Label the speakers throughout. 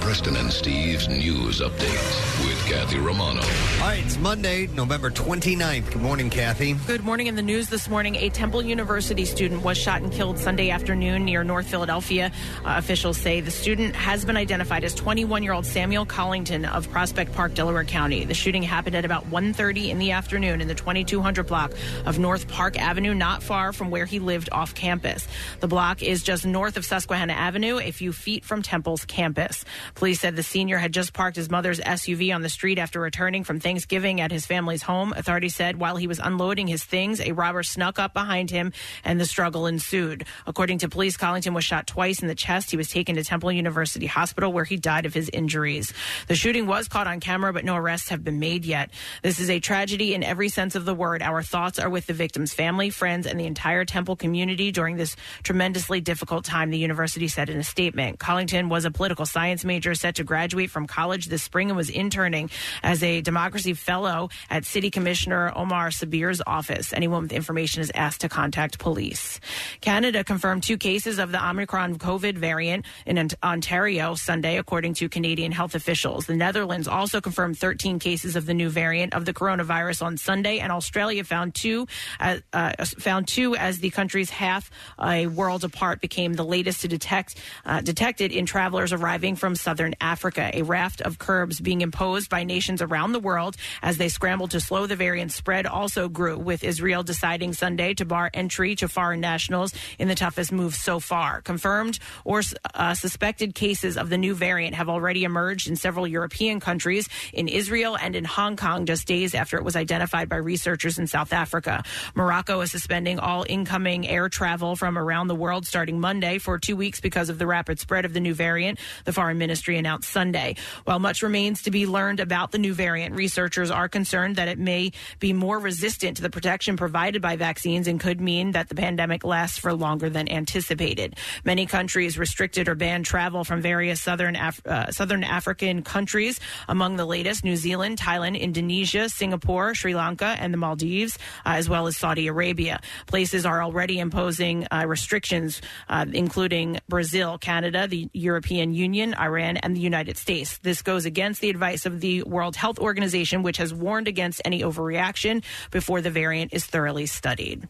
Speaker 1: Preston and Steve's news update with Kathy Romano.
Speaker 2: All right, it's Monday, November 29th. Good morning, Kathy.
Speaker 3: Good morning. In the news this morning, a Temple University student was shot and killed Sunday afternoon near North Philadelphia. Uh, officials say the student has been identified as 21-year-old Samuel Collington of Prospect Park, Delaware County. The shooting happened at about 1:30 in the afternoon in the 2200 block of North Park Avenue, not far from where he lived off campus. The block is just north of Susquehanna Avenue, a few feet from Temple's campus. Police said the senior had just parked his mother's SUV on the street after returning from Thanksgiving at his family's home. Authorities said while he was unloading his things, a robber snuck up behind him and the struggle ensued. According to police, Collington was shot twice in the chest. He was taken to Temple University Hospital where he died of his injuries. The shooting was caught on camera, but no arrests have been made yet. This is a tragedy in every sense of the word. Our thoughts are with the victim's family, friends, and the entire Temple community during this tremendously difficult time, the university said in a statement. Collington was a political science major set to graduate from college this spring and was interning as a democracy fellow at City Commissioner Omar Sabir's office. Anyone with information is asked to contact police. Canada confirmed two cases of the Omicron COVID variant in Ont- Ontario Sunday, according to Canadian health officials. The Netherlands also confirmed 13 cases of the new variant of the coronavirus on Sunday, and Australia found two uh, uh, found two as the country's half a world apart became the latest to detect uh, detected in travelers arriving from southern Africa. A raft of curbs being imposed by nations around the world as they scrambled to slow the variant spread also grew, with Israel deciding Sunday to bar entry to foreign nationals in the toughest move so far. Confirmed or uh, suspected cases of the new variant have already emerged in several European countries, in Israel, and in Hong Kong just days after it was identified by researchers in South Africa. Morocco is suspending all incoming air travel from around the world starting Monday for two weeks because of the rapid spread of the new variant, the foreign ministry announced Sunday. While much remains to be learned about the new variant, researchers are concerned that it may be more resistant to the protection provided by vaccines and could mean that the pandemic lasts for longer than anticipated. Many countries restricted or banned travel from various southern Af- uh, southern African countries. Among the latest, New Zealand, Thailand, Indonesia, Singapore, Sri Lanka, and the Maldives, uh, as well as Saudi Arabia. Places are already imposing uh, restrictions, uh, including Brazil, Canada, the European Union, Iran, and the United States. This goes against the advice of the World Health Organization, which has warned against any overreaction before the variant is thoroughly studied.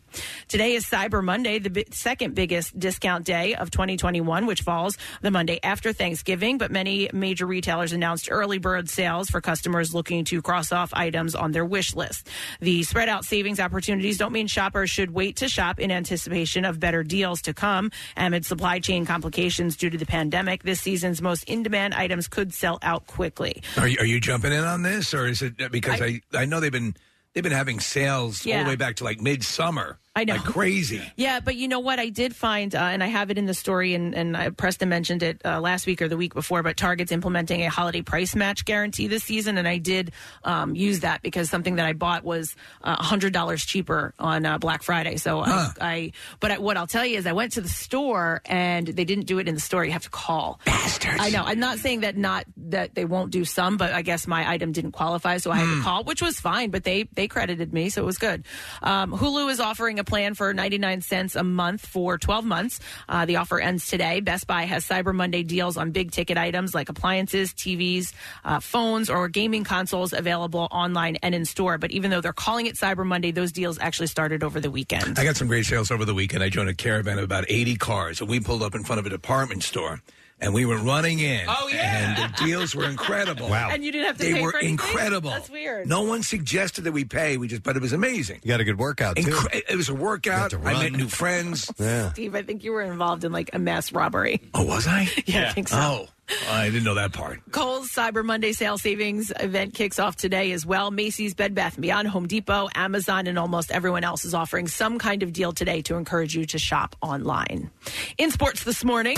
Speaker 3: Today is Cyber Monday, the bi- second biggest discount day of 2021, which falls the Monday after Thanksgiving. But many major retailers announced early bird sales for customers looking to cross off items on their wish list. The spread out savings opportunities don't mean shoppers should wait to shop in anticipation of better deals to come. Amid supply chain complications due to the pandemic, this season's most in demand items could sell out quickly.
Speaker 4: Are you, are you jumping in on this, or is it uh, because I, I, know they've been they've been having sales all
Speaker 3: Yeah.
Speaker 4: the way back to like midsummer.
Speaker 3: I know.
Speaker 4: like crazy.
Speaker 3: Yeah, but you know what? I did find, uh, and I have it in the story, and, and uh, Preston mentioned it uh, last week or the week before, but Target's implementing a holiday price match guarantee this season, and I did um, use that because something that I bought was uh, $100 cheaper on uh, Black Friday. So
Speaker 4: Huh.
Speaker 3: I, I, but I, what I'll tell you is I went to the store, and they didn't do it in the store. You have to call.
Speaker 4: Bastards.
Speaker 3: I know. I'm not saying that not that they won't do some, but I guess my item didn't qualify, so I
Speaker 4: Hmm.
Speaker 3: had to call, Uh, which was fine. But they they credited me, so it was good. Um, Hulu is offering a plan for 99 cents a month for 12 months. Uh, the offer ends today. Best Buy has Cyber Monday deals on big ticket items like appliances, TVs, uh, phones, or gaming consoles available online and in store. But even though they're calling it Cyber Monday, those deals actually started over the weekend.
Speaker 4: I got some great sales over the weekend. I joined a caravan of about 80 cars, and we pulled up in front of a department store, and we were running in. Oh, yeah. And the deals were incredible. wow.
Speaker 3: And you didn't have to
Speaker 4: They
Speaker 3: pay
Speaker 4: were
Speaker 3: for anything?
Speaker 4: incredible.
Speaker 3: That's weird.
Speaker 4: No one suggested that we pay. We just, but it was amazing.
Speaker 2: You got a good workout, too.
Speaker 4: Incre- it was a workout. I met new friends.
Speaker 2: Yeah.
Speaker 3: Steve, I think you were involved in like a mass robbery.
Speaker 4: Oh, was I?
Speaker 3: Yeah, I think so.
Speaker 4: Oh, I didn't know that part.
Speaker 3: Kohl's Cyber Monday sale savings event kicks off today as well. Macy's, Bed Bath & Beyond, Home Depot, Amazon, and almost everyone else is offering some kind of deal today to encourage you to shop online. In sports this morning.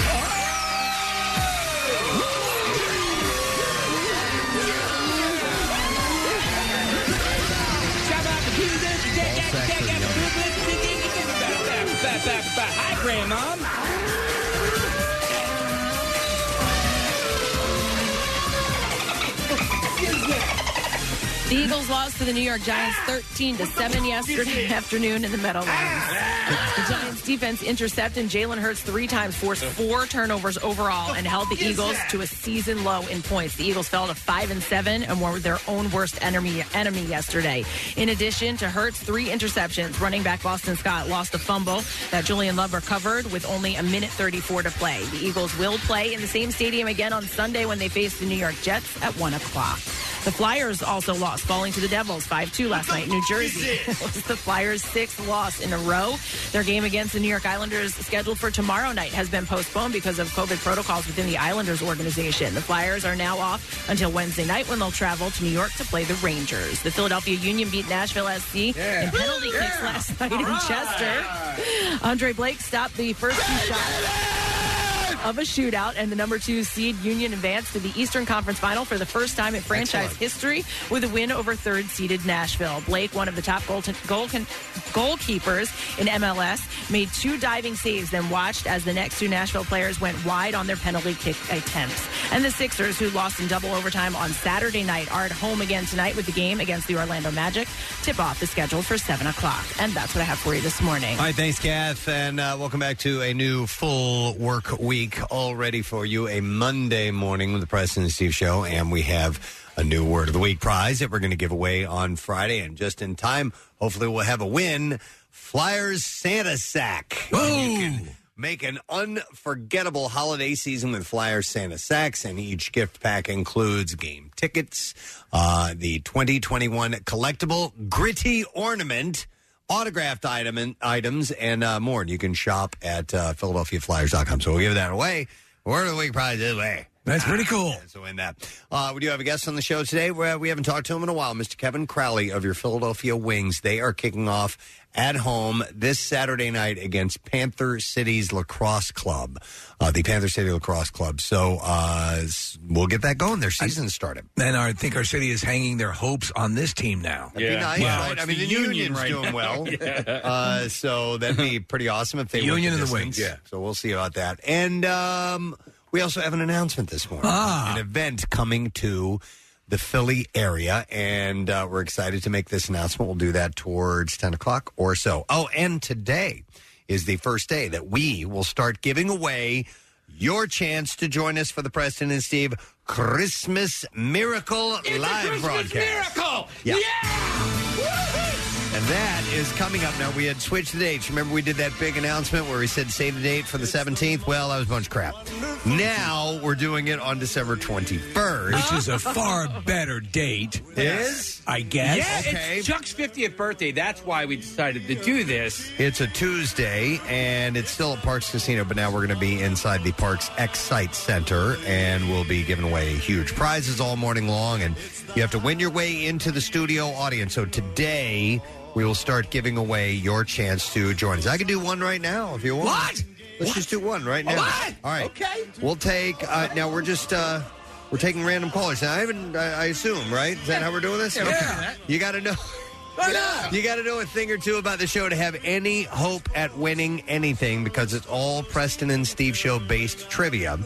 Speaker 5: Hi, Grandmom.
Speaker 3: The Eagles lost to the New York Giants 13 to 7 yesterday afternoon in the Meadowlands. The Giants defense intercepted Jalen Hurts three times, forced four turnovers overall, and held the Eagles to a season low in points. The Eagles fell to five and seven and were their own worst enemy enemy yesterday. In addition to Hurts' three interceptions, running back Boston Scott lost a fumble that Julian Love recovered with only a minute 34 to play. The Eagles will play in the same stadium again on Sunday when they face the New York Jets at one o'clock. The Flyers also lost, falling to the Devils 5 2 last night in New Jersey. It was the Flyers' sixth loss in a row. Their game against the New York Islanders, scheduled for tomorrow night, has been postponed because of COVID protocols within the Islanders organization. The Flyers are now off until Wednesday night when they'll travel to New York to play the Rangers. The Philadelphia Union beat Nashville SC in penalty kicks last night in Chester. Andre Blake stopped the first two shots of a shootout, and the number two seed Union advanced to the Eastern Conference Final for the first time in franchise history with a win over third seeded Nashville. Blake, one of the top goal goal goalkeepers in MLS, made two diving saves, then watched as the next two Nashville players went wide on their penalty kick attempts. And the Sixers, who lost in double overtime on Saturday night, are at home again tonight with the game against the Orlando Magic. Tip off is scheduled for 7 o'clock. And that's what I have for you this morning.
Speaker 2: All right, thanks, Kath, and uh, welcome back to a new full work week all ready for you. A Monday morning with the President and Steve Show, and we have a new Word of the Week prize that we're going to give away on Friday, and just in time, hopefully, we'll have a win. Flyers Santa Sack. You can make an unforgettable holiday season with Flyers Santa Sacks, and each gift pack includes game tickets, uh, the 2021 collectible gritty ornament, autographed item and items, and uh, more. And you can shop at uh, PhiladelphiaFlyers.com. So we'll give that away. Word of the week prize is away.
Speaker 4: That's pretty cool.
Speaker 2: Ah, So in that, uh, we do have a guest on the show today. Where we haven't talked to him in a while, Mr. Kevin Crowley of your Philadelphia Wings. They are kicking off at home this Saturday night against Panther City's Lacrosse Club, uh, the Panther City Lacrosse Club. So uh, s- we'll get that going. Their season started.
Speaker 4: And I think our city is hanging their hopes on this team now.
Speaker 2: That'd be nice. right? I mean, the, union's doing well, uh, so that'd be pretty awesome if they
Speaker 4: The
Speaker 2: went
Speaker 4: union
Speaker 2: the
Speaker 4: and the wings,
Speaker 2: distance. So we'll see about that. And um, we also have an announcement this morning, an event coming to the Philly area, and uh, we're excited to make this announcement. We'll do that towards ten o'clock or so. Oh, and today is the first day that we will start giving away your chance to join us for the Preston and Steve Christmas Miracle live broadcast.
Speaker 5: Miracle!
Speaker 2: Yeah. And that is coming up now. We had switched the dates. Remember, we did that big announcement where we said save the date for the 17th? Well, that was a bunch of crap. Now we're doing it on December 21st.
Speaker 4: Which is a far better date.
Speaker 2: Is?
Speaker 4: I guess.
Speaker 5: Yeah, it's Chuck's 50th birthday. That's why we decided to do this.
Speaker 2: It's a Tuesday, and it's still at Parks Casino, but now we're going to be inside the Parks X Site Center, and we'll be giving away huge prizes all morning long. And you have to win your way into the studio audience. So today, we will start giving away your chance to join us. I can do one right now if you want.
Speaker 5: What?
Speaker 2: Let's just do one right now. All right. Okay. We'll take. Uh, now we're just. Uh, we're taking random callers. Now I haven't. I, I assume, right? Is that how we're doing this?
Speaker 5: Yeah, we're doing that.
Speaker 2: You got to know. You got to know a thing or two about the show to have any hope at winning anything because it's all Preston and Steve show based trivia.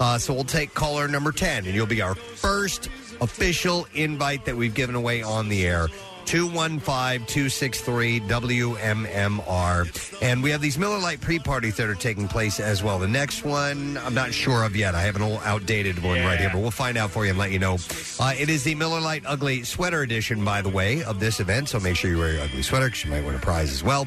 Speaker 2: Uh, so we'll take caller number 10, and you'll be our first official invite that we've given away on the air. 215 263 WMMR. And we have these Miller Lite pre parties that are taking place as well. The next one, I'm not sure of yet. I have an old outdated one right here, but we'll find out for you and let you know. Uh, it is the Miller Lite Ugly Sweater Edition, by the way, of this event. So make sure you wear your ugly sweater because you might win a prize as well.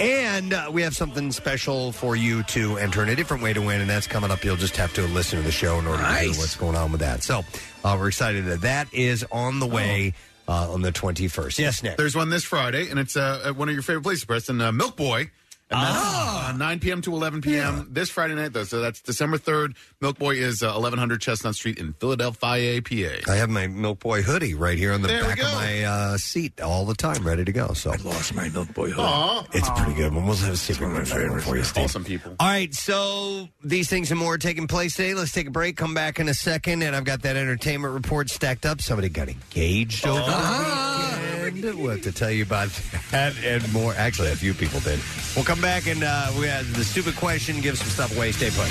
Speaker 2: And uh, we have something special for you to enter in a different way to win, and that's coming up. You'll just have to listen to the show in order to hear what's going on with that. So uh, we're excited that that is on the way uh, on the 21st. Yes, Nick.
Speaker 6: There's one this Friday, and it's uh, at one of your favorite places, Preston, uh, Milk Boy. And that's
Speaker 2: Ah!
Speaker 6: uh, 9 p.m. to 11 p.m. this Friday night, though. So that's December 3rd. Milk Boy is uh, 1100 Chestnut Street in Philadelphia, PA.
Speaker 2: I have my Milk Boy hoodie right here on the
Speaker 6: There we
Speaker 2: back of
Speaker 6: go.
Speaker 2: my uh, seat all the time, ready to go. So
Speaker 4: Lost my milk boy hood.
Speaker 6: Aw.
Speaker 2: it's a pretty good. one. We'll have a secret one for you, Steve.
Speaker 6: Awesome people.
Speaker 2: All right, so these things and more are taking place today. Let's take a break, come back in a second, and I've got that entertainment report stacked up. Somebody got engaged over
Speaker 3: Uh-huh.
Speaker 2: the weekend. We'll have to tell you about that and more. Actually, a few people did. We'll come back and uh, we have the stupid question, give some stuff away. Stay put.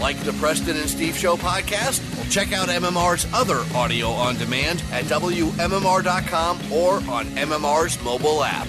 Speaker 7: Like the Preston and Steve Show podcast? Well, check out MMR's other audio on demand at WMMR.com or on MMR's mobile app.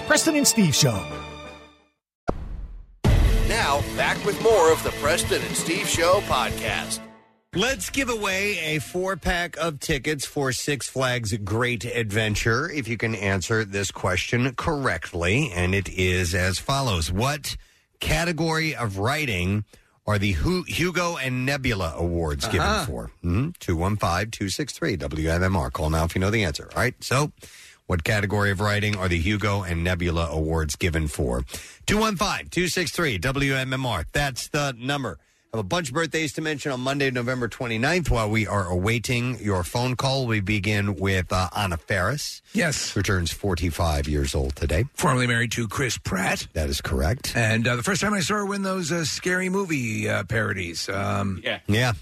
Speaker 8: Preston and Steve Show.
Speaker 7: Now, back with more of the Preston and Steve Show podcast.
Speaker 2: Let's give away a four pack of tickets for Six Flags Great Adventure if you can answer this question correctly. And it is as follows What category of writing are the Hu- Hugo and Nebula Awards given
Speaker 9: Uh-huh.
Speaker 2: for? Hmm? 215 263 WMMR. Call now if you know the answer. All right. So, what category of writing are the Hugo and Nebula Awards given for? 215 263 WMMR. That's the number. Have a bunch of birthdays to mention on Monday, November 29th. While we are awaiting your phone call, we begin with uh, Anna Ferris.
Speaker 4: Yes.
Speaker 2: Who turns 45 years old today.
Speaker 4: Formerly married to Chris Pratt.
Speaker 2: That is correct.
Speaker 4: And uh, the first time I saw her win those uh, scary movie uh, parodies. Um,
Speaker 5: yeah.
Speaker 2: Yeah.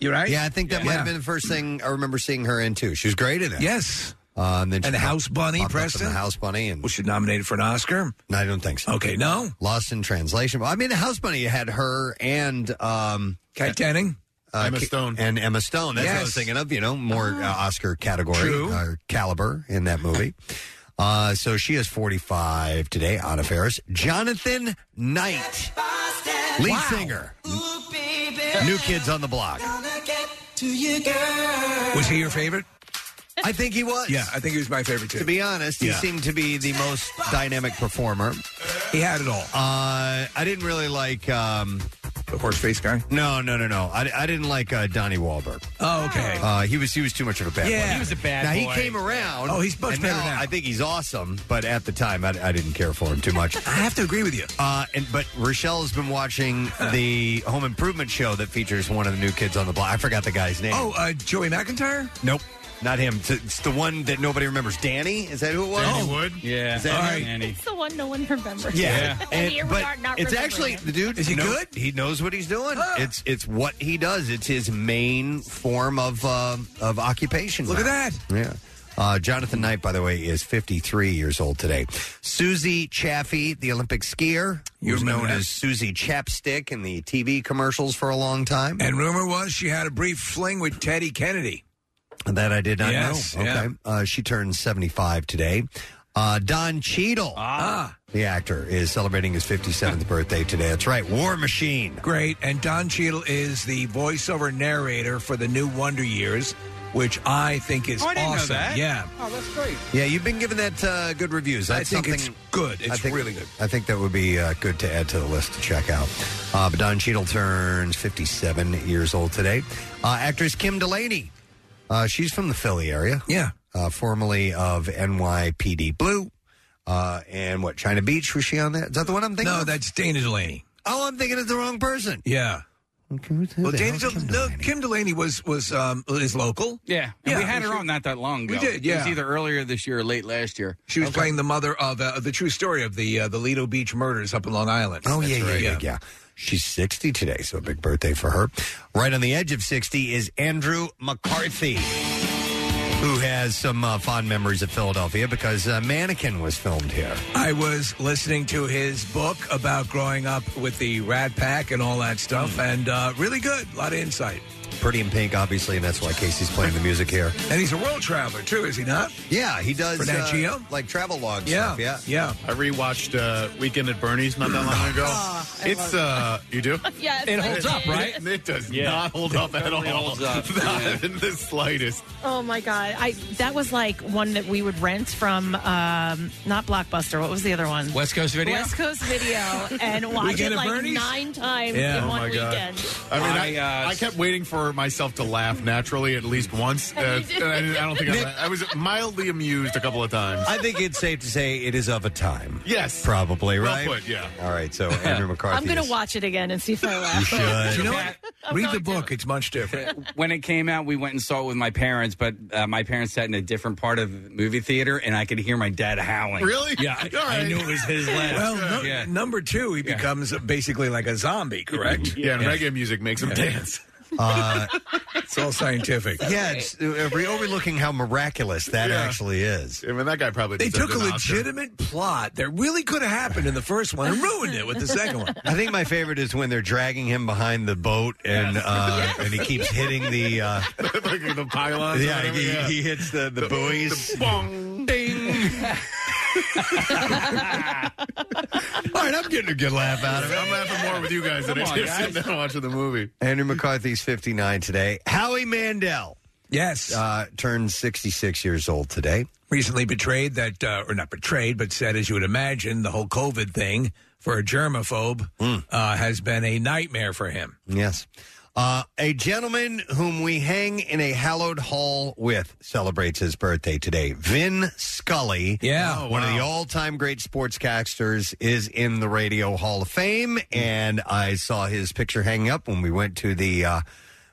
Speaker 4: You right?
Speaker 2: Yeah, I think that
Speaker 4: Yeah.
Speaker 2: might have been the first thing I remember seeing her in, too. She was great in it.
Speaker 4: Yes.
Speaker 2: Uh, and then
Speaker 4: And
Speaker 2: she
Speaker 4: House
Speaker 2: popped-
Speaker 4: Bunny,
Speaker 2: popped up in
Speaker 4: Preston?
Speaker 2: The House Bunny. And
Speaker 4: Was she nominated for an Oscar?
Speaker 2: No, I don't think so.
Speaker 4: Okay, no?
Speaker 2: Lost in Translation. Well, I mean, the House Bunny had her and. Um,
Speaker 4: Kat Denning?
Speaker 6: Emma Stone.
Speaker 2: Uh, And Emma Stone. That's what I was
Speaker 4: Yes. Ah.
Speaker 2: thinking of, you know, more uh, Oscar category
Speaker 4: True.
Speaker 2: or caliber in that movie. Uh, so she is 45 today, Anna Ferris. Jonathan Knight, lead singer, New Kids on the Block.
Speaker 4: Was he your favorite?
Speaker 2: I think he was.
Speaker 4: Yeah, I think he was my favorite too.
Speaker 2: To be honest, he
Speaker 4: Yeah.
Speaker 2: seemed to be the most dynamic performer.
Speaker 4: He had it all.
Speaker 2: Uh, I didn't really like. Um,
Speaker 4: The horse face guy?
Speaker 2: no, no, no, no. I, I didn't like uh, Donnie Wahlberg.
Speaker 4: Oh, okay.
Speaker 2: Uh, he was he was too much of a bad
Speaker 4: Yeah.
Speaker 2: boy.
Speaker 4: He was a
Speaker 5: bad
Speaker 2: Now
Speaker 5: boy.
Speaker 2: he came around.
Speaker 4: Oh, he's much
Speaker 2: and
Speaker 4: better now.
Speaker 2: I think he's awesome, but at the time I, I didn't care for him too much.
Speaker 4: I have to agree with you.
Speaker 2: Uh, and but Rochelle has been watching the Home Improvement show that features one of the new kids on the block. I forgot the guy's name.
Speaker 4: Oh, uh, Joey McIntyre?
Speaker 2: nope, not him. It's, it's the one that nobody remembers. Danny is that who it was?
Speaker 6: Danny
Speaker 2: Oh.
Speaker 6: Wood.
Speaker 5: Yeah.
Speaker 2: Is that
Speaker 5: All
Speaker 2: him?
Speaker 5: right, Andy.
Speaker 3: It's the one no one remembers.
Speaker 2: Yeah,
Speaker 3: And
Speaker 2: And-
Speaker 3: here we
Speaker 2: but
Speaker 3: are not
Speaker 2: it's
Speaker 3: remembering
Speaker 2: actually
Speaker 3: it.
Speaker 2: the dude.
Speaker 4: Is he
Speaker 2: knows-
Speaker 4: good?
Speaker 2: He knows what he's doing.
Speaker 4: Huh.
Speaker 2: It's it's what he does. It's his main form of uh, of occupation.
Speaker 4: Look
Speaker 2: now.
Speaker 4: at that.
Speaker 2: Yeah. Uh, Jonathan Knight, by the way, is 53 years old today. Susie Chaffee, the Olympic skier,
Speaker 4: You
Speaker 2: was
Speaker 4: remember
Speaker 2: known
Speaker 4: that?
Speaker 2: as Susie Chapstick in the TV commercials for a long time.
Speaker 4: And rumor was she had a brief fling with Teddy Kennedy.
Speaker 2: that I did not
Speaker 4: Yes,
Speaker 2: know.
Speaker 4: yeah.
Speaker 2: Okay. Uh, she turned 75 today. Uh, Don Cheadle,
Speaker 4: Ah,
Speaker 2: the actor, is celebrating his 57th birthday today. That's right. War Machine.
Speaker 4: great. And Don Cheadle is the voiceover narrator for the new Wonder Years, which I think is
Speaker 5: Oh, I didn't know
Speaker 4: awesome.
Speaker 5: that.
Speaker 4: Yeah.
Speaker 5: Oh, that's great.
Speaker 2: Yeah, you've been giving that uh, good reviews. That's
Speaker 4: I think
Speaker 2: something-
Speaker 4: it's good. It's
Speaker 2: I think,
Speaker 4: really good.
Speaker 2: I think that would be uh, good to add to the list to check out. Uh, but Don Cheadle turns 57 years old today. Uh, actress Kim Delaney. Uh, she's from the Philly area,
Speaker 4: Yeah.
Speaker 2: uh, formerly of NYPD Blue. Uh, and what, China Beach? Was she on that? Is that the one I'm thinking
Speaker 4: No,
Speaker 2: of?
Speaker 4: Oh, that's Dana Delaney.
Speaker 2: oh, I'm thinking of the wrong person.
Speaker 4: Yeah. Well, Dana Del-
Speaker 2: Kim
Speaker 4: no,
Speaker 2: Delaney?
Speaker 4: Kim Delaney was was um, is local.
Speaker 5: Yeah. And
Speaker 4: Yeah,
Speaker 5: we had
Speaker 4: we
Speaker 5: her
Speaker 4: should-
Speaker 5: on not that long ago.
Speaker 4: We did,
Speaker 5: It
Speaker 4: yeah.
Speaker 5: was either earlier this year or late last year.
Speaker 4: She was playing the mother of uh, the true story of the uh, the Lido Beach murders up in Long Island.
Speaker 2: Oh yeah,
Speaker 4: That's
Speaker 2: yeah,
Speaker 4: right,
Speaker 2: yeah, yeah. She's 60 today, so a big birthday for her. Right on the edge of 60 is Andrew McCarthy, who has some uh, fond memories of Philadelphia because uh, Mannequin was filmed here.
Speaker 4: I was listening to his book about growing up with the Rat Pack and all that stuff, and uh, really good, a lot of insight.
Speaker 2: Pretty in Pink, obviously, and that's why Casey's playing the music here.
Speaker 4: And he's a world traveler too, is he not?
Speaker 2: Yeah, he does
Speaker 4: For Nat
Speaker 2: uh,
Speaker 4: Geo?
Speaker 2: like travel log stuff. Yeah,
Speaker 4: yeah.
Speaker 6: I rewatched uh, Weekend at Bernie's not that long ago.
Speaker 2: Ah,
Speaker 6: it's uh, you do.
Speaker 3: Yeah,
Speaker 5: It
Speaker 3: it's
Speaker 5: holds up,
Speaker 3: like-
Speaker 5: right?
Speaker 6: It, it does
Speaker 5: Yeah.
Speaker 6: not hold up at all.
Speaker 5: Totally holds up.
Speaker 6: Not
Speaker 5: Yeah.
Speaker 6: in the slightest.
Speaker 3: Oh my god, I that was like one that we would rent from um, not Blockbuster. What was the other one?
Speaker 5: West Coast video.
Speaker 3: West Coast Video, and watch
Speaker 4: Weekend
Speaker 3: it
Speaker 4: at
Speaker 3: like
Speaker 4: Bernie's?
Speaker 3: nine times
Speaker 4: Yeah.
Speaker 3: in
Speaker 4: Oh
Speaker 3: one
Speaker 6: my God.
Speaker 3: weekend.
Speaker 6: I mean, I,
Speaker 5: I, uh,
Speaker 6: I kept waiting for for myself to laugh naturally at least once. Uh, and I, didn't- I don't think I, la- I was mildly amused a couple of times.
Speaker 2: I think it's safe to say it is of a time.
Speaker 6: Yes.
Speaker 2: Probably,
Speaker 6: Well
Speaker 2: right?
Speaker 6: put, yeah.
Speaker 2: All right, so Andrew McCarthy.
Speaker 3: I'm going
Speaker 2: is-
Speaker 3: to watch it again and see if I laugh.
Speaker 2: should.
Speaker 4: You know what? Read the
Speaker 3: going
Speaker 4: book. It's much different.
Speaker 5: When it came out, we went and saw it with my parents, but uh, my parents sat in a different part of the movie theater, and I could hear my dad howling.
Speaker 6: Really?
Speaker 5: Yeah, I,
Speaker 6: All right.
Speaker 5: I knew it was his laugh.
Speaker 4: Well, no,
Speaker 5: yeah.
Speaker 4: number two, he becomes basically like a zombie, correct?
Speaker 6: Yeah, and reggae music makes them dance.
Speaker 4: It's all scientific.
Speaker 2: Yeah, it's, uh, we're overlooking how miraculous that
Speaker 6: Yeah.
Speaker 2: actually is.
Speaker 6: I mean, that guy probably
Speaker 4: They
Speaker 6: deserved
Speaker 4: took a
Speaker 6: an Oscar.
Speaker 4: legitimate plot that really could have happened in the first one and ruined it with the second one.
Speaker 2: I think my favorite is when they're dragging him behind the boat and uh, and he keeps hitting the uh,
Speaker 6: like the pylons.
Speaker 2: yeah,
Speaker 6: or whatever,
Speaker 2: he,
Speaker 6: yeah.
Speaker 2: he hits the, the, buoys.
Speaker 6: Bong.
Speaker 2: All right, I'm getting a good laugh out of it.
Speaker 6: I'm laughing more with you guys than I
Speaker 5: on,
Speaker 6: did sitting down watching the movie.
Speaker 2: Andrew McCarthy's 59 today. Howie Mandel
Speaker 4: Yes.
Speaker 2: uh, turned 66 years old today.
Speaker 4: recently betrayed that, uh, or not betrayed, but said, as you would imagine, the whole COVID thing for a germaphobe
Speaker 2: Hmm.
Speaker 4: uh, has been a nightmare for him.
Speaker 2: Yes. Uh, a gentleman whom we hang in a hallowed hall with celebrates his birthday today. Vin Scully,
Speaker 4: Yeah.
Speaker 2: one of the all-time great sportscasters, is in the Radio Hall of Fame, and I saw his picture hanging up when we went to the uh,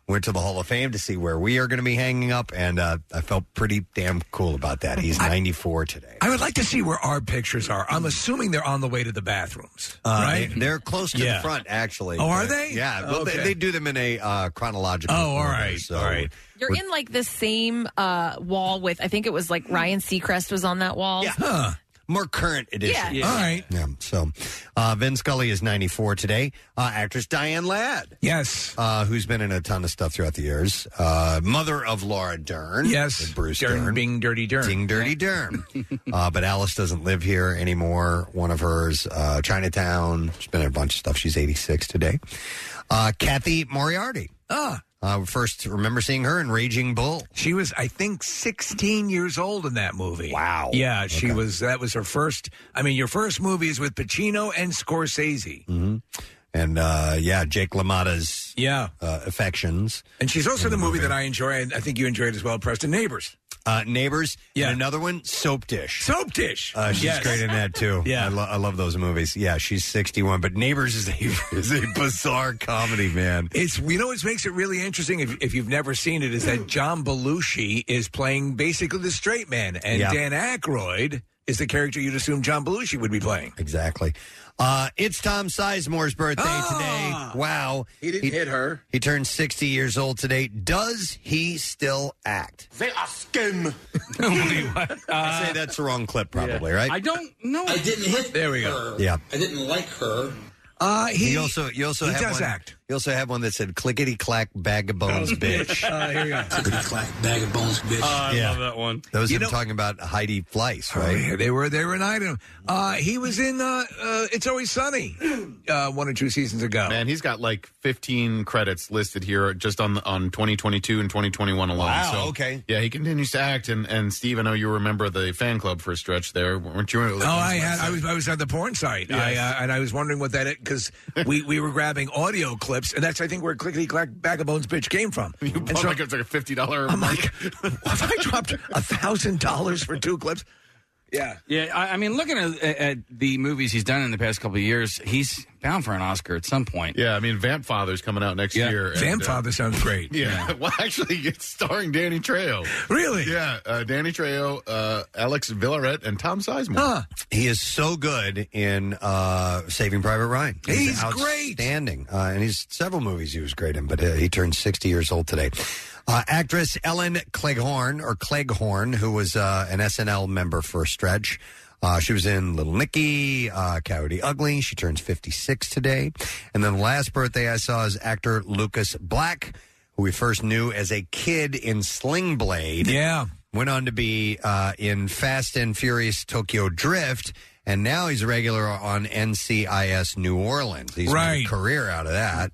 Speaker 2: went to the Hall of Fame to see where we are going to be hanging up, and uh, I felt pretty damn cool about that. He's 94 today.
Speaker 4: I would like to see where our pictures are. I'm assuming they're on the way to the bathrooms,
Speaker 2: Uh,
Speaker 4: right?
Speaker 2: they, are close to the
Speaker 4: Yeah.
Speaker 2: front, actually.
Speaker 4: Oh, are
Speaker 2: But-
Speaker 4: they?
Speaker 2: Yeah. Well, they,
Speaker 4: Okay.
Speaker 2: they do them in a uh, chronological.
Speaker 4: Oh, all
Speaker 2: order,
Speaker 4: right,
Speaker 2: So
Speaker 4: all right.
Speaker 3: You're in like the same uh, wall with I think it was like Ryan Seacrest was on that wall.
Speaker 2: Yeah.
Speaker 4: Huh.
Speaker 2: more current edition.
Speaker 5: Yeah.
Speaker 4: All right.
Speaker 2: Yeah. So, uh, Vin Scully is 94 today. Uh, actress Diane Ladd,
Speaker 4: Yes.
Speaker 2: uh, who's been in a ton of stuff throughout the years. Uh, mother of Laura Dern.
Speaker 4: Yes.
Speaker 2: and Bruce
Speaker 4: Dern
Speaker 2: Dern.
Speaker 4: being dirty Dern.
Speaker 2: Ding Dirty Derm. uh, but Alice doesn't live here anymore. One of hers, uh, Chinatown. She's been in a bunch of stuff. She's 86 today. Uh, Kathy Moriarty.
Speaker 4: Ah.
Speaker 2: Uh, first, remember seeing her in Raging Bull.
Speaker 4: She was, I think, 16 years old in that movie.
Speaker 2: Wow.
Speaker 4: Yeah, she was. That was her first. I mean, your first movie is with Pacino and Scorsese.
Speaker 2: Mm-hmm. And uh, yeah, Jake LaMotta's
Speaker 4: Yeah,
Speaker 2: uh, affections.
Speaker 4: and she's also in a movie that I enjoy, and I think you enjoyed as well, Preston Neighbors.
Speaker 2: Uh, Neighbors.
Speaker 4: Yeah.
Speaker 2: And another one, Soap Dish.
Speaker 4: Soap dish.
Speaker 2: Uh, she's
Speaker 4: Yes.
Speaker 2: great in that too.
Speaker 4: Yeah.
Speaker 2: I, lo- I love those movies. Yeah, she's sixty-one, but Neighbors is a is a bizarre comedy, man.
Speaker 4: It's you know what makes it really interesting if, if you've never seen it is that John Belushi is playing basically the straight man, and
Speaker 2: Yeah.
Speaker 4: Dan Aykroyd is the character you'd assume John Belushi would be playing.
Speaker 2: Exactly. Uh, it's Tom Sizemore's birthday
Speaker 4: Ah!
Speaker 2: today. Wow, he
Speaker 4: didn't hit her.
Speaker 2: He turned sixty years old today. Does he still act?
Speaker 10: They are scum.
Speaker 4: Uh,
Speaker 2: I say that's the wrong clip, probably right.
Speaker 5: I don't know.
Speaker 11: I didn't hit
Speaker 4: There we go.
Speaker 11: her.
Speaker 2: Yeah.
Speaker 11: I didn't like her.
Speaker 4: Uh, he,
Speaker 2: you also you also
Speaker 4: he
Speaker 2: have
Speaker 4: does
Speaker 2: one,
Speaker 4: act.
Speaker 2: You also have one that said "clickety clack bag of bones, bitch."
Speaker 4: Uh, here we go.
Speaker 11: Clickety clack, bag of bones, bitch.
Speaker 5: I
Speaker 2: Yeah.
Speaker 5: love that one.
Speaker 2: That was
Speaker 4: You
Speaker 2: him
Speaker 4: know-
Speaker 2: talking about Heidi Fleiss,
Speaker 4: Oh,
Speaker 2: right?
Speaker 4: yeah, they were they were an item. Uh, he was in uh, uh, It's Always Sunny uh, one or two seasons ago.
Speaker 6: Man, he's got like 15 credits listed here just on on 2022 and 2021 alone.
Speaker 2: Wow, okay.
Speaker 6: Yeah, he continues to act. And, and Steve, I know you remember the fan club for a stretch there. Weren't you?
Speaker 4: Oh, I had I was I was on the porn site, I, uh, and I was wondering what that because we, we were grabbing audio clips, and that's I think where clickety clack bag of bones bitch came from.
Speaker 6: You
Speaker 4: And
Speaker 6: bought
Speaker 4: so
Speaker 6: like, Oh it's like a $50.
Speaker 4: I'm like, have I dropped a thousand dollars for two clips? Yeah,
Speaker 5: Yeah, I, I mean, looking at, at the movies he's done in the past couple of years, he's bound for an Oscar at some point.
Speaker 6: yeah, I mean, Vamp Father's coming out next
Speaker 5: Yeah.
Speaker 6: year. and, uh,
Speaker 4: Vampfather sounds great.
Speaker 6: yeah. Well, actually, it's starring Danny Trejo.
Speaker 4: Really?
Speaker 6: Yeah, uh, Danny Trejo, uh, Alex Villaret, and Tom Sizemore.
Speaker 4: Huh.
Speaker 2: He is so good in uh, Saving Private Ryan.
Speaker 4: He's great.
Speaker 2: outstanding, uh, and he's several movies he was great in. But uh, he turned sixty years old today. Uh, actress Ellen Cleghorn, or Cleghorn, who was uh, an SNL member for a stretch. Uh, she was in Little Nicky, uh, Coyote Ugly. She turns 56 today. And then the last birthday I saw is actor Lucas Black, who we first knew as a kid in Sling Blade
Speaker 4: Yeah.
Speaker 2: went on to be uh, in Fast and Furious Tokyo Drift, and now he's a regular on NCIS New Orleans. He's made
Speaker 4: Right.
Speaker 2: a career out of that,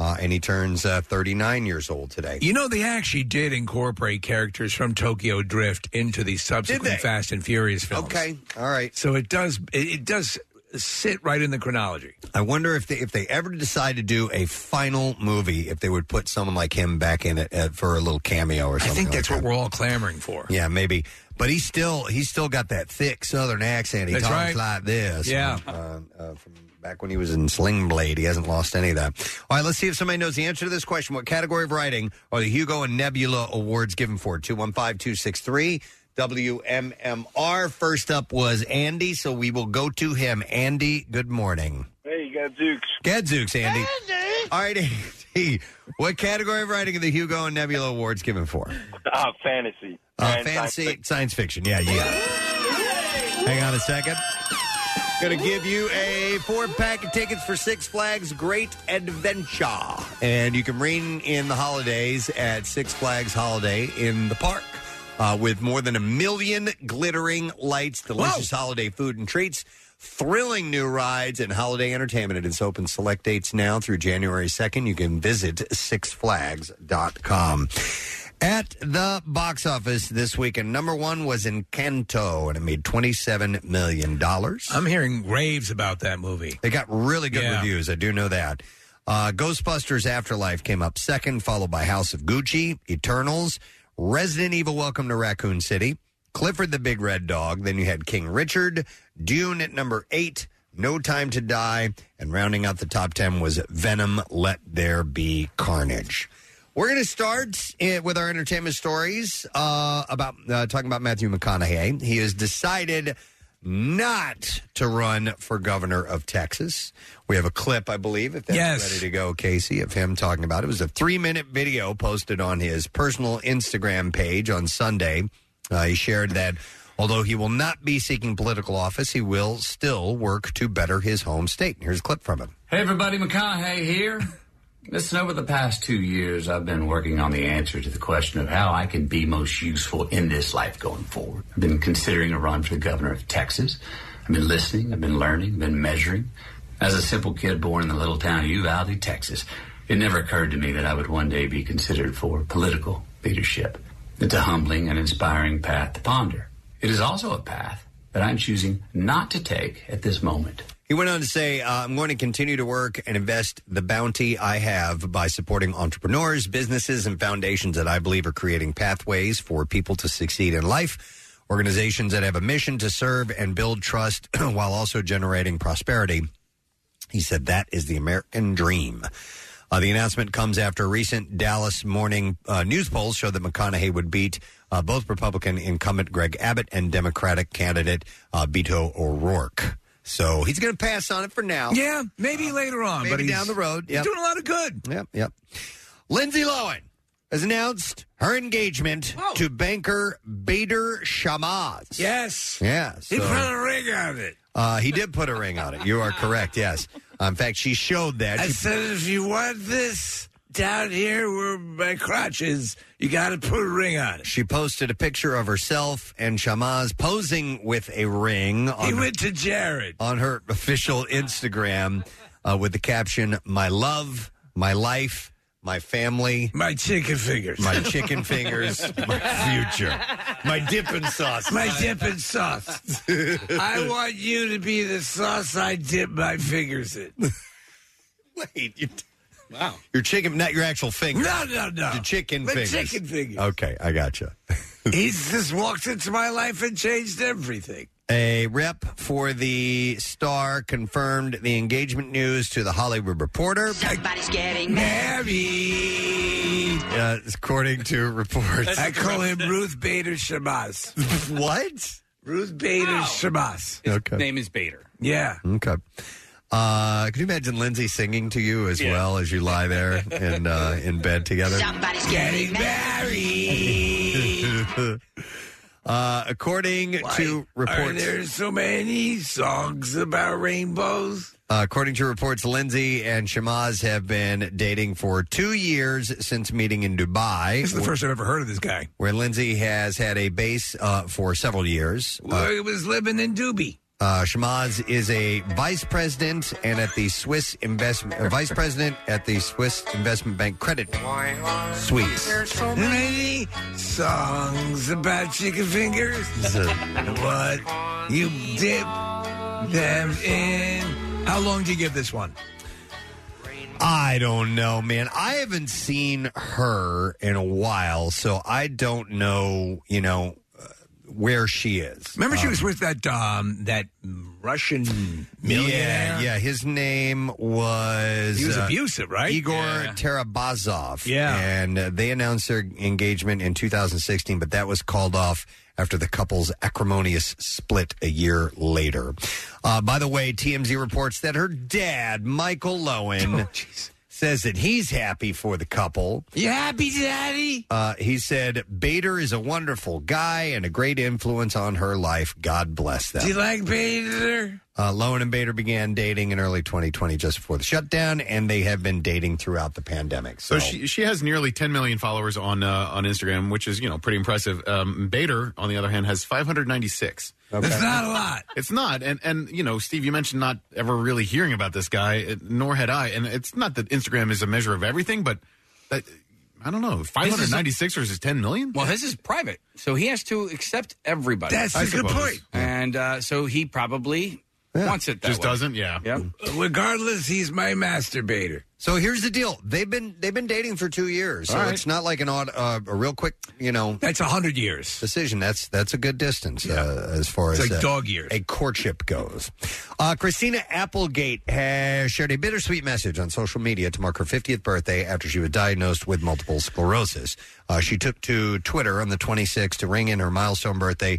Speaker 2: uh, and he turns uh, 39 years old today.
Speaker 4: You know, they actually did incorporate characters from Tokyo Drift into the subsequent
Speaker 2: they?
Speaker 4: Fast and Furious films.
Speaker 2: Okay, all right.
Speaker 4: So it does. It, it does sit right in the chronology.
Speaker 2: I wonder if they if they ever decide to do a final movie, if they would put someone like him back in it uh, for a little cameo or
Speaker 4: I
Speaker 2: something.
Speaker 4: think
Speaker 2: like
Speaker 4: that's what we're all clamoring for.
Speaker 2: that. yeah, maybe. But he's still he's still got that thick Southern accent. He
Speaker 4: That's
Speaker 2: talks
Speaker 4: right.
Speaker 2: like this.
Speaker 4: Yeah.
Speaker 2: Uh, uh, from back when he was in Sling Blade, he hasn't lost any of that. All right, let's see if somebody knows the answer to this question. What category of writing are the Hugo and Nebula awards given for? Two one five two six three. WMMR. First up was Andy, so we will go to him. Andy, good morning.
Speaker 10: Hey, you got Dukes.
Speaker 2: Gadzooks, Andy. All right, Andy. What category of writing are the Hugo and Nebula Awards given for?
Speaker 10: Ah, fantasy.
Speaker 2: Uh, fantasy, science, fiction. Yeah, yeah. Hang on a second. Gonna give you a four pack of tickets for Six Flags Great Adventure. And you can ring in the holidays at Six Flags Holiday in the Park. Uh, with more than a million glittering lights, delicious holiday food and treats, thrilling new rides, and holiday entertainment. It is open select dates now through January 2nd. You can visit sixflags.com. At the box office this weekend, number one was Encanto, and it made $27 million.
Speaker 4: I'm hearing raves about that movie.
Speaker 2: They got really good
Speaker 4: Yeah.
Speaker 2: reviews. I do know that. Uh, Ghostbusters Afterlife came up second, followed by House of Gucci, Eternals, Resident Evil Welcome to Raccoon City, Clifford the Big Red Dog. Then you had King Richard, Dune at number eight, No Time to Die, and rounding out the top 10 was Venom Let There Be Carnage. We're going to start eh, with our entertainment stories uh, about uh, talking about Matthew McConaughey. He has decided not to run for governor of Texas. We have a clip, I believe, if that's ready to go, Casey, of him talking about it. It was a three minute video posted on his personal Instagram page on Sunday. Uh, he shared that although he will not be seeking political office, he will still work to better his home state. And here's a clip from him.
Speaker 11: Hey, everybody, McConaughey here. Listen, over the past two years, I've been working on the answer to the question of how I can be most useful in this life going forward. I've been considering a run for the governor of Texas. I've been listening, I've been learning, I've been measuring. As a simple kid born in the little town of Uvalde, Texas, it never occurred to me that I would one day be considered for political leadership. It's a humbling and inspiring path to ponder. It is also a path that I'm choosing not to take at this moment.
Speaker 2: He went on to say, uh, I'm going to continue to work and invest the bounty I have by supporting entrepreneurs, businesses, and foundations that I believe are creating pathways for people to succeed in life, organizations that have a mission to serve and build trust while also generating prosperity. He said, That is the American dream. Uh, the announcement comes after a recent Dallas morning uh, news polls showed that McConaughey would beat uh, both Republican incumbent Greg Abbott and Democratic candidate uh, Beto O'Rourke. So he's going to pass on it for now.
Speaker 4: Yeah, maybe later on,
Speaker 2: maybe
Speaker 4: but he's-
Speaker 2: down the road.
Speaker 4: he's
Speaker 2: Yep.
Speaker 4: doing a lot of good.
Speaker 2: Yep, yep. Lindsay Lohan has announced her engagement to banker Bader Shamaz.
Speaker 4: Yes.
Speaker 2: Yeah. so-
Speaker 4: He put a ring on it.
Speaker 2: Uh, he did put a ring on it. You are correct. Yes. Uh, in fact, she showed that.
Speaker 4: I
Speaker 2: She-
Speaker 4: said, if you want this down here where my crotch is, you got to put a ring on it.
Speaker 2: She posted a picture of herself and Shamaz posing with a ring. On
Speaker 4: He went to Jared.
Speaker 2: on her official Instagram uh, with the caption "My love, my life, my family,
Speaker 4: my chicken fingers,
Speaker 2: my chicken fingers, my future, my dipping sauce,
Speaker 4: My dipping sauce. I want you to be the sauce I dip my fingers in.
Speaker 2: Wait, you wow, your chicken, not your actual finger.
Speaker 4: No, no, no.
Speaker 2: Your chicken
Speaker 4: My
Speaker 2: fingers.
Speaker 4: chicken fingers.
Speaker 2: Okay, I gotcha.
Speaker 4: He's just walked into my life and changed everything.
Speaker 2: A rep for the star confirmed the engagement news to the Hollywood Reporter.
Speaker 9: Somebody's getting
Speaker 4: Mary.
Speaker 2: Uh, according to reports,
Speaker 4: I call him Ruth Bader Shabazz.
Speaker 2: what?
Speaker 4: Ruth Bader Shabazz.
Speaker 2: Okay.
Speaker 5: Name is Bader.
Speaker 4: Yeah.
Speaker 2: Okay. Uh, could you imagine Lindsay singing to you as well as you lie there in uh, in bed together?
Speaker 9: Somebody's
Speaker 4: Getting married.
Speaker 2: uh, according to
Speaker 4: Are
Speaker 2: reports,
Speaker 4: there so many songs about rainbows?
Speaker 2: uh, according to reports, Lindsay and Shamaz have been dating for two years since meeting in Dubai.
Speaker 4: This is the first I've ever heard of this guy.
Speaker 2: where Lindsay has had a base uh, for several years. Uh,
Speaker 4: Well, he was living in Doobie.
Speaker 2: Uh, Shamaz is a vice president and at the Swiss investment uh, vice president at the Swiss investment bank Credit Suisse.
Speaker 4: Many songs about chicken fingers.
Speaker 2: This is a-
Speaker 4: what you dip them in. How long do you give this one?
Speaker 2: I don't know, man. I haven't seen her in a while, so I don't know, you know, uh, where she is.
Speaker 4: Remember, she
Speaker 2: Um,
Speaker 4: was with that um, that
Speaker 2: Uh.
Speaker 4: Russian millionaire.
Speaker 2: Yeah, yeah. His name was
Speaker 4: He was
Speaker 2: uh,
Speaker 4: abusive, right?
Speaker 2: Igor
Speaker 4: Yeah.
Speaker 2: Tarabazov.
Speaker 4: Yeah.
Speaker 2: and uh, they announced their engagement in 2016, but that was called off after the couple's acrimonious split a year later. Uh, by the way, TMZ reports that her dad, Michael Lowen,
Speaker 4: Oh,
Speaker 2: says that he's happy for the couple.
Speaker 4: You happy, Daddy?
Speaker 2: Uh, he said, Bader is a wonderful guy and a great influence on her life. God bless them.
Speaker 4: Do you like Bader?
Speaker 2: Uh, Lowen and Bader began dating in early 2020, just before the shutdown, and they have been dating throughout the pandemic. So,
Speaker 6: So she she has nearly 10 million followers on uh, on Instagram, which is you know pretty impressive. Um, Bader, on the other hand, has 596.
Speaker 4: That's not a lot.
Speaker 6: It's not, and and you know, Steve, you mentioned not ever really hearing about this guy, it- nor had I. And it's not that Instagram is a measure of everything, but that, I don't know, 596 versus 10 million.
Speaker 5: Well, his is private, so he has to accept everybody.
Speaker 6: That's I a good suppose. point.
Speaker 5: And uh, so he probably wants it. That
Speaker 6: Just
Speaker 5: way.
Speaker 6: doesn't, yeah.
Speaker 5: Yep.
Speaker 4: Regardless, he's my masturbator.
Speaker 2: so here's the deal: they've been they've been dating for two years, so
Speaker 4: All right.
Speaker 2: it's not like an odd, uh, a real quick, you know,
Speaker 4: that's hundred years
Speaker 2: decision. That's that's a good distance uh, as far
Speaker 4: It's
Speaker 2: as
Speaker 4: like
Speaker 2: uh,
Speaker 4: dog years.
Speaker 2: a courtship goes. Uh, Christina Applegate has shared a bittersweet message on social media to mark her 50th birthday after she was diagnosed with multiple sclerosis. Uh, she took to Twitter on the 26th to ring in her milestone birthday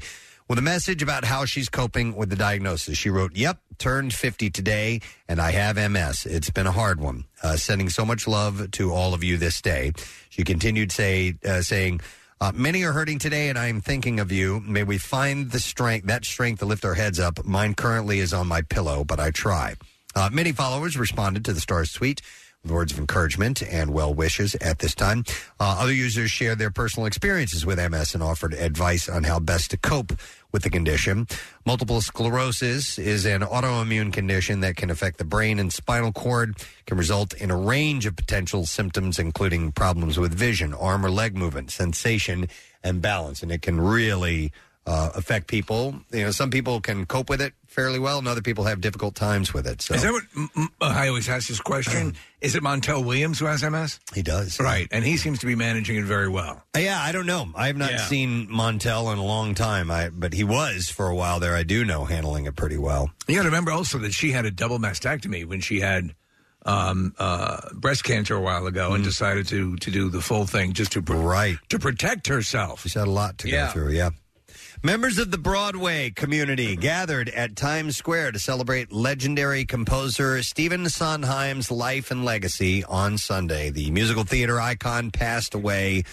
Speaker 2: with a message about how she's coping with the diagnosis. She wrote, Yep, turned 50 today, and I have MS. It's been a hard one. Uh, sending so much love to all of you this day. She continued say, uh, saying, uh, many are hurting today, and I am thinking of you. May we find the strength, that strength to lift our heads up. Mine currently is on my pillow, but I try. Uh, many followers responded to the Star's tweet with words of encouragement and well wishes at this time. Uh, other users shared their personal experiences with MS and offered advice on how best to cope with the condition. Multiple sclerosis is an autoimmune condition that can affect the brain and spinal cord, can result in a range of potential symptoms, including problems with vision, arm or leg movement, sensation, and balance. And it can really uh, affect people. You know, some people can cope with it fairly well, and other people have difficult times with it. So
Speaker 4: Is that what m- m- uh, I always ask this question? Is it Montel Williams who has MS?
Speaker 2: Uh-huh. he does.
Speaker 4: Right, and he seems to be managing it very well.
Speaker 2: Uh, Yeah, I don't know. I have not
Speaker 4: Yeah.
Speaker 2: seen Montel in a long time. I but he was for a while there. I do know handling it pretty well.
Speaker 4: You got to remember also that she had a double mastectomy when she had um, uh, breast cancer a while ago, and decided to to do the full thing just to pro-
Speaker 2: Mm. right
Speaker 4: to protect herself.
Speaker 2: She's had a lot to
Speaker 4: Yeah.
Speaker 2: go through. Yeah. Members of the Broadway community gathered at Times Square to celebrate legendary composer Stephen Sondheim's life and legacy on Sunday. The musical theater icon passed away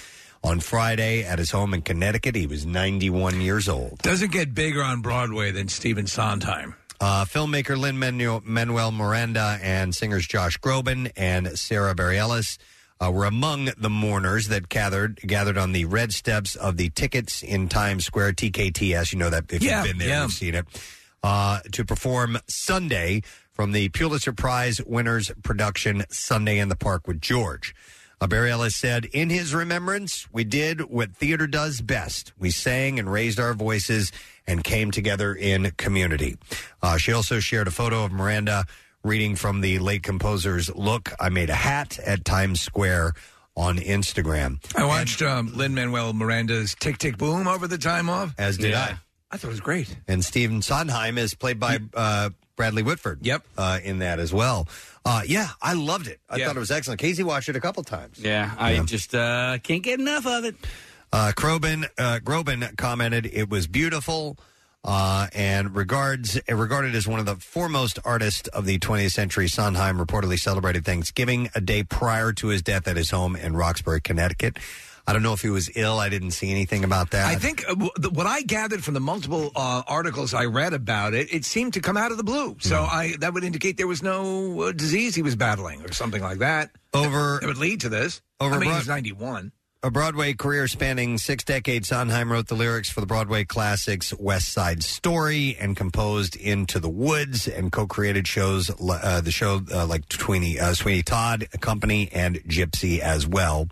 Speaker 2: on Friday at his home in Connecticut. He was 91 years old.
Speaker 4: Doesn't get bigger on Broadway than Stephen Sondheim.
Speaker 2: Uh, filmmaker Lynn Manuel Miranda and singers Josh Groban and Sarah Bareilles uh, were among the mourners that gathered gathered on the red steps of the tickets in Times Square TKTS. You know that if
Speaker 4: Yeah,
Speaker 2: you've been there,
Speaker 4: yeah.
Speaker 2: you've seen it. Uh, to perform Sunday from the Pulitzer Prize winners production Sunday in the Park with George. Uh, Barry Ellis said, In his remembrance, we did what theater does best. We sang and raised our voices and came together in community. Uh, she also shared a photo of Miranda reading from the late composer's Look, I Made a Hat at Times Square on Instagram.
Speaker 4: I watched um, Lin Manuel Miranda's Tick Tick Boom over the time off.
Speaker 2: As did I.
Speaker 4: I thought it was great.
Speaker 2: And Stephen Sondheim is played by uh, Bradley Whitford. Yep. Uh, in that as well. Uh, yeah, I loved it. I thought it was excellent. Casey watched it a couple times.
Speaker 5: Yeah, I just uh, can't get enough of it.
Speaker 2: Uh, Crobin, uh, Groban commented, "It was beautiful." Uh, and regards regarded as one of the foremost artists of the 20th century, Sondheim reportedly celebrated Thanksgiving a day prior to his death at his home in Roxbury, Connecticut. I don't know if he was ill. I didn't see anything about that.
Speaker 4: I think uh, w- the- what I gathered from the multiple uh, articles I read about it, it seemed to come out of the blue. So
Speaker 2: Hmm.
Speaker 4: I that would indicate there was no uh, disease he was battling or something like that.
Speaker 2: Over
Speaker 4: that would lead to this.
Speaker 2: over
Speaker 4: I mean,
Speaker 2: Broad-
Speaker 4: he's ninety one.
Speaker 2: A Broadway career spanning six decades, Sondheim wrote the lyrics for the Broadway classics West Side Story and composed Into the Woods and co-created shows uh, the show uh, like Sweeney, uh, Sweeney Todd Company and Gypsy as well.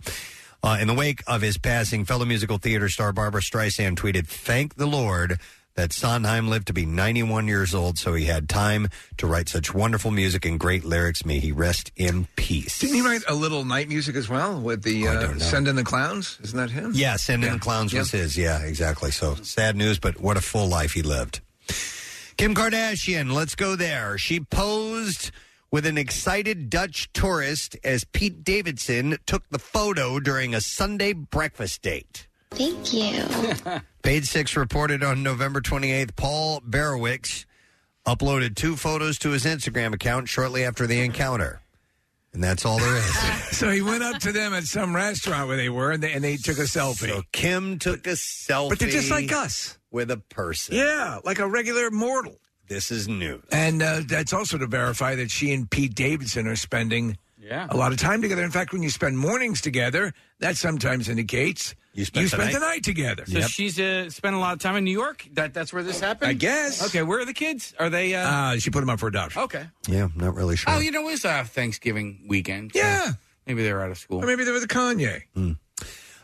Speaker 2: Uh, in the wake of his passing, fellow musical theater star Barbara Streisand tweeted, "Thank the Lord that Sondheim lived to be 91 years old, so he had time to write such wonderful music and great lyrics. May he rest in peace.
Speaker 4: Didn't he write a little night music as well with
Speaker 2: Oh,
Speaker 4: the uh, Send in the Clowns? Isn't that him?
Speaker 2: Yeah, Send in
Speaker 4: Yeah.
Speaker 2: the Clowns was
Speaker 4: Yeah.
Speaker 2: his. Yeah, exactly. So sad news, but what a full life he lived. Kim Kardashian, let's go there. She posed with an excited Dutch tourist as Pete Davidson took the photo during a Sunday breakfast date.
Speaker 9: Thank you.
Speaker 2: Page Six reported on November 28th, Paul Berowicz uploaded two photos to his Instagram account shortly after the encounter. And that's all there is.
Speaker 4: So he went up to them at some restaurant where they were, and they, and they took a selfie.
Speaker 2: So Kim took a selfie.
Speaker 4: But they're just like us.
Speaker 2: With a person.
Speaker 4: Yeah, like a regular mortal.
Speaker 2: This is new.
Speaker 4: And uh, that's also to verify that she and Pete Davidson are spending
Speaker 5: Yeah.
Speaker 4: a lot of time together. In fact, when you spend mornings together, that sometimes indicates you
Speaker 5: spent the
Speaker 4: spent the
Speaker 5: night-
Speaker 4: night together.
Speaker 5: So she's uh, spent a lot of time in New York. That that's where this happened.
Speaker 4: I guess.
Speaker 5: Okay, where are the kids? Are they? Uh,
Speaker 4: Uh, she put him up for adoption.
Speaker 5: okay.
Speaker 2: Yeah, not really sure.
Speaker 5: Oh, you know, it was uh, Thanksgiving weekend.
Speaker 4: yeah.
Speaker 5: Maybe they were out of school.
Speaker 4: Or maybe there was a Kanye.
Speaker 2: Hmm.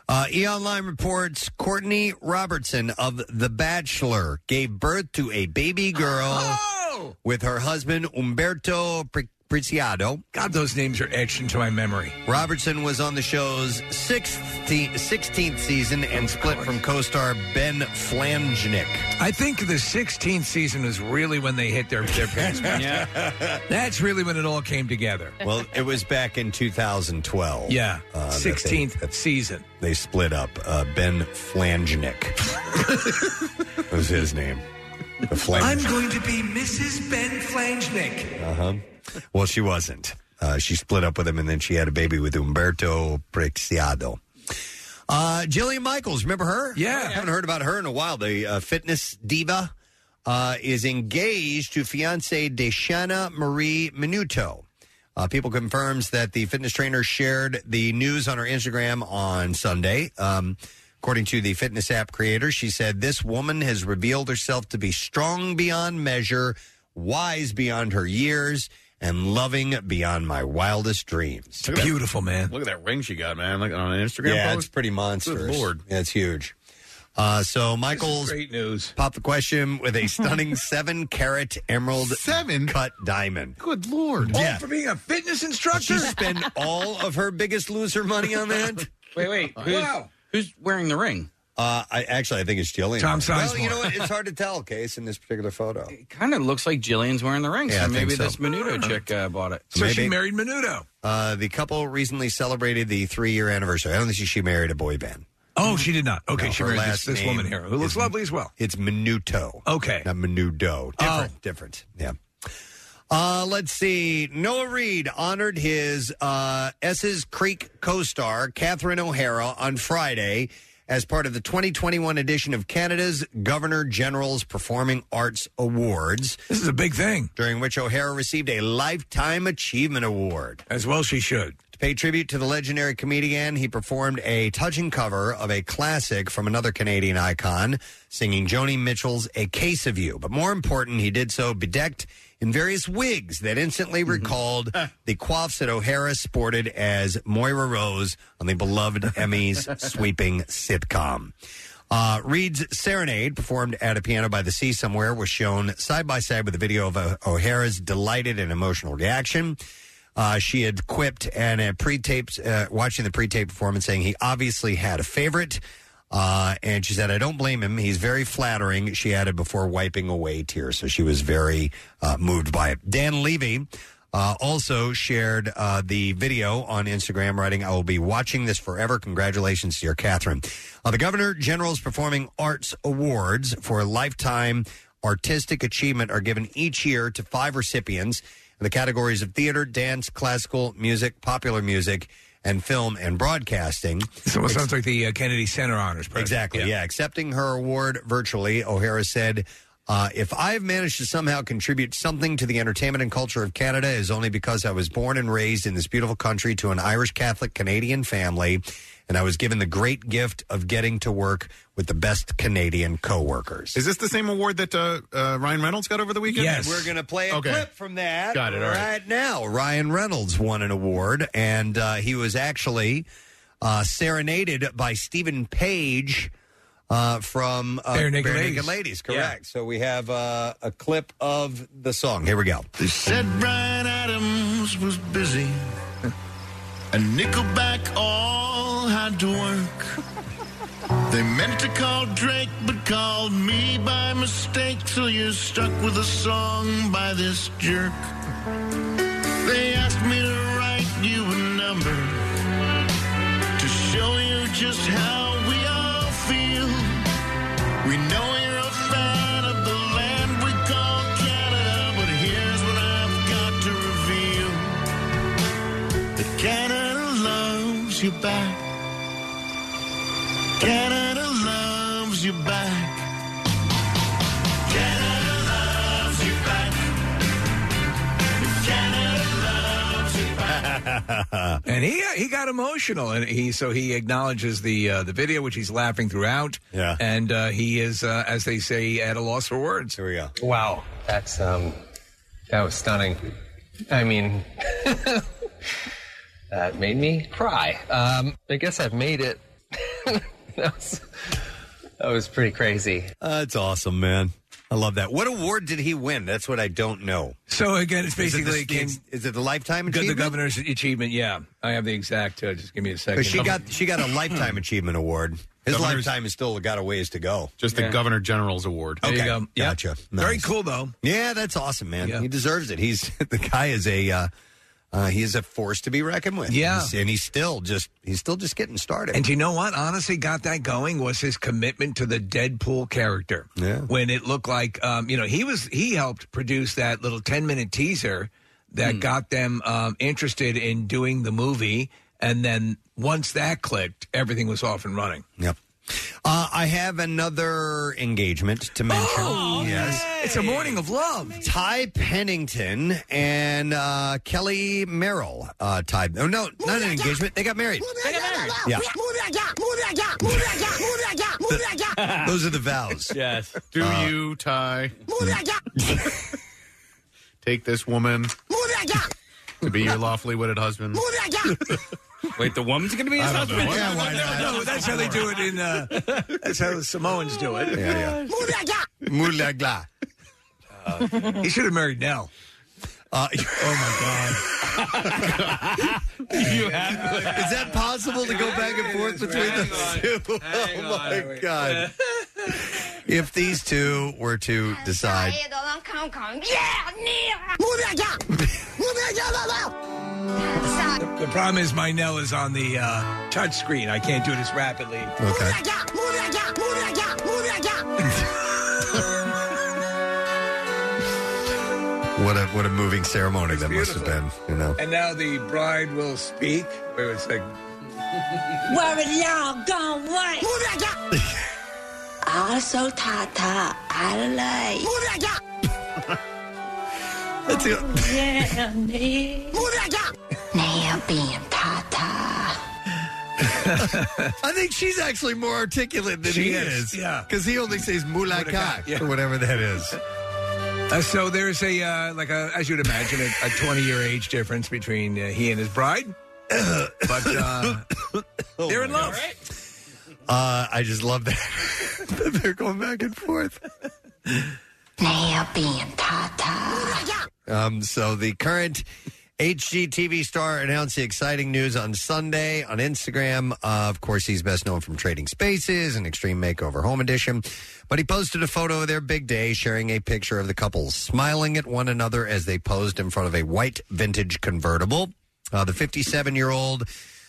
Speaker 2: Uh, E! Online reports Courtney Robertson of The Bachelor gave birth to a baby girl
Speaker 4: Oh!
Speaker 2: with her husband Umberto Pri- Preciado.
Speaker 4: God, those names are etched into my memory.
Speaker 2: Robertson was on the show's sixth te- 16th season and split from co star Ben Flangenick.
Speaker 4: I think the 16th season is really when they hit their, their pants. yeah. That's really when it all came together.
Speaker 2: Well, it was back in 2012.
Speaker 4: Yeah.
Speaker 2: uh, that they-
Speaker 4: 16th season.
Speaker 2: they split up. Uh, ben Flangenick was his name. The Flange.
Speaker 4: going to be Mrs. Ben Flangenick.
Speaker 2: Uh huh. Well, she wasn't. Uh, she split up with him, and then she had a baby with Umberto Preciado. Uh, Jillian Michaels, remember her? Yeah, haven't heard about her in a while. The uh, fitness diva uh, is engaged to fiance Deshana Marie Minuto. Uh, people confirms that the fitness trainer shared the news on her Instagram on Sunday. Um, according to the fitness app creator, she said, "This woman has revealed herself to be strong beyond measure, wise beyond her years, and loving beyond my wildest dreams."
Speaker 6: Look at that-
Speaker 4: man.
Speaker 6: Look at that ring she got, man. Like on an Instagram
Speaker 2: Yeah,
Speaker 6: post.
Speaker 2: it's pretty monstrous.
Speaker 6: Good lord.
Speaker 2: Yeah, it's huge. Uh, so Michael's
Speaker 4: great news.
Speaker 2: popped the question with a stunning seven carat emerald seven cut diamond.
Speaker 6: Good lord.
Speaker 2: Yeah.
Speaker 4: for being a fitness instructor?
Speaker 2: She spent all of her biggest loser money on that.
Speaker 5: Wait, wait. Who's,
Speaker 2: Wow.
Speaker 5: Who's wearing the ring?
Speaker 2: Uh, I actually I think it's Jillian.
Speaker 5: Tom
Speaker 2: Well,
Speaker 5: Sizemore.
Speaker 2: you know what? It's hard to tell, case in this particular photo.
Speaker 5: Kind of looks like Jillian's wearing the ring.
Speaker 2: Yeah, I
Speaker 5: so
Speaker 2: think
Speaker 5: maybe
Speaker 2: so.
Speaker 5: this Menudo chick uh, bought it.
Speaker 2: So she Maybe.
Speaker 4: married Menudo.
Speaker 2: Uh, the couple recently celebrated the three-year anniversary. I don't think she- she married a boy band.
Speaker 4: Oh, she did not. Okay,
Speaker 2: No,
Speaker 4: she
Speaker 2: her
Speaker 4: married this,
Speaker 2: last
Speaker 4: this
Speaker 2: name
Speaker 4: woman here who looks
Speaker 2: is-
Speaker 4: lovely as well.
Speaker 2: It's Menuto.
Speaker 4: Okay.
Speaker 2: Not Menudo. Different.
Speaker 4: Oh.
Speaker 2: Different. Yeah. Uh, let's see. Noah Reed honored his uh, S's Creek co-star Catherine O'Hara on Friday as part of the 2021 edition of Canada's Governor General's Performing Arts Awards.
Speaker 4: This is a big thing.
Speaker 2: During which O'Hara received a Lifetime Achievement Award.
Speaker 4: As well, she should.
Speaker 2: To pay tribute to the legendary comedian, he performed a touching cover of a classic from another Canadian icon, singing Joni Mitchell's A Case of You. But more important, he did so bedecked in various wigs that instantly recalled the coiffs that O'Hara sported as Moira Rose on the beloved Emmy's sweeping sitcom. Uh, Reed's Serenade, performed at a piano by the sea somewhere, was shown side by side with a video of O- O'Hara's delighted and emotional reaction. Uh, she had quipped and uh, pre-taped, uh, watching the pre-tape performance, saying he obviously had a favorite. Uh, and she said, "I don't blame him. He's very flattering." She added before wiping away tears, so she was very uh, moved by it. Dan Levy uh, also shared uh, the video on Instagram, writing, "I will be watching this forever. Congratulations, dear Catherine." Uh, the Governor General's Performing Arts Awards for lifetime artistic achievement are given each year to five recipients in the categories of theater, dance, classical music, popular music, and film and broadcasting.
Speaker 4: This almost sounds like the uh, Kennedy Center Honors. President.
Speaker 2: Exactly. Yeah. Accepting her award virtually, O'Hara said, uh, "If I've managed to somehow contribute something to the entertainment and culture of Canada, is only because I was born and raised in this beautiful country to an Irish Catholic Canadian family, and I was given the great gift of getting to work with the best Canadian coworkers."
Speaker 6: Is this the same award that uh, uh, Ryan Reynolds got over the weekend?
Speaker 2: We're going to play a clip from that
Speaker 6: Got it, all right.
Speaker 2: now. Ryan Reynolds won an award, and uh, he was actually uh, serenaded by Stephen Page. uh, from uh,
Speaker 4: Bare Naked Ladies.
Speaker 2: Correct. So we have uh, a clip of the song. Here we go.
Speaker 12: They said Brian Adams was busy. And Nickelback all had to work. They meant to call Drake, but called me by mistake, so you're stuck with a song by this jerk. They asked me to write you a number to show you just how we all feel. We know you're a fan of the land we call Canada, but here's what I've got to reveal. That Canada loves you back. Canada loves you back. Canada loves you back. Canada loves you back.
Speaker 4: and he uh, he got emotional, and he so he acknowledges the uh, the video, which he's laughing throughout. Yeah, and uh, he is, uh, as they say, at a loss for words. Here
Speaker 2: we go.
Speaker 13: Wow, that's um, that was stunning. I mean, that made me cry. Um, I guess I've made it. that was that was pretty crazy.
Speaker 2: That's Uh, awesome, man. I love that. What award did he win? That's what I don't know.
Speaker 4: So again, it's
Speaker 2: Is it the
Speaker 4: basically
Speaker 2: Steve- is it the lifetime
Speaker 4: The
Speaker 2: achievement?
Speaker 4: governor's achievement. Yeah, I have the exact. Uh, just give me a second.
Speaker 2: Because she got she got a lifetime achievement award. His
Speaker 4: Governor's-
Speaker 2: lifetime is still got a ways to go.
Speaker 6: Just the Governor General's Award.
Speaker 2: Okay,
Speaker 6: There you go. Yep.
Speaker 2: gotcha.
Speaker 6: Very
Speaker 4: cool though.
Speaker 2: Yeah, that's awesome, man. He deserves it. He's the guy is a uh, uh, he is a force to be reckoned with.
Speaker 4: Yeah.
Speaker 2: He's- and he's still just he's still just getting started.
Speaker 4: And do you know what? Honestly, got that going was his commitment to the Deadpool character.
Speaker 2: Yeah.
Speaker 4: When it looked like, um, you know, he was he helped produce that little ten minute teaser
Speaker 2: Hmm.
Speaker 4: that got them um, interested in doing the movie, and then once that clicked, everything was off and running.
Speaker 2: Yep. Uh, I have another engagement to mention. yes.
Speaker 4: Oh, It's a morning of love.
Speaker 2: Ty Pennington and uh, Kelly Merrill uh, tied. Oh, no, not an engagement. They got married.
Speaker 14: They got married.
Speaker 2: Yeah.
Speaker 6: Those
Speaker 2: are the vows.
Speaker 15: Yes.
Speaker 6: Do
Speaker 14: Uh,
Speaker 6: you, Ty? Take this woman to be your lawfully wedded husband.
Speaker 15: Wait, the woman's going to be his husband?
Speaker 6: Yeah, why not?
Speaker 4: No, that's how they do it in. Uh, that's how the Samoans do it.
Speaker 2: Yeah, Mulagla.
Speaker 4: Uh, he should have married Nell.
Speaker 2: Uh,
Speaker 4: oh
Speaker 2: my God! you have, is that possible to go back and forth between the two? oh my God! if these two were to decide,
Speaker 4: The problem is my Nell is on the uh, touch screen. I can't do it as rapidly.
Speaker 2: Okay. what a what a moving ceremony that must have been. You know,
Speaker 4: And now the bride will speak. Wait a second.
Speaker 14: Where y'all gone? What? Also, Tata, I like.
Speaker 2: That's it.
Speaker 14: Yeah, Now being Tata.
Speaker 2: I think she's actually more articulate than
Speaker 4: She
Speaker 2: he
Speaker 4: is,
Speaker 2: is.
Speaker 4: yeah.
Speaker 2: because he only says mulaka
Speaker 4: Yeah.
Speaker 2: or whatever that is.
Speaker 4: Uh, so there's a uh, like a as you'd imagine a, a 20 year age difference between uh, he and his bride, but uh,
Speaker 2: Oh,
Speaker 4: they're in love.
Speaker 2: Uh, I just love that. that they're going back and forth.
Speaker 14: Now being Tata.
Speaker 2: Um, so the current HGTV star announced the exciting news on Sunday on Instagram. Uh, of course, he's best known from Trading Spaces and Extreme Makeover Home Edition. But he posted a photo of their big day, sharing a picture of the couple smiling at one another as they posed in front of a white vintage convertible. Uh, the 57 year old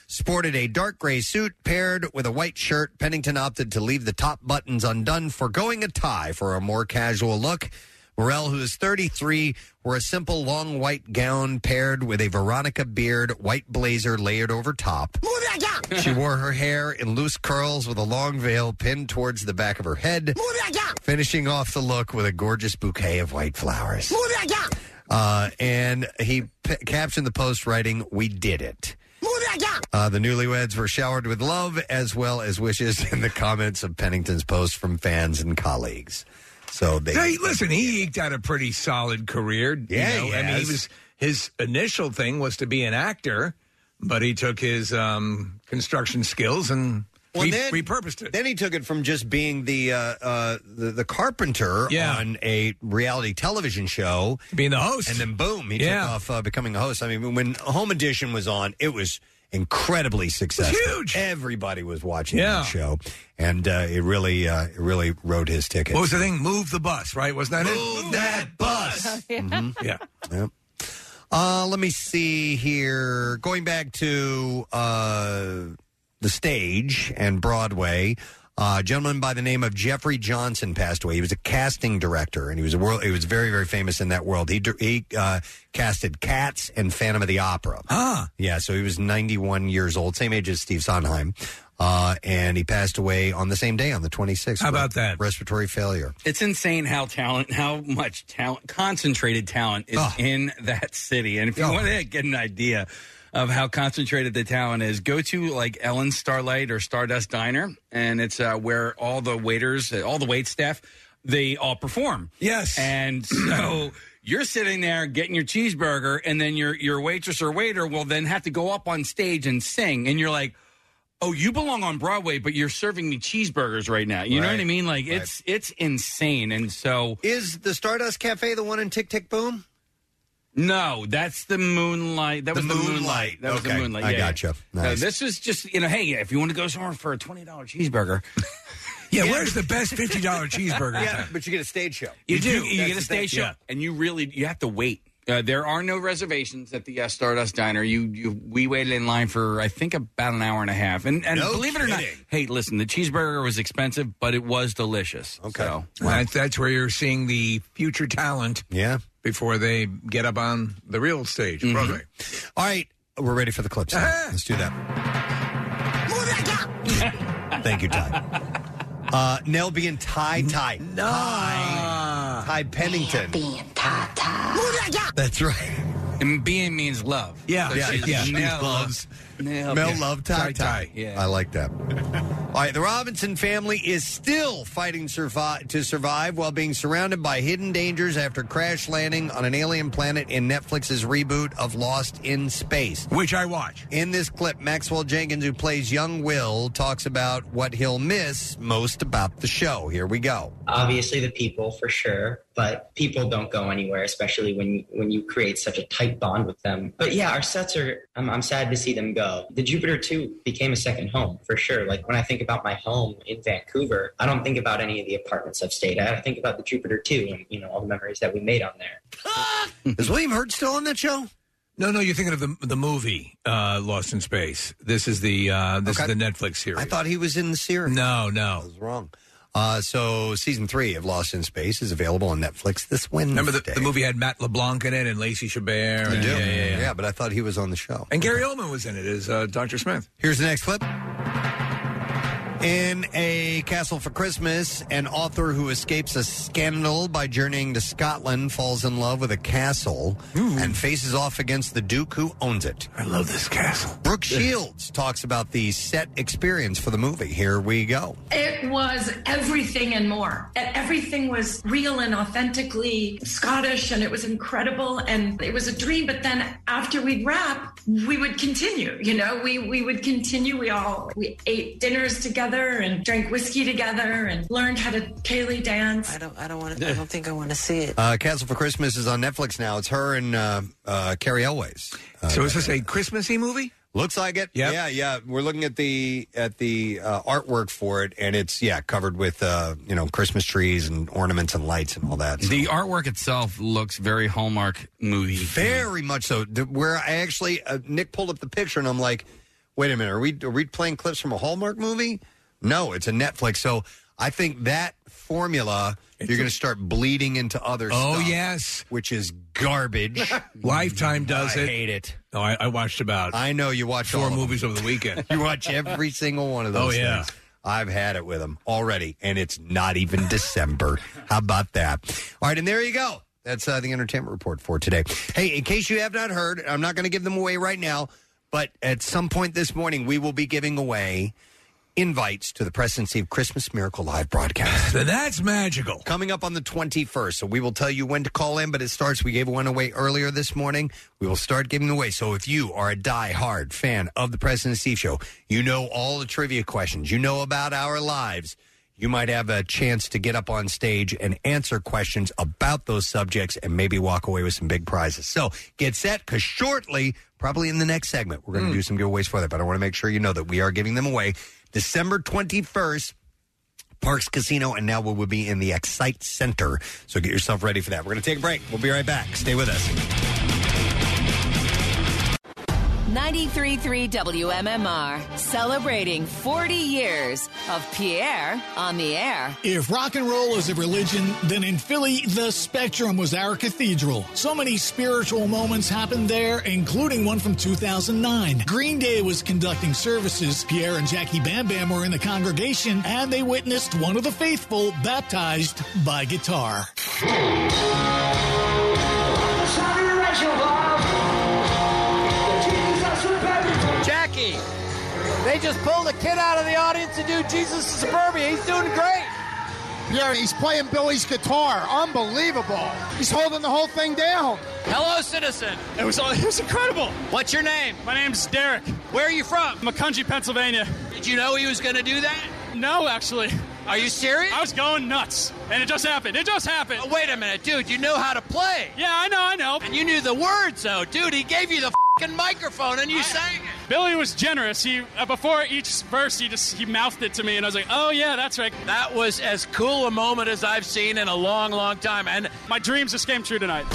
Speaker 2: sported a dark gray suit paired with a white shirt. Pennington opted to leave the top buttons undone, foregoing a tie for a more casual look. Morel, who is 33, wore a simple long white gown paired with a Veronica beard, white blazer layered over top. She wore her hair in loose curls with a long veil pinned towards the back of her head, finishing off the look with a gorgeous bouquet of white flowers. Uh, and he p- captioned the post writing, We did it. Uh, the newlyweds were showered with love as well as wishes in the comments of Pennington's post from fans and colleagues. So they.
Speaker 4: Hey, listen, he eked out a pretty solid career. you
Speaker 2: Yeah,
Speaker 4: know?
Speaker 2: he
Speaker 4: I mean, he
Speaker 2: has.
Speaker 4: was his initial thing was to be an actor, but he took his um, construction skills and
Speaker 2: Well,
Speaker 4: Re-
Speaker 2: then, repurposed it. Then he took it from just being the uh, uh, the, the carpenter
Speaker 4: Yeah.
Speaker 2: on a reality television show,
Speaker 4: being the host,
Speaker 2: and then boom, he
Speaker 4: Yeah.
Speaker 2: took off uh, becoming a host. I mean, when Home Edition was on, it was incredibly successful. huge. Everybody was watching
Speaker 4: Yeah.
Speaker 2: that show, and uh, it really uh, it really rode his ticket.
Speaker 4: What was the thing? Move the bus, right? Wasn't that it? Move that
Speaker 2: bus.
Speaker 4: Mm-hmm. yeah.
Speaker 3: Mm-hmm.
Speaker 2: Yep. Uh, let me see here. Going back to uh, the stage and Broadway, uh, a gentleman by the name of Jeffrey Johnson passed away. He was a casting director, and he was a world. He was very, very famous in that world. He dir- he uh, casted Cats and Phantom of the Opera.
Speaker 5: Ah.
Speaker 4: Huh.
Speaker 2: Yeah, so he was 91 years old, same age as Steve Sondheim, uh, and he passed away on the same day, on the 26th.
Speaker 5: How about
Speaker 2: that? Respiratory failure.
Speaker 5: It's insane how talent, how much talent, concentrated talent is in that city. And if you want to get an idea of how concentrated the talent is, go to like Ellen's Starlight or Stardust Diner, and it's uh, where all the waiters, all the wait staff, they all perform.
Speaker 4: Yes.
Speaker 5: And so. You're sitting there getting your cheeseburger, and then your your waitress or waiter will then have to go up on stage and sing, and you're like, "Oh, you belong on Broadway, but you're serving me cheeseburgers right now." You know what I
Speaker 2: Right.
Speaker 5: mean? Like
Speaker 2: Right.
Speaker 5: it's it's insane. And so
Speaker 2: Is the Stardust Cafe the one in Tick Tick Boom?
Speaker 5: no, that's the moonlight. That
Speaker 2: The
Speaker 5: was the
Speaker 2: Moonlight.
Speaker 5: moonlight. That was the
Speaker 2: Okay,
Speaker 5: moonlight.
Speaker 2: I
Speaker 5: Yeah,
Speaker 2: gotcha.
Speaker 5: yeah. No,
Speaker 2: Nice.
Speaker 5: this is just you know, hey, if you want to go somewhere for a twenty dollar cheeseburger,
Speaker 4: Yeah, where's the best fifty dollar cheeseburger?
Speaker 2: Yeah, but you get a stage show.
Speaker 5: you do. You,
Speaker 2: That's
Speaker 5: get
Speaker 2: the
Speaker 5: a stage
Speaker 2: thing.
Speaker 5: show, and you really you have to wait. Uh, there are no reservations at the uh, Stardust Diner. You, you we waited in line for I think about an hour and a half, and and
Speaker 4: No
Speaker 5: believe it or not,
Speaker 4: kidding.
Speaker 5: hey, listen, the cheeseburger was expensive, but it was delicious. Okay,
Speaker 4: That, that's where you're seeing the future talent.
Speaker 2: Yeah. Mm-hmm.
Speaker 4: Before they get up on the real stage, Uh-huh. Broadway.
Speaker 2: All right, we're ready for the clips. now. Let's do that. Thank you, Ty. Uh, Nell being Ty Ty. No. Ty, Ty Pennington. That's right.
Speaker 5: And being means love.
Speaker 2: Yeah.
Speaker 5: So
Speaker 2: Yeah,
Speaker 5: she's
Speaker 2: yeah. She
Speaker 5: Mel
Speaker 2: loves-
Speaker 5: Mel,
Speaker 2: Mel
Speaker 5: yeah.
Speaker 2: loved Ty Ty.
Speaker 5: Yeah.
Speaker 2: I like that. All right, the Robinson family is still fighting survi- to survive while being surrounded by hidden dangers after crash landing on an alien planet in Netflix's reboot of Lost in Space,
Speaker 4: which I watch.
Speaker 2: In this clip, Maxwell Jenkins, who plays young Will, talks about what he'll miss most about the show. Here we go.
Speaker 16: obviously the people for sure but people don't go anywhere especially when when you create such a tight bond with them but yeah our sets are i'm, I'm sad to see them go the jupiter 2 became a second home for sure like when i think about my home in vancouver i don't think about any of the apartments i've stayed at i think about the jupiter 2 and you know all the memories that we made on there
Speaker 2: Is William Hurt still on that show?
Speaker 4: No, no, you're thinking of the the movie uh, Lost in Space. This is the uh, this
Speaker 2: Okay.
Speaker 4: is the Netflix series.
Speaker 2: I thought he was in the series.
Speaker 4: No, no.
Speaker 2: I was wrong. Uh, so, season three of Lost in Space is available on Netflix this Wednesday.
Speaker 4: Remember the, the movie had Matt LeBlanc in it and Lacey Chabert.
Speaker 2: I
Speaker 4: and,
Speaker 2: do.
Speaker 4: Yeah, yeah, yeah.
Speaker 2: but I thought he was on the show.
Speaker 4: And Gary Oldman was in it as uh, Dr. Smith.
Speaker 2: Here's the next clip. In A Castle for Christmas, an author who escapes a scandal by journeying to Scotland falls in love with a castle and faces off against the Duke who owns it.
Speaker 4: I love this castle.
Speaker 2: Brooke Shields talks about the set experience for the movie. Here we go.
Speaker 17: It was everything and more. And everything was real and authentically Scottish, and it was incredible. And it was a dream. But then after we'd wrap, we would continue. You know, we we would continue. We all we ate dinners together and drank whiskey together and learned how to Kaylee dance. I don't. I don't want. I don't think I want to see it.
Speaker 2: Uh, Castle for Christmas is on Netflix now. It's her and uh, uh, Carrie Elways. Uh,
Speaker 4: so is this a Christmassy movie?
Speaker 2: Looks like it. Yeah, yeah. We're looking at the at the uh, artwork for it, and it's yeah covered with uh, you know Christmas trees and ornaments and lights and all that.
Speaker 5: The artwork itself looks very Hallmark movie.
Speaker 2: Very much so. Th- Where I actually uh, Nick pulled up the picture, and I'm like, wait a minute, are we are we playing clips from a Hallmark movie? No, it's a Netflix. So I think that formula you're going to start bleeding into other.
Speaker 4: Oh,
Speaker 2: stuff,
Speaker 4: yes.
Speaker 2: which is garbage.
Speaker 4: Lifetime does
Speaker 2: I
Speaker 4: it.
Speaker 2: hate it.
Speaker 4: No, I, I watched about.
Speaker 2: I know you watch
Speaker 4: four
Speaker 2: all of them.
Speaker 4: movies over the weekend.
Speaker 2: You watch every single one of
Speaker 4: Oh,
Speaker 2: those.
Speaker 4: yeah.
Speaker 2: things. I've had it with them already, and it's not even December. How about that? All right, and there you go. That's uh, the entertainment report for today. Hey, in case you have not heard, I'm not going to give them away right now, but at some point this morning we will be giving away invites to the Press and Steve Christmas Miracle Live broadcast.
Speaker 4: That's magical.
Speaker 2: Coming up on the 21st. So we will tell you when to call in, but it starts. We gave one away earlier this morning. We will start giving away. So if you are a die-hard fan of the President Steve Show, you know all the trivia questions, you know about our lives. You might have a chance to get up on stage and answer questions about those subjects and maybe walk away with some big prizes. So get set because shortly, probably in the next segment, we're going to do some giveaways for that. But I want to make sure you know that we are giving them away December 21st. Parks Casino, and now we will be in the Excite Center. So get yourself ready for that. We're going to take a break. We'll be right back. Stay with us.
Speaker 18: 933 WMMR, celebrating 40 years of Pierre on the air.
Speaker 8: If rock and roll is a religion, then in Philly, the Spectrum was our cathedral. So many spiritual moments happened there, including one from 2009. Green Day was conducting services. Pierre and Jackie Bam Bam were in the congregation, and they witnessed one of the faithful baptized by guitar.
Speaker 19: Jackie, they just pulled a kid out of the audience to do Jesus to Suburbia. He's doing great.
Speaker 20: Yeah, he's playing Billy's guitar. Unbelievable. He's holding the whole thing down.
Speaker 19: Hello, citizen.
Speaker 14: It was, it was incredible. What's your name? My name's Derek. Where are you from? McCungie, Pennsylvania. Did you know he was going to do that? No, actually. Are you serious? I was going nuts, and it just happened. It just happened. wait a minute, dude. You know how to play. Yeah, I know, I know. And you knew the words, though, dude. He gave you the
Speaker 19: Fucking microphone, and you sang it.
Speaker 14: Billy was generous. He uh, before each verse, he just he mouthed it to me, and I was like, "Oh yeah, that's right." That was as cool a moment as I've seen in a long, long time, and my dreams just came true tonight.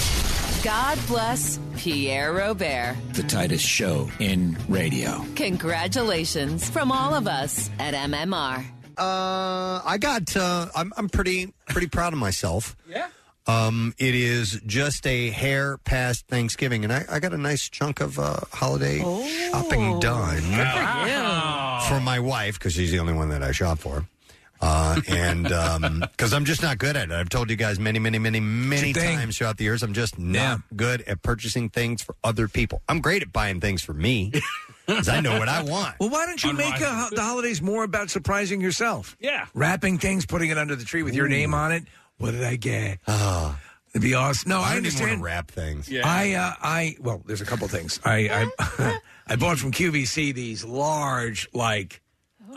Speaker 18: God bless Pierre Robert.
Speaker 17: The tightest show in radio.
Speaker 18: Congratulations from all of us at MMR.
Speaker 2: Uh, I got. Uh, I'm I'm pretty pretty proud of myself.
Speaker 18: Yeah.
Speaker 2: Um, it is just a hair past Thanksgiving, and I, I got a nice chunk of uh, holiday
Speaker 4: Oh.
Speaker 2: shopping done for, my wife because she's the only one that I shop for. Uh, and because I'm just not good at it, I've told you guys many, many, many, many times throughout the years, I'm just not good at purchasing things for other people. I'm great at buying things for me because I know what I want.
Speaker 4: Well, why don't you make uh, the holidays more about surprising yourself?
Speaker 2: Yeah.
Speaker 4: Wrapping things, putting it under the tree with your name on it. What did I get?
Speaker 2: Oh.
Speaker 4: It'd be awesome. No, I,
Speaker 2: don't even
Speaker 4: understand.
Speaker 2: want to wrap things.
Speaker 4: I uh, I well, there's a couple things. I I, I bought from QVC these large like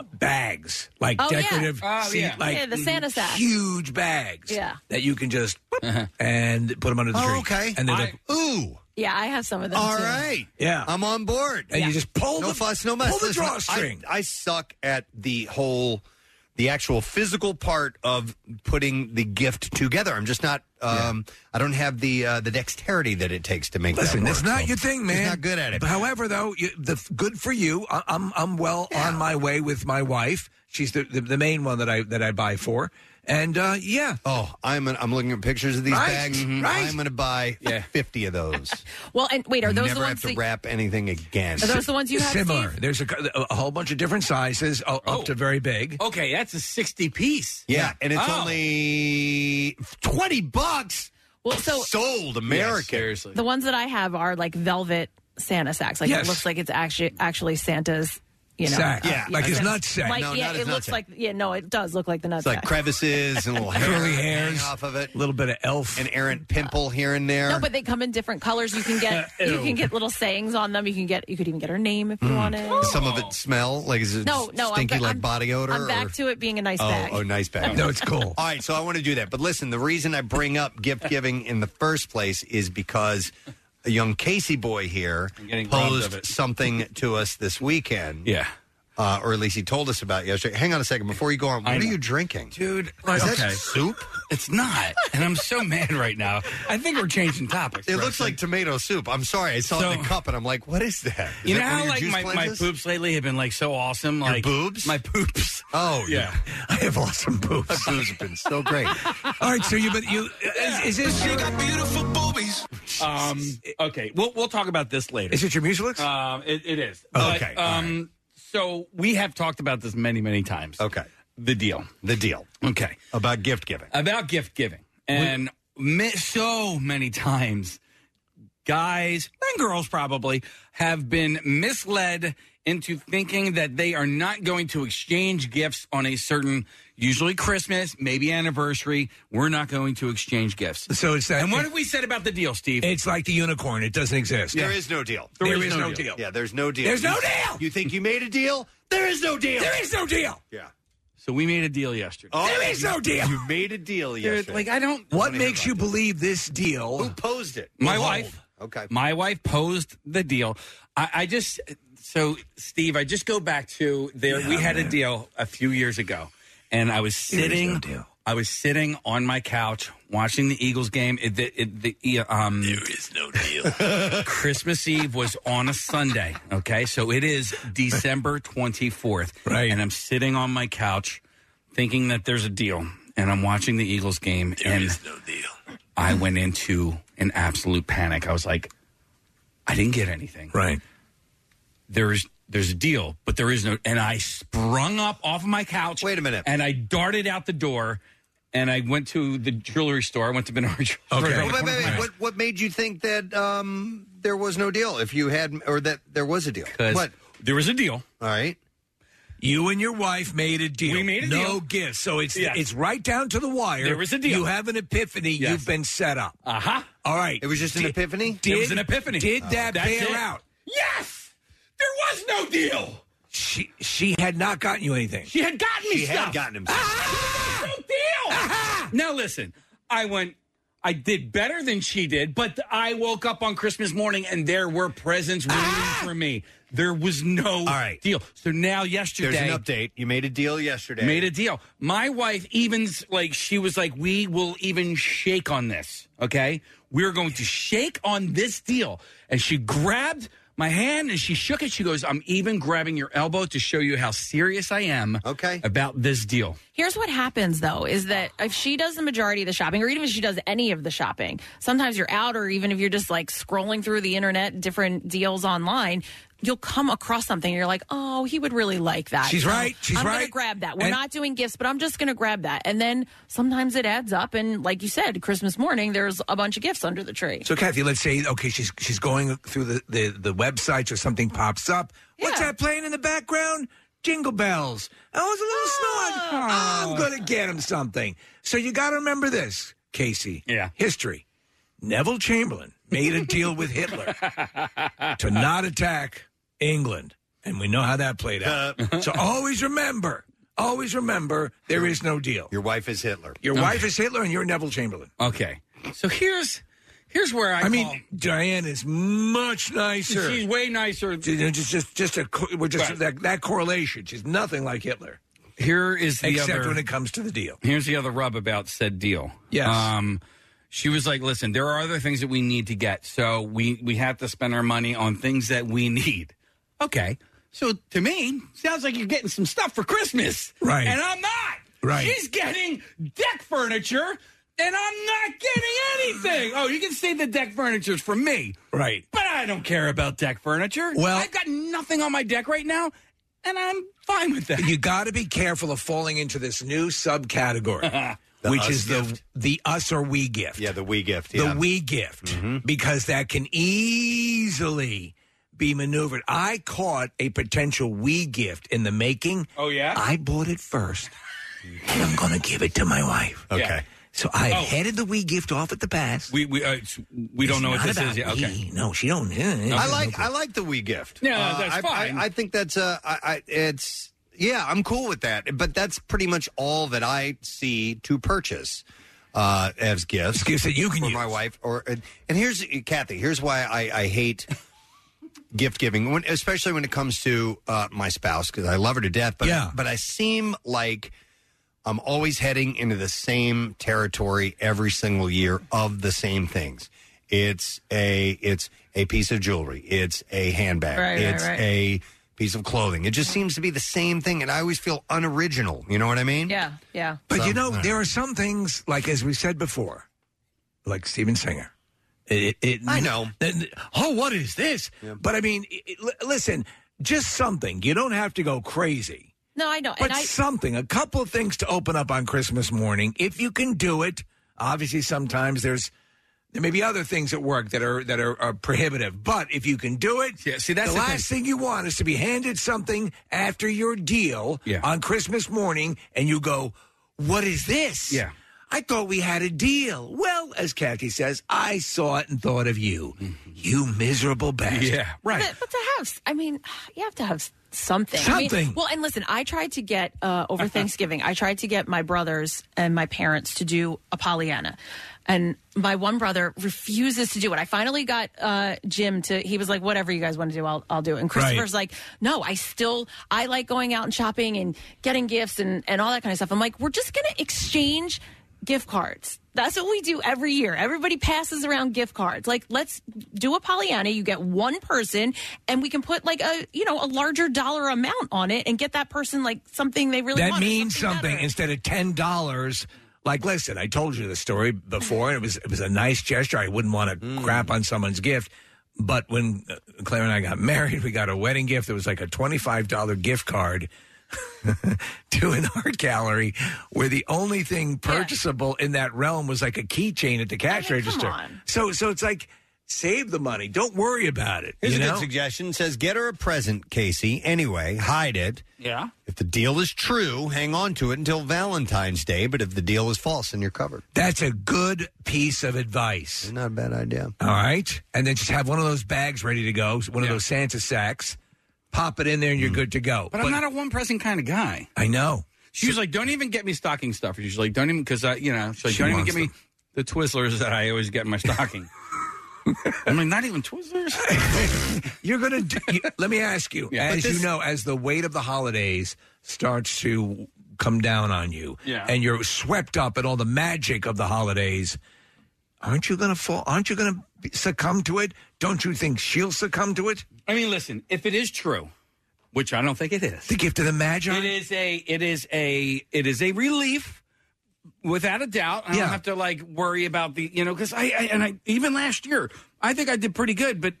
Speaker 4: bags, like
Speaker 3: Oh, yeah.
Speaker 4: decorative,
Speaker 3: Oh,
Speaker 4: seat,
Speaker 3: yeah.
Speaker 4: like
Speaker 3: Yeah, the Santa sack.
Speaker 4: huge bags
Speaker 3: Yeah.
Speaker 4: that you can just
Speaker 2: Uh-huh.
Speaker 4: and put them under the
Speaker 3: Oh,
Speaker 4: tree.
Speaker 3: okay.
Speaker 4: and they're
Speaker 3: I-
Speaker 4: like,
Speaker 2: ooh,
Speaker 3: Yeah, I have some of them.
Speaker 2: All
Speaker 3: too.
Speaker 2: right.
Speaker 4: yeah,
Speaker 2: I'm on board.
Speaker 4: And you just pull
Speaker 2: no
Speaker 4: the-
Speaker 2: fuss, no mess.
Speaker 4: pull the
Speaker 2: Listen,
Speaker 4: drawstring.
Speaker 2: I, I suck at the whole, the actual physical part of putting the gift together. I'm just not. Um, I don't have the uh, the dexterity that it takes to make.
Speaker 4: Listen,
Speaker 2: that
Speaker 4: it's
Speaker 2: work,
Speaker 4: not
Speaker 2: so
Speaker 4: your thing,
Speaker 2: just
Speaker 4: man.
Speaker 2: not good at it.
Speaker 4: However, though, you, the f- good for you. I, I'm I'm well on my way with my wife. She's the, the the main one that I that I buy for. And uh, yeah.
Speaker 2: Oh, I'm an, I'm looking at pictures of these bags. mm-hmm. I'm going to buy fifty of those.
Speaker 3: Well, and wait, are those
Speaker 2: Never
Speaker 3: the ones
Speaker 2: have to
Speaker 3: that-
Speaker 2: wrap anything again.
Speaker 3: Are those the ones you had,
Speaker 4: Similar. There's a, cou- a whole bunch of different sizes, uh,
Speaker 5: Oh.
Speaker 4: up to very big.
Speaker 5: Okay, that's a 60 piece.
Speaker 2: Yeah, and it's
Speaker 5: Oh.
Speaker 2: only twenty bucks.
Speaker 3: Well, so
Speaker 2: sold American. seriously.
Speaker 3: The ones that I have are like velvet Santa sacks. Like
Speaker 2: Yes.
Speaker 3: it looks like it's actually actually Santa's. You know,
Speaker 2: Sack. Yeah, like his
Speaker 3: Santa-
Speaker 2: nut sack.
Speaker 3: Like,
Speaker 2: No,
Speaker 3: yeah,
Speaker 2: not his
Speaker 3: it
Speaker 2: nut
Speaker 3: looks
Speaker 2: sack.
Speaker 3: like yeah, no, it does look like the nut
Speaker 2: It's like
Speaker 3: sack.
Speaker 2: crevices and little hair
Speaker 4: Curly
Speaker 2: hanging
Speaker 4: hairs.
Speaker 2: off of it. A
Speaker 4: little bit of elf,
Speaker 2: an errant pimple here and there.
Speaker 3: No, but they come in different colors. You can get you
Speaker 2: Ew.
Speaker 3: can get little sayings on them. You can get you could even get her name if you
Speaker 2: Mm.
Speaker 3: wanted.
Speaker 2: Some of it smell like is it
Speaker 3: No, no, I'm
Speaker 2: stinky
Speaker 3: ba-
Speaker 2: like
Speaker 3: I'm-
Speaker 2: body odor.
Speaker 3: I'm
Speaker 2: or-
Speaker 3: back to it being a nice
Speaker 2: oh,
Speaker 3: bag.
Speaker 2: oh, nice bag.
Speaker 4: No, it's cool.
Speaker 2: All right, so I want to do that. But listen, the reason I bring up gift giving in the first place is because a young Casey boy here
Speaker 5: getting robbed of
Speaker 2: posed something to us this weekend.
Speaker 5: Yeah.
Speaker 2: Uh, or at least he told us about yesterday. Hang on a second before you go on. What
Speaker 5: I
Speaker 2: are
Speaker 5: know.
Speaker 2: you drinking,
Speaker 5: dude?
Speaker 2: Is that
Speaker 5: soup? It's not, and I'm so mad right now. I think we're changing topics.
Speaker 2: It looks like tomato soup. I'm sorry, I saw it in a cup, and I'm like, "What is that?" Is
Speaker 5: you know
Speaker 2: that one of
Speaker 5: how
Speaker 2: your
Speaker 5: like
Speaker 2: juice
Speaker 5: my, my
Speaker 2: cleanses?
Speaker 5: poops lately have been like so awesome.
Speaker 2: Your
Speaker 5: Like boobs, my poops.
Speaker 2: Oh
Speaker 5: yeah,
Speaker 4: I have awesome boobs.
Speaker 2: My boobs have been so great.
Speaker 4: All right, so you but you is, is this your,
Speaker 5: beautiful boobies. Um, okay, we'll we'll talk about this later.
Speaker 4: Is it your mucilix?
Speaker 5: Um, it, it is.
Speaker 2: Oh,
Speaker 4: Okay,
Speaker 5: But, um, so we have talked about this many many times.
Speaker 2: Okay.
Speaker 5: The deal.
Speaker 2: The deal.
Speaker 5: Okay.
Speaker 2: About gift giving.
Speaker 5: About gift giving, and mi- so many times, guys and girls probably have been misled into thinking that they are not going to exchange gifts on a certain, usually Christmas, maybe anniversary. We're not going to exchange gifts.
Speaker 4: So it's that.
Speaker 5: And what have we said about the deal, Steve?
Speaker 4: It's like the unicorn. It doesn't exist.
Speaker 2: There is no deal.
Speaker 4: There is no deal.
Speaker 2: Yeah, there's no deal.
Speaker 4: There's no
Speaker 2: You-
Speaker 4: deal!
Speaker 2: You think you made a deal? There is no deal.
Speaker 4: There is no deal.
Speaker 2: Yeah. Oh,
Speaker 5: So we made a deal yesterday.
Speaker 4: There is no deal.
Speaker 2: You made a deal
Speaker 5: Dude,
Speaker 2: yesterday.
Speaker 5: like, I don't-
Speaker 4: What makes you believe this deal? Who
Speaker 2: posed it?
Speaker 5: My wife.
Speaker 2: Okay.
Speaker 5: My wife posed the deal. I, I just so Steve, I just go back to there. we had a deal a few years ago, and I was
Speaker 4: There is no
Speaker 5: sitting. I was sitting on my couch watching the Eagles game. It, the it, the yeah, um, there is no deal. Christmas Eve was on a Sunday. Okay, so it is December twenty fourth. Right, and I'm sitting on my couch thinking that there's a deal, and I'm watching the Eagles game. and no deal. I went into an absolute panic. I was like, I didn't get anything.
Speaker 4: Right.
Speaker 5: There's there's a deal, but there is no. And I sprung up off of my couch. Wait a minute. And I darted out the door, and I went to the jewelry store. I went to Bernard. Jewelry.
Speaker 2: Well, wait, wait, wait. What, what made you think that um, there was no deal? If you had, or that there was a deal?
Speaker 5: 'Cause
Speaker 2: What?
Speaker 5: There was a deal.
Speaker 2: All right.
Speaker 4: You and your wife made a deal.
Speaker 5: We made a
Speaker 4: no
Speaker 5: deal.
Speaker 4: gifts. So it's
Speaker 5: Yes.
Speaker 4: it's right down to the wire.
Speaker 5: There was a deal.
Speaker 4: You have an epiphany.
Speaker 5: Yes.
Speaker 4: You've been set up.
Speaker 5: Uh huh.
Speaker 4: All right.
Speaker 2: It was just an
Speaker 4: Did-
Speaker 2: epiphany?
Speaker 4: Did,
Speaker 5: It was an epiphany.
Speaker 4: Did
Speaker 5: Oh.
Speaker 4: that
Speaker 5: That's
Speaker 4: bear
Speaker 5: it.
Speaker 4: out?
Speaker 5: Yes. There was no deal.
Speaker 4: She she had not gotten you anything.
Speaker 5: She had gotten me
Speaker 4: She had
Speaker 5: stuff.
Speaker 4: gotten him
Speaker 5: Ah! No deal. Now listen, I went. I did better than she did, but I woke up on Christmas morning and there were presents waiting for me. There was no deal. So now yesterday,
Speaker 2: There's an update. You made a deal yesterday.
Speaker 5: Made a deal. My wife even like she was like, we will even shake on this. Okay, we're going to shake on this deal. And she grabbed my hand and she shook it. She goes, I'm even grabbing your elbow to show you how serious I am. Okay, about this deal.
Speaker 3: Here's what happens though is that if she does the majority of the shopping, or even if she does any of the shopping, sometimes you're out, or even if you're just like scrolling through the internet, different deals online, you'll come across something. And you're like, oh, he would really like that.
Speaker 4: She's
Speaker 3: You know,
Speaker 4: right. She's
Speaker 3: I'm gonna
Speaker 4: right.
Speaker 3: grab that. We're
Speaker 4: And-
Speaker 3: not doing gifts, but I'm just gonna grab that. And then sometimes it adds up, and like you said, Christmas morning there's a bunch of gifts under the tree.
Speaker 4: So Kathy, let's say okay, she's she's going through the the, the websites or something pops up. What's that playing in the background? Jingle bells. I was a little snug. I'm gonna get him something. So you got to remember this, Casey. Yeah. History. Neville Chamberlain made a deal with Hitler to not attack England, and we know how that played out.
Speaker 2: Uh.
Speaker 4: so always remember, always remember, there is no deal.
Speaker 2: Your wife is Hitler.
Speaker 4: Your
Speaker 5: Okay.
Speaker 4: wife is Hitler, and you're Neville Chamberlain.
Speaker 5: Okay. So here's here's where I.
Speaker 4: I mean, Diane is much nicer.
Speaker 5: She's way nicer.
Speaker 4: Just, just, just, just a, co- we're just
Speaker 5: Right.
Speaker 4: that, that correlation. She's nothing like Hitler.
Speaker 5: Here is the
Speaker 4: except
Speaker 5: other-
Speaker 4: when it comes to the deal.
Speaker 5: Here's the other rub about said deal.
Speaker 4: Yes.
Speaker 5: Um, she was like, "Listen, there are other things that we need to get, so we we have to spend our money on things that we need." Okay. So to me, sounds like you're getting some stuff for Christmas,
Speaker 4: Right.
Speaker 5: And I'm not.
Speaker 4: Right.
Speaker 5: She's getting deck furniture, and I'm not getting anything. Oh, you can say the deck furniture's for me,
Speaker 4: right?
Speaker 5: But I don't care about deck furniture.
Speaker 4: Well-
Speaker 5: I've got nothing on my deck right now, and I'm fine with that.
Speaker 4: You got to be careful of falling into this new subcategory, which
Speaker 2: us
Speaker 4: is the the us or we gift.
Speaker 2: Yeah, the we gift.
Speaker 4: The we gift,
Speaker 5: Mm-hmm.
Speaker 4: because that can easily be maneuvered. I caught a potential we gift in the making.
Speaker 5: Oh yeah,
Speaker 4: I bought it first. and I'm going to give it to my wife.
Speaker 5: Okay. Yeah.
Speaker 4: So I
Speaker 5: Oh.
Speaker 4: headed the we gift off at the pass.
Speaker 5: We we uh, it's- we
Speaker 4: It's
Speaker 5: don't know what
Speaker 4: not
Speaker 5: this
Speaker 4: about
Speaker 5: is. yet.
Speaker 4: me.
Speaker 5: Okay.
Speaker 4: No, she don't.
Speaker 2: I like I like the we gift.
Speaker 5: Yeah,
Speaker 2: Uh,
Speaker 5: that's
Speaker 2: I, I-
Speaker 5: fine.
Speaker 2: I, think that's uh, I, I, it's yeah, I'm cool with that. But that's pretty much all that I see to purchase uh, as gifts.
Speaker 4: Gifts that you can
Speaker 2: for
Speaker 4: use.
Speaker 2: my wife or and and here's Kathy. Here's why I, I hate gift giving, when, especially when it comes to uh, my spouse because I love her to death. But
Speaker 4: Yeah.
Speaker 2: but I seem like. I'm always heading into the same territory every single year of the same things. It's a it's a piece of jewelry. It's a handbag.
Speaker 9: Right, right,
Speaker 2: it's
Speaker 9: right.
Speaker 2: a piece of clothing. It just seems to be the same thing, and I always feel unoriginal. You know what I mean?
Speaker 3: Yeah, yeah.
Speaker 4: But
Speaker 2: So,
Speaker 4: you
Speaker 2: I
Speaker 4: know,
Speaker 2: don't
Speaker 4: there are some things like as we said before, like Steven Singer. It, it, I know. oh, what is this? But I mean, i- i- li- listen, just something. You don't have to go crazy,
Speaker 3: No, I know.
Speaker 4: but
Speaker 3: and I,
Speaker 4: something. A couple of things to open up on Christmas morning, if you can do it. Obviously, sometimes there's There may be other things at work that are that are, are prohibitive, but if you can do it, yeah, see,
Speaker 5: that's
Speaker 4: the,
Speaker 5: the
Speaker 4: last thing. you want is to be handed something after your deal on Christmas morning, and you go, "What is this?" Yeah, I thought we had a deal. Well, as Kathy says, I saw it and thought of you, you miserable bastard.
Speaker 5: Yeah,
Speaker 4: Mm-hmm. right.
Speaker 3: But, but to have, I mean, you have to have something. I mean,
Speaker 4: Something. Uh-huh.
Speaker 3: well, and listen, I tried to get uh, over Thanksgiving. I tried to get my brothers and my parents to do a Pollyanna, and my one brother refuses to do it. I finally got uh, Jim to. He was like, "Whatever you guys want to do, I'll I'll do it." And Christopher's like, "No, I still I like going out and shopping and getting gifts and and all that kind of stuff." I'm like, "We're just gonna exchange." Gift cards. That's what we do every year. Everybody passes around gift cards. Like, let's do a Pollyanna. You get one person, and we can put like a you know a larger dollar amount on it, and get that person like something they really
Speaker 4: that
Speaker 3: want.
Speaker 4: means something, instead of ten dollars. Like, listen, I told you the story before, and it was it was a nice gesture. I wouldn't want to
Speaker 2: Mm.
Speaker 4: crap on someone's gift, but when uh, Claire and I got married, we got a wedding gift. It was like a twenty five dollar gift card to an art gallery, where the only thing purchasable in that realm was like a keychain at the cash register. So, so it's like save the money. Don't worry about it.
Speaker 2: Here's
Speaker 4: you
Speaker 2: a
Speaker 4: know?
Speaker 2: good suggestion. Says get her a present, Casey. Anyway, hide it.
Speaker 5: Yeah.
Speaker 2: If the deal is true, hang on to it until Valentine's Day. But if the deal is false, then you're covered.
Speaker 4: That's a good piece of advice.
Speaker 2: Not a bad idea.
Speaker 4: All right. And then just have one of those bags ready to go, one of those Santa sacks. Pop it in there and you're good to go.
Speaker 5: Mm. But, I'm not a one person kind of guy.
Speaker 4: I know.
Speaker 5: She was like, don't even get me stocking stuffers. She's like, don't even, because, you know, she's like,
Speaker 4: She
Speaker 5: don't even
Speaker 4: wants
Speaker 5: get me the Twizzlers that I always get in my stocking. I'm like, not even Twizzlers?
Speaker 4: You're going to do. You, let me ask you.
Speaker 5: Yeah.
Speaker 4: as
Speaker 5: But this-
Speaker 4: you know, as the weight of the holidays starts to come down on you
Speaker 5: Yeah.
Speaker 4: and you're swept up in all the magic of the holidays, aren't you going to fall? Aren't you going to succumb to it? Don't you think she'll succumb to it?
Speaker 5: I mean, listen, if it is true, which I don't think it is,
Speaker 4: the gift of the magi.
Speaker 5: It is a, it is a, it is a relief, without a doubt. I
Speaker 4: Yeah.
Speaker 5: don't have to like worry about the, you know, because I, I and I even last year, I think I did pretty good, but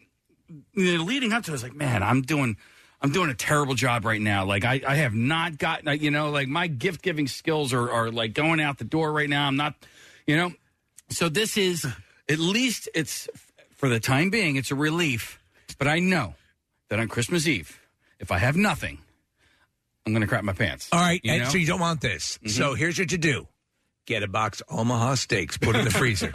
Speaker 5: you know, leading up to, it, I was like, man, I'm doing, I'm doing a terrible job right now. Like I, I have not gotten, like, you know, like my gift giving skills are, are like going out the door right now. I'm not, you know, so this is at least it's for the time being, it's a relief. But I know that on Christmas Eve, if I have nothing, I'm going to crap my pants.
Speaker 4: All right,
Speaker 5: You
Speaker 4: and
Speaker 5: know? Mm-hmm.
Speaker 4: so you don't want this. So here's what you do: get a box of Omaha steaks, put in the freezer.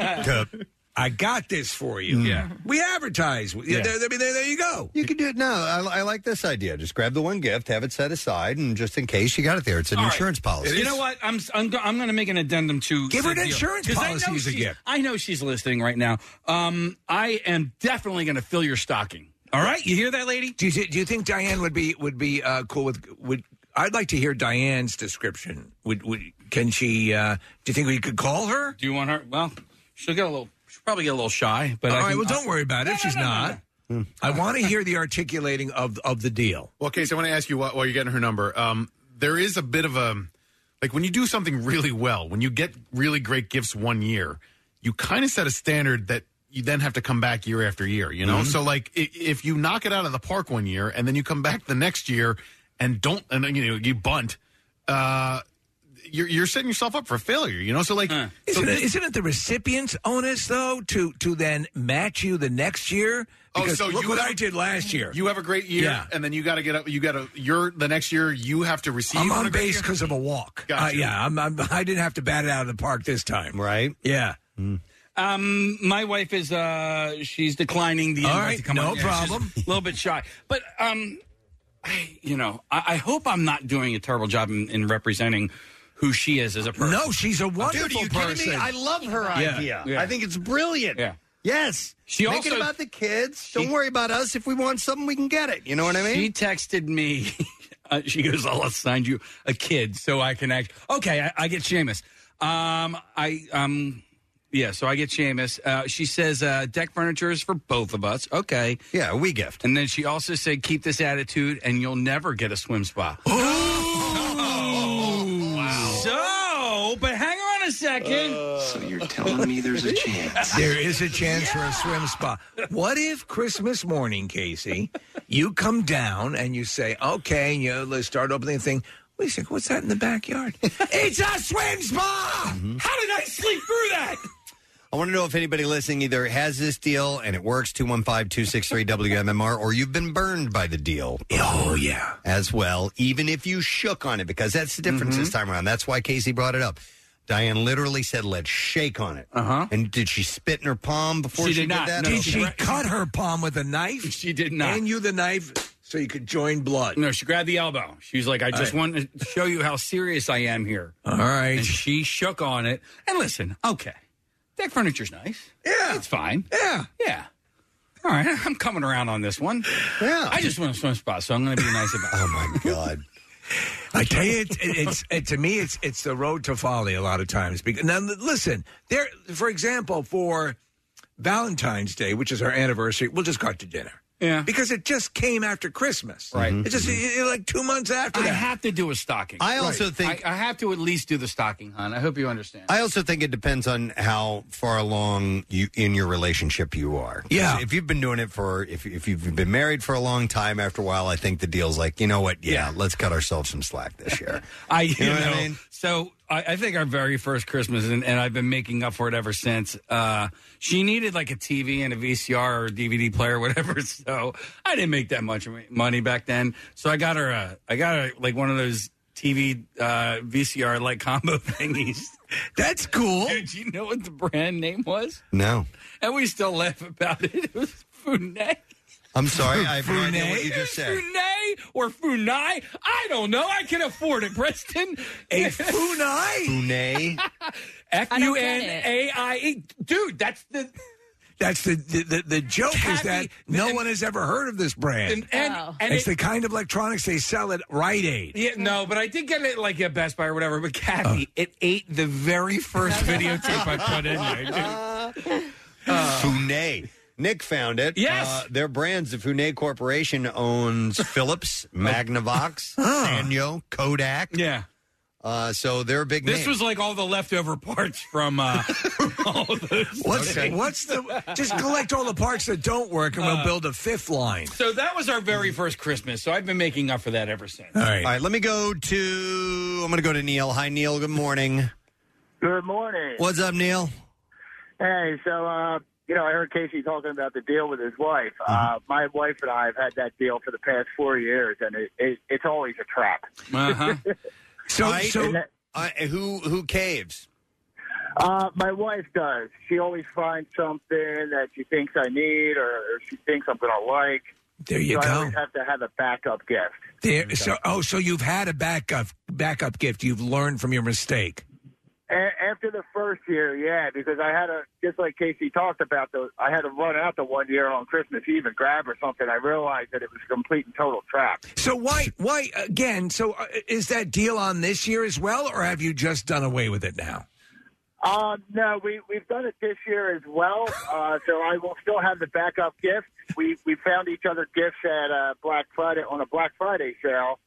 Speaker 4: I got this for you.
Speaker 5: Yeah.
Speaker 4: we advertise. Yeah.
Speaker 2: Yeah.
Speaker 4: There, there, there you go.
Speaker 2: You can do it. No, I, I like this idea. Just grab the one gift, have it set aside, and just in case you got it there, it's an
Speaker 5: All right.
Speaker 2: insurance policy.
Speaker 5: You know what? I'm I'm, go- I'm going to make an addendum to
Speaker 2: Give her
Speaker 5: the
Speaker 2: an
Speaker 5: deal.
Speaker 2: insurance
Speaker 5: 'Cause I
Speaker 2: policy
Speaker 5: know
Speaker 2: as a
Speaker 5: she's-
Speaker 2: gift.
Speaker 5: I know she's listening right now. Um, I am definitely going to fill your stocking. All right, you hear that, lady?
Speaker 4: Do you, do you think Diane would be would be uh, cool with would? I'd like to hear Diane's description. Would, would can she? Uh, do you think we could call her?
Speaker 5: Do you want her? Well, she'll get a little. She'll probably get a little shy. But
Speaker 4: all
Speaker 5: I
Speaker 4: right,
Speaker 5: can-
Speaker 4: well, don't worry about it. if she's not. I want to hear the articulating of of the deal.
Speaker 6: Well, Case, I want to ask you while, while you're getting her number. Um, there is a bit of a like when you do something really well, when you get really great gifts one year, you kind of set a standard that you then have to come back year after year. You
Speaker 4: Mm-hmm.
Speaker 6: know,
Speaker 9: Mhm.
Speaker 6: so like i- if you knock it out of the park one year and then you come back the next year and don't and you know you bunt. Uh, you're, you're setting yourself up for failure, you know. So like, so-
Speaker 4: Isn't it, isn't it the recipient's onus though to to then match you the next year?
Speaker 5: Oh,
Speaker 4: Because look what
Speaker 6: Oh, have-
Speaker 4: I did last year.
Speaker 6: You have a great year,
Speaker 4: Yeah.
Speaker 6: and then you got to get up. You got to. You're the next year. You have to receive.
Speaker 4: I'm on
Speaker 6: a great
Speaker 4: base
Speaker 6: year.
Speaker 4: because of a walk. Uh,
Speaker 6: Gotcha.
Speaker 4: yeah, I'm, I'm, I didn't have to bat it out of the park this time.
Speaker 2: Right?
Speaker 4: Yeah.
Speaker 5: Um, my wife is uh, she's declining the
Speaker 4: All
Speaker 5: invite
Speaker 4: right,
Speaker 5: to come
Speaker 4: no
Speaker 5: on. Yeah, she's
Speaker 4: problem.
Speaker 5: A little bit shy, but um, I, you know, I, I hope I'm not doing a terrible job in, in representing who she is as a person.
Speaker 4: No, she's a wonderful
Speaker 5: Dude, are you
Speaker 4: person.
Speaker 5: Kidding me? I
Speaker 2: love her
Speaker 5: Yeah,
Speaker 2: idea.
Speaker 5: yeah.
Speaker 2: I think it's brilliant.
Speaker 5: Yeah.
Speaker 2: Yes.
Speaker 5: She
Speaker 2: Make
Speaker 5: also-
Speaker 2: it about the kids. Don't worry about us. If we want something, we can get it. You know what I mean?
Speaker 5: She texted me. uh, she goes, "I'll assign you a kid so I can act." Okay, I, I get Seamus. Um, I um, yeah, so I get Seamus. Uh, she says, uh, "Deck furniture is for both of us." Okay,
Speaker 2: yeah, we gift.
Speaker 5: And then she also said, "Keep this attitude, and you'll never get a swim spa."
Speaker 2: Oh.
Speaker 5: wow. So, Oh, but hang on a second.
Speaker 4: So
Speaker 5: you're
Speaker 4: telling
Speaker 5: me there's a chance.
Speaker 4: There is a chance for a swim spa. What if Christmas morning, Casey, you come down and you say, okay, you know, let's start opening the thing. Wait a second, what's that in the backyard? it's a swim spa! How did I sleep through that?
Speaker 2: I want to know if anybody listening either has this deal and it works, 215 263 WMMR, or you've been burned by the deal. Oh, yeah. As well, even if you shook on it, because that's the difference this time around. That's why Casey brought it up. Diane literally said, let's shake on it. Uh huh. And did she spit in her palm before she, that?
Speaker 4: Did she cut her palm with a knife?
Speaker 5: She did not.
Speaker 4: And you the knife so you could join blood.
Speaker 5: No, she grabbed the elbow. She's like, I just
Speaker 4: All
Speaker 5: want to show you how serious I am here.
Speaker 4: All right.
Speaker 5: And she shook on it. And listen, okay, that furniture's nice. Yeah. It's fine.
Speaker 4: Yeah.
Speaker 5: Yeah. All right, I'm coming around on this one.
Speaker 2: Yeah.
Speaker 5: I just want a swim spot, so I'm going to be nice about it.
Speaker 2: oh, my God.
Speaker 4: I tell you, it, it, it's it, to me, it's it's the road to folly a lot of times. Because now, l- listen, there, for example, for Valentine's Day, which is our anniversary, we'll just go out to dinner.
Speaker 5: Yeah.
Speaker 4: because it just came after Christmas.
Speaker 5: Right.
Speaker 4: It just it- it- like two months after.
Speaker 5: I
Speaker 4: that.
Speaker 5: have to do a stocking.
Speaker 2: I also think-
Speaker 5: I, I have to at least do the stocking, hon. I hope you understand.
Speaker 2: I also think it depends on how far along you in your relationship you are. Yeah, if you've been doing it for if if you've been married for a long time, after a while, I think the deal's like, you know what? Yeah, let's cut ourselves some slack this year.
Speaker 5: I, you,
Speaker 2: know
Speaker 5: know,
Speaker 2: what I mean?
Speaker 5: so I, I think our very first Christmas, and, and I've been making up for it ever since. Uh, she needed like a TV and a VCR or a DVD player, or whatever. So I didn't make that much money back then. So I got her, a, I got her like one of those TV uh, VCR like combo thingies.
Speaker 4: That's cool.
Speaker 5: Dude, you know what the brand name was?
Speaker 2: No,
Speaker 5: And we still laugh about it. It was Funai.
Speaker 2: I'm sorry, I have no idea
Speaker 5: Funai?
Speaker 2: what you just said.
Speaker 5: Funai or Funai? I don't know. I can afford it, Preston.
Speaker 2: A
Speaker 5: Funai?
Speaker 2: Funai?
Speaker 5: F
Speaker 4: I
Speaker 5: U
Speaker 4: don't get
Speaker 5: N
Speaker 4: it.
Speaker 5: A I E. Dude, that's the.
Speaker 4: That's the the, the, the joke is that no one has ever heard of this brand.
Speaker 5: And- and- Oh. and
Speaker 4: it's
Speaker 5: it-
Speaker 4: the kind of electronics they sell at Rite Aid.
Speaker 5: Yeah, no, but I did get it like at Best Buy or whatever. But Kathy,
Speaker 4: Uh.
Speaker 5: it ate the very first videotape I put in there.
Speaker 4: Uh,
Speaker 5: dude.
Speaker 2: Funai. Uh, Nick found it.
Speaker 5: Yes.
Speaker 2: uh, their brands. The Funai Corporation owns Philips, Magnavox, Sanyo, Kodak.
Speaker 5: Yeah.
Speaker 2: Uh, so they're a big.
Speaker 5: This
Speaker 2: name.
Speaker 5: was like all the leftover parts from uh, all those.
Speaker 4: What's what's the just collect all the parts that don't work and we'll
Speaker 5: Uh,
Speaker 4: build a fifth line.
Speaker 5: So that was our very first Christmas. So I've been making up for that ever since.
Speaker 4: All right.
Speaker 2: All right, let me go to. I'm going to go to Neil. Hi, Neil. Good morning.
Speaker 21: Good morning.
Speaker 2: What's up, Neil?
Speaker 21: Hey, so uh, you know, I heard Casey talking about the deal with his wife.
Speaker 2: Mm-hmm.
Speaker 21: Uh, my wife and I have had that deal for the past four years, and it, it, it's always a trap.
Speaker 5: Uh-huh.
Speaker 4: So,
Speaker 2: Right?
Speaker 21: so-
Speaker 2: I, who who caves?
Speaker 21: Uh, my wife does. She always finds something that she thinks I need, or, or she thinks I'm going to like.
Speaker 4: There you go.
Speaker 21: so I always have to have a backup gift.
Speaker 4: There, so oh, so you've had a backup backup gift. You've learned from your mistake.
Speaker 21: A- after the first year, yeah, because I had a just like Casey talked about the I had to run out the one year on Christmas Eve and grab her something. I realized that it was a complete and total trap.
Speaker 4: So why why again? So uh, is that deal on this year as well, or have you just done away with it now?
Speaker 21: Um, no, we we've done it this year as well. Uh, so I will still have the backup gift. We we found each other gifts at uh, Black Friday on a Black Friday sale,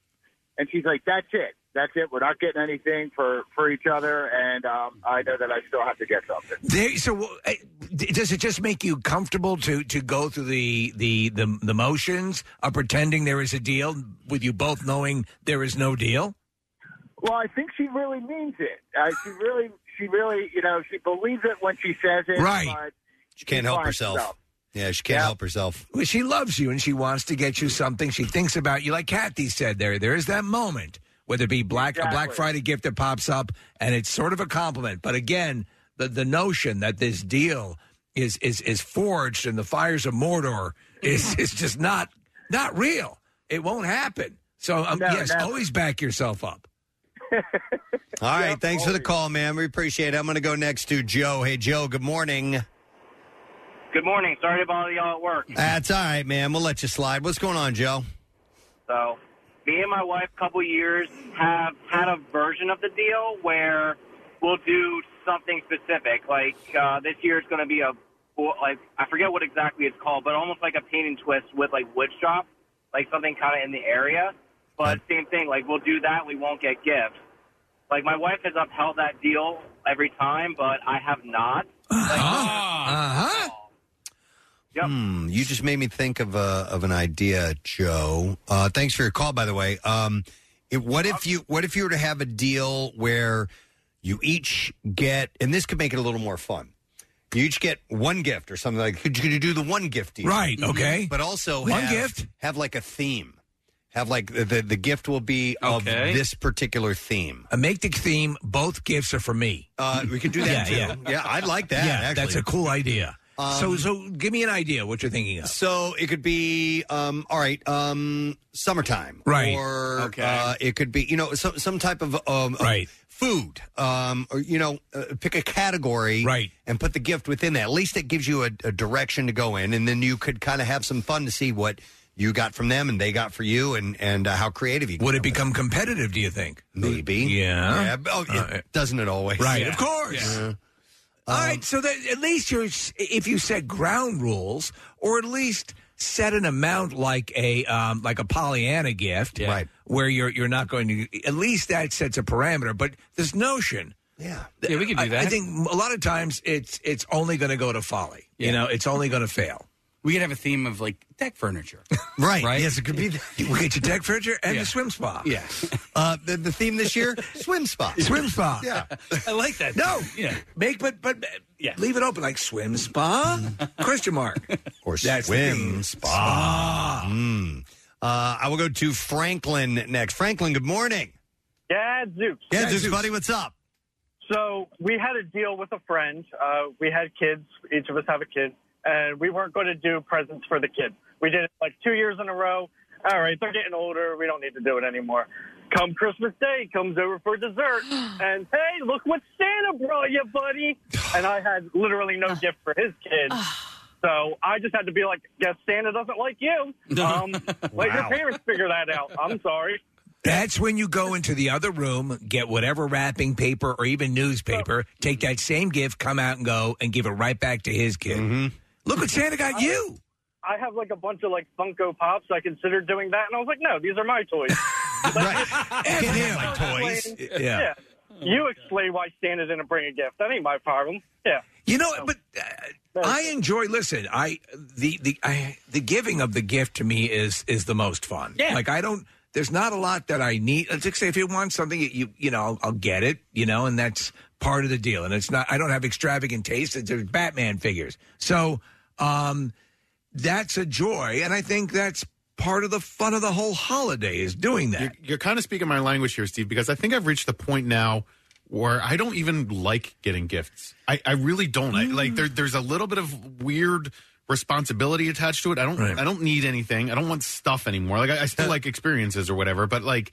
Speaker 21: and she's like, "That's it, that's it. We're not getting anything for for each other." And um, I know that I still have to get something.
Speaker 4: There, so uh, d- does it just make you comfortable to to go through the the the, the motions of pretending there is a deal with you both knowing there is no deal?
Speaker 21: Well, I think she really means it. Uh, she really, she really, you know, she believes it when she says it.
Speaker 4: Right.
Speaker 21: But
Speaker 2: She can't help
Speaker 21: finds
Speaker 2: herself.
Speaker 21: stuff.
Speaker 2: Yeah, she can't help herself.
Speaker 4: Well, she loves you and she wants to get you something. She thinks about you, like Kathy said. There, there is that moment, whether it be black a Black
Speaker 21: Exactly.
Speaker 4: Friday gift that pops up, and it's sort of a compliment. But again, the the notion that this deal is is is forged in the fires of Mordor is
Speaker 21: Mm-hmm.
Speaker 4: is just not not real. It won't happen. So um,
Speaker 21: No,
Speaker 4: yes,
Speaker 21: never.
Speaker 4: always back yourself up.
Speaker 2: All right, thanks for the call, man. We appreciate it. I'm going to go next to Joe. Hey, Joe. Good morning.
Speaker 22: Good morning. Sorry to bother y'all at work.
Speaker 2: That's all right, man. We'll let you slide. What's going on, Joe?
Speaker 22: So, me and my wife, a couple years, have had a version of the deal where we'll do something specific. Like uh, this year, it's going to be a like I forget what exactly it's called, but almost like a paint and twist with like wood shop, like something kind of in the area. But same thing. Like we'll do that. We won't get gifts. Like my wife has upheld that deal every time, but I have not.
Speaker 4: Uh huh.
Speaker 2: Uh-huh. Hmm, you just made me think of a, of an idea, Joe. Uh, thanks for your call, by the way. Um, it, what if you what if you were to have a deal where you each get, and this could make it a little more fun. You each get one gift or something like. Could you, could you do the one gift deal? Mm-hmm.
Speaker 4: Right, okay.
Speaker 2: But also
Speaker 4: One
Speaker 2: have,
Speaker 4: gift?
Speaker 2: Have like a theme. Have like the the, the gift will be of
Speaker 4: Okay.
Speaker 2: this particular theme.
Speaker 4: Uh, make the theme. Both gifts are for me.
Speaker 2: Uh, we could do that too.
Speaker 4: yeah,
Speaker 2: Yeah, I'd like that,
Speaker 4: Yeah,
Speaker 2: actually.
Speaker 4: that's a cool idea. so,
Speaker 2: Um,
Speaker 4: so give me an idea what you're thinking of.
Speaker 2: So it could be um, all right, um, summertime,
Speaker 4: Right.
Speaker 2: Or uh, it could be you know some some type of um, right food, um, or you know uh, pick a category, right, and put the gift within that. At least it gives you a, a direction to go in, and then you could kind of have some fun to see what you got from them and they got for you, and and uh, how creative you
Speaker 4: Would it become competitive? Do you think?
Speaker 2: Maybe.
Speaker 4: Yeah.
Speaker 2: Yeah, but- oh, yeah, doesn't it always?
Speaker 4: Right,
Speaker 2: Yeah.
Speaker 4: of course.
Speaker 2: Yeah. Um,
Speaker 4: All right, so that at least you're s- if you set ground rules, or at least set an amount like a um, like a Pollyanna gift, right? Where you're you're not going to at least that sets a parameter. But this notion,
Speaker 2: yeah,
Speaker 4: yeah, we can do that. I, think a lot of times it's it's only going to go to folly. You know, it's only going to fail.
Speaker 5: We could have a theme of like deck furniture.
Speaker 2: Right. Yes, it could be.
Speaker 4: we get your deck furniture and
Speaker 5: Yeah.
Speaker 4: the swim spa.
Speaker 5: Yeah.
Speaker 2: Uh, the, the theme this year: swim spa.
Speaker 4: Swim spa.
Speaker 2: Yeah.
Speaker 4: I like that. No. Yeah. Make but but yeah. leave it open like swim spa? Question mark.
Speaker 2: or
Speaker 4: That's the
Speaker 2: swim
Speaker 4: theme.
Speaker 6: Ah.
Speaker 2: spa. Mm. Uh, I will go to Franklin next. Franklin, good morning.
Speaker 1: Gadzooks.
Speaker 2: Gadzooks, buddy, what's up?
Speaker 1: So we had a deal with a friend. Uh, we had kids. Each of us have a kid, and we weren't going to do presents for the kid. We did it like two years in a row. All right, they're getting older. We don't need to do it anymore. Come Christmas Day, he comes over for dessert, and hey, look what Santa brought you, buddy. And I had literally no gift for his kid. So I just had to be like, guess Santa doesn't like you. Um, Let your
Speaker 4: Wow.
Speaker 1: parents figure that out. I'm sorry.
Speaker 4: That's when you go into the other room, get whatever wrapping paper or even newspaper, take that same gift, come out and go, and give it right back to his kid.
Speaker 2: Mm-hmm.
Speaker 4: Look what Santa got you.
Speaker 1: I have like a bunch of like Funko Pops. I considered doing that, and I was like, no, these are my toys.
Speaker 2: toys.
Speaker 1: yeah. You explain why Santa didn't bring a gift. That ain't my problem. Yeah.
Speaker 4: You know, but I enjoy. Listen, I the the I, the giving of the gift to me is is the most fun. Yeah. Like I don't. There's not a lot that I need. It's like say if you want something, you you, you know I'll, I'll get it. You know, and that's part of the deal. And it's not. I don't have extravagant taste. It's- There's Batman figures. So um, that's a joy, and I think that's part of the fun of the whole holiday is doing that.
Speaker 6: You're, you're kind of speaking my language here, Steve, because I think I've reached the point now where I don't even like getting gifts. I, I really don't. I, like there, there's a little bit of weird responsibility attached to it. I don't. I don't need anything. I don't want stuff anymore. Like I, I still like experiences or whatever, but like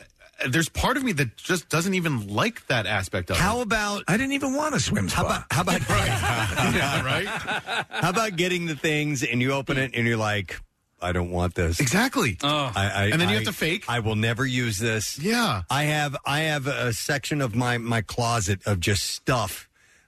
Speaker 6: uh, there's part of me that just doesn't even like that aspect of it.
Speaker 2: How about
Speaker 4: I didn't even want to swim
Speaker 2: How about how about
Speaker 6: yeah, right?
Speaker 2: how about getting the things and you open it and you're like, I don't want this.
Speaker 6: Exactly.
Speaker 2: I, I,
Speaker 6: And then you
Speaker 2: I-
Speaker 6: have to fake.
Speaker 2: I will never use this.
Speaker 6: Yeah.
Speaker 2: I have I have a section of my my closet of just stuff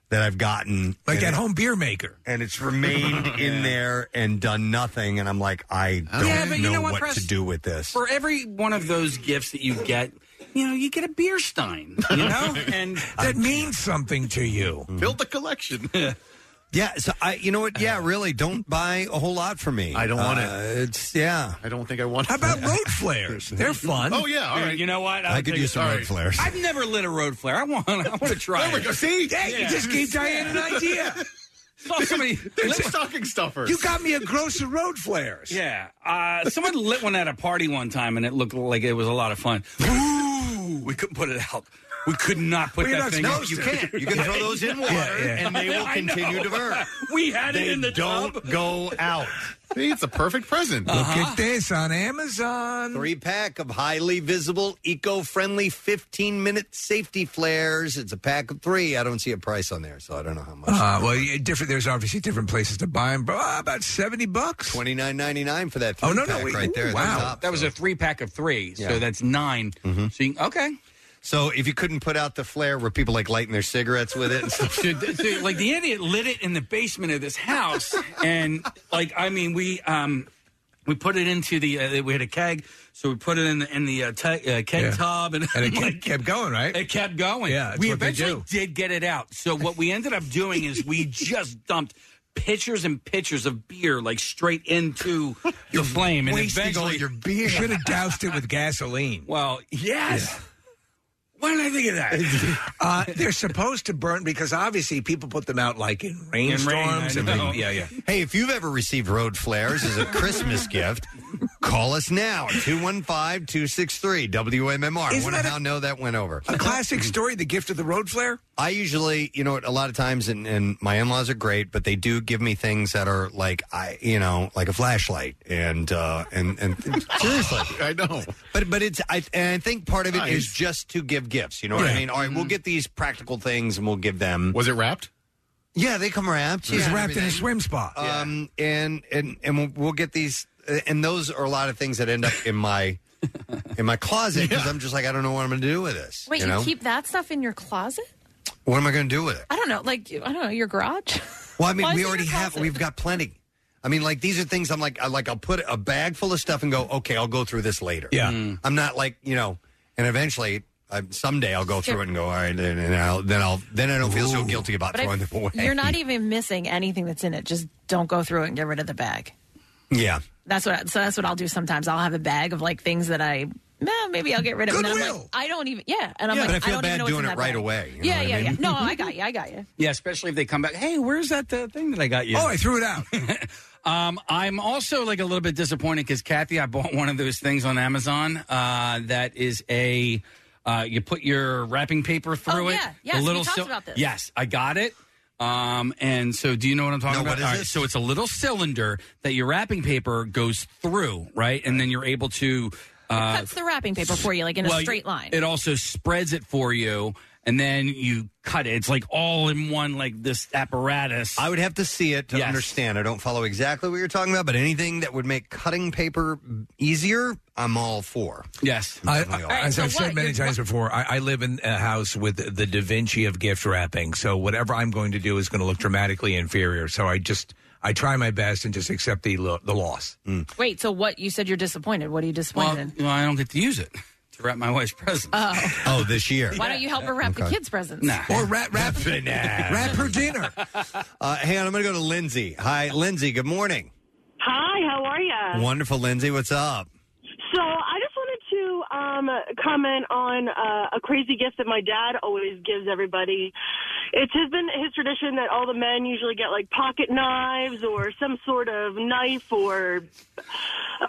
Speaker 2: that I've gotten
Speaker 4: Like
Speaker 2: and it-
Speaker 4: that home beer maker.
Speaker 2: and it's remained in there and done nothing and I'm like I don't
Speaker 5: Yeah, but you
Speaker 2: know,
Speaker 5: know what,
Speaker 2: what,
Speaker 5: Preston?
Speaker 2: to do with this.
Speaker 5: For every one of those gifts that you get, you know, you get a beer stein. You know, and
Speaker 4: that means something to you.
Speaker 6: Build the collection.
Speaker 2: Mm-hmm.
Speaker 6: Uh,
Speaker 2: Yeah, so I you know what? Yeah, really don't buy a whole lot for me. I
Speaker 6: don't want it.
Speaker 2: It's yeah.
Speaker 6: I don't think I want
Speaker 4: How about road flares? They're fun.
Speaker 6: Oh, yeah, all
Speaker 5: Dude,
Speaker 6: right.
Speaker 5: You know what?
Speaker 2: I could
Speaker 5: take
Speaker 2: use
Speaker 5: it.
Speaker 2: some
Speaker 5: All
Speaker 2: road flares.
Speaker 5: I've never lit a road flare. I want. I want to try.
Speaker 6: There we
Speaker 5: it.
Speaker 6: go. See?
Speaker 4: Hey, you just gave Diane an idea.
Speaker 5: Saw somebody.
Speaker 6: There's a stocking stuffer.
Speaker 4: You got me a gross of road flares.
Speaker 5: Yeah. Uh, someone lit one at a party one time, and it looked like it was a lot of fun. Ooh, we couldn't put it out. We could not put
Speaker 2: Well, you're
Speaker 5: that
Speaker 2: not
Speaker 5: thing.
Speaker 2: supposed
Speaker 5: out.
Speaker 2: to. You can't. You can throw those in water, and they will
Speaker 5: I know.
Speaker 2: continue to burn.
Speaker 5: We had
Speaker 2: They
Speaker 5: it in the
Speaker 2: don't
Speaker 5: tub. Uh-huh.
Speaker 2: go out.
Speaker 6: See, it's a perfect present.
Speaker 4: Look at this on Amazon.
Speaker 2: Three pack of highly visible, eco friendly 15 minute safety flares. It's a pack of three. I don't see a price on there, so I don't know how much.
Speaker 4: Uh, well, yeah, different. There's obviously different places to buy them, but uh, about seventy bucks.
Speaker 2: Twenty nine ninety nine for that.
Speaker 4: Oh no, no,
Speaker 2: three-pack
Speaker 4: wait,
Speaker 2: right there at the
Speaker 4: Wow,
Speaker 2: top.
Speaker 5: That was a three pack of three,
Speaker 2: Yeah.
Speaker 5: so that's 9
Speaker 2: Mm-hmm.
Speaker 5: So you, okay.
Speaker 2: So if you couldn't put out the flare, were people like lighting their cigarettes with it? and stuff?
Speaker 5: Dude, th- dude, like the idiot lit it in the basement of this house, and like I mean, we um we put it into the uh, we had a keg, so we put it in the in the uh, te- uh, keg
Speaker 4: Yeah.
Speaker 5: tub, and,
Speaker 4: And it
Speaker 5: like,
Speaker 4: kept, kept going, right?
Speaker 5: It kept going.
Speaker 4: Yeah, that's
Speaker 5: we
Speaker 4: what they
Speaker 5: eventually
Speaker 4: do.
Speaker 5: did get it out. So what we ended up doing is we just dumped pitchers and pitchers of beer like straight into the flame, and
Speaker 4: Wasting all
Speaker 5: eventually
Speaker 4: your beer. You should have doused it with gasoline.
Speaker 5: Well, yes.
Speaker 4: Why did I think of that? uh, they're supposed to burn because obviously people put them out like in
Speaker 2: rain,
Speaker 4: rainstorms.
Speaker 2: I
Speaker 4: and big-
Speaker 2: know.
Speaker 4: yeah, yeah.
Speaker 2: Hey, if you've ever received road flares as a Christmas gift, call us now at 215 263 WMMR. I
Speaker 4: Isn't
Speaker 2: wonder
Speaker 4: that a-
Speaker 2: how no that went over.
Speaker 4: A classic story, the gift of the road flare.
Speaker 2: I usually, you know, a lot of times, and, and my in laws are great, but they do give me things that are like, I, you know, like a flashlight, and uh, and and seriously,
Speaker 6: I know.
Speaker 2: But but it's I and I think part of it is
Speaker 6: Nice.
Speaker 2: just to give gifts. You know what I
Speaker 6: Yeah.
Speaker 2: mean? All right,
Speaker 4: Mm-hmm.
Speaker 2: we'll get these practical things and we'll give them.
Speaker 6: Was it wrapped?
Speaker 2: Yeah, they come wrapped.
Speaker 4: He's
Speaker 2: yeah,
Speaker 4: wrapped in a
Speaker 2: everything.
Speaker 4: swim spot.
Speaker 2: Um, and and and we'll, we'll get these, and those are a lot of things that end up in my in my closet because I'm just like I don't know what I'm going to do with this.
Speaker 3: Wait, you,
Speaker 2: know?
Speaker 3: keep that stuff in your closet?
Speaker 2: what am I going to do with it?
Speaker 3: I don't know, like I don't know, your garage.
Speaker 2: Well, I mean,
Speaker 3: Why is it
Speaker 2: we
Speaker 3: in
Speaker 2: already
Speaker 3: your
Speaker 2: have.
Speaker 3: closet?
Speaker 2: We've got plenty. I mean, like these are things I'm like, I like I'll put a bag full of stuff and go, okay, I'll go through this later.
Speaker 4: Yeah.
Speaker 3: Hmm.
Speaker 2: I'm not like you know, and eventually. I, someday I'll go through
Speaker 3: Sure.
Speaker 2: it and go all right, and, and I'll, then I'll then I don't feel so guilty about
Speaker 3: But I-
Speaker 2: throwing them away.
Speaker 3: You're not even missing anything that's in it. Just don't go through it and get rid of the bag.
Speaker 2: yeah.
Speaker 3: That's what. So that's what I'll do sometimes. I'll have a bag of like things that I. Nah, maybe I'll get rid of. And then I'm like, I don't even. Yeah, and I'm
Speaker 5: Yeah,
Speaker 3: like,
Speaker 5: but I feel
Speaker 3: don't
Speaker 5: bad
Speaker 3: even know what's
Speaker 5: doing
Speaker 3: in
Speaker 5: it
Speaker 3: that
Speaker 5: right
Speaker 3: bag.
Speaker 5: away, you know
Speaker 3: Yeah,
Speaker 5: what I
Speaker 3: yeah,
Speaker 5: mean?
Speaker 3: yeah. No, I got you. I got you.
Speaker 5: Yeah, especially if they come back. Hey, where's that uh, thing that I got you?
Speaker 4: Oh, I threw it out.
Speaker 5: um, I'm also like a little bit disappointed because Kathy, I bought one of those things on Amazon uh, that is a uh, you put your wrapping paper through it.
Speaker 3: Oh, yeah. Yes,
Speaker 5: a
Speaker 3: we
Speaker 5: little
Speaker 3: talked
Speaker 5: sil-
Speaker 3: about this.
Speaker 5: Yes, I got it. Um, and so do you know what I'm talking
Speaker 2: No,
Speaker 5: about?
Speaker 2: what is
Speaker 5: All right,
Speaker 2: this?
Speaker 5: so it's a little cylinder that your wrapping paper goes through, right? And then you're able to uh,
Speaker 3: Cuts the wrapping paper for you, like in
Speaker 5: well,
Speaker 3: a straight line.
Speaker 5: It also spreads it for you, and then you cut it. It's like all in one, like this apparatus.
Speaker 2: I would have to see it to understand. I don't follow exactly what you're talking about, but anything that would make cutting paper easier, I'm all for.
Speaker 5: Yes.
Speaker 4: I,
Speaker 2: Definitely
Speaker 4: I-
Speaker 2: are.
Speaker 4: as
Speaker 2: So
Speaker 4: I've
Speaker 2: what?
Speaker 4: said many times before, I, I live in a house with the Da Vinci of gift wrapping. So whatever I'm going to do is going to look dramatically inferior. So I just I try my best and just accept the lo- the loss.
Speaker 3: Wait, so what? You said you're disappointed. What are you disappointed in?
Speaker 5: Well, I don't get to use it to wrap my wife's present.
Speaker 3: Oh.
Speaker 2: Oh, this year.
Speaker 3: Why don't you help her wrap the
Speaker 2: Okay.
Speaker 3: kids' presents?
Speaker 5: Nah.
Speaker 4: Or wrap wrap wrap her dinner.
Speaker 2: Uh, hey, I'm going to go to Lindsay. Hi, Lindsay. Good morning.
Speaker 23: Hi, how are ya?
Speaker 2: Wonderful, Lindsay. What's up?
Speaker 23: So I just wanted to um, comment on uh, a crazy gift that my dad always gives everybody. It's his been his tradition that all the men usually get like pocket knives or some sort of knife or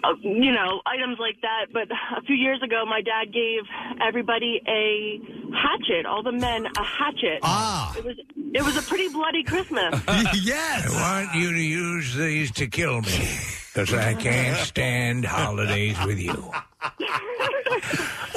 Speaker 23: uh, you know items like that. But a few years ago, my dad gave everybody a hatchet. All the men a hatchet. Ah. It was it was a pretty bloody Christmas.
Speaker 4: yes. I want you to use these to kill me because I can't stand holidays with you.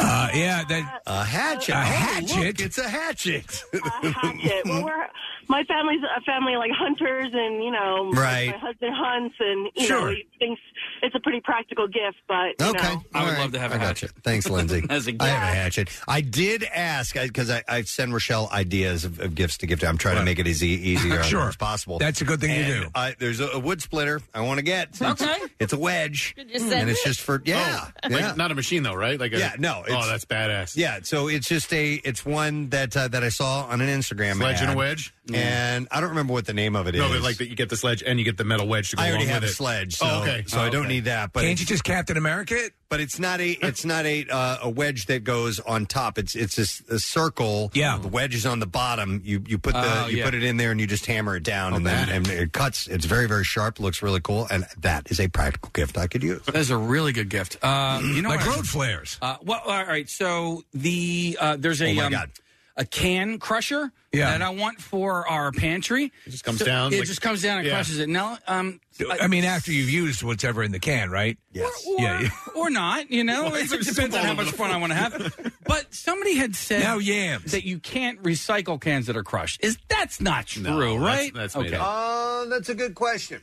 Speaker 4: Uh, yeah, that
Speaker 2: a hatchet. Oh,
Speaker 4: A hatchet.
Speaker 2: it's a hatchet.
Speaker 23: hatchet. well, we're my family's a family like hunters, and you know, my-
Speaker 2: Right.
Speaker 23: My husband hunts, and you
Speaker 2: Sure.
Speaker 23: know, he thinks it's a pretty practical gift. But you
Speaker 2: Okay.
Speaker 23: know,
Speaker 5: I would love to have a
Speaker 2: I
Speaker 5: hatchet.
Speaker 2: Gotcha. Thanks, Lindsay.
Speaker 5: As a
Speaker 2: I have a hatchet. I did ask because I, I, send Rochelle ideas of, of gifts to give to. I'm trying to make it as e- easier
Speaker 4: Sure.
Speaker 2: as possible.
Speaker 4: That's a good thing to
Speaker 2: And
Speaker 4: do.
Speaker 2: I, there's a, a wood splitter I want to get. It's-
Speaker 6: Okay.
Speaker 2: It's a wedge,
Speaker 6: You just said
Speaker 2: and it's
Speaker 6: it.
Speaker 2: just for yeah,
Speaker 6: Oh,
Speaker 2: yeah.
Speaker 6: Like, not a machine though, right? Like a,
Speaker 2: Yeah, no,
Speaker 6: Oh,
Speaker 2: it's-
Speaker 6: that's badass.
Speaker 2: Yeah, so it's just a it's one that uh, that I saw on an Instagram.
Speaker 6: Sledge and a
Speaker 2: ad,
Speaker 6: wedge?
Speaker 2: and I don't remember what the name of it is.
Speaker 6: no, but like that you get the sledge and you get the metal wedge to go
Speaker 2: I already
Speaker 6: along
Speaker 2: have
Speaker 6: with
Speaker 2: a
Speaker 6: it.
Speaker 2: sledge, so,
Speaker 6: oh, okay.
Speaker 2: so I don't need that. But
Speaker 4: Can't you just Captain America it?
Speaker 2: But it's not a it's not a uh, a wedge that goes on top. It's it's this a circle.
Speaker 4: Yeah.
Speaker 2: the wedge is on the bottom. You you put the
Speaker 5: Oh,
Speaker 2: you
Speaker 5: yeah.
Speaker 2: put it in there and you just hammer it
Speaker 6: Oh,
Speaker 2: down and then and it cuts. It's very very sharp. Looks really cool, and that is a practical gift I could use.
Speaker 5: That's a really good gift. Uh, you know,
Speaker 2: Like
Speaker 5: what I-
Speaker 2: road flares.
Speaker 5: Uh, well, all right. So the uh, there's a
Speaker 2: Oh, my
Speaker 5: um,
Speaker 2: God.
Speaker 5: a can crusher
Speaker 4: Yeah.
Speaker 5: that I want for our pantry. It
Speaker 6: just
Speaker 4: comes down,
Speaker 5: It
Speaker 4: like-
Speaker 5: just comes down and
Speaker 4: Yeah.
Speaker 5: crushes it. Now, um,
Speaker 4: I mean, after you've used whatever in the can, right?
Speaker 2: Yes.
Speaker 4: yeah. yeah.
Speaker 5: or not. You know,
Speaker 4: Well,
Speaker 5: it
Speaker 4: there's
Speaker 5: depends on
Speaker 4: all
Speaker 5: how
Speaker 4: over
Speaker 5: much
Speaker 4: the
Speaker 5: fun I want to have. But somebody had said
Speaker 4: Now yams.
Speaker 5: that you can't recycle cans that are crushed. Is that's not true,
Speaker 4: that's-
Speaker 5: right?
Speaker 4: that's made up.
Speaker 2: Uh, that's a good question.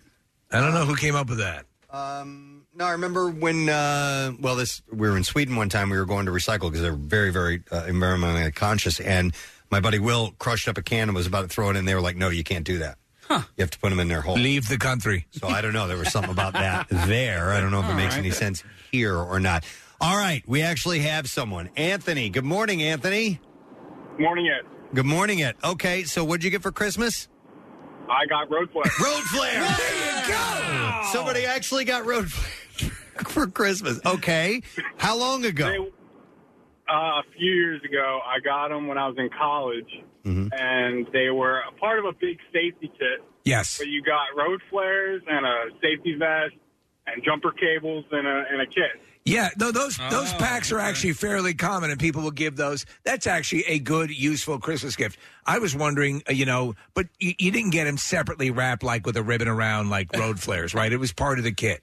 Speaker 4: I don't know who came up with that.
Speaker 2: Um, no, I remember when. Uh, well, this we were in Sweden one time. We were going to recycle because they're very, very uh, environmentally conscious. And my buddy Will crushed up a can and was about to throw it in. They were like, "No, you can't do that. You have to put them in their hole."
Speaker 4: Leave the country.
Speaker 2: So I don't know. There was something about that there. I don't know if it
Speaker 5: All
Speaker 2: makes
Speaker 5: right.
Speaker 2: any sense here or not. All right, we actually have someone. Anthony. Good morning, Anthony.
Speaker 24: Morning, Ed.
Speaker 2: Good morning, it. Okay, so what'd you get for Christmas?
Speaker 24: I got road flare.
Speaker 2: Road flare. There you go. Somebody actually got road flare for Christmas. Okay, how long ago?
Speaker 24: Uh, uh, a few years ago. I got them when I was in college,
Speaker 2: Mm-hmm.
Speaker 24: and they were a part of a big safety kit.
Speaker 4: Yes.
Speaker 24: But you got road flares and a safety vest and jumper cables and a, and a kit.
Speaker 4: Yeah, no, those those packs are actually fairly common, and people will give those. That's actually a good, useful Christmas gift. I was wondering, uh, you know, but you, you didn't get them separately wrapped like with a ribbon around like road flares, right? It was part of the kit.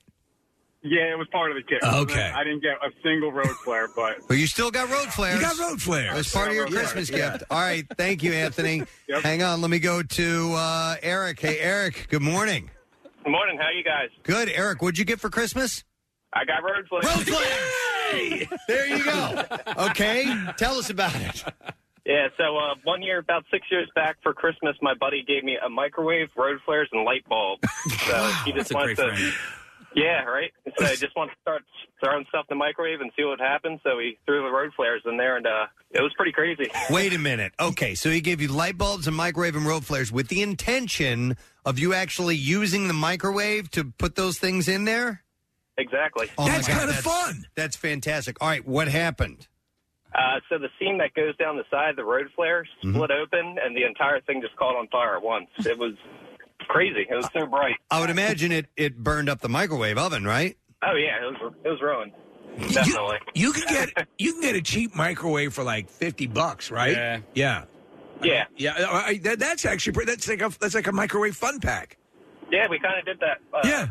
Speaker 24: Yeah, it was part of the kit.
Speaker 4: Okay.
Speaker 24: I didn't get a single road flare, but
Speaker 2: But you still got road flares.
Speaker 24: You got road flares.
Speaker 2: That's part of your
Speaker 24: Yeah, road
Speaker 2: Christmas
Speaker 24: flares,
Speaker 2: gift. All right. Thank you, Anthony. Hang on. Let me go to uh, Eric. Hey, Eric. Good morning.
Speaker 10: Good morning. How you guys?
Speaker 2: Good, Eric. What'd you get for Christmas?
Speaker 10: I got road flares.
Speaker 2: Road flares. there you go. Okay. Tell us about it.
Speaker 10: Yeah. So uh, one year, about six years back, for Christmas, my buddy gave me a microwave, road flares, and light bulb. So he just
Speaker 5: a
Speaker 10: wants
Speaker 5: great
Speaker 10: to. Yeah, right. So he just wants to start throwing stuff in the microwave and see what happens. So he threw the road flares in there, and uh, it was pretty crazy.
Speaker 2: Wait a minute. Okay. So he gave you light bulbs and microwave and road flares with the intention of you actually using the microwave to put those things in there?
Speaker 10: Exactly.
Speaker 2: Oh my God, that's fun. That's fantastic. All right. What happened?
Speaker 10: Uh, so the seam that goes down the side of the road flare
Speaker 2: Mm-hmm.
Speaker 10: split open, and the entire thing just caught on fire at once. It was crazy. It was so bright.
Speaker 2: I would imagine it, it burned up the microwave oven, right?
Speaker 10: Oh yeah, it was it was ruined. Definitely.
Speaker 4: You can get you can get a cheap microwave for like fifty bucks, right?
Speaker 10: Yeah.
Speaker 4: yeah,
Speaker 10: yeah.
Speaker 4: yeah. I, I- that, that's actually pretty, that's like a that's like a microwave fun pack.
Speaker 10: Yeah, we kind of did that. Uh, yeah.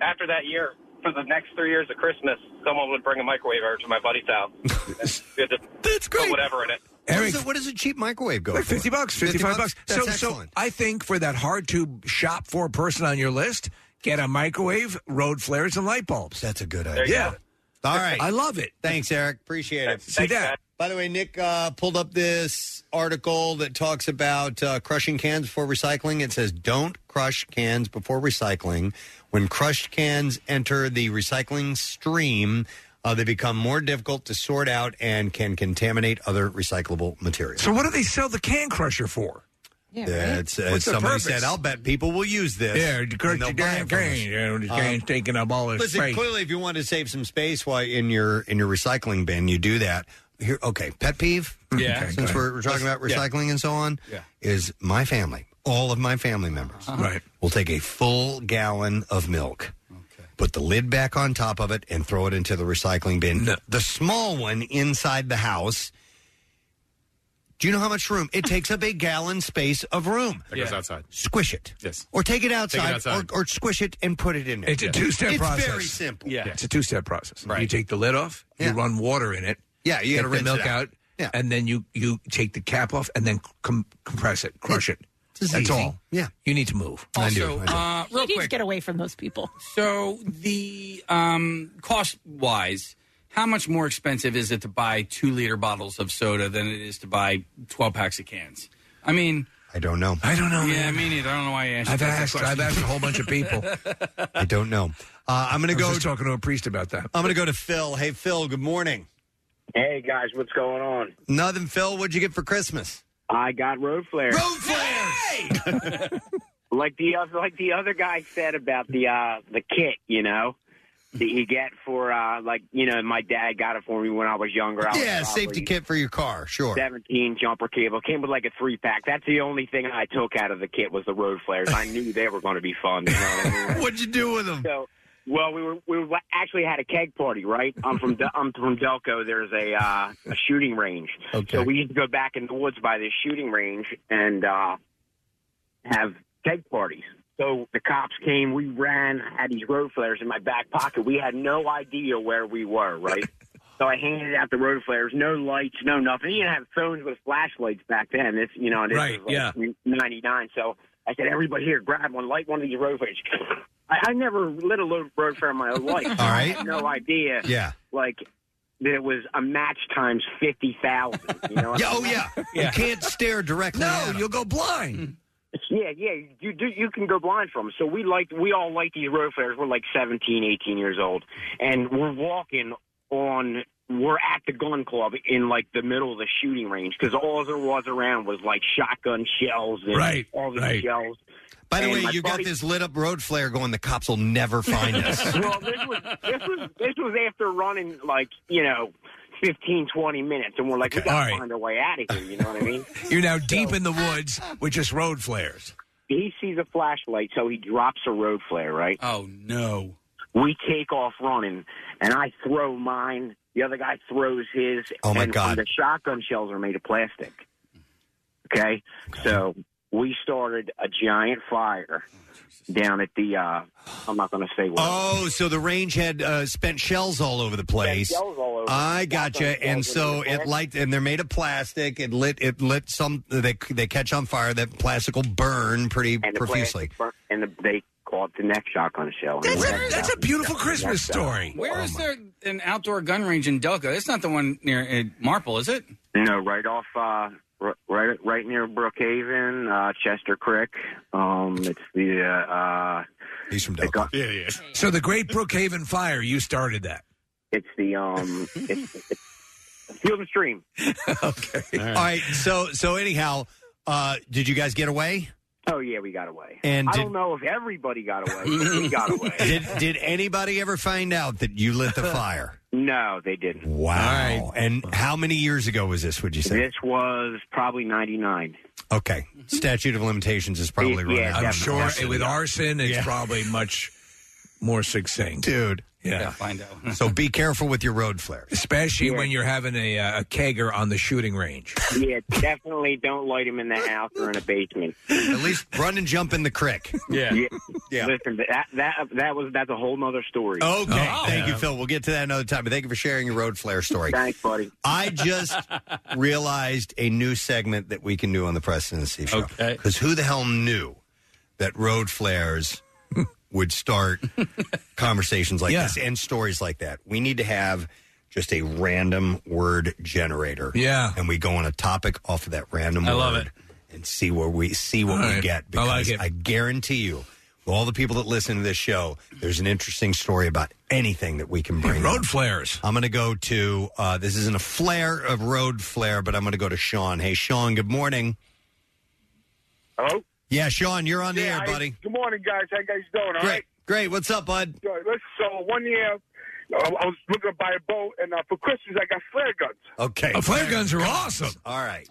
Speaker 10: After that year, for the next three years of Christmas, someone would bring a microwave over to my buddy's house.
Speaker 2: That's
Speaker 10: great. Put whatever in it.
Speaker 2: What is, a, what is a cheap microwave go
Speaker 4: Like
Speaker 2: for?
Speaker 4: fifty bucks, fifty five bucks.
Speaker 2: That's
Speaker 4: so,
Speaker 2: excellent.
Speaker 4: so I think for that hard to shop for person on your list, get a microwave, road flares, and light bulbs.
Speaker 2: That's a good
Speaker 4: idea. Yeah.
Speaker 2: All right.
Speaker 4: I love it.
Speaker 2: Thanks, Eric. Appreciate it.
Speaker 4: See that?
Speaker 2: By the way, Nick uh, pulled up this article that talks about uh, crushing cans before recycling. It says, "Don't crush cans before recycling. When crushed cans enter the recycling stream, uh, they become more difficult to sort out and can contaminate other recyclable materials."
Speaker 4: So what do they sell the can crusher for?
Speaker 2: Yeah,
Speaker 4: That's
Speaker 2: uh, somebody said, "I'll bet people will use this."
Speaker 4: Yeah,
Speaker 2: and
Speaker 4: crush
Speaker 2: they'll
Speaker 4: the
Speaker 2: buy
Speaker 4: damn
Speaker 2: it from us."
Speaker 4: can. You know, the
Speaker 2: Um,
Speaker 4: can's taking up all this
Speaker 2: Listen,
Speaker 4: space.
Speaker 2: clearly, if you want to save some space while in your in your recycling bin, you do that. Here, okay, pet peeve.
Speaker 4: Mm,
Speaker 5: Yeah. Okay, go
Speaker 2: since
Speaker 5: ahead.
Speaker 2: we're, we're talking about
Speaker 5: Yeah.
Speaker 2: recycling and so on,
Speaker 5: Yeah.
Speaker 2: is my family, all of my family members,
Speaker 4: Uh-huh. right,
Speaker 2: will take a full gallon of milk. Put the lid back on top of it and throw it into the recycling bin. The small one inside the house. Do you know how much room? It takes up a gallon space of room.
Speaker 6: That goes outside.
Speaker 2: Squish it.
Speaker 6: Yes.
Speaker 2: Or take it outside,
Speaker 6: outside.
Speaker 2: Or, or squish it and put it in there.
Speaker 4: It's a two step
Speaker 2: It's
Speaker 4: process.
Speaker 2: very simple.
Speaker 4: It's a two step process. You take the lid off, you run water in it.
Speaker 2: Yeah, you
Speaker 4: get
Speaker 2: gotta
Speaker 4: the
Speaker 2: rinse
Speaker 4: milk
Speaker 2: it out.
Speaker 4: Yeah. And then you, you take the cap off and then com- compress it, crush it.
Speaker 5: It's
Speaker 4: That's
Speaker 5: easy.
Speaker 4: all.
Speaker 2: Yeah.
Speaker 4: You need to move.
Speaker 5: Also, uh,
Speaker 3: you need to get away from those people.
Speaker 5: So the um, cost wise, how much more expensive is it to buy two liter bottles of soda than it is to buy twelve packs of cans? I mean,
Speaker 2: I don't know.
Speaker 4: I don't know.
Speaker 5: Yeah, me neither. I don't know why I asked.
Speaker 4: I've
Speaker 5: you that
Speaker 4: asked-
Speaker 5: question.
Speaker 4: I've asked a whole bunch of people.
Speaker 2: I don't know. Uh, I'm going to
Speaker 4: I was
Speaker 2: go. Oh.
Speaker 4: just talking to a priest about that.
Speaker 2: I'm going to go to Phil. Hey, Phil. Good morning.
Speaker 11: Hey guys, what's going on?
Speaker 2: Nothing, Phil. What'd you get for Christmas?
Speaker 11: I got road flares.
Speaker 2: Road flares.
Speaker 11: Like the other, like the other guy said about the uh, the kit, you know, that you get for uh, like you know, my dad got it for me when I was younger. I was
Speaker 2: yeah,
Speaker 11: probably
Speaker 2: safety kit for your car. Sure.
Speaker 11: Seventeen jumper cable came with like a three pack. That's the only thing I took out of the kit was the road flares. I knew they were going to be fun. You know what I mean?
Speaker 2: What'd you do with them?
Speaker 11: So, well, we were we were, actually had a keg party, right? I'm from Del- I'm from Delco. There's a uh, a shooting range, so we used to go back in the woods by this shooting range and uh, have keg parties. So the cops came, we ran, I had these road flares in my back pocket. We had no idea where we were, right? so I handed out the road flares, no lights, no nothing. You didn't have phones with flashlights back then. This, you know, and this
Speaker 4: Right,
Speaker 11: was like '99. So I said, everybody here, grab one, light one of these road flares. I, I never lit a lo- road flare in my life. All right, I had no idea.
Speaker 2: Yeah.
Speaker 11: like that it was a match times fifty thousand. You know?
Speaker 2: Yeah, oh, yeah. You can't stare directly.
Speaker 11: No,
Speaker 2: at 'em. Mm.
Speaker 11: you'll
Speaker 4: go blind.
Speaker 11: Yeah, yeah, you do. You can go blind from. 'em. So we like we all like these road flares. We're like 17, 18 years old, and we're walking on. We're at the gun club in like the middle of the shooting range because all there was around was like shotgun shells and
Speaker 2: Right,
Speaker 11: all the
Speaker 2: right.
Speaker 11: shells.
Speaker 2: By the
Speaker 11: And
Speaker 2: way,
Speaker 11: my
Speaker 2: you got
Speaker 11: buddy-
Speaker 2: this lit up road flare going. The cops will never find us.
Speaker 11: well, this was this was this was after running like you know 15, 20 minutes, and we're like, we got to find our way out of here. You know what I mean?
Speaker 4: You're now deep in the woods with just road flares.
Speaker 11: He sees a flashlight, so he drops a road flare, right?
Speaker 5: Oh, no.
Speaker 11: We take off running, and I throw mine. The other guy throws his.
Speaker 2: Oh, my
Speaker 11: and
Speaker 2: God.
Speaker 11: The shotgun shells are made of plastic. Okay? So we started a giant fire down at the, uh, I'm not going to say what.
Speaker 2: Oh, so the range had uh, spent shells all over the place.
Speaker 11: shells all over.
Speaker 2: I gotcha.
Speaker 11: Shotgun
Speaker 2: And
Speaker 11: shells all
Speaker 2: so
Speaker 11: over the
Speaker 2: it
Speaker 11: place.
Speaker 2: light, and they're made of plastic. It lit. It lit some. They they catch on fire. That plastic will burn pretty
Speaker 11: and the
Speaker 2: profusely.
Speaker 11: plastic burnt- And the, they called the next shotgun shell.
Speaker 5: That's a- that's a
Speaker 4: beautiful
Speaker 5: Christmas story. Where is there an outdoor gun range in Delco? It's not the one near uh, Marple, is it?
Speaker 11: No, right off, uh, r- right, right near Brookhaven, uh, Chester Creek. Um, it's the uh, uh,
Speaker 2: he's from
Speaker 11: Delco.
Speaker 4: Yeah, yeah. So the Great Brookhaven Fire, you started that.
Speaker 11: It's the um, it's, it's Field and Stream.
Speaker 4: okay.
Speaker 2: All right. So so anyhow, uh, did you guys get away?
Speaker 11: Oh yeah, we got away.
Speaker 2: And
Speaker 11: I
Speaker 2: did-
Speaker 11: don't know if everybody got away. but we got away.
Speaker 2: Did did anybody ever find out that you lit the fire?
Speaker 11: No, they didn't.
Speaker 2: Wow. And how many years ago was this? Would you say?
Speaker 11: This was probably ninety nine.
Speaker 2: Okay. Statute of limitations is probably
Speaker 11: Yeah,
Speaker 2: running
Speaker 11: yeah,
Speaker 2: out.
Speaker 4: I'm sure with arson, it's probably much more succinct.
Speaker 2: Dude.
Speaker 4: Yeah.
Speaker 5: find out.
Speaker 2: so be careful with your road flares.
Speaker 4: Especially when you're having a, uh, a kegger on the shooting range.
Speaker 11: Yeah, definitely don't light them in the house or in a basement.
Speaker 2: At least run and jump in the crick.
Speaker 11: yeah. Listen, that that that was that's a whole nother story.
Speaker 4: Oh,
Speaker 2: Okay. Thank you, Phil. We'll get to that another time. But thank you for sharing your road flare story.
Speaker 11: Thanks, buddy.
Speaker 2: I just realized a new segment that we can do on the President and Steve show. Okay. Because who the hell knew that road flares would start conversations like
Speaker 4: Yeah.
Speaker 2: this and stories like that? We need to have just a random word generator.
Speaker 4: Yeah.
Speaker 2: And we go on a topic off of that random
Speaker 4: I
Speaker 2: word.
Speaker 4: love
Speaker 2: And see where we see what
Speaker 4: All
Speaker 2: we
Speaker 4: right.
Speaker 2: get.
Speaker 4: I like
Speaker 2: Because
Speaker 4: it.
Speaker 2: I guarantee you, all the people that listen to this show, there's an interesting story about anything that we can bring.
Speaker 4: Road flares.
Speaker 2: I'm going to go to, uh, this isn't a flare, a road flare, but I'm going to go to Sean. Hey, Sean, good morning.
Speaker 25: Hello?
Speaker 2: Yeah, Sean, you're on the
Speaker 25: Yeah,
Speaker 2: air,
Speaker 25: I-
Speaker 2: buddy.
Speaker 25: good morning, guys. How you guys doing? All
Speaker 2: Great,
Speaker 25: right.
Speaker 2: great. What's up, bud?
Speaker 25: Good. Listen, so one year, uh, I was looking to buy a boat, and uh, for Christmas, I got flare guns.
Speaker 4: Uh,
Speaker 2: Okay.
Speaker 25: Oh, flare guns are awesome.
Speaker 2: All right.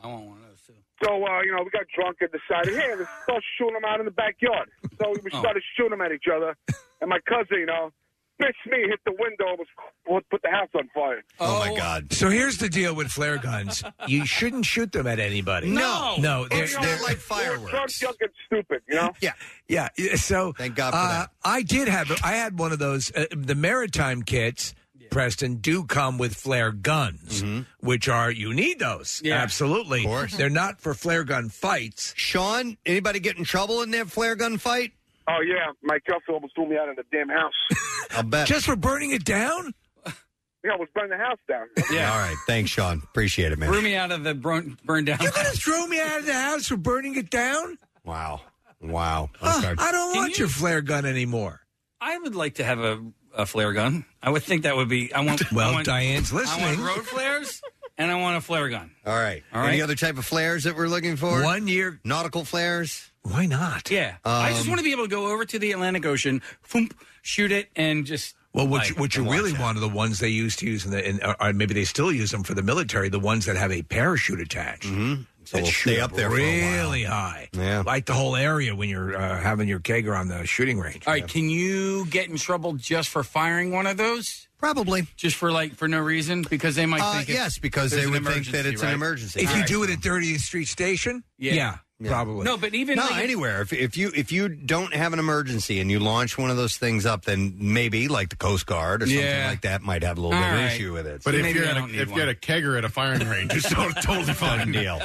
Speaker 25: So, uh, you know, we got drunk and decided, hey, let's start shooting them out in the backyard. So we started shooting them at each other, and my cousin, you know, bitched me, hit the window, and was, put the house on fire.
Speaker 2: Oh, my God.
Speaker 4: So here's the deal with flare guns you shouldn't shoot them at anybody.
Speaker 25: No.
Speaker 4: No,
Speaker 25: It's
Speaker 4: they're,
Speaker 25: not
Speaker 4: they're-
Speaker 25: like fireworks. Drunk, drunk, and stupid, you know?
Speaker 2: Yeah.
Speaker 4: Yeah. yeah, So
Speaker 2: thank God
Speaker 25: for
Speaker 4: that. I did have. I had one of those. Uh, the maritime kits, Preston, do come with flare guns, which are you need those.
Speaker 2: Yeah.
Speaker 4: Absolutely.
Speaker 2: Mm-hmm. Of course.
Speaker 4: They're not for flare gun fights.
Speaker 2: Sean, anybody get in trouble in that flare gun fight?
Speaker 25: Oh, yeah. My cousin almost threw me out of the damn house.
Speaker 2: I'll bet.
Speaker 4: Just for burning it down?
Speaker 25: Yeah, I was burning the house down.
Speaker 2: Yeah. All right. Thanks, Sean. Appreciate it, man.
Speaker 5: Threw me out of the burn, burned down.
Speaker 4: You gonna throw me out of the house for burning it down?
Speaker 2: Wow. Wow.
Speaker 4: Huh,
Speaker 5: sorry.
Speaker 4: I don't
Speaker 5: Can
Speaker 4: want
Speaker 5: you-
Speaker 4: your flare gun anymore.
Speaker 5: I would like to have a, a flare gun. I would think that would be. I want.
Speaker 4: Well,
Speaker 5: I want,
Speaker 4: Diane's
Speaker 5: I
Speaker 4: listening.
Speaker 5: want road flares, and I want a flare gun.
Speaker 2: All right.
Speaker 5: All right.
Speaker 2: Any other type of flares that we're looking for?
Speaker 4: One year.
Speaker 2: Nautical flares?
Speaker 4: Why not?
Speaker 5: Yeah, I
Speaker 2: Um,
Speaker 5: just want to be able to go over to the Atlantic Ocean, foomp, shoot it, and just.
Speaker 4: Well, what
Speaker 5: like,
Speaker 4: you, what you
Speaker 5: and watch
Speaker 4: really
Speaker 5: it.
Speaker 4: want are the ones they used to use in the, in, or, or maybe they still use them for the military. The ones that have a parachute attached. Mm-hmm.
Speaker 2: So we'll stay up there for a while.
Speaker 4: really high.
Speaker 2: Yeah.
Speaker 4: Light the whole area when you're uh, having your kegger on the shooting range.
Speaker 5: All right, can you get in trouble just for firing one of those?
Speaker 2: Probably.
Speaker 5: Just for like for no reason because they might
Speaker 2: Uh,
Speaker 5: think it's,
Speaker 2: yes, because
Speaker 5: there's
Speaker 2: they
Speaker 5: an
Speaker 2: would think that
Speaker 5: emergency,
Speaker 2: it's an
Speaker 5: right?
Speaker 2: emergency.
Speaker 4: If you
Speaker 2: All
Speaker 4: do it at 30th Street Station,
Speaker 5: Yeah.
Speaker 4: probably.
Speaker 5: No, but even
Speaker 2: no
Speaker 5: like-
Speaker 2: anywhere. If, if you if you don't have an emergency and you launch one of those things up, then maybe like the Coast Guard or something
Speaker 6: Yeah.
Speaker 2: like that might have a little bit of
Speaker 6: Alright.
Speaker 2: issue with it.
Speaker 6: But
Speaker 2: So
Speaker 6: if
Speaker 2: maybe
Speaker 6: you're
Speaker 2: I
Speaker 6: at a,
Speaker 2: don't need
Speaker 6: if
Speaker 2: one.
Speaker 6: you're at a kegger at a firing range, it's so- totally fine.
Speaker 2: deal.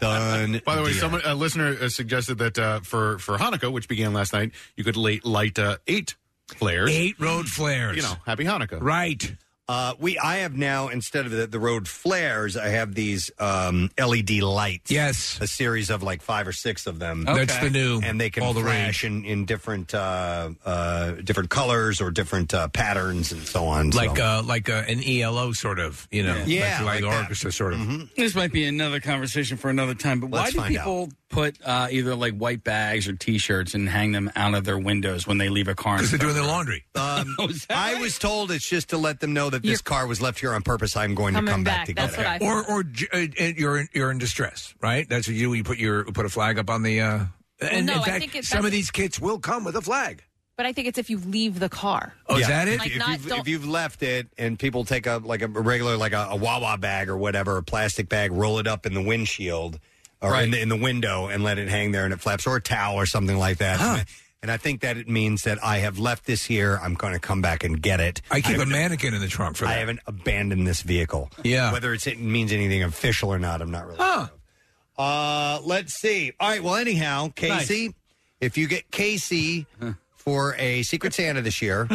Speaker 2: Done.
Speaker 6: By the way,
Speaker 2: deal.
Speaker 6: someone a listener uh, suggested that uh, for for Hanukkah, which began last night, you could late light uh, eight flares,
Speaker 4: eight road flares.
Speaker 6: You know, happy Hanukkah,
Speaker 4: right?
Speaker 2: Uh, we I have now instead of the, the road flares, I have these um, LED lights.
Speaker 4: Yes,
Speaker 2: a series of like five or six of them.
Speaker 4: That's Okay. the new-
Speaker 2: and they can
Speaker 4: all the
Speaker 2: flash in, in different uh, uh, different colors or different uh, patterns and so on.
Speaker 4: Like
Speaker 2: so.
Speaker 4: uh, like uh, an ELO sort of, you know, like, like,
Speaker 5: Yeah, like
Speaker 4: the
Speaker 5: that.
Speaker 4: orchestra sort of.
Speaker 2: Mm-hmm.
Speaker 5: This might be another conversation for another time, but
Speaker 4: Let's
Speaker 5: why
Speaker 4: find
Speaker 5: do people put uh, either like white bags or T-shirts and hang them out of their windows when they leave a car?
Speaker 4: Because they're doing their laundry.
Speaker 2: Um, I was told it's just to let them know that that this car was left here on purpose. I'm going to come back, to get it.
Speaker 4: Or or j- uh, uh, you're in, you're in distress, right? That's what you do. You put your put a flag up on the. Uh, and
Speaker 3: no,
Speaker 4: in
Speaker 3: I
Speaker 4: fact,
Speaker 3: think it-
Speaker 4: some
Speaker 3: that's-
Speaker 4: of these kits will come with a flag.
Speaker 3: But I think it's if you leave the car.
Speaker 4: Oh, is that it?
Speaker 3: Like
Speaker 2: if,
Speaker 3: not-
Speaker 2: you've,
Speaker 3: don't-
Speaker 2: if you've left it and people take a like a regular like a, a Wawa bag or whatever, a plastic bag, roll it up in the windshield or in, the, in the window and let it hang there and it flaps, or a towel or something like that. And I think that it means that I have left this here. I'm going to come back and get it.
Speaker 4: I keep a
Speaker 2: haven't-
Speaker 4: mannequin in the trunk for
Speaker 2: I
Speaker 4: that.
Speaker 2: haven't abandoned this vehicle.
Speaker 4: Yeah.
Speaker 2: Whether it's, it means anything official or not, I'm not really.
Speaker 4: Huh.
Speaker 2: Uh, let's see. All right. Well, anyhow, Casey, if you get Casey for a Secret Santa this year,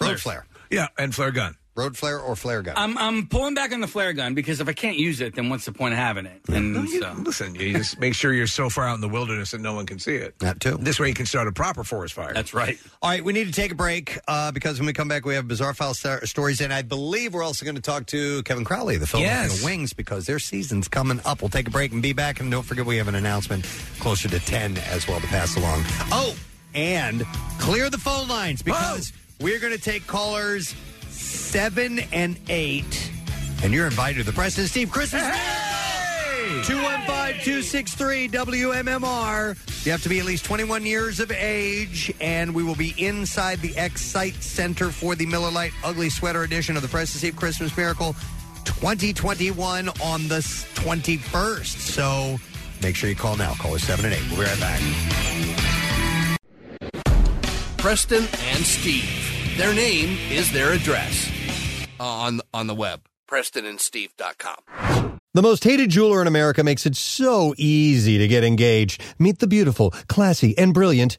Speaker 2: road flare.
Speaker 4: Yeah, and flare gun.
Speaker 2: Road flare or flare gun.
Speaker 5: I'm I'm pulling back on the flare gun because if I can't use it, then what's the point of having it? And so.
Speaker 4: Listen, you just make sure you're so far out in the wilderness that no one can see it.
Speaker 2: That too.
Speaker 4: This way, you can start a proper forest fire.
Speaker 5: That's right.
Speaker 2: All right, we need to take a break uh, because when we come back, we have bizarre file star- stories, and I believe we're also going to talk to Kevin Crowley, the Philadelphia
Speaker 4: Yes.
Speaker 2: Wings, because their season's coming up. We'll take a break and be back, and don't forget we have an announcement closer to ten as well to pass along. Oh, and clear the phone lines because we're going to take callers seven and eight, and you're invited to the President Steve Christmas. 215-263-WMMR. You have to be at least 21 years of age, and we will be inside the Excite Center for the Miller Lite Ugly Sweater Edition of the Precious Eve Christmas Miracle 2021 on the s- 21st. So make sure you call now. Call us 7 and 8. We'll be right back.
Speaker 16: Preston and Steve. Their name is their address
Speaker 26: Uh,
Speaker 16: on on the web. PrestonandSteve.com.
Speaker 17: The most hated jeweler in America makes it so easy to get engaged. Meet the beautiful, classy, and brilliant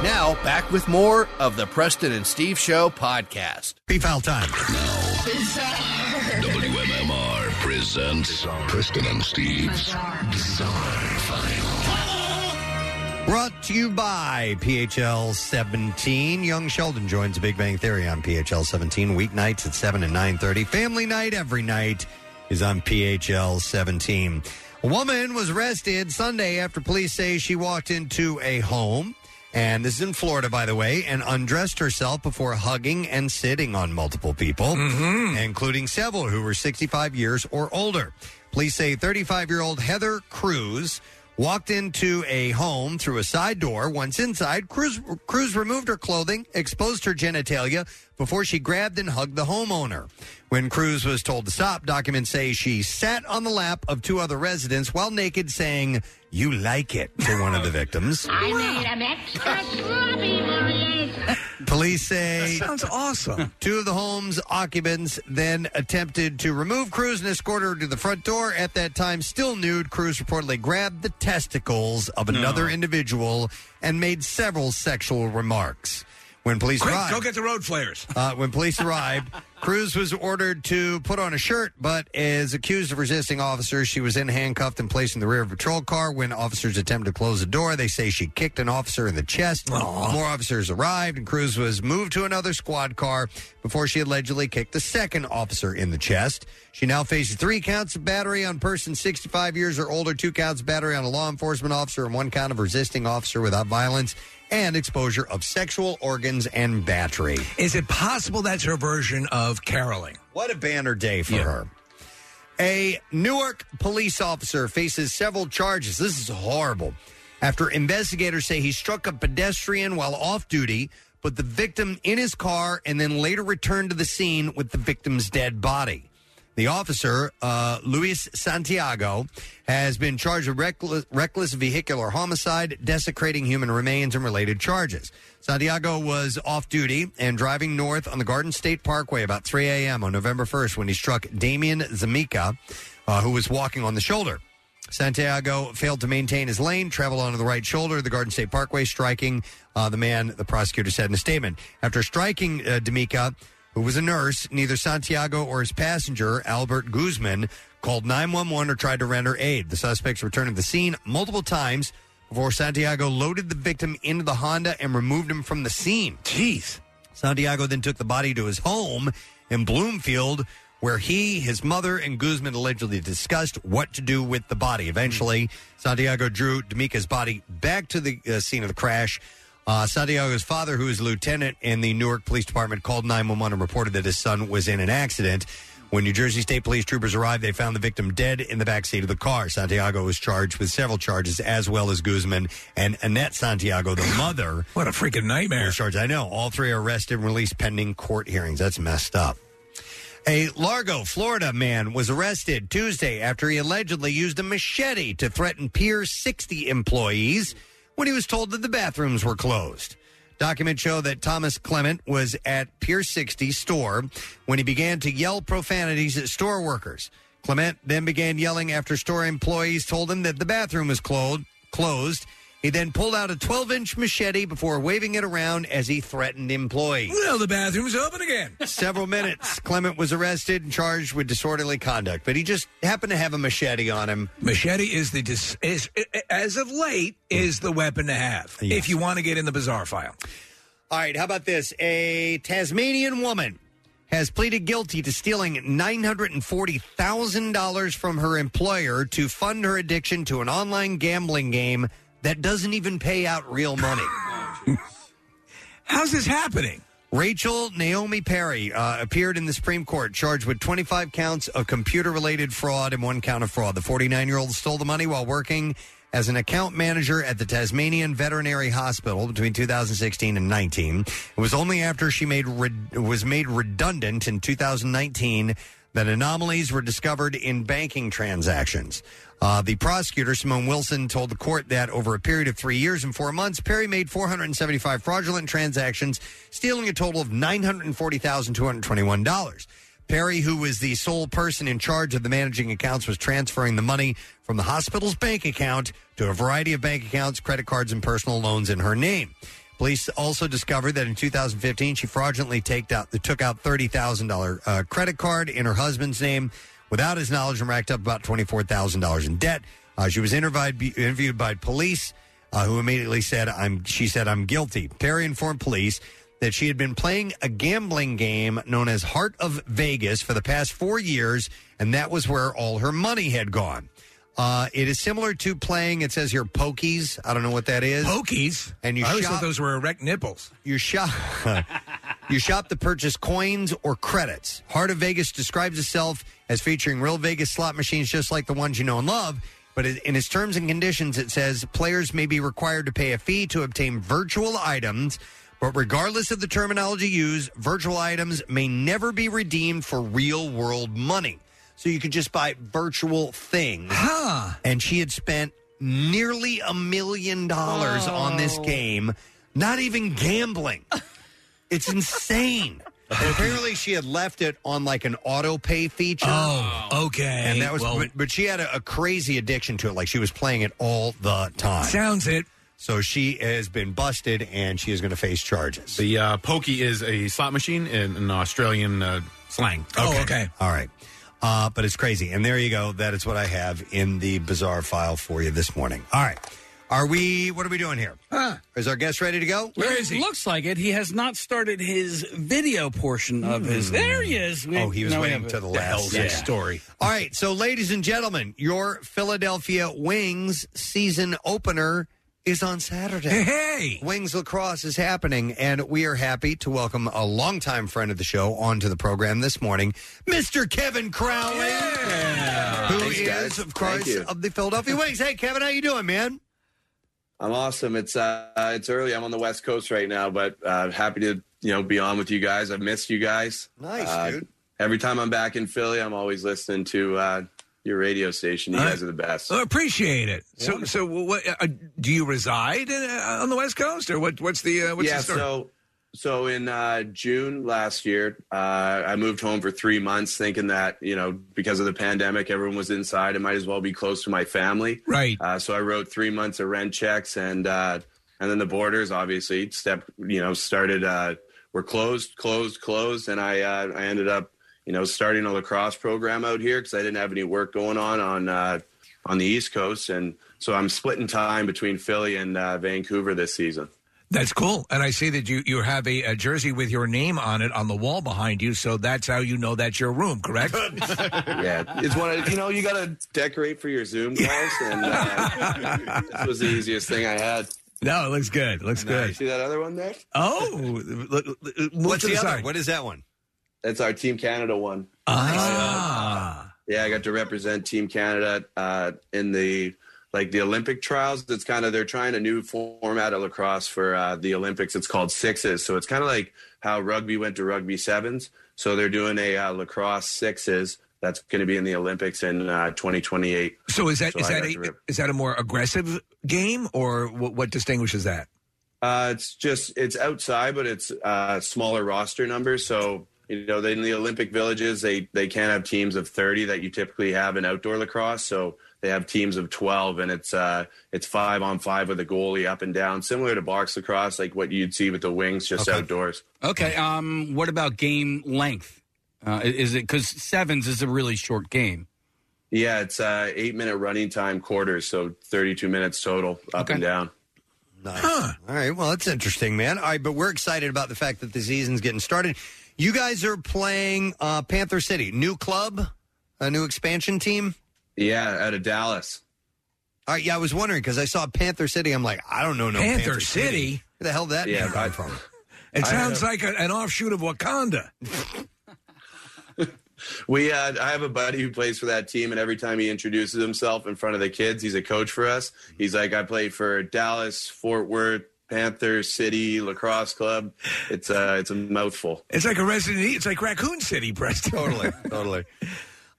Speaker 16: Now back with more of the Preston and Steve Show podcast.
Speaker 2: Pre-file time.
Speaker 27: WMMR presents Kristen and Steve's Bizarre
Speaker 2: Brought to you by PHL 17. Young Sheldon joins the Big Bang Theory on PHL 17 weeknights at 7 and 9:30. Family night every night is on PHL 17. A woman was arrested Sunday after police say she walked into a home and this is in Florida, by the way, and undressed herself before hugging and sitting on multiple people, including several who were 65 years or older. Police say 35 year old Heather Cruz walked into a home through a side door. Once inside, Cruz, Cruz removed her clothing, exposed her genitalia before she grabbed and hugged the homeowner. When Cruz was told to stop, documents say she sat on the lap of two other residents while naked, saying, You like it, to one of the victims.
Speaker 28: I made them extra sloppy, Maria.
Speaker 2: Police say
Speaker 28: That sounds
Speaker 4: awesome.
Speaker 2: Two of the home's occupants then attempted to remove Cruz and escort her to the front door. At that time, still nude, Cruz reportedly grabbed the testicles of another individual and made several sexual remarks. When police
Speaker 4: Quick,
Speaker 2: arrived,
Speaker 4: go get the road flares.
Speaker 2: uh, when police arrived, Cruz was ordered to put on a shirt, but is accused of resisting officers. She was in handcuffed and placed in the rear of a patrol car. When officers attempted to close the door, they say she kicked an officer in the chest. More officers arrived, and Cruz was moved to another squad car before she allegedly kicked the second officer in the chest. She now faces three counts of battery on person 65 years or older, two counts of battery on a law enforcement officer, and one count of resisting officer without violence. And exposure of sexual organs and battery.
Speaker 4: Is it possible that's her version of caroling?
Speaker 2: What a banner day for her. A Newark police officer faces several charges. This is horrible. After investigators say he struck a pedestrian while off duty, put the victim in his car, and then later returned to the scene with the victim's dead body. The officer, uh, Luis Santiago, has been charged with reckless, reckless vehicular homicide, desecrating human remains, and related charges. Santiago was off duty and driving north on the Garden State Parkway about 3 a.m. on November 1st when he struck Damian Zamika, uh, who was walking on the shoulder. Santiago failed to maintain his lane, traveled onto the right shoulder of the Garden State Parkway, striking uh, the man, the prosecutor said in a statement. After striking uh, D'Amica, who was a nurse, neither Santiago or his passenger, Albert Guzman, called 911 or tried to render aid. The suspects returned to the scene multiple times before Santiago loaded the victim into the Honda and removed him from the scene. Jeez. Santiago then took the body to his home in Bloomfield, where he, his mother, and Guzman allegedly discussed what to do with the body. Eventually, Santiago drew D'Amica's body back to the uh, scene of the crash. Uh, Santiago's father, who is a lieutenant in the Newark Police Department, called 911 and reported that his son was in an accident. When New Jersey State Police troopers arrived, they found the victim dead in the backseat of the car. Santiago was charged with several charges, as well as Guzman and Annette Santiago, the mother.
Speaker 4: What a freaking nightmare.
Speaker 2: were Charged. I know. All three are arrested and released pending court hearings. That's messed up. A Largo, Florida man was arrested Tuesday after he allegedly used a machete to threaten Pier 60 employees when he was told that the bathrooms were closed. Documents show that Thomas Clement was at Pier 60 store when he began to yell profanities at store workers. Clement then began yelling after store employees told him that the bathroom was closed. Closed. He then pulled out a 12-inch machete before waving it around as he threatened employees.
Speaker 4: Well, the bathroom's open again.
Speaker 2: Several minutes, Clement was arrested and charged with disorderly conduct, but he just happened to have a machete on him.
Speaker 4: Machete is the dis- is, as of late is the weapon to have if you want to get in the bizarre file.
Speaker 2: All right, how about this? A Tasmanian woman has pleaded guilty to stealing $940,000 from her employer to fund her addiction to an online gambling game that doesn't even pay out real money.
Speaker 4: How's this happening?
Speaker 2: Rachel Naomi Perry uh, appeared in the Supreme Court charged with 25 counts of computer related fraud and one count of fraud. The 49 year old stole the money while working as an account manager at the Tasmanian Veterinary Hospital between 2016 and 19. It was only after she made re- was made redundant in 2019 that anomalies were discovered in banking transactions. Uh, the prosecutor, Simone Wilson, told the court that over a period of three years and four months, Perry made 475 fraudulent transactions, stealing a total of $940,221. Perry, who was the sole person in charge of the managing accounts, was transferring the money from the hospital's bank account to a variety of bank accounts, credit cards, and personal loans in her name. Police also discovered that in 2015, she fraudulently taked out, took out $30,000 uh, credit card in her husband's name without his knowledge and racked up about $24,000 in debt. Uh, she was interviewed, interviewed by police uh, who immediately said, I'm, she said, I'm guilty. Perry informed police that she had been playing a gambling game known as Heart of Vegas for the past four years, and that was where all her money had gone. Uh, it is similar to playing, it says here, pokies. I don't know what that is.
Speaker 4: Pokies?
Speaker 2: And you
Speaker 4: I always
Speaker 2: shop,
Speaker 4: thought those were erect nipples.
Speaker 2: you shop you shop to purchase coins or credits. Heart of Vegas describes itself as featuring real Vegas slot machines just like the ones you know and love. But it- in its terms and conditions, it says players may be required to pay a fee to obtain virtual items. But regardless of the terminology used, virtual items may never be redeemed for real world money. So you could just buy virtual things.
Speaker 4: Huh.
Speaker 2: And she had spent nearly a million dollars on this game, not even gambling. It's insane. And apparently, she had left it on like an auto pay feature.
Speaker 4: Oh, okay.
Speaker 2: And that was,
Speaker 4: Well-
Speaker 2: but, but she had a, a crazy addiction to it. Like she was playing it all the time.
Speaker 4: Sounds it.
Speaker 2: So she has been busted, and she is going to face charges.
Speaker 6: The uh, pokey is a slot machine in, in Australian uh, slang.
Speaker 4: Oh,
Speaker 2: Okay. All right. Uh, but it's crazy. And there you go. That is what I have in the bizarre file for you this morning. All right. Are we, what are we doing here? Is our guest ready to go?
Speaker 5: Where is he? Looks like it. He has not started his video portion of his. There he is. We-
Speaker 2: oh, he was
Speaker 5: now we
Speaker 2: waiting
Speaker 5: have
Speaker 2: to
Speaker 5: it.
Speaker 2: the last
Speaker 5: Yeah.
Speaker 2: All right, so ladies and gentlemen, your Philadelphia Wings season opener is on Saturday.
Speaker 4: Hey,
Speaker 2: Wings lacrosse is happening, and we are happy to welcome a longtime friend of the show onto the program this morning, Mr. Kevin Crowley, who
Speaker 26: Thanks,
Speaker 2: is,
Speaker 26: guys.
Speaker 2: of
Speaker 26: Thank
Speaker 2: course,
Speaker 26: you.
Speaker 2: of the Philadelphia Wings. Hey, Kevin, how you doing, man?
Speaker 26: I'm awesome. It's uh, uh, it's early. I'm on the West Coast right now, but uh, happy to you know be on with you guys. I've missed you guys.
Speaker 2: Nice,
Speaker 26: Uh,
Speaker 2: dude.
Speaker 26: Every time I'm back in Philly, I'm always listening to uh, your radio station. You
Speaker 4: Uh,
Speaker 26: guys are the best.
Speaker 4: I appreciate it. So, so what? Uh, do you reside in, uh, on the West Coast, or what? What's the uh, what's
Speaker 26: yeah.
Speaker 4: the story?
Speaker 26: So so in uh, June last year, uh, I moved home for three months, thinking that you know because of the pandemic, everyone was inside. I might as well be close to my family.
Speaker 4: Right.
Speaker 26: Uh, so I wrote three months of rent checks, and uh, and then the borders obviously step you know started uh, were closed, closed, closed, and I uh, I ended up you know, starting a lacrosse program out here because I didn't have any work going on on uh, on the East Coast, and so I'm splitting time between Philly and uh, Vancouver this season.
Speaker 4: That's cool. And I see that you, you have a, a jersey with your name on it on the wall behind you. So that's how you know that's your room, correct?
Speaker 26: yeah, it's one. Of, you know, you got to decorate for your Zoom calls, and uh, this was the easiest thing I had.
Speaker 4: No, it looks good. It looks
Speaker 26: Now, you
Speaker 4: good.
Speaker 26: See that other one there?
Speaker 4: Oh, look, look, look,
Speaker 26: What's
Speaker 4: to
Speaker 26: the other-
Speaker 4: side.
Speaker 2: What is that one?
Speaker 26: That's our Team Canada one.
Speaker 4: Ah.
Speaker 26: Yeah, I got to represent Team Canada uh, in the like the Olympic trials. It's kind of they're trying a new format of lacrosse for uh, the Olympics. It's called sixes, so it's kind of like how rugby went to rugby sevens. So they're doing a uh, lacrosse sixes. That's going to be in the Olympics in uh, 2028.
Speaker 4: So is that
Speaker 26: So
Speaker 4: is
Speaker 26: I
Speaker 4: that
Speaker 26: got to
Speaker 4: a,
Speaker 26: rip.
Speaker 4: is that a more aggressive game or what, what distinguishes that?
Speaker 26: Uh, it's just it's outside, but it's uh, smaller roster numbers. So you know, they, in the Olympic villages, they they can't have teams of thirty that you typically have in outdoor lacrosse. So they have teams of twelve, and it's uh, it's five on five with a goalie up and down, similar to box lacrosse, like what you'd see with the wings, just outdoors.
Speaker 5: Okay. Um, what about game length? Uh, is it because sevens is a really short game?
Speaker 26: Yeah, it's uh, eight minute running time quarters, so thirty two minutes total up and down.
Speaker 2: Nice. All right. Well, that's interesting, man. All right, but we're excited about the fact that the season's getting started. You guys are playing uh, Panther City, new club, a new expansion team.
Speaker 26: Yeah, out of Dallas.
Speaker 2: All right. Yeah, I was wondering because I saw Panther City. I'm like, "Ah." I don't know no
Speaker 4: Panther
Speaker 2: Panther,
Speaker 4: City?
Speaker 2: Where the hell that
Speaker 4: Yeah,
Speaker 2: name
Speaker 4: I-
Speaker 2: come from?
Speaker 4: It
Speaker 26: I
Speaker 4: sounds
Speaker 26: know.
Speaker 4: like a, an offshoot of Wakanda.
Speaker 26: We, uh, I have a buddy who plays for that team, and every time he introduces himself in front of the kids, he's a coach for us. He's like, I played for Dallas, Fort Worth, Panther City Lacrosse Club. It's uh, it's a mouthful.
Speaker 4: It's like a Resident Evil. It's like Raccoon City, Preston.
Speaker 2: Totally. Totally.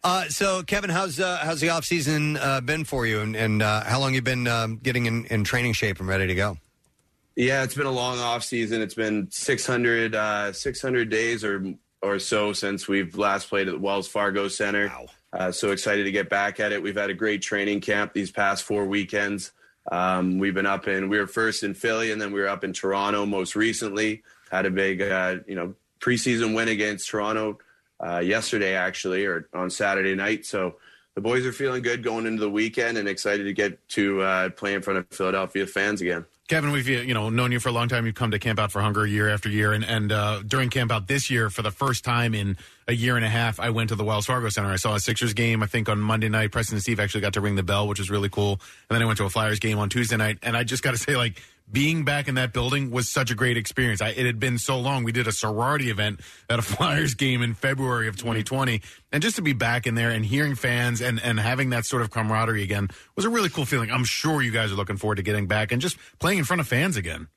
Speaker 2: Uh, so, Kevin, how's uh, how's the off season uh, been for you, and, and uh, how long you been um, getting in, in training shape and ready to go?
Speaker 26: Yeah, it's been a long off season. It's been 600, uh, 600 days or or so since we've last played at Wells Fargo Center. Uh, so excited to get back at it. We've had a great training camp these past four weekends. Um, we've been up in we were first in Philly, and then we were up in Toronto most recently. Had a big uh, you know preseason win against Toronto uh, yesterday, actually, or on Saturday night. So the boys are feeling good going into the weekend, and excited to get to uh, play in front of Philadelphia fans again.
Speaker 6: Kevin, we've you know known you for a long time. You've come to Camp Out for Hunger year after year, and and uh, during Camp Out this year, for the first time in a year and a half, I went to the Wells Fargo Center. I saw a Sixers game. I think on Monday night, Preston and Steve actually got to ring the bell, which was really cool. And then I went to a Flyers game on Tuesday night, and I just got to say, like being back in that building was such a great experience. I, it had been so long. We did a sorority event at a Flyers game in February of 2020, and just to be back in there and hearing fans and and having that sort of camaraderie again was a really cool feeling. I'm sure you guys are looking forward to getting back and just playing in front of fans again.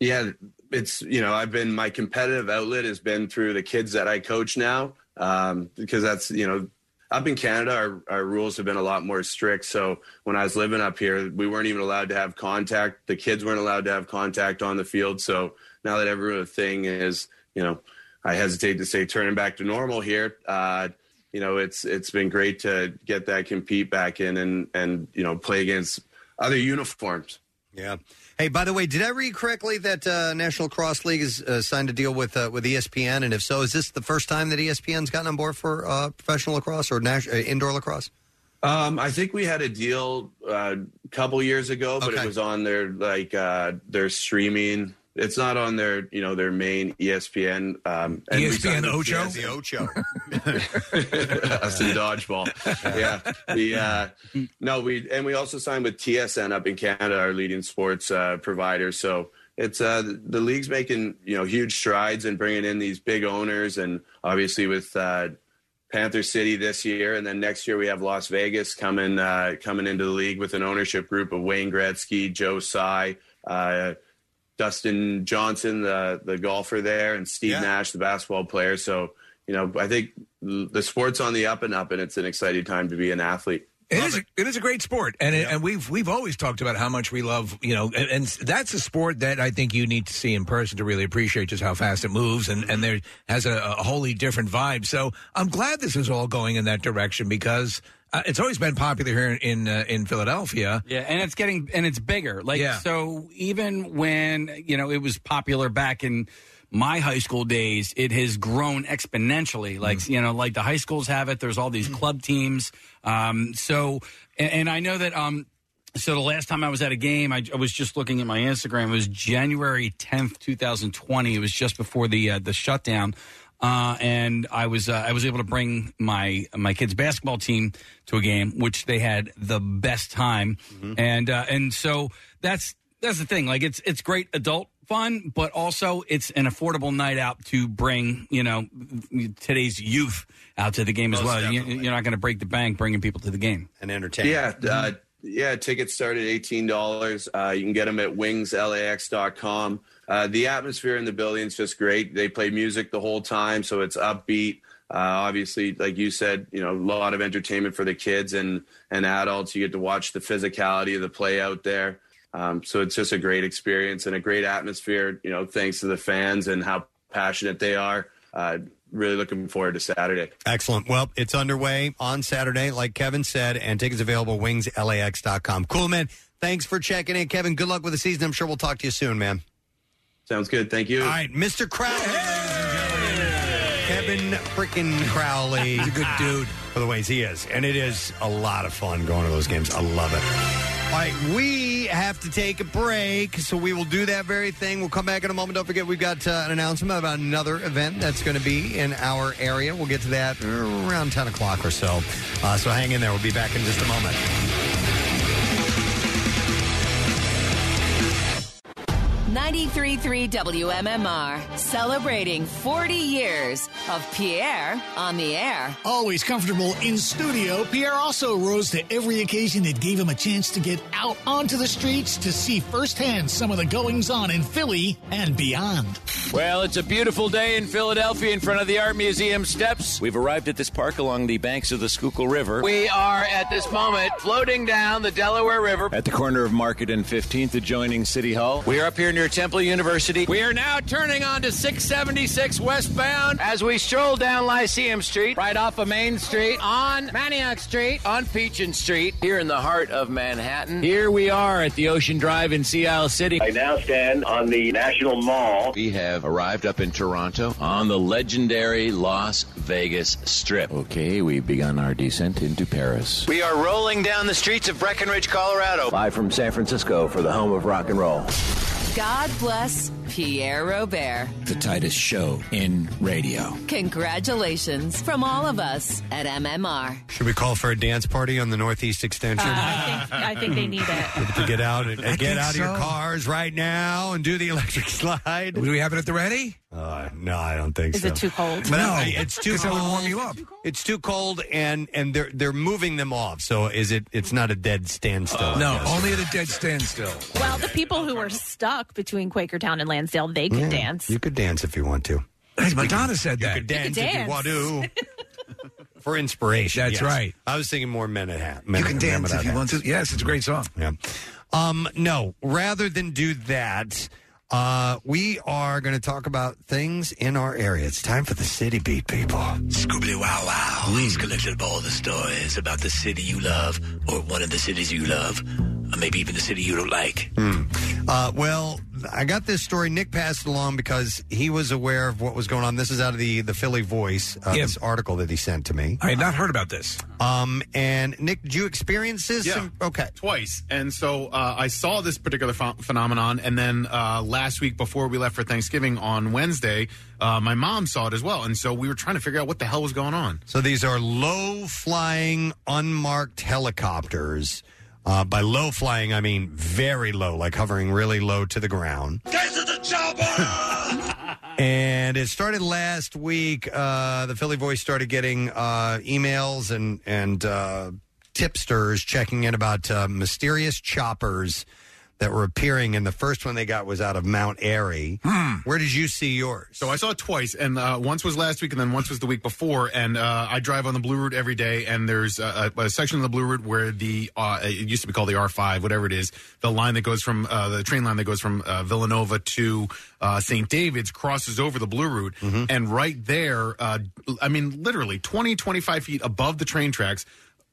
Speaker 26: Yeah, it's you know I've been my competitive outlet has been through the kids that I coach now um, because that's you know up in Canada our, our rules have been a lot more strict. So when I was living up here, we weren't even allowed to have contact. The kids weren't allowed to have contact on the field. So now that everything is you know I hesitate to say turning back to normal here. Uh, you know, it's it's been great to get that compete back in and and you know play against other uniforms.
Speaker 2: Yeah. Hey, by the way, did I read correctly that uh, National Cross League has uh, signed a deal with uh, with ESPN? And if so, is this the first time that E ESPN's gotten on board for uh, professional lacrosse or nas- uh, indoor lacrosse?
Speaker 26: Um, I think we had a deal uh, a couple years ago, but it was on their like uh, their streaming. It's not on their you know their main E ESPN. Um, and
Speaker 14: E
Speaker 26: we signed
Speaker 4: ESPN
Speaker 26: the-
Speaker 4: Ocho?
Speaker 26: the Ocho. Us in dodgeball. Yeah. The uh, no, we and we also signed with TSN up in Canada, our leading sports uh, provider. So it's uh, the, the league's making you know huge strides and bringing in these big owners, and obviously with uh, Panther City this year, and then next year we have Las Vegas coming uh, coming into the league with an ownership group of Wayne Gretzky, Joe Tsai, uh, Dustin Johnson, the the golfer there, and Steve Nash, the basketball player. So you know, I think the sport's on the up and up, and it's an exciting time to be an athlete.
Speaker 4: It is, it is a great sport, and it, and we've we've always talked about how much we love you know, and, and that's a sport that I think you need to see in person to really appreciate just how fast it moves, and
Speaker 2: Mm-hmm.
Speaker 4: and there has a, a wholly different vibe. So I'm glad this is all going in that direction because Uh, it's always been popular here in in, uh, in Philadelphia.
Speaker 5: Yeah, and it's getting and it's bigger. Like
Speaker 4: Yeah.
Speaker 5: so even when, you know, it was popular back in my high school days, it has grown exponentially. Like, you know, like the high schools have it, there's all these club teams. Um so and, and I know that um so the last time I was at a game, I, I was just looking at my Instagram. It was January 10th, 2020. It was just before the uh, the shutdown. Uh, and I was uh, I was able to bring my my kids basketball team to a game, which they had the best time, and uh, and so that's that's the thing. Like it's it's great adult fun, but also it's an affordable night out to bring you know today's youth out to the game as
Speaker 26: Most
Speaker 5: well. You, you're not going to break the bank bringing people to the game
Speaker 2: and entertain.
Speaker 26: Yeah, uh,
Speaker 2: Mm-hmm.
Speaker 26: yeah. Tickets start at eighteen dollars. Uh, you can get them at wingslax.com. Uh, the atmosphere in the building is just great. They play music the whole time, so it's upbeat. Uh, obviously, like you said, you know, a lot of entertainment for the kids and and adults. You get to watch the physicality of the play out there. Um, so it's just a great experience and a great atmosphere. You know, thanks to the fans and how passionate they are. Uh, really looking forward to Saturday.
Speaker 2: Excellent. Well, it's underway on Saturday, like Kevin said, and tickets available at wingslax.com. Cool, man. Thanks for checking in, Kevin. Good luck with the season. I'm sure we'll talk to you soon, man.
Speaker 26: Sounds good. Thank you.
Speaker 2: All right, Mr. Crowley. Kevin freaking Crowley. He's a good dude. For the ways he is. And it is a lot of fun going to those games. I love it. All right, we have to take a break, so we will do that very thing. We'll come back in a moment. Don't forget, we've got uh, an announcement about another event that's going to be in our area. We'll get to that around 10 o'clock or so. Uh, so hang in there. We'll be back in just a moment.
Speaker 29: Ninety-three-three WMMR, celebrating 40 years of Pierre on the air.
Speaker 8: Always comfortable in studio, Pierre also rose to every occasion that gave him a chance to get out onto the streets to see firsthand some of the goings on in Philly and beyond.
Speaker 14: Well, it's a beautiful day in Philadelphia in front of the Art Museum steps. We've arrived at this park along the banks of the Schuylkill River. We are at this moment floating down the Delaware River. at the corner of Market and 15th adjoining City Hall. We are up here near Temple University. We are now turning onto 676 westbound as we stroll down Lyceum Street, right off of Main Street, on Manioc Street, on Peachin Street, here in the heart of Manhattan. Here we are at the Ocean Drive in Sea Isle City. I now stand on the National Mall. We have arrived up in Toronto on the legendary Las Vegas Strip. Okay, we've begun our descent into Paris. We are rolling down the streets of Breckenridge, Colorado. Live from San Francisco for the home of rock and roll.
Speaker 29: God bless Pierre Robert.
Speaker 14: The Titus Show in radio.
Speaker 29: Congratulations from all of us at MMR.
Speaker 2: Should we call for a dance party on the Northeast Extension?
Speaker 3: I think Oh, I think they need it.
Speaker 2: to get out and
Speaker 3: I
Speaker 2: get
Speaker 3: think
Speaker 2: out of your
Speaker 3: so.
Speaker 2: cars right now and do the electric slide. Do
Speaker 4: we have it at the ready?
Speaker 2: Uh, no, I don't think
Speaker 3: Is
Speaker 2: so.
Speaker 3: it too cold?
Speaker 2: But I- I- it's too
Speaker 4: 'Cause that
Speaker 2: cold.
Speaker 4: would warm you up.
Speaker 2: It's too cold, and and they're they're moving them off. So is it? It's not a dead
Speaker 3: Uh,
Speaker 2: standstill. I
Speaker 4: no,
Speaker 2: guess.
Speaker 4: only at a dead standstill.
Speaker 3: Well, the people who are stuck between Quakertown and Lansdale, they can
Speaker 2: Yeah,
Speaker 3: dance.
Speaker 2: You could dance if you want to.
Speaker 4: Madonna said that.
Speaker 2: You could
Speaker 3: You
Speaker 2: dance,
Speaker 3: could
Speaker 2: if you want to. For inspiration.
Speaker 4: That's
Speaker 2: yes.
Speaker 4: right.
Speaker 2: I was thinking more Manhattan.
Speaker 4: You can dance if you want to. Yes, it's a great song.
Speaker 2: Yeah. Um, no, rather than do that, uh, we are going to talk about things in our area. It's time for the City Beat, people.
Speaker 19: Scoobly Wow Wow.
Speaker 11: Hmm.
Speaker 19: He's collected all the stories about the city you love, or one of the cities you love, or maybe even the city you don't like.
Speaker 2: Uh, well, I got this story. Nick passed it along because he was aware of what was going on. This is out of the, the Philly Voice, uh,
Speaker 4: Yeah.
Speaker 2: this article that he sent to me.
Speaker 4: I had not heard about this.
Speaker 2: Um, and Nick, did you experience this? Some- okay.
Speaker 6: Twice. And so uh, I saw this particular pho- phenomenon. And then uh, last week, before we left for Thanksgiving on Wednesday, uh, my mom saw it as well. And so we were trying to figure out what the hell was going on.
Speaker 2: So these are low flying, unmarked helicopters. Uh, by low flying, I mean very low, like hovering really low to the ground.
Speaker 19: This is a chopper!
Speaker 2: And it started last week. Uh, the Philly Voice started getting uh, emails and and uh, tipsters checking in about uh, mysterious choppers that were appearing. And the first one they got was out of Mount Airy. Where did you see yours?
Speaker 6: So I saw it twice, and uh, once was last week, and then once was the week before. And uh, I drive on the Blue Route every day, and there's a, a, a section of the Blue Route where the uh, it used to be called the R5, whatever it is, the line that goes from uh, the train line that goes from uh, Villanova to uh, St. David's crosses over the Blue Route, and right there, uh, I mean, literally 20, 25 feet above the train tracks.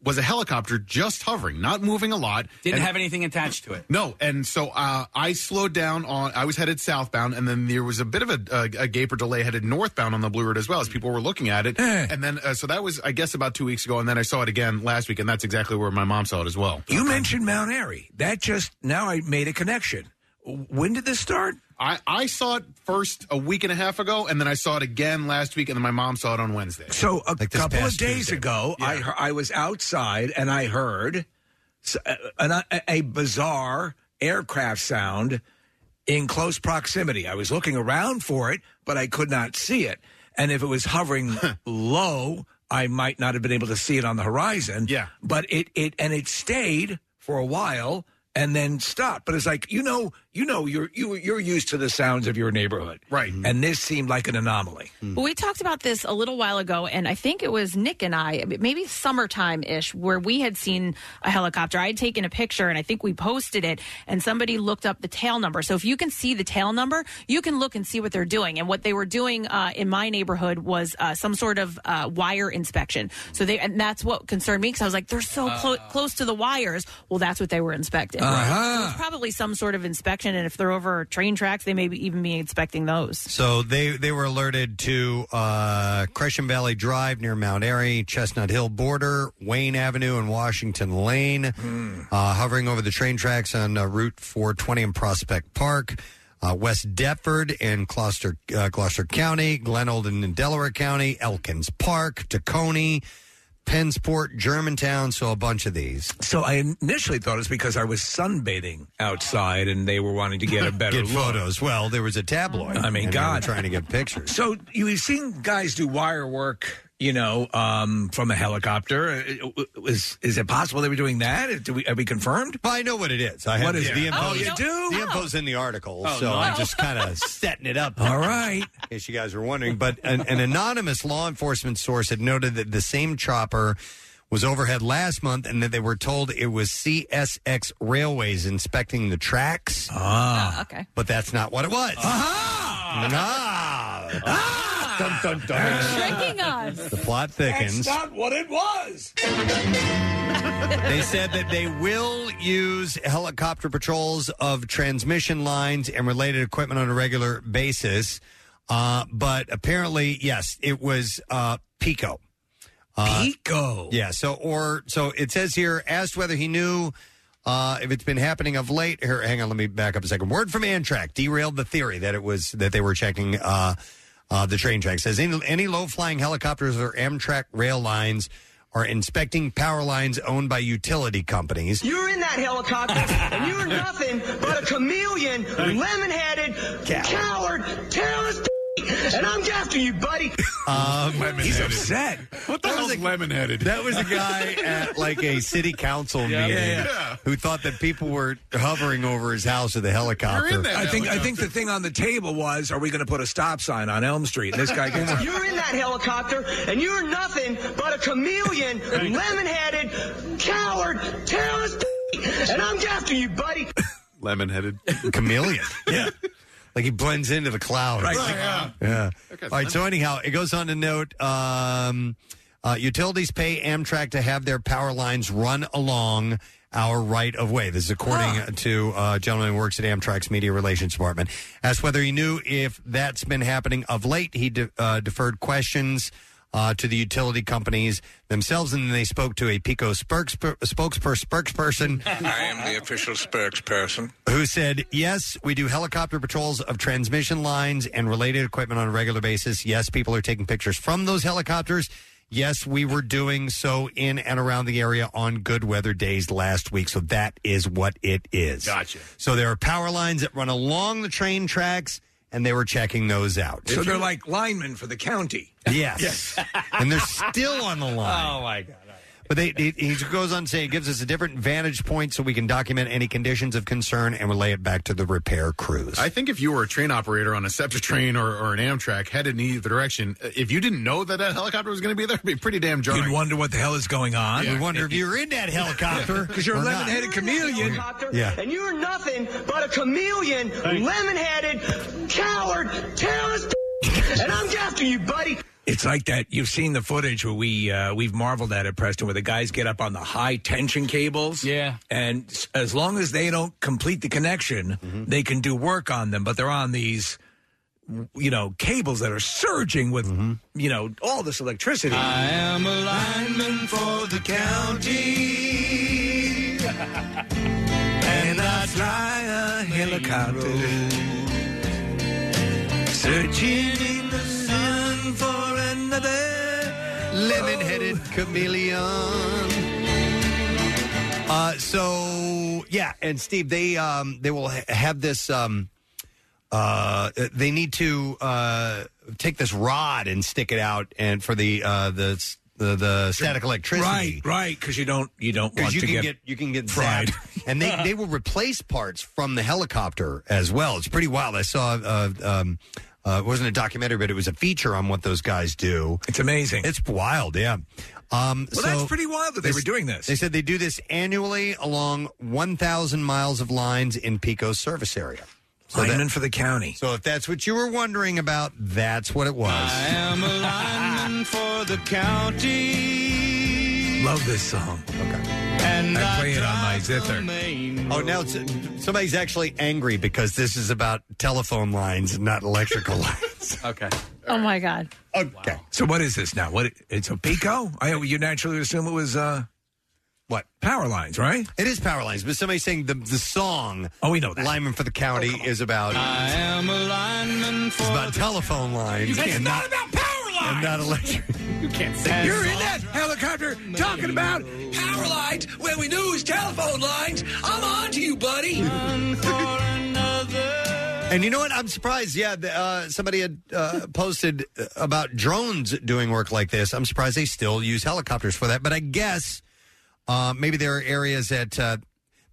Speaker 6: was a helicopter just hovering, not moving a lot.
Speaker 5: Didn't
Speaker 6: And-
Speaker 5: have anything attached to it.
Speaker 6: no, and so uh, I slowed down on. I was headed southbound, and then there was a bit of a, a, a gaper delay headed northbound on the Blue Route as well as people were looking at it.
Speaker 4: Eh.
Speaker 6: and then, uh, so that was, I guess, about two weeks ago, and then I saw it again last week, and that's exactly where my mom saw it as well.
Speaker 4: You mentioned Mount Airy. That just now I made a connection. When did this start?
Speaker 6: I, I saw it first a week and a half ago, and then I saw it again last week, and then my mom saw it on Wednesday.
Speaker 4: So a couple of
Speaker 6: past
Speaker 4: days
Speaker 6: Tuesday.
Speaker 4: ago, I he- I was outside and I heard s- a, a, a bizarre aircraft sound in close proximity. I was looking around for it, but I could not see it. And if it was hovering low, I might not have been able to see it on the horizon. Yeah. But it it and it stayed for a while and then stopped. But it's like you know you know you're you, you're used to the sounds of your neighborhood, right? And this seemed like an anomaly.
Speaker 3: Well, we talked about this a little while ago, and I think it was Nick and I, maybe summertime ish, where we had seen a helicopter. I had taken a picture, and I think we posted it, and somebody looked up the tail number. So if you can see the tail number, you can look and see what they're doing. And what they were doing uh, in my neighborhood was uh, some sort of uh, wire inspection. So they, and that's what concerned me because I was like, they're so clo- close to the wires. Well, that's what they were inspecting.
Speaker 2: Uh-huh.
Speaker 3: So it's probably some sort of inspection, and if they're over train tracks, they may be even be inspecting those.
Speaker 2: So they, they were alerted to uh, Crescent Valley Drive near Mount Airy, Chestnut Hill border, Wayne Avenue, and Washington Lane,
Speaker 23: Hmm.
Speaker 2: uh, hovering over the train tracks on uh, Route 420 in Prospect Park, uh, West Deptford in Gloucester, uh, Gloucester County, Glen Olden in Delaware County, Elkins Park, Tacony, Pennsport, Germantown. So a bunch of these.
Speaker 4: So I initially thought it was because I was sunbathing outside and they were wanting to get a better
Speaker 2: Get
Speaker 4: look.
Speaker 2: photos. Well, there was a tabloid.
Speaker 4: I mean,
Speaker 2: and they were
Speaker 4: God,
Speaker 2: trying to get pictures.
Speaker 4: So you've seen guys do wire work, you know, um, from a helicopter. Uh, Is is it possible they were doing that? Do we are we confirmed?
Speaker 2: Well, I know what it is. I have
Speaker 4: what is
Speaker 2: the
Speaker 4: it?
Speaker 2: info.
Speaker 4: Oh, you do?
Speaker 2: The info's in the article,
Speaker 4: Oh,
Speaker 2: so
Speaker 4: no.
Speaker 2: I'm just kind of setting it up.
Speaker 4: All right.
Speaker 2: In case you guys were wondering, but an, an anonymous law enforcement source had noted that the same chopper was overhead last month, and that they were told it was CSX Railways inspecting the tracks.
Speaker 4: Ah,
Speaker 3: okay.
Speaker 2: But that's not what it was. Ah. Dun, dun, dun.
Speaker 3: Tricking us.
Speaker 2: The plot thickens.
Speaker 4: what it was.
Speaker 2: they said that they will use helicopter patrols of transmission lines and related equipment on a regular basis. Uh, but apparently, yes, it was uh, Pico. Uh,
Speaker 4: Pico.
Speaker 2: Yeah. So, or so it says here. Asked whether he knew uh, if it's been happening of late. Here, hang on. Let me back up a second. Word from Amtrak derailed the theory that it was that they were checking uh, uh, the train tracks. Says any, any low flying helicopters or Amtrak rail lines are inspecting power lines owned by utility companies.
Speaker 9: You're in that helicopter, and you're nothing but a chameleon, lemon-headed, coward, terrorist, and I'm after you, buddy.
Speaker 2: Um,
Speaker 9: He's
Speaker 4: upset.
Speaker 2: What the hell's lemon headed? That was a guy at like a city council
Speaker 4: Yeah,
Speaker 2: meeting
Speaker 4: yeah, yeah.
Speaker 2: who thought that people were hovering over his house with a helicopter.
Speaker 4: I think I think the thing on the table was: Are we going to put a stop sign on Elm Street? And this guy gets.
Speaker 9: You're in that helicopter, and you're nothing but a chameleon, lemon-headed, coward, terrorist, and I'm after you, buddy.
Speaker 2: lemon headed chameleon. yeah. Like he blends into the clouds.
Speaker 9: Right,
Speaker 2: yeah.
Speaker 9: yeah.
Speaker 2: All right. So anyhow, it goes on to note um, uh, utilities pay Amtrak to have their power lines run along our right of way. This is according
Speaker 9: Ah.
Speaker 2: to uh, a gentleman who works at Amtrak's media relations department. Asked whether he knew if that's been happening of late, he de- uh, deferred questions. Uh, to the utility companies themselves, and then they spoke to a Pico spokes- spokesperson, spokesperson
Speaker 4: I am the official spokesperson.
Speaker 2: who said, Yes, we do helicopter patrols of transmission lines and related equipment on a regular basis. Yes, people are taking pictures from those helicopters. Yes, we were doing so in and around the area on good weather days last week. So that is what it is. Gotcha. So there are power lines that run along the train tracks, and they were checking those out.
Speaker 4: So they're like linemen for the county.
Speaker 2: Yes. and they're still on the line. Oh, my God. But they, they, he goes on to say it gives us a different vantage point so we can document any conditions of concern and relay it back to the repair crews.
Speaker 6: I think if you were a train operator on a SEPTA train or, or an Amtrak headed in either direction, if you didn't know that that helicopter was going to be there, it'd be pretty damn jarring.
Speaker 4: You'd wonder what the hell is going on.
Speaker 6: Yeah.
Speaker 4: You
Speaker 2: wonder if you were in that helicopter
Speaker 4: because you're a
Speaker 2: or not.
Speaker 4: lemon-headed chameleon.
Speaker 2: Yeah.
Speaker 9: And you're nothing but a chameleon, lemon-headed, coward, terrorist, and I'm after you, buddy.
Speaker 4: It's like that. You've seen the footage where we uh, we've marveled at it, Preston, where the guys get up on the high tension cables. Yeah, and s- as long as they don't complete the connection, they can do work on them. But they're on these, you know, cables that are surging with, you know, all this electricity. Mm-hmm. I am a lineman for the county, and I fly a helicopter, searching in the sun for another
Speaker 2: lemon-headed chameleon. Uh, so yeah, and Steve, they um, they will ha- have this. Um, uh, they need to uh, take this rod and stick it out, and for the uh, the, s- the the static electricity,
Speaker 4: Right, right, because you don't you don't want
Speaker 2: Because you
Speaker 4: to
Speaker 2: can
Speaker 4: get,
Speaker 2: get, you can get
Speaker 4: fried.
Speaker 2: zapped. and they they will replace parts from the helicopter as well. It's pretty wild. I saw uh, um, uh, it wasn't a documentary, but it was a feature on what those guys do.
Speaker 4: It's amazing.
Speaker 2: It's wild. Yeah. Um,
Speaker 4: Well,
Speaker 2: so
Speaker 4: that's pretty wild that they were doing this.
Speaker 2: They said they do this annually along 1,000 miles of lines in Pico's service area. So that-
Speaker 4: for the county.
Speaker 2: So if that's what you were wondering about, that's what it was. I
Speaker 4: am a lineman for the county. Love this song. Okay.
Speaker 2: And
Speaker 4: I play it on my zither.
Speaker 2: Oh, now it's, somebody's actually angry because this is about telephone lines, not electrical lines.
Speaker 5: Okay.
Speaker 3: Oh my God!
Speaker 2: Okay.
Speaker 4: So what is this now? What it's a Pico? I you naturally assume it was uh what? Power lines, right?
Speaker 2: It is power lines, but somebody's saying the the song
Speaker 4: Oh, we know that. Oh,
Speaker 2: Lyman for the County is about
Speaker 5: am a lineman for
Speaker 2: it's about telephone lines.
Speaker 4: You can't-
Speaker 2: and
Speaker 4: It's not about power lines.
Speaker 2: And not electric. you can't
Speaker 4: You're in that helicopter talking about power lines when we knew it was telephone lines. I'm on to you, buddy.
Speaker 2: And you know what? I'm surprised. Yeah, the, uh, somebody had uh, posted uh, about drones doing work like this. I'm surprised they still use helicopters for that. But I guess uh, maybe there are areas that uh,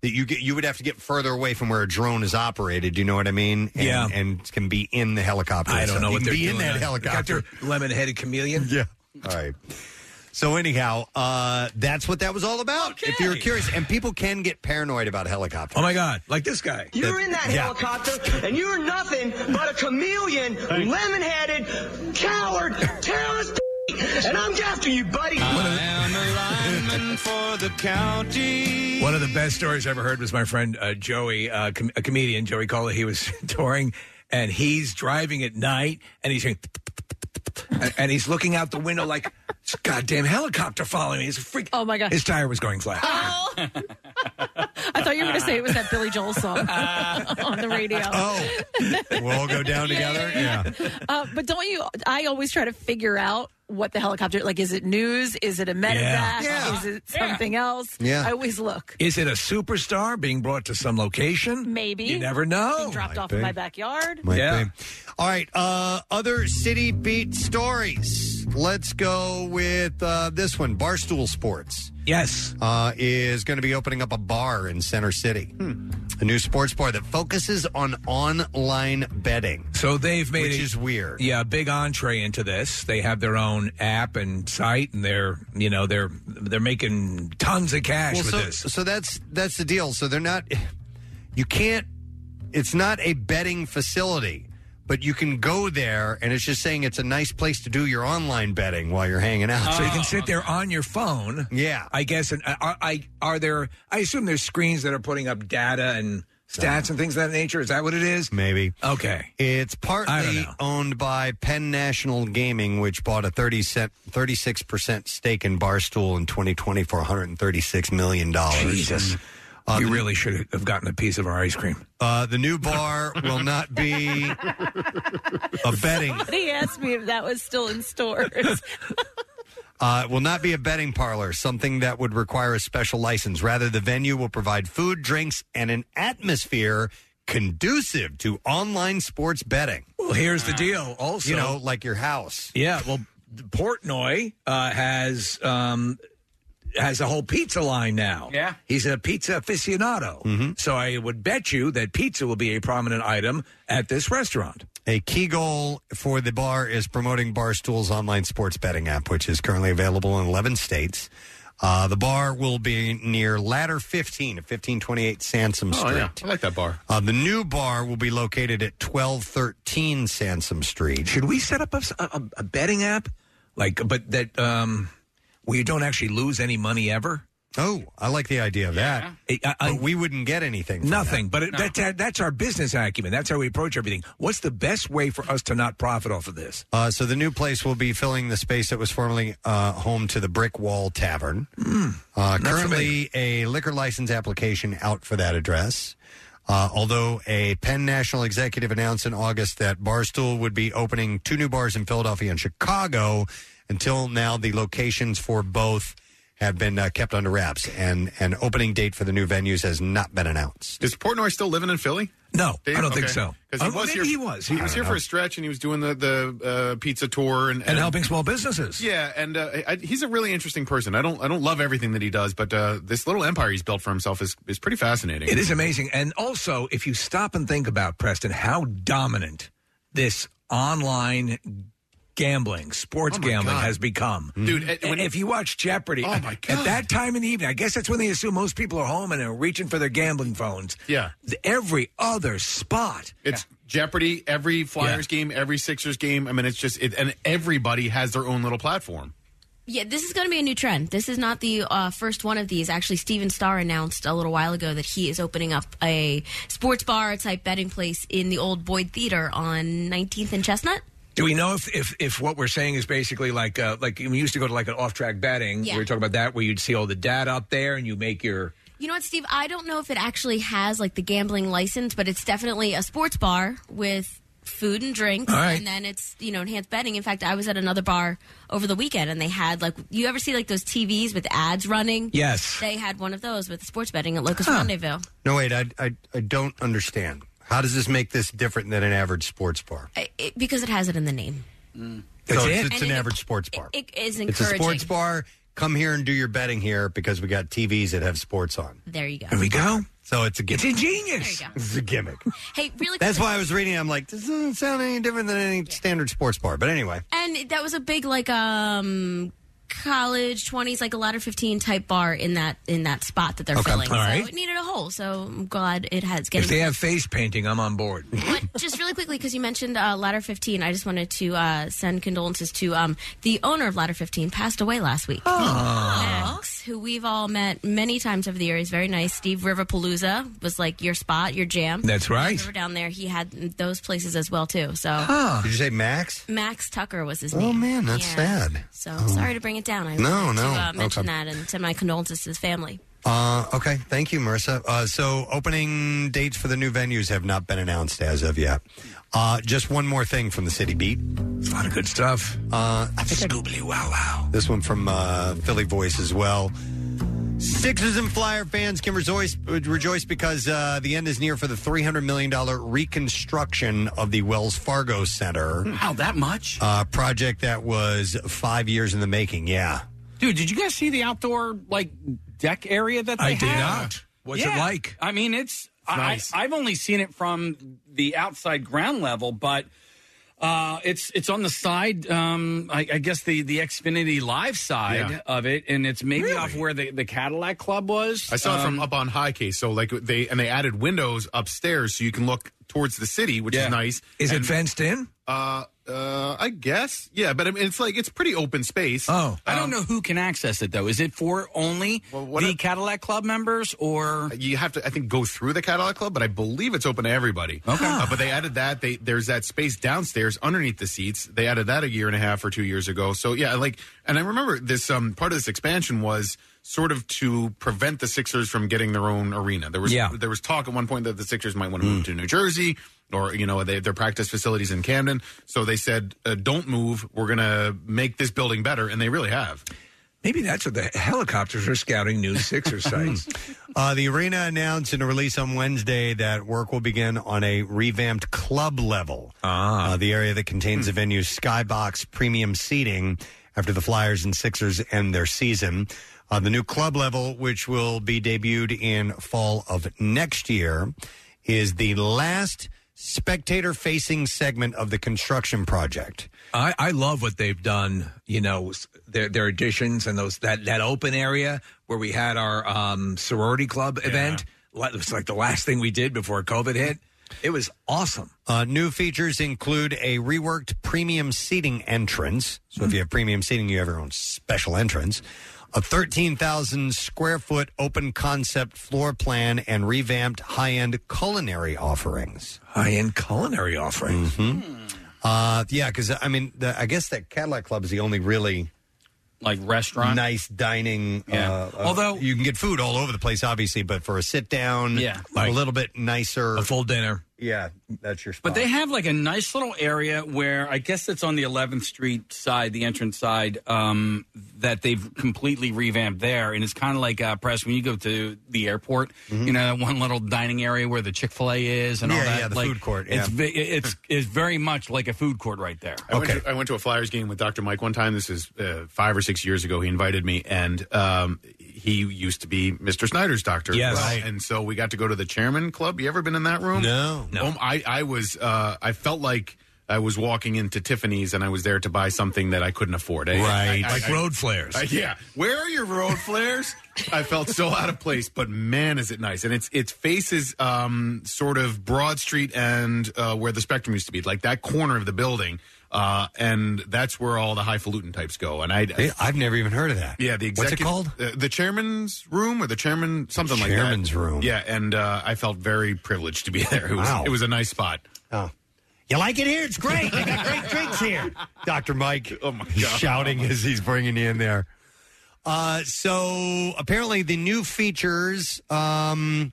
Speaker 2: that you get you would have to get further away from where a drone is operated. You know what I mean? And,
Speaker 4: Yeah.
Speaker 2: And can be in the helicopter.
Speaker 4: I don't
Speaker 2: So
Speaker 4: know
Speaker 2: you
Speaker 4: what
Speaker 2: can
Speaker 4: they're
Speaker 2: be
Speaker 4: doing.
Speaker 2: in that helicopter.
Speaker 4: lemon headed chameleon.
Speaker 2: Yeah. All right. So anyhow, uh, that's what that was all about. If you're curious, and people can get paranoid about helicopters.
Speaker 4: Oh my God! Like this guy.
Speaker 9: You're in that helicopter, and you're nothing but a chameleon, lemon-headed coward, terrorist, and I'm after you, buddy.
Speaker 4: for the county. One of the best stories I ever heard was my friend uh, Joey, uh, com- a comedian, Joey Cola. He was touring, and he's driving at night, and he's going, and- and he's looking out the window like, "It's a goddamn helicopter following me!" It's a freak.
Speaker 3: Oh my God!
Speaker 4: His tire was going flat.
Speaker 3: I thought you were going to say it was that Billy Joel song on the radio.
Speaker 2: Oh, we'll all go down together. Yeah.
Speaker 3: Uh, but don't you? I always try to figure out what the helicopter like. Is it news? Is it a medevac?
Speaker 4: Yeah.
Speaker 3: Is it something else?
Speaker 4: Yeah.
Speaker 3: I always look.
Speaker 4: Is it a superstar being brought to some location?
Speaker 3: Maybe
Speaker 4: You never know.
Speaker 3: Being dropped off in
Speaker 4: be.
Speaker 3: my backyard.
Speaker 2: yeah. All right. Uh, other city beat stories. Let's go with uh, this one. Barstool Sports.
Speaker 4: Yes.
Speaker 2: Uh, is going to be opening up a bar in Center City.
Speaker 4: Hmm.
Speaker 2: A new sports bar that focuses on online betting.
Speaker 4: So they've made
Speaker 2: Which
Speaker 4: a,
Speaker 2: is weird.
Speaker 4: Yeah, a big entree into this. They have their own app and site, and they're you know they're they're making tons of cash
Speaker 2: Well,
Speaker 4: with
Speaker 2: so,
Speaker 4: this.
Speaker 2: so that's that's the deal. So they're not. You can't. It's not a betting facility, but you can go there, and it's just saying it's a nice place to do your online betting while you're hanging out.
Speaker 4: So you can sit there on your phone.
Speaker 2: Yeah,
Speaker 4: I guess. And uh, are, I are there? I assume there's screens that are putting up data and stats and things of that nature. Is that what it is?
Speaker 2: Maybe.
Speaker 4: Okay.
Speaker 2: It's partly owned by Penn National Gaming, which bought a 30 cent, 36% stake in Barstool in 2020 for $136 million.
Speaker 4: Jesus. we really should have gotten a piece of our ice cream.
Speaker 2: Uh, the new bar will not be a betting
Speaker 3: Somebody asked me if that was still in stores.
Speaker 2: uh, will not be a betting parlor, something that would require a special license. Rather, the venue will provide food, drinks, and an atmosphere conducive to online sports betting.
Speaker 4: Well, here's the deal. Also,
Speaker 2: you know, like your house.
Speaker 4: Yeah, well, Portnoy uh, has um, has a whole pizza line now. Yeah, he's a pizza aficionado.
Speaker 2: Mm-hmm.
Speaker 4: So I would bet you that pizza will be a prominent item at this restaurant.
Speaker 2: A key goal for the bar is promoting Barstool's online sports betting app, which is currently available in 11 states. Uh, the bar will be near Ladder 15 at 1528 Sansom
Speaker 6: Oh,
Speaker 2: Street.
Speaker 6: yeah. I like that bar.
Speaker 2: Uh, the new bar will be located at 1213 Sansom Street.
Speaker 4: Should we set up a, a, a betting app Like, but that um, where you don't actually lose any money ever.
Speaker 2: Oh, I like the idea of that. we wouldn't get anything.
Speaker 4: Nothing, but it, that's our- that's our business acumen. That's how we approach everything. What's the best way for us to not profit off of this?
Speaker 2: Uh, so the new place will be filling the space that was formerly uh, home to the Brick Wall Tavern.
Speaker 19: Hmm.
Speaker 2: Uh, currently, a liquor license application out for that address. Uh, although a Penn National executive announced in August that Barstool would be opening two new bars in Philadelphia and Chicago, until now the locations for both have been uh, kept under wraps, and an opening date for the new venues has not been announced.
Speaker 6: Is Portnoy still living in Philly?
Speaker 4: No,
Speaker 2: I don't think so.
Speaker 6: Because he,
Speaker 2: Oh,
Speaker 6: was
Speaker 2: maybe
Speaker 6: here-
Speaker 2: he was.
Speaker 6: He
Speaker 2: I
Speaker 6: was
Speaker 2: don't
Speaker 6: here
Speaker 2: know.
Speaker 6: for a stretch, and he was doing the the uh, pizza tour and,
Speaker 4: And helping small businesses.
Speaker 6: Yeah, and uh, I, he's a really interesting person. I don't I don't love everything that he does, but uh, this little empire he's built for himself is is pretty fascinating.
Speaker 4: It is amazing. And also, if you stop and think about Preston, how dominant this online gambling, sports
Speaker 6: Oh, my
Speaker 4: gambling
Speaker 6: God. Mm-hmm.
Speaker 4: has become.
Speaker 6: Dude,
Speaker 4: and, if you watch Jeopardy,
Speaker 6: Oh, my
Speaker 4: at that time in the evening, I guess that's when they assume most people are home and are reaching for their gambling phones.
Speaker 6: Yeah.
Speaker 4: Every other spot.
Speaker 6: It's Jeopardy, every Flyers game, every Sixers game. I mean, it's just it, and everybody has their own little platform.
Speaker 1: Yeah, this is going to be a new trend. This is not the uh, first one of these. Actually, Steven Starr announced a little while ago that he is opening up a sports bar type betting place in the old Boyd Theater on 19th and Chestnut.
Speaker 4: Do we know if, if, if what we're saying is basically like uh, like we used to go to like an off track betting?
Speaker 1: Yeah.
Speaker 4: We were talking about that where you'd see all the data up there and you make your
Speaker 1: You know what, Steve? I don't know if it actually has like the gambling license, but it's definitely a sports bar with food and drinks,
Speaker 4: All right.
Speaker 1: and then it's you know enhanced betting. In fact, I was at another bar over the weekend, and they had like you ever see like those TVs with ads running?
Speaker 2: Yes.
Speaker 1: they had one of those with sports betting at Locust
Speaker 2: Huh.
Speaker 1: Rendezvous.
Speaker 2: No, wait, I, I, I don't understand. How does this make this different than an average sports bar?
Speaker 1: I- it- because it has it in the name.
Speaker 2: so
Speaker 1: it?
Speaker 2: it's, it's an
Speaker 1: And it-
Speaker 2: average sports bar.
Speaker 1: It is
Speaker 2: It's a
Speaker 1: encouraging.
Speaker 2: sports bar. Come here and do your betting here because we got TVs that have sports on.
Speaker 1: There you go.
Speaker 2: There
Speaker 4: we go.
Speaker 2: So it's a gimmick.
Speaker 4: It's ingenious.
Speaker 1: There you
Speaker 2: It's a gimmick.
Speaker 1: Hey, really?
Speaker 2: That's
Speaker 1: quick-
Speaker 2: why I was reading. it. I'm like, this doesn't sound any different than any standard sports bar. But anyway,
Speaker 1: And that was a big like um college twenties, like a ladder fifteen type bar in that in that spot that they're
Speaker 4: Okay,
Speaker 1: filling.
Speaker 4: all
Speaker 1: so
Speaker 4: right.
Speaker 1: it needed a hole. So I'm glad it has
Speaker 4: If they
Speaker 1: getting.
Speaker 4: have face painting, I'm on board.
Speaker 1: but just really quickly, because you mentioned uh, Ladder 15, I just wanted to uh, send condolences to um, the owner of Ladder 15, passed away last week. Max, who we've all met many times over the years. Very nice. Steve Riverpalooza was like your spot, your jam.
Speaker 4: That's right.
Speaker 1: We were down there. He had those places as well too. So
Speaker 2: did you say Max?
Speaker 1: Max Tucker was his
Speaker 2: Oh,
Speaker 1: name.
Speaker 2: man, that's sad.
Speaker 1: So
Speaker 2: Oh.
Speaker 1: sorry to bring it down. I
Speaker 2: No,
Speaker 1: wanted
Speaker 2: no,
Speaker 1: to uh, mention
Speaker 2: okay.
Speaker 1: that and send my condolences to his family.
Speaker 2: Uh, okay, thank you, Marissa. Uh, so, opening dates for the new venues have not been announced as of yet. Uh, just one more thing from the city beat.
Speaker 4: A lot of good stuff.
Speaker 2: Uh, I think I, wow wow. This one from uh, Philly Voice as well. Sixers and Flyer fans can rejoice, rejoice because uh, the end is near for the $300 million reconstruction of the Wells Fargo Center.
Speaker 4: Hmm.
Speaker 5: Wow, that much?
Speaker 2: Uh, project that was five years in the making, yeah.
Speaker 5: Dude, did you guys see the outdoor like deck area that they
Speaker 2: I
Speaker 5: have?
Speaker 2: did not. What's it like?
Speaker 5: I mean, it's, I,
Speaker 2: nice.
Speaker 5: I, I've only seen it from the outside ground level, but uh, it's it's on the side. Um, I, I guess the the Xfinity Live side
Speaker 6: Yeah.
Speaker 5: of it, and it's maybe off where the, the Cadillac Club was.
Speaker 6: I saw it
Speaker 5: Um,
Speaker 6: from up on high case. So like they and they added windows upstairs so you can look towards the city, which
Speaker 4: Yeah.
Speaker 6: is nice.
Speaker 4: Is it
Speaker 6: And-
Speaker 4: fenced in?
Speaker 6: Uh, uh, I guess. Yeah, but I mean, it's like it's pretty open space.
Speaker 5: Oh, I don't know who can access it though. Is it for only the Cadillac Club members, or
Speaker 6: you have to? I think go through the Cadillac Club, but I believe it's open to everybody. Okay, but they added that. They there's that space downstairs underneath the seats. They added that a year and a half or two years ago. So yeah, like, and I remember this. Um, part of this expansion was sort of to prevent the Sixers from getting their own arena. There was
Speaker 4: Yeah.
Speaker 6: there was talk at one point that the Sixers might want to
Speaker 4: Hmm.
Speaker 6: move to New Jersey or you know they, their practice facilities in Camden. So they said, uh, "Don't move. We're gonna make this building better," and they really have.
Speaker 4: Maybe that's what the helicopters are scouting new Sixers sites.
Speaker 2: Uh, the arena announced in a release on Wednesday that work will begin on a revamped club level.
Speaker 4: Ah.
Speaker 2: Uh, the area that contains the venue's skybox premium seating after the Flyers and Sixers end their season. Uh, the new club level, which will be debuted in fall of next year, is the last spectator facing segment of the construction project.
Speaker 4: I, I love what they've done. You know, s- their their additions and those that that open area where we had our um, sorority club event. It was like the last thing we did before COVID hit. It was awesome.
Speaker 2: Uh, new features include a reworked premium seating entrance. So
Speaker 4: Hmm.
Speaker 2: if you have premium seating, you have your own special entrance. A 13,000 square foot open concept floor plan and revamped high end culinary offerings. Mm-hmm.
Speaker 4: High end culinary offerings.
Speaker 5: Hmm.
Speaker 2: Uh, yeah, because I mean, the, I guess that Cadillac Club is the only really
Speaker 5: like restaurant,
Speaker 2: nice dining.
Speaker 5: Yeah.
Speaker 2: uh, uh,
Speaker 5: Although-
Speaker 2: you can get food all over the place, obviously, but for a sit down,
Speaker 5: Yeah.
Speaker 2: a little bit nicer, a
Speaker 4: full dinner.
Speaker 2: Yeah, that's your spot.
Speaker 5: But they have like a nice little area where I guess it's on the 11th Street side, the entrance side, um, that they've completely revamped there, and it's kind of like uh, press when you go to the airport. You know, that one little dining area where the Chick Fil A is and all
Speaker 6: Mm-hmm. Yeah,
Speaker 5: that.
Speaker 6: yeah, the
Speaker 5: like,
Speaker 6: food court,
Speaker 5: It's
Speaker 6: yeah.
Speaker 5: ve- it's it's very much like a food court right there.
Speaker 6: I, went to, I went to a Flyers game with Dr. Mike one time. This is uh, five or six years ago. He invited me, and um, he used to be Mr. Snyder's doctor.
Speaker 4: Yes. Right.
Speaker 6: And so we got to go to the Chairman Club. You ever been in that room?
Speaker 2: No.
Speaker 6: No. Um, I, I was. Uh, I felt like. I was walking into Tiffany's and I was there to buy something that I couldn't afford. I-
Speaker 4: Right.
Speaker 6: I- I-
Speaker 4: Like
Speaker 6: I-
Speaker 4: road flares.
Speaker 6: I- yeah. Where are your road flares? I felt so out of place, but man, is it nice. And it's it's faces um, sort of Broad Street and uh, where the Spectrum used to be, like that corner of the building. Uh, and that's where all the highfalutin types go. And I,
Speaker 2: Hey, I've never even heard of that.
Speaker 6: Yeah, the
Speaker 2: What's it
Speaker 6: executive,
Speaker 2: called?
Speaker 6: Uh, the chairman's room or the chairman, something like that.
Speaker 2: Chairman's room.
Speaker 6: Yeah, and uh, I felt very privileged to be there. It was,
Speaker 2: Wow.
Speaker 6: it was a nice spot.
Speaker 2: Oh. You like it here? It's great. They got great drinks here. Dr. Mike oh my
Speaker 6: God.
Speaker 2: shouting as he's bringing you in there. Uh, so apparently the new features, um,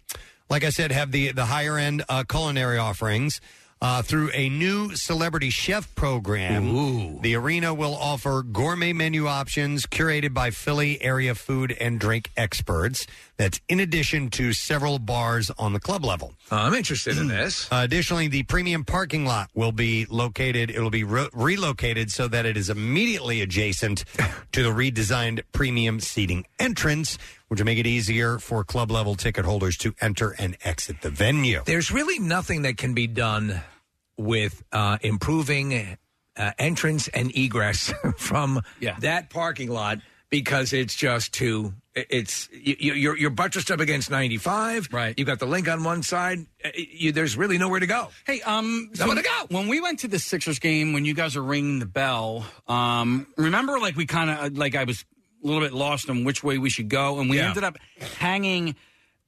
Speaker 2: like I said, have the, the higher end uh, culinary offerings. Uh, through a new celebrity chef program, the arena will offer gourmet menu options curated by Philly area food and drink experts. That's in addition to several bars on the club level.
Speaker 4: I'm interested in this.
Speaker 2: Uh, additionally, the premium parking lot will be located. It will be re- relocated so that it is immediately adjacent to the redesigned premium seating entrance, which will make it easier for club level ticket holders to enter and exit the venue.
Speaker 4: There's really nothing that can be done with uh, improving uh, entrance and egress from that parking lot because it's just too. i- It's you, you- you're you're buttressed up against 95. Right. You've got the link on one side. Uh, You, there's really nowhere to go.
Speaker 5: Hey, um,
Speaker 4: nowhere to go.
Speaker 5: When we went to the Sixers game, when you guys were ringing the bell, um, remember, like we kind of like I was a little bit lost on which way we should go, and we
Speaker 4: Yeah.
Speaker 5: ended up hanging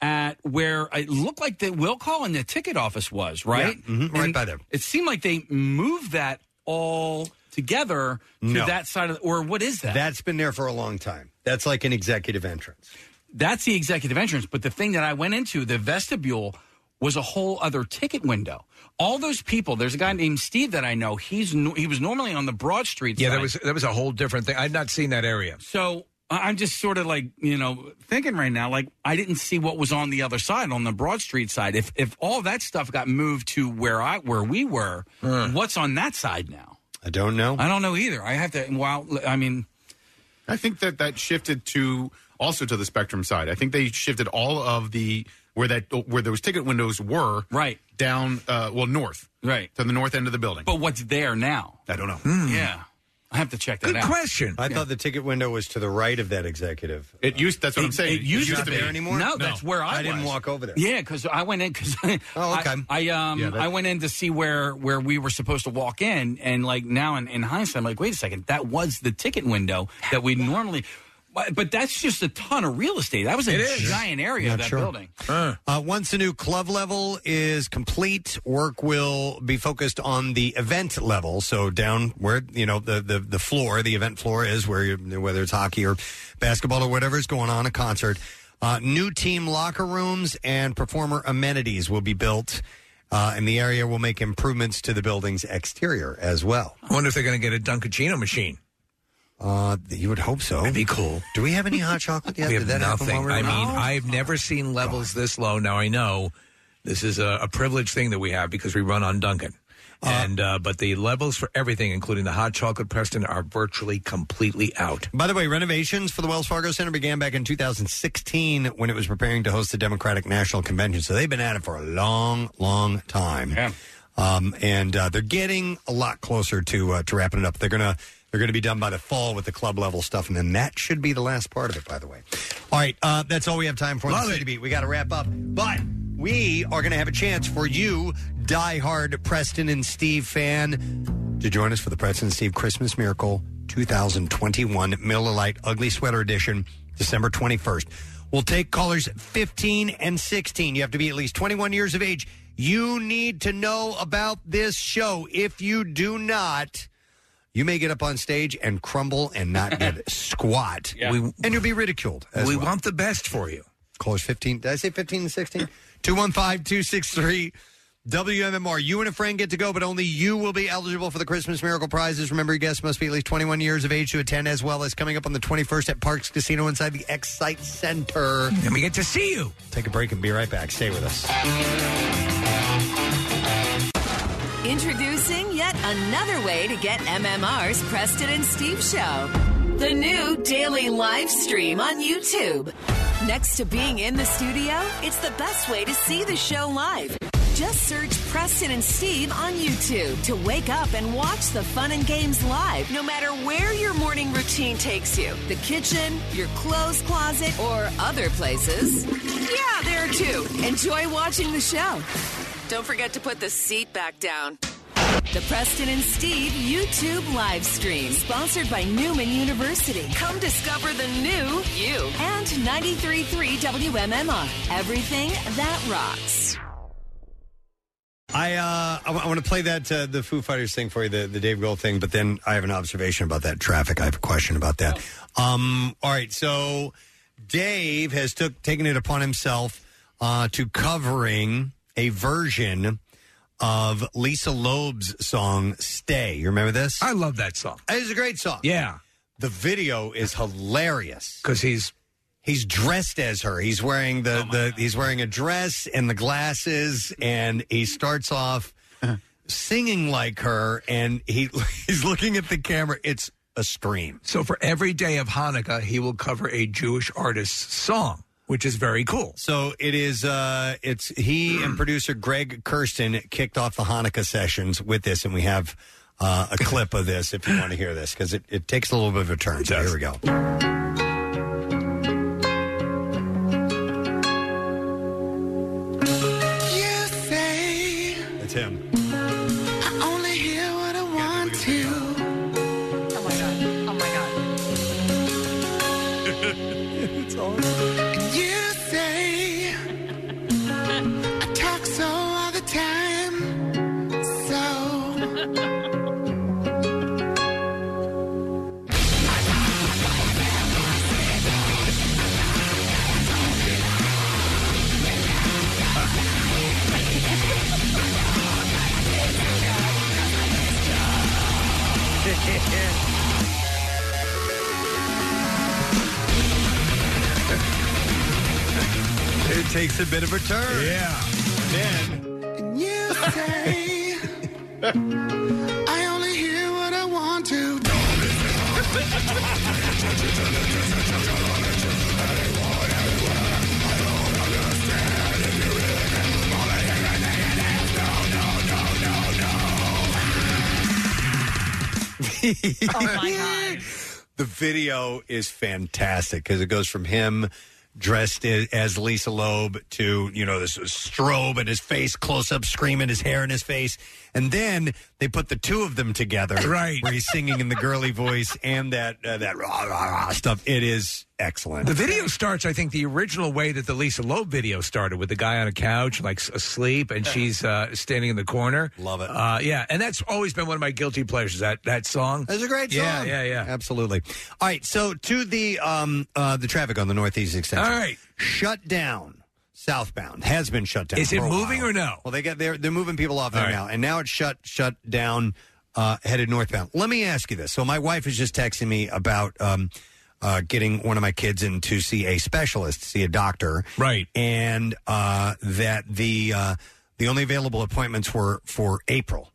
Speaker 5: at where it looked like the will call and the ticket office was, right?
Speaker 2: Yeah, mhm, right by there.
Speaker 5: It seemed like they moved that all together to
Speaker 2: No.
Speaker 5: that side of, the, or what is that?
Speaker 2: That's been there for a long time. That's like an executive entrance.
Speaker 5: That's the executive entrance. But the thing that I went into, the vestibule, was a whole other ticket window. All those people. There's a guy named Steve that I know. He's no, he was normally on the Broad Street.
Speaker 4: Yeah,
Speaker 5: side.
Speaker 4: there was there was a whole different thing. I'd not seen that area.
Speaker 5: So I- I'm just sort of like you know thinking right now, like I didn't see what was on the other side, on the Broad Street side. If if all that stuff got moved to where I where we were,
Speaker 4: Hmm.
Speaker 5: what's on that side now?
Speaker 2: I don't know.
Speaker 5: I don't know either. I have to. Wow. I mean,
Speaker 6: I think that that shifted to also to the spectrum side. I think they shifted all of the where that where those ticket windows were
Speaker 5: right
Speaker 6: down uh, well north
Speaker 5: right
Speaker 6: to the north end of the building.
Speaker 5: But what's there now? Hmm.
Speaker 6: I don't know.
Speaker 5: Yeah, I have to check that out.
Speaker 2: I
Speaker 5: Yeah.
Speaker 2: thought the ticket window was to the right of that executive.
Speaker 6: It used. That's what I'm
Speaker 5: It-
Speaker 6: saying.
Speaker 5: It, used,
Speaker 2: not
Speaker 5: to be
Speaker 2: there anymore.
Speaker 5: No, that's where I,
Speaker 2: I didn't
Speaker 5: was.
Speaker 2: walk over there.
Speaker 5: Yeah, because I went in because oh,
Speaker 2: okay.
Speaker 5: I, um
Speaker 2: Yeah, that-
Speaker 5: I went in to see where where we were supposed to walk in, and like now in, in hindsight, I'm like, wait a second, that was the ticket window that we normally. But but that's just a ton of real estate. That was a
Speaker 2: It is.
Speaker 5: giant area
Speaker 2: Not
Speaker 5: of that
Speaker 2: sure.
Speaker 5: building.
Speaker 2: Uh, once the new club level is complete, work will be focused on the event level. So down where you know the the, the floor, the event floor is where you, whether it's hockey or basketball or whatever is going on, a concert. Uh, new team locker rooms and performer amenities will be built, uh, and the area will make improvements to the building's exterior as well.
Speaker 4: I wonder if they're going to get a Dunkachino machine.
Speaker 2: Uh, you would hope so. That'd
Speaker 4: be cool.
Speaker 2: Do we have any hot chocolate yet?
Speaker 4: we have
Speaker 2: Did that happen
Speaker 4: nothing.
Speaker 2: while we were
Speaker 4: I
Speaker 2: gone?
Speaker 4: mean, I've
Speaker 2: Oh,
Speaker 4: never seen levels this low. Now I know this is a, a privileged thing that we have because we run on Duncan.
Speaker 2: Uh-huh.
Speaker 4: and uh, but the levels for everything, including the hot chocolate Preston, are virtually completely out.
Speaker 2: By the way, renovations for the Wells Fargo Center began back in 2016 when it was preparing to host the Democratic National Convention. So they've been at it for a long, long time. Yeah. Um, and uh, they're getting a lot closer to uh, to wrapping it up. They're gonna they're gonna be done by the fall with the club level stuff, and then that should be the last part of it. By the way, all right, uh, that's all we have time for. in the
Speaker 4: Love it.
Speaker 2: City Beat. We got to wrap up, but we are going to have a chance for you, diehard Preston and Steve fan, to join us for the Preston and Steve Christmas Miracle 2021 Miller Lite Ugly Sweater Edition, December 21st. We'll take callers 15 and 16. You have to be at least 21 years of age. You need to know about this show. If you do not, you may get up on stage and crumble and not get squat.
Speaker 4: Yeah. We-
Speaker 2: and you'll be ridiculed. as
Speaker 4: we
Speaker 2: well.
Speaker 4: want the best for you.
Speaker 2: Callers 15. Did I say 15 and 16? 215 263 WMMR. You and a friend get to go, but only you will be eligible for the Christmas Miracle Prizes. Remember, your guests must be at least 21 years of age to attend, as well as coming up on the 21st at Parks Casino inside the Excite Center.
Speaker 4: And we get to see you.
Speaker 2: Take a break and be right back. Stay with us.
Speaker 29: Introducing yet another way to get MMR's Preston and Steve show. The new daily live stream on YouTube. Next to being in the studio, it's the best way to see the show live. Just search Preston and Steve on YouTube to wake up and watch the fun and games live, no matter where your morning routine takes you the kitchen, your clothes closet, or other places. Yeah, there too. Enjoy watching the show. Don't forget to put the seat back down. The Preston and Steve YouTube live stream, sponsored by Newman University. Come discover the new you and 93.3 WMMR. Everything that rocks.
Speaker 2: I uh, I, want to play that uh, the Foo Fighters thing for you, the, the Dave Grohl thing, but then I have an observation about that traffic. I have a question about that.
Speaker 4: Oh.
Speaker 2: Um, all right, so Dave has took taken it upon himself uh, to covering a version of Lisa Loeb's song "Stay." You remember this? I
Speaker 4: love that song.
Speaker 2: It's a great song.
Speaker 4: Yeah,
Speaker 2: the video is hilarious
Speaker 4: because he's Oh
Speaker 2: he's dressed as her. He's wearing the, the he's wearing a dress and the glasses, and he starts off singing like her, and he he's looking at the camera. It's a scream.
Speaker 4: So for every day of Hanukkah, he will cover a Jewish artist's song, which is very cool.
Speaker 2: So it is. Uh, it's he and producer Greg Kirsten kicked off the Hanukkah sessions with this, and we have uh, a clip of this if you want to hear this because it, it takes a little bit of a turn. So here we go.
Speaker 23: You say
Speaker 2: That's him.
Speaker 23: I only hear what I want to. Oh my god. Oh my god. it's
Speaker 1: Oh,
Speaker 23: awesome. You say I talk so all the time. So
Speaker 2: It takes a bit of a turn.
Speaker 4: Yeah.
Speaker 23: and you say I only hear what I want to.
Speaker 2: The video is fantastic because it goes from him dressed as, as Lisa Loeb to, you know, this strobe in his face, close up screaming, his hair in his face. And then they put the two of them together. Right. Where he's singing in the girly voice and that, uh, that rah, rah, rah stuff. It is excellent.
Speaker 4: The video starts, I think, the original way that the Lisa Loeb video started with the guy on a couch, like s- asleep, and she's uh, standing in the corner.
Speaker 2: Love it.
Speaker 4: Uh, yeah, and that's always been one of my guilty pleasures. That that song.
Speaker 2: That's a great
Speaker 4: Yeah,
Speaker 2: song.
Speaker 4: yeah, yeah.
Speaker 2: Absolutely. All right, so to the um uh the traffic on the northeast extension. All right. Shut down. Southbound has been shut down.
Speaker 4: Is it
Speaker 2: for a
Speaker 4: moving
Speaker 2: while.
Speaker 4: or no?
Speaker 2: Well, they got they're they're moving people off there
Speaker 4: All right.
Speaker 2: now, and now it's shut shut down, uh, headed northbound. Let me ask you this. So my wife is just texting me about um, uh, getting one of my kids in to see a specialist, see a doctor,
Speaker 4: right?
Speaker 2: And uh, that the uh, the only available appointments were for April.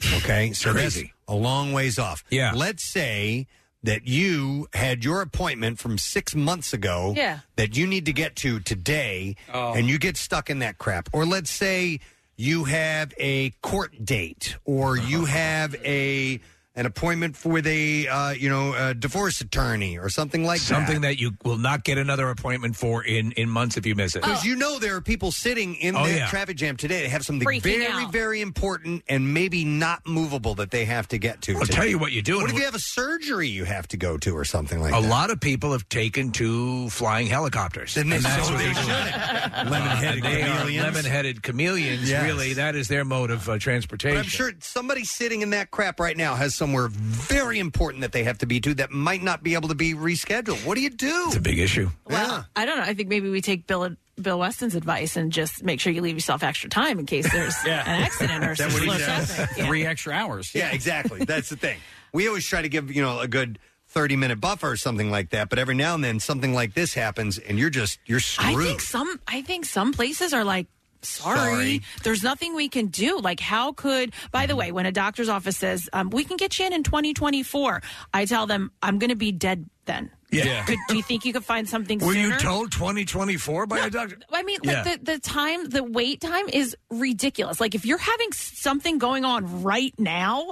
Speaker 2: Okay, so that's
Speaker 4: Crazy.
Speaker 2: a long ways off. Yeah. Let's say that you had your appointment from six months ago
Speaker 21: Yeah.
Speaker 2: that you need to get to today
Speaker 4: Oh.
Speaker 2: and you get stuck in that crap. Or let's say you have a court date or you have a an appointment for the uh, you know uh, divorce attorney or something like
Speaker 4: Something
Speaker 2: that.
Speaker 4: that you will not get another appointment for in, in months if you miss it.
Speaker 2: Because Oh. you know there are people sitting in
Speaker 4: Oh,
Speaker 2: that
Speaker 4: yeah.
Speaker 2: traffic jam today that have something
Speaker 4: Freaking
Speaker 2: very,
Speaker 4: out.
Speaker 2: very important and maybe not movable that they have to get to.
Speaker 4: I'll tell you what you do.
Speaker 2: What if you have a surgery you have to go to or something like
Speaker 4: a
Speaker 2: that?
Speaker 4: lot of people have taken to flying helicopters.
Speaker 2: Then they-
Speaker 4: And that's
Speaker 2: so
Speaker 4: what
Speaker 2: they
Speaker 4: they do.
Speaker 2: should. Lemon-headed
Speaker 4: Uh, and they are
Speaker 2: chameleons.
Speaker 4: Lemon-headed chameleons.
Speaker 2: Yes.
Speaker 4: Really, that is their mode of uh, transportation.
Speaker 2: But I'm sure somebody sitting in that crap right now has somewhere very important that they have to be to that might not be able to be rescheduled. What do you do? It's a
Speaker 4: big issue.
Speaker 3: Well, I don't know. I think maybe we take Bill Bill Weston's advice and just make sure you leave yourself extra time in case there's an accident or
Speaker 2: That
Speaker 3: something.
Speaker 2: would be nice.
Speaker 5: Three extra hours.
Speaker 2: Yeah, exactly. That's the thing. We always try to give, you know, a good 30 minute buffer or something like that, but every now and then something like this happens and you're just, you're
Speaker 3: I
Speaker 2: screwed.
Speaker 3: think some I think some places are like sorry,
Speaker 2: Sorry.
Speaker 3: there's nothing we can do. Like how could by the
Speaker 4: Mm-hmm.
Speaker 3: way, when a doctor's office says, um, we can get you in in 2024, I tell them I'm going to be dead then.
Speaker 4: Yeah. Yeah.
Speaker 3: Could, do you think you could find something
Speaker 4: Were
Speaker 3: sooner?
Speaker 4: you told 2024 by a doctor?
Speaker 3: I mean, like
Speaker 4: Yeah.
Speaker 3: the, the time, the wait time is ridiculous. Like if you're having s- something going on right now,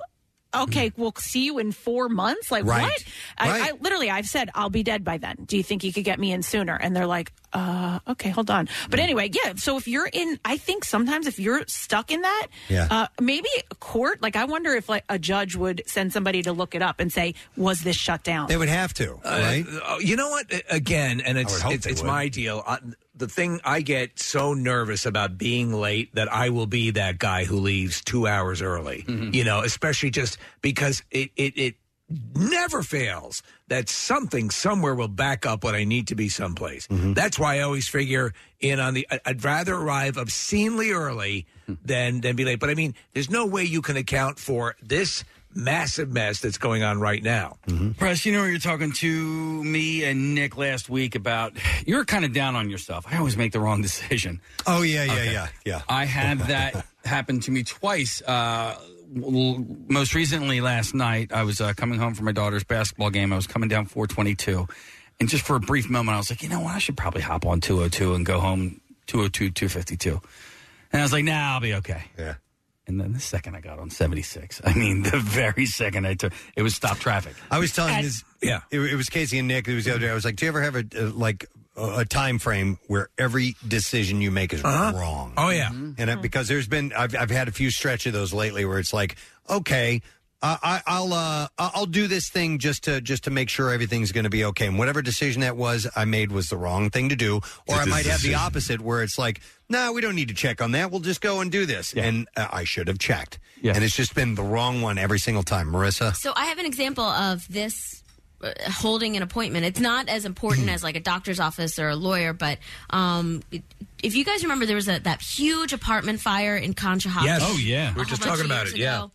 Speaker 3: okay,
Speaker 4: Mm-hmm.
Speaker 3: we'll see you in four months. Like
Speaker 21: Right.
Speaker 3: what? I,
Speaker 21: Right.
Speaker 3: I literally, I've said I'll be dead by then. Do you think you could get me in sooner? And they're like, uh, okay, hold on. But
Speaker 4: Mm.
Speaker 3: anyway, yeah. So if you're in, I think sometimes if you're stuck in that,
Speaker 30: Yeah.
Speaker 3: uh, maybe a court. Like I wonder if like a judge would send somebody to look it up and say, was this shut down?
Speaker 2: to,
Speaker 4: right? Uh, you know what? Uh, Again, and
Speaker 3: would
Speaker 4: it's
Speaker 3: hope
Speaker 4: it's,
Speaker 3: they
Speaker 4: it's
Speaker 3: would.
Speaker 4: my deal. I, the thing I get so nervous about being late that I will be that guy who leaves two hours early. You know, especially just because it it. it Never fails that something somewhere will back up when I need to be someplace.
Speaker 3: Mm-hmm.
Speaker 4: That's why I always figure in on the. I- I'd rather arrive obscenely early than than be late. But I mean, there's no way you can account for this massive mess that's going on right now.
Speaker 5: Press, you know, you were talking to me and Nick last week about you were kind of down on yourself. I always make the wrong decision.
Speaker 2: Oh, yeah, yeah,
Speaker 5: Okay.
Speaker 2: yeah, yeah.
Speaker 5: I had that happen to me twice. Uh, l- most recently last night, I was uh, coming home from my daughter's basketball game. I was coming down 422. And just for a brief moment, I was like, you know what? I should probably hop on 202 and go home 202, 252. And I was like, nah, I'll be okay.
Speaker 2: Yeah.
Speaker 5: And then the second I got on 76, I mean, the very second I took, it was stop traffic.
Speaker 2: I was telling
Speaker 5: And-
Speaker 2: his, yeah, it, it was Casey and Nick. It was the other day. I was like, do you ever have a, uh, like a, a time frame where every decision you make is wrong?
Speaker 4: Oh yeah,
Speaker 2: and I, because there's been I've I've had a few stretch of those lately where it's like, okay, I, I, I'll uh, I- I'll do this thing just to just to make sure everything's going to be okay. And whatever decision that was I made was the wrong thing to do, or I
Speaker 17: It's a
Speaker 2: might have the
Speaker 17: decision.
Speaker 2: opposite where it's like, nah, we don't need to check on that. We'll just go and do this, and uh, I should have checked. And it's just been the wrong one every single time, Marissa.
Speaker 1: So I have an example of this uh, holding an appointment. It's not as important as like a doctor's office or a lawyer, but um, it- if you guys remember, there was a, that huge apartment fire in Conshohocken.
Speaker 4: Yes. Oh, yeah.
Speaker 1: a
Speaker 4: We were just
Speaker 1: whole
Speaker 4: talking
Speaker 1: bunch of
Speaker 4: about
Speaker 1: years
Speaker 4: it, yeah.
Speaker 1: ago.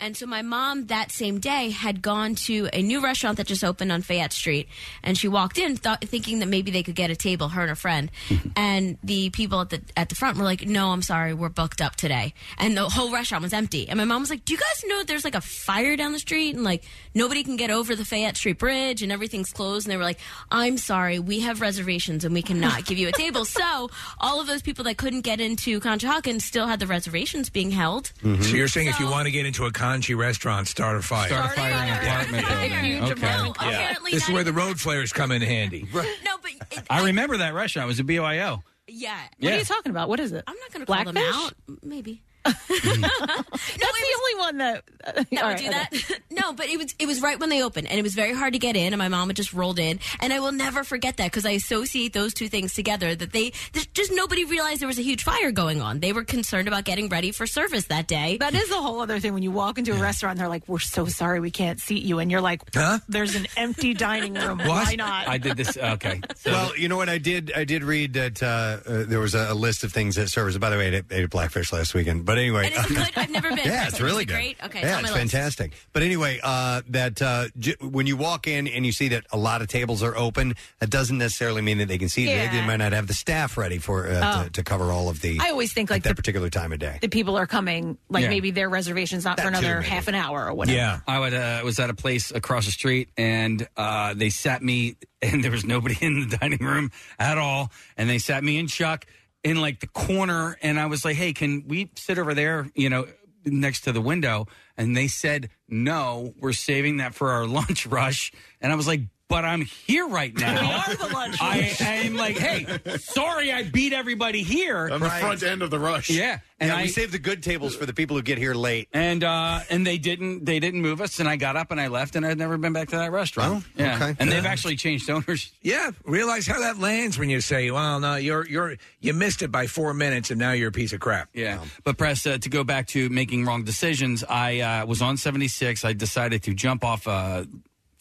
Speaker 1: And so my mom that same day had gone to a new restaurant that just opened on Fayette Street, and she walked in th- thinking that maybe they could get a table, her and her friend. and the people at the at the front were like, "No, I'm sorry, we're booked up today." And the whole restaurant was empty. And my mom was like, "Do you guys know there's like a fire down the street and like nobody can get over the Fayette Street Bridge and everything's closed?" And they were like, "I'm sorry, we have reservations and we cannot give you a table." so all of those people that couldn't get into Conshohocken still had the reservations being held.
Speaker 4: Mm-hmm. So you're saying if you want to get into a kanji restaurant, start a fire.
Speaker 5: Start a fire in an apartment building.
Speaker 4: Okay.
Speaker 5: Okay.
Speaker 1: apparently
Speaker 4: This is where the road flares come in handy.
Speaker 1: No, but
Speaker 5: I remember that restaurant. It was a BYO.
Speaker 1: Yeah.
Speaker 5: What are Yeah. you
Speaker 3: talking about? What is it?
Speaker 1: I'm not going to call them
Speaker 3: Blackfish?
Speaker 1: out. Maybe.
Speaker 3: That's the only one that uh,
Speaker 1: That
Speaker 3: All
Speaker 1: would
Speaker 3: right,
Speaker 1: do that. no, but it was it was right when they opened, and it was very hard to get in. And my mom had just rolled in, and I will never forget that because I associate those two things together. That they there's just nobody realized there was a huge fire going on. They were concerned about getting ready for service that day.
Speaker 3: That is a whole other thing when you walk into a restaurant and they're like, "We're so sorry we can't seat you," and you're like,
Speaker 2: Huh?
Speaker 3: "There's an empty dining room. Why not?"
Speaker 5: I did this. Okay.
Speaker 2: well, you know what? I did. I did read that uh, uh, there was a, a list of things that servers. By the way, I ate- ate Blackfish last weekend. But anyway,
Speaker 1: And it's good. I've never been.
Speaker 2: Yeah,
Speaker 1: Is
Speaker 2: it's
Speaker 1: it
Speaker 2: really good.
Speaker 1: Great. Okay.
Speaker 2: yeah,
Speaker 1: it's on my
Speaker 2: it's
Speaker 1: list.
Speaker 2: fantastic. But anyway, uh, that uh, j- when you walk in and you see that a lot of tables are open, that doesn't necessarily mean that they can see. They, they
Speaker 3: Yeah.
Speaker 2: might not have the staff ready for uh,
Speaker 3: Oh.
Speaker 2: to, to cover all of the.
Speaker 3: I always think,
Speaker 2: at
Speaker 3: like,
Speaker 2: that
Speaker 3: the-
Speaker 2: particular time of day.
Speaker 3: The people are coming, like
Speaker 5: Yeah.
Speaker 3: maybe their reservation's not for
Speaker 5: too,
Speaker 3: another
Speaker 5: maybe.
Speaker 3: half an hour or whatever.
Speaker 5: Yeah, I would, uh, was at a place across the street, and uh, they sat me, and there was nobody in the dining room at all, and they sat me and Chuck in like the corner, and I was like, "Hey, can we sit over there?" You know, next to the window, And they said, no, we're saving that for our lunch rush. And I was like, but I'm here right now.
Speaker 23: are the lunch
Speaker 5: I am like, hey, sorry I beat everybody here.
Speaker 2: On the Right. front
Speaker 6: end of the rush.
Speaker 5: Yeah.
Speaker 2: And we saved the good tables for the people who get here late.
Speaker 5: And uh, and they didn't they didn't move us and I got up and I left and I'd never been back to that restaurant.
Speaker 4: Oh,
Speaker 5: yeah.
Speaker 4: okay.
Speaker 5: And they've
Speaker 4: Yeah.
Speaker 5: actually changed owners.
Speaker 4: Yeah, realize how that lands when you say, "Well, no, you're you're you missed it by four minutes, and now you're a piece of crap."
Speaker 5: Yeah. But press uh, to go back to making wrong decisions. I uh, was on 76. I decided to jump off uh,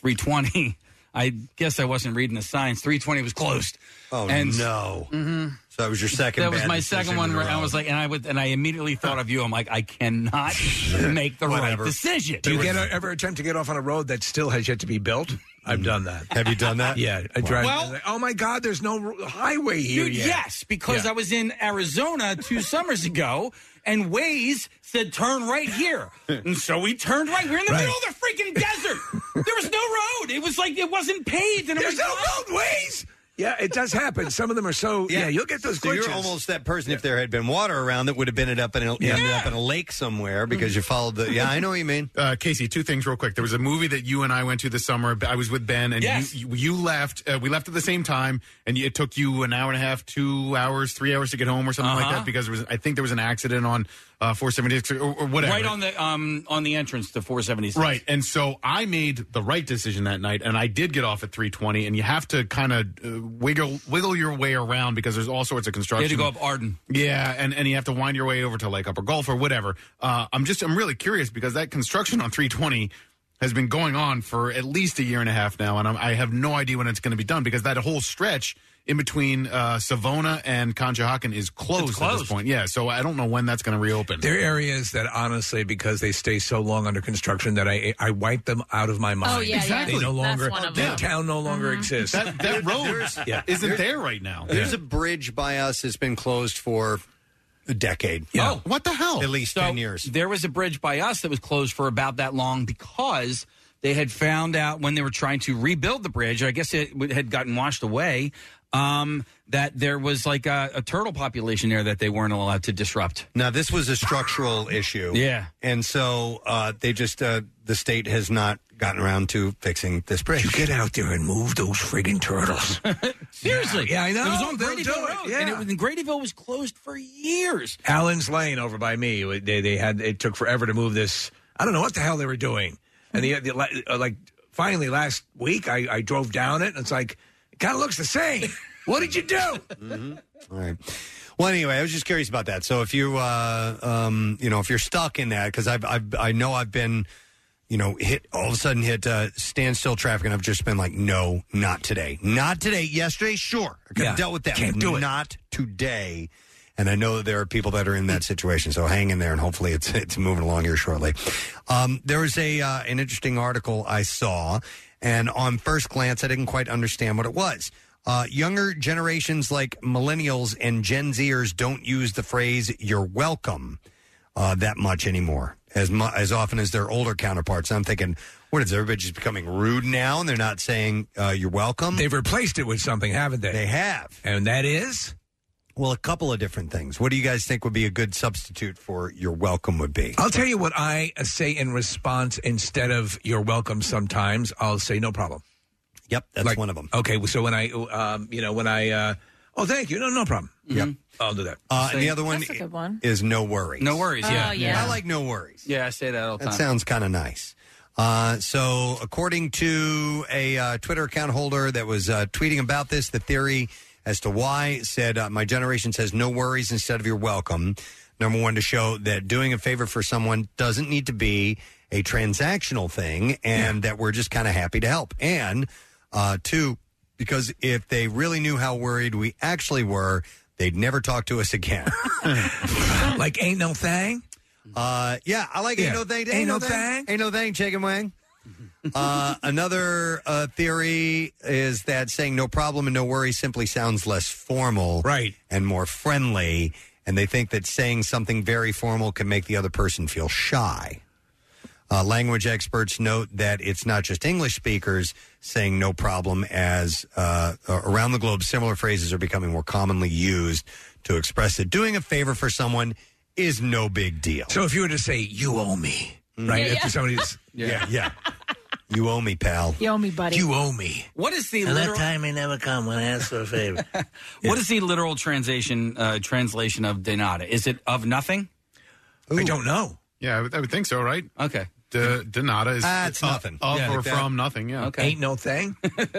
Speaker 5: 320. I guess I wasn't reading the signs. 320 was closed.
Speaker 2: Oh, no.
Speaker 5: Mhm.
Speaker 2: So that was your second.
Speaker 5: That was
Speaker 2: bad
Speaker 5: my
Speaker 2: decision
Speaker 5: second
Speaker 2: in
Speaker 5: one
Speaker 2: a
Speaker 5: where I
Speaker 2: row.
Speaker 5: was like, and I would, and I immediately thought of you. I'm like, I cannot make the right
Speaker 4: Whatever.
Speaker 5: decision.
Speaker 4: Do you get a, ever attempt to get off on a road that still has yet to be built? I've done that.
Speaker 2: Have you done that?
Speaker 4: yeah, I drive.
Speaker 5: Well-
Speaker 4: oh my God, there's no r- highway here.
Speaker 5: Dude,
Speaker 4: yet.
Speaker 5: yes, because
Speaker 4: Yeah.
Speaker 5: I was in Arizona two summers ago, and Waze said turn right here, and so we turned right. We're in the
Speaker 23: Right.
Speaker 5: middle of the freaking desert. There was no road. It was like it wasn't paved. And
Speaker 4: There's
Speaker 5: I'm
Speaker 4: no
Speaker 5: like, "What?"
Speaker 4: roadways. Yeah, it does happen. Some of them are so. Yeah, you'll get those
Speaker 2: So
Speaker 4: glitches.
Speaker 2: you're almost that person. If there had been water around, that would have been it up in a, ended up in a lake somewhere because you followed the. Yeah, I know what you mean.
Speaker 6: Uh, Casey, two things real quick. There was a movie that you and I went to this summer. I was with Ben, and you, you, you left. Uh, we left at the same time, and it took you an hour and a half, two hours, three hours to get home, or something like
Speaker 5: Uh-huh.
Speaker 6: that, because there was, I think there was an accident on uh, 476 or, or whatever.
Speaker 5: Right on the um on the entrance to 476.
Speaker 6: Right. And so I made the right decision that night, and I did get off at 320. And you have to kind of uh, wiggle wiggle your way around because there's all sorts of
Speaker 5: You
Speaker 6: construction.
Speaker 5: had to go up Arden.
Speaker 6: Yeah, and, and you have to wind your way over to like Upper Gulf or whatever. Uh, I'm just I'm really curious because that construction on 320 has been going on for at least a year and a half now, and I'm, I have no idea when it's going to be done because that whole stretch in between uh, Savona and Conshohocken is closed, at this
Speaker 4: closed.
Speaker 6: point. Yeah, so I don't know when that's going to reopen.
Speaker 4: There are areas that honestly, because they stay so long under construction, that I I wipe them out of my mind.
Speaker 6: Oh, yeah, yeah. Exactly.
Speaker 4: They no
Speaker 6: That's
Speaker 4: longer
Speaker 6: one of
Speaker 4: the
Speaker 6: them. Mm-hmm.
Speaker 4: town no longer exists.
Speaker 6: That, that road isn't there right now.
Speaker 2: There's a bridge by us that's been closed for a decade.
Speaker 5: Yeah. Oh,
Speaker 6: what the hell?
Speaker 2: At least
Speaker 5: So,
Speaker 2: 10 years.
Speaker 5: There was a bridge by us that was closed for about that long because they had found out when they were trying to rebuild the bridge, I guess it w- had gotten washed away, um, that there was like a, a turtle population there that they weren't allowed to disrupt.
Speaker 2: Now, this was a structural issue.
Speaker 5: Yeah.
Speaker 2: And so uh, they just, uh, the state has not gotten around to fixing this bridge. You
Speaker 4: get out there and move those friggin' turtles.
Speaker 5: Seriously.
Speaker 4: Yeah, I know.
Speaker 5: It was on
Speaker 4: They'll
Speaker 5: Gradyville
Speaker 4: do it.
Speaker 5: Road.
Speaker 4: Yeah.
Speaker 5: And, it, was- and Gradyville was closed for years.
Speaker 4: Allen's Lane over by me. They, they had it took forever to move this. I don't know what the hell they were doing. And the, the uh, like finally last week, I, I drove down it and it's like it kind of looks the same. What did you do?
Speaker 2: Mm-hmm. All right. Well, anyway, I was just curious about that. So if you, uh, um, you know, if you're stuck in that, because I've, I've, I know I've been, you know, hit all of a sudden hit uh, standstill traffic, and I've just been like, no, not today, not today. Yesterday, sure, I could have
Speaker 4: Yeah.
Speaker 2: dealt with that.
Speaker 4: Can't do it.
Speaker 2: Not today. And I know that there are people that are in that situation, so hang in there, and hopefully it's it's moving along here shortly. Um, there was a uh, an interesting article I saw, and on first glance, I didn't quite understand what it was. Uh, younger generations like millennials and Gen Zers don't use the phrase "you're welcome" uh, that much anymore, as mu- as often as their older counterparts. And I'm thinking, what is everybody just becoming rude now, and they're not saying uh, "you're welcome"?
Speaker 4: They've replaced it with something, haven't they?
Speaker 2: They have,
Speaker 4: and that is
Speaker 2: well, a couple of different things. What do you guys think would be a good substitute for "you're welcome"? Would be
Speaker 4: I'll tell you what I uh, say in response instead of "you're welcome." Sometimes I'll say "no problem."
Speaker 2: Yep, that's one of them.
Speaker 4: Okay, so when I, um, you know, when I, uh, oh, thank you, no, no problem.
Speaker 2: Mm-hmm. Yep.
Speaker 4: I'll do that.
Speaker 2: Uh, and the other one
Speaker 4: a good one. Oh,
Speaker 2: is no worries.
Speaker 5: No worries, yeah.
Speaker 2: I like no worries.
Speaker 5: Yeah, I say that all the
Speaker 2: That
Speaker 5: time.
Speaker 2: sounds kind of nice. Uh, so, according to a uh, Twitter account holder that was uh, tweeting about this, the theory as to why said, uh, My generation says no worries instead of you're welcome. Number one, to show that doing a favor for someone doesn't need to be a transactional thing and that we're just kind of happy to help. And uh, two, because if they really knew how worried we actually were, they'd never talk to us again.
Speaker 4: like, ain't no thing?
Speaker 2: Uh, yeah, I like ain't
Speaker 4: Yeah.
Speaker 2: no thing. Ain't,
Speaker 4: Ain't
Speaker 2: no
Speaker 4: no
Speaker 2: thing. Ain't no thing, chicken wing. uh, another uh, theory is that saying no problem and no worry simply sounds less formal right. and more friendly. And they think that saying something very formal can make the other person feel shy. Uh, language experts note that it's not just English speakers saying no problem, as uh, uh, around the globe, similar phrases are becoming more commonly used to express that doing a favor for someone is no big deal. Mm.
Speaker 4: So if you were to say, you owe me, right?
Speaker 5: Yeah, yeah.
Speaker 4: If somebody's
Speaker 5: Yeah.
Speaker 2: yeah. You owe me, pal.
Speaker 3: You owe me, buddy.
Speaker 4: You owe me.
Speaker 5: What is the
Speaker 19: and
Speaker 5: literal?
Speaker 19: that time may never come when I ask for a favor.
Speaker 5: What is the literal translation uh, translation of de nada? Is it of nothing?
Speaker 4: I don't know.
Speaker 6: Yeah, I would, I would think so, right?
Speaker 5: Okay.
Speaker 6: De, denata is
Speaker 5: Ah, it's
Speaker 6: uh,
Speaker 5: nothing.
Speaker 6: Of
Speaker 5: Yeah,
Speaker 6: or
Speaker 5: like that.
Speaker 6: from nothing. Yeah.
Speaker 5: Okay. Ain't
Speaker 4: no thing.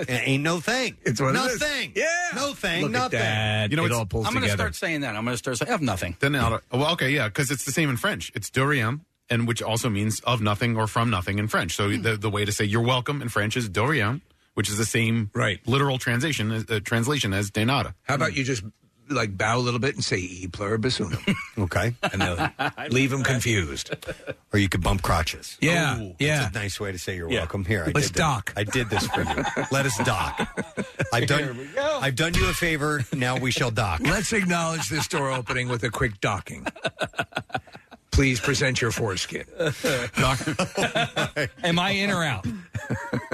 Speaker 2: ain't no thing.
Speaker 4: It's what it is.
Speaker 2: Nothing.
Speaker 4: Yeah.
Speaker 2: No thing.
Speaker 4: Look at
Speaker 2: nothing.
Speaker 4: that.
Speaker 6: You know, it's-
Speaker 5: I'm gonna start saying that. I'm going to start saying of nothing.
Speaker 6: Denata. Well, okay, yeah, because it's the same in French. It's de rien, and which also means of nothing or from nothing in French.
Speaker 4: Hmm.
Speaker 6: So the, the way to say you're welcome in French is de rien, which is the same right. literal translation as, uh, translation as denata.
Speaker 4: How about you just like bow a little bit and say e pluribus unum?
Speaker 2: okay.
Speaker 4: And they'll leave them confused.
Speaker 2: Or you could bump crotches.
Speaker 4: Yeah,
Speaker 2: Ooh,
Speaker 4: yeah.
Speaker 2: That's a nice way to say you're
Speaker 4: Yeah.
Speaker 2: welcome. Here, I did
Speaker 4: Let's
Speaker 2: this-
Speaker 4: dock.
Speaker 2: I did this for you. Let us dock. I've
Speaker 4: Here
Speaker 2: done.
Speaker 4: we go.
Speaker 2: I've done you a favor. Now we shall dock.
Speaker 4: Let's acknowledge this door opening with a quick docking. Please present your foreskin. Doc.
Speaker 5: Am I in or out?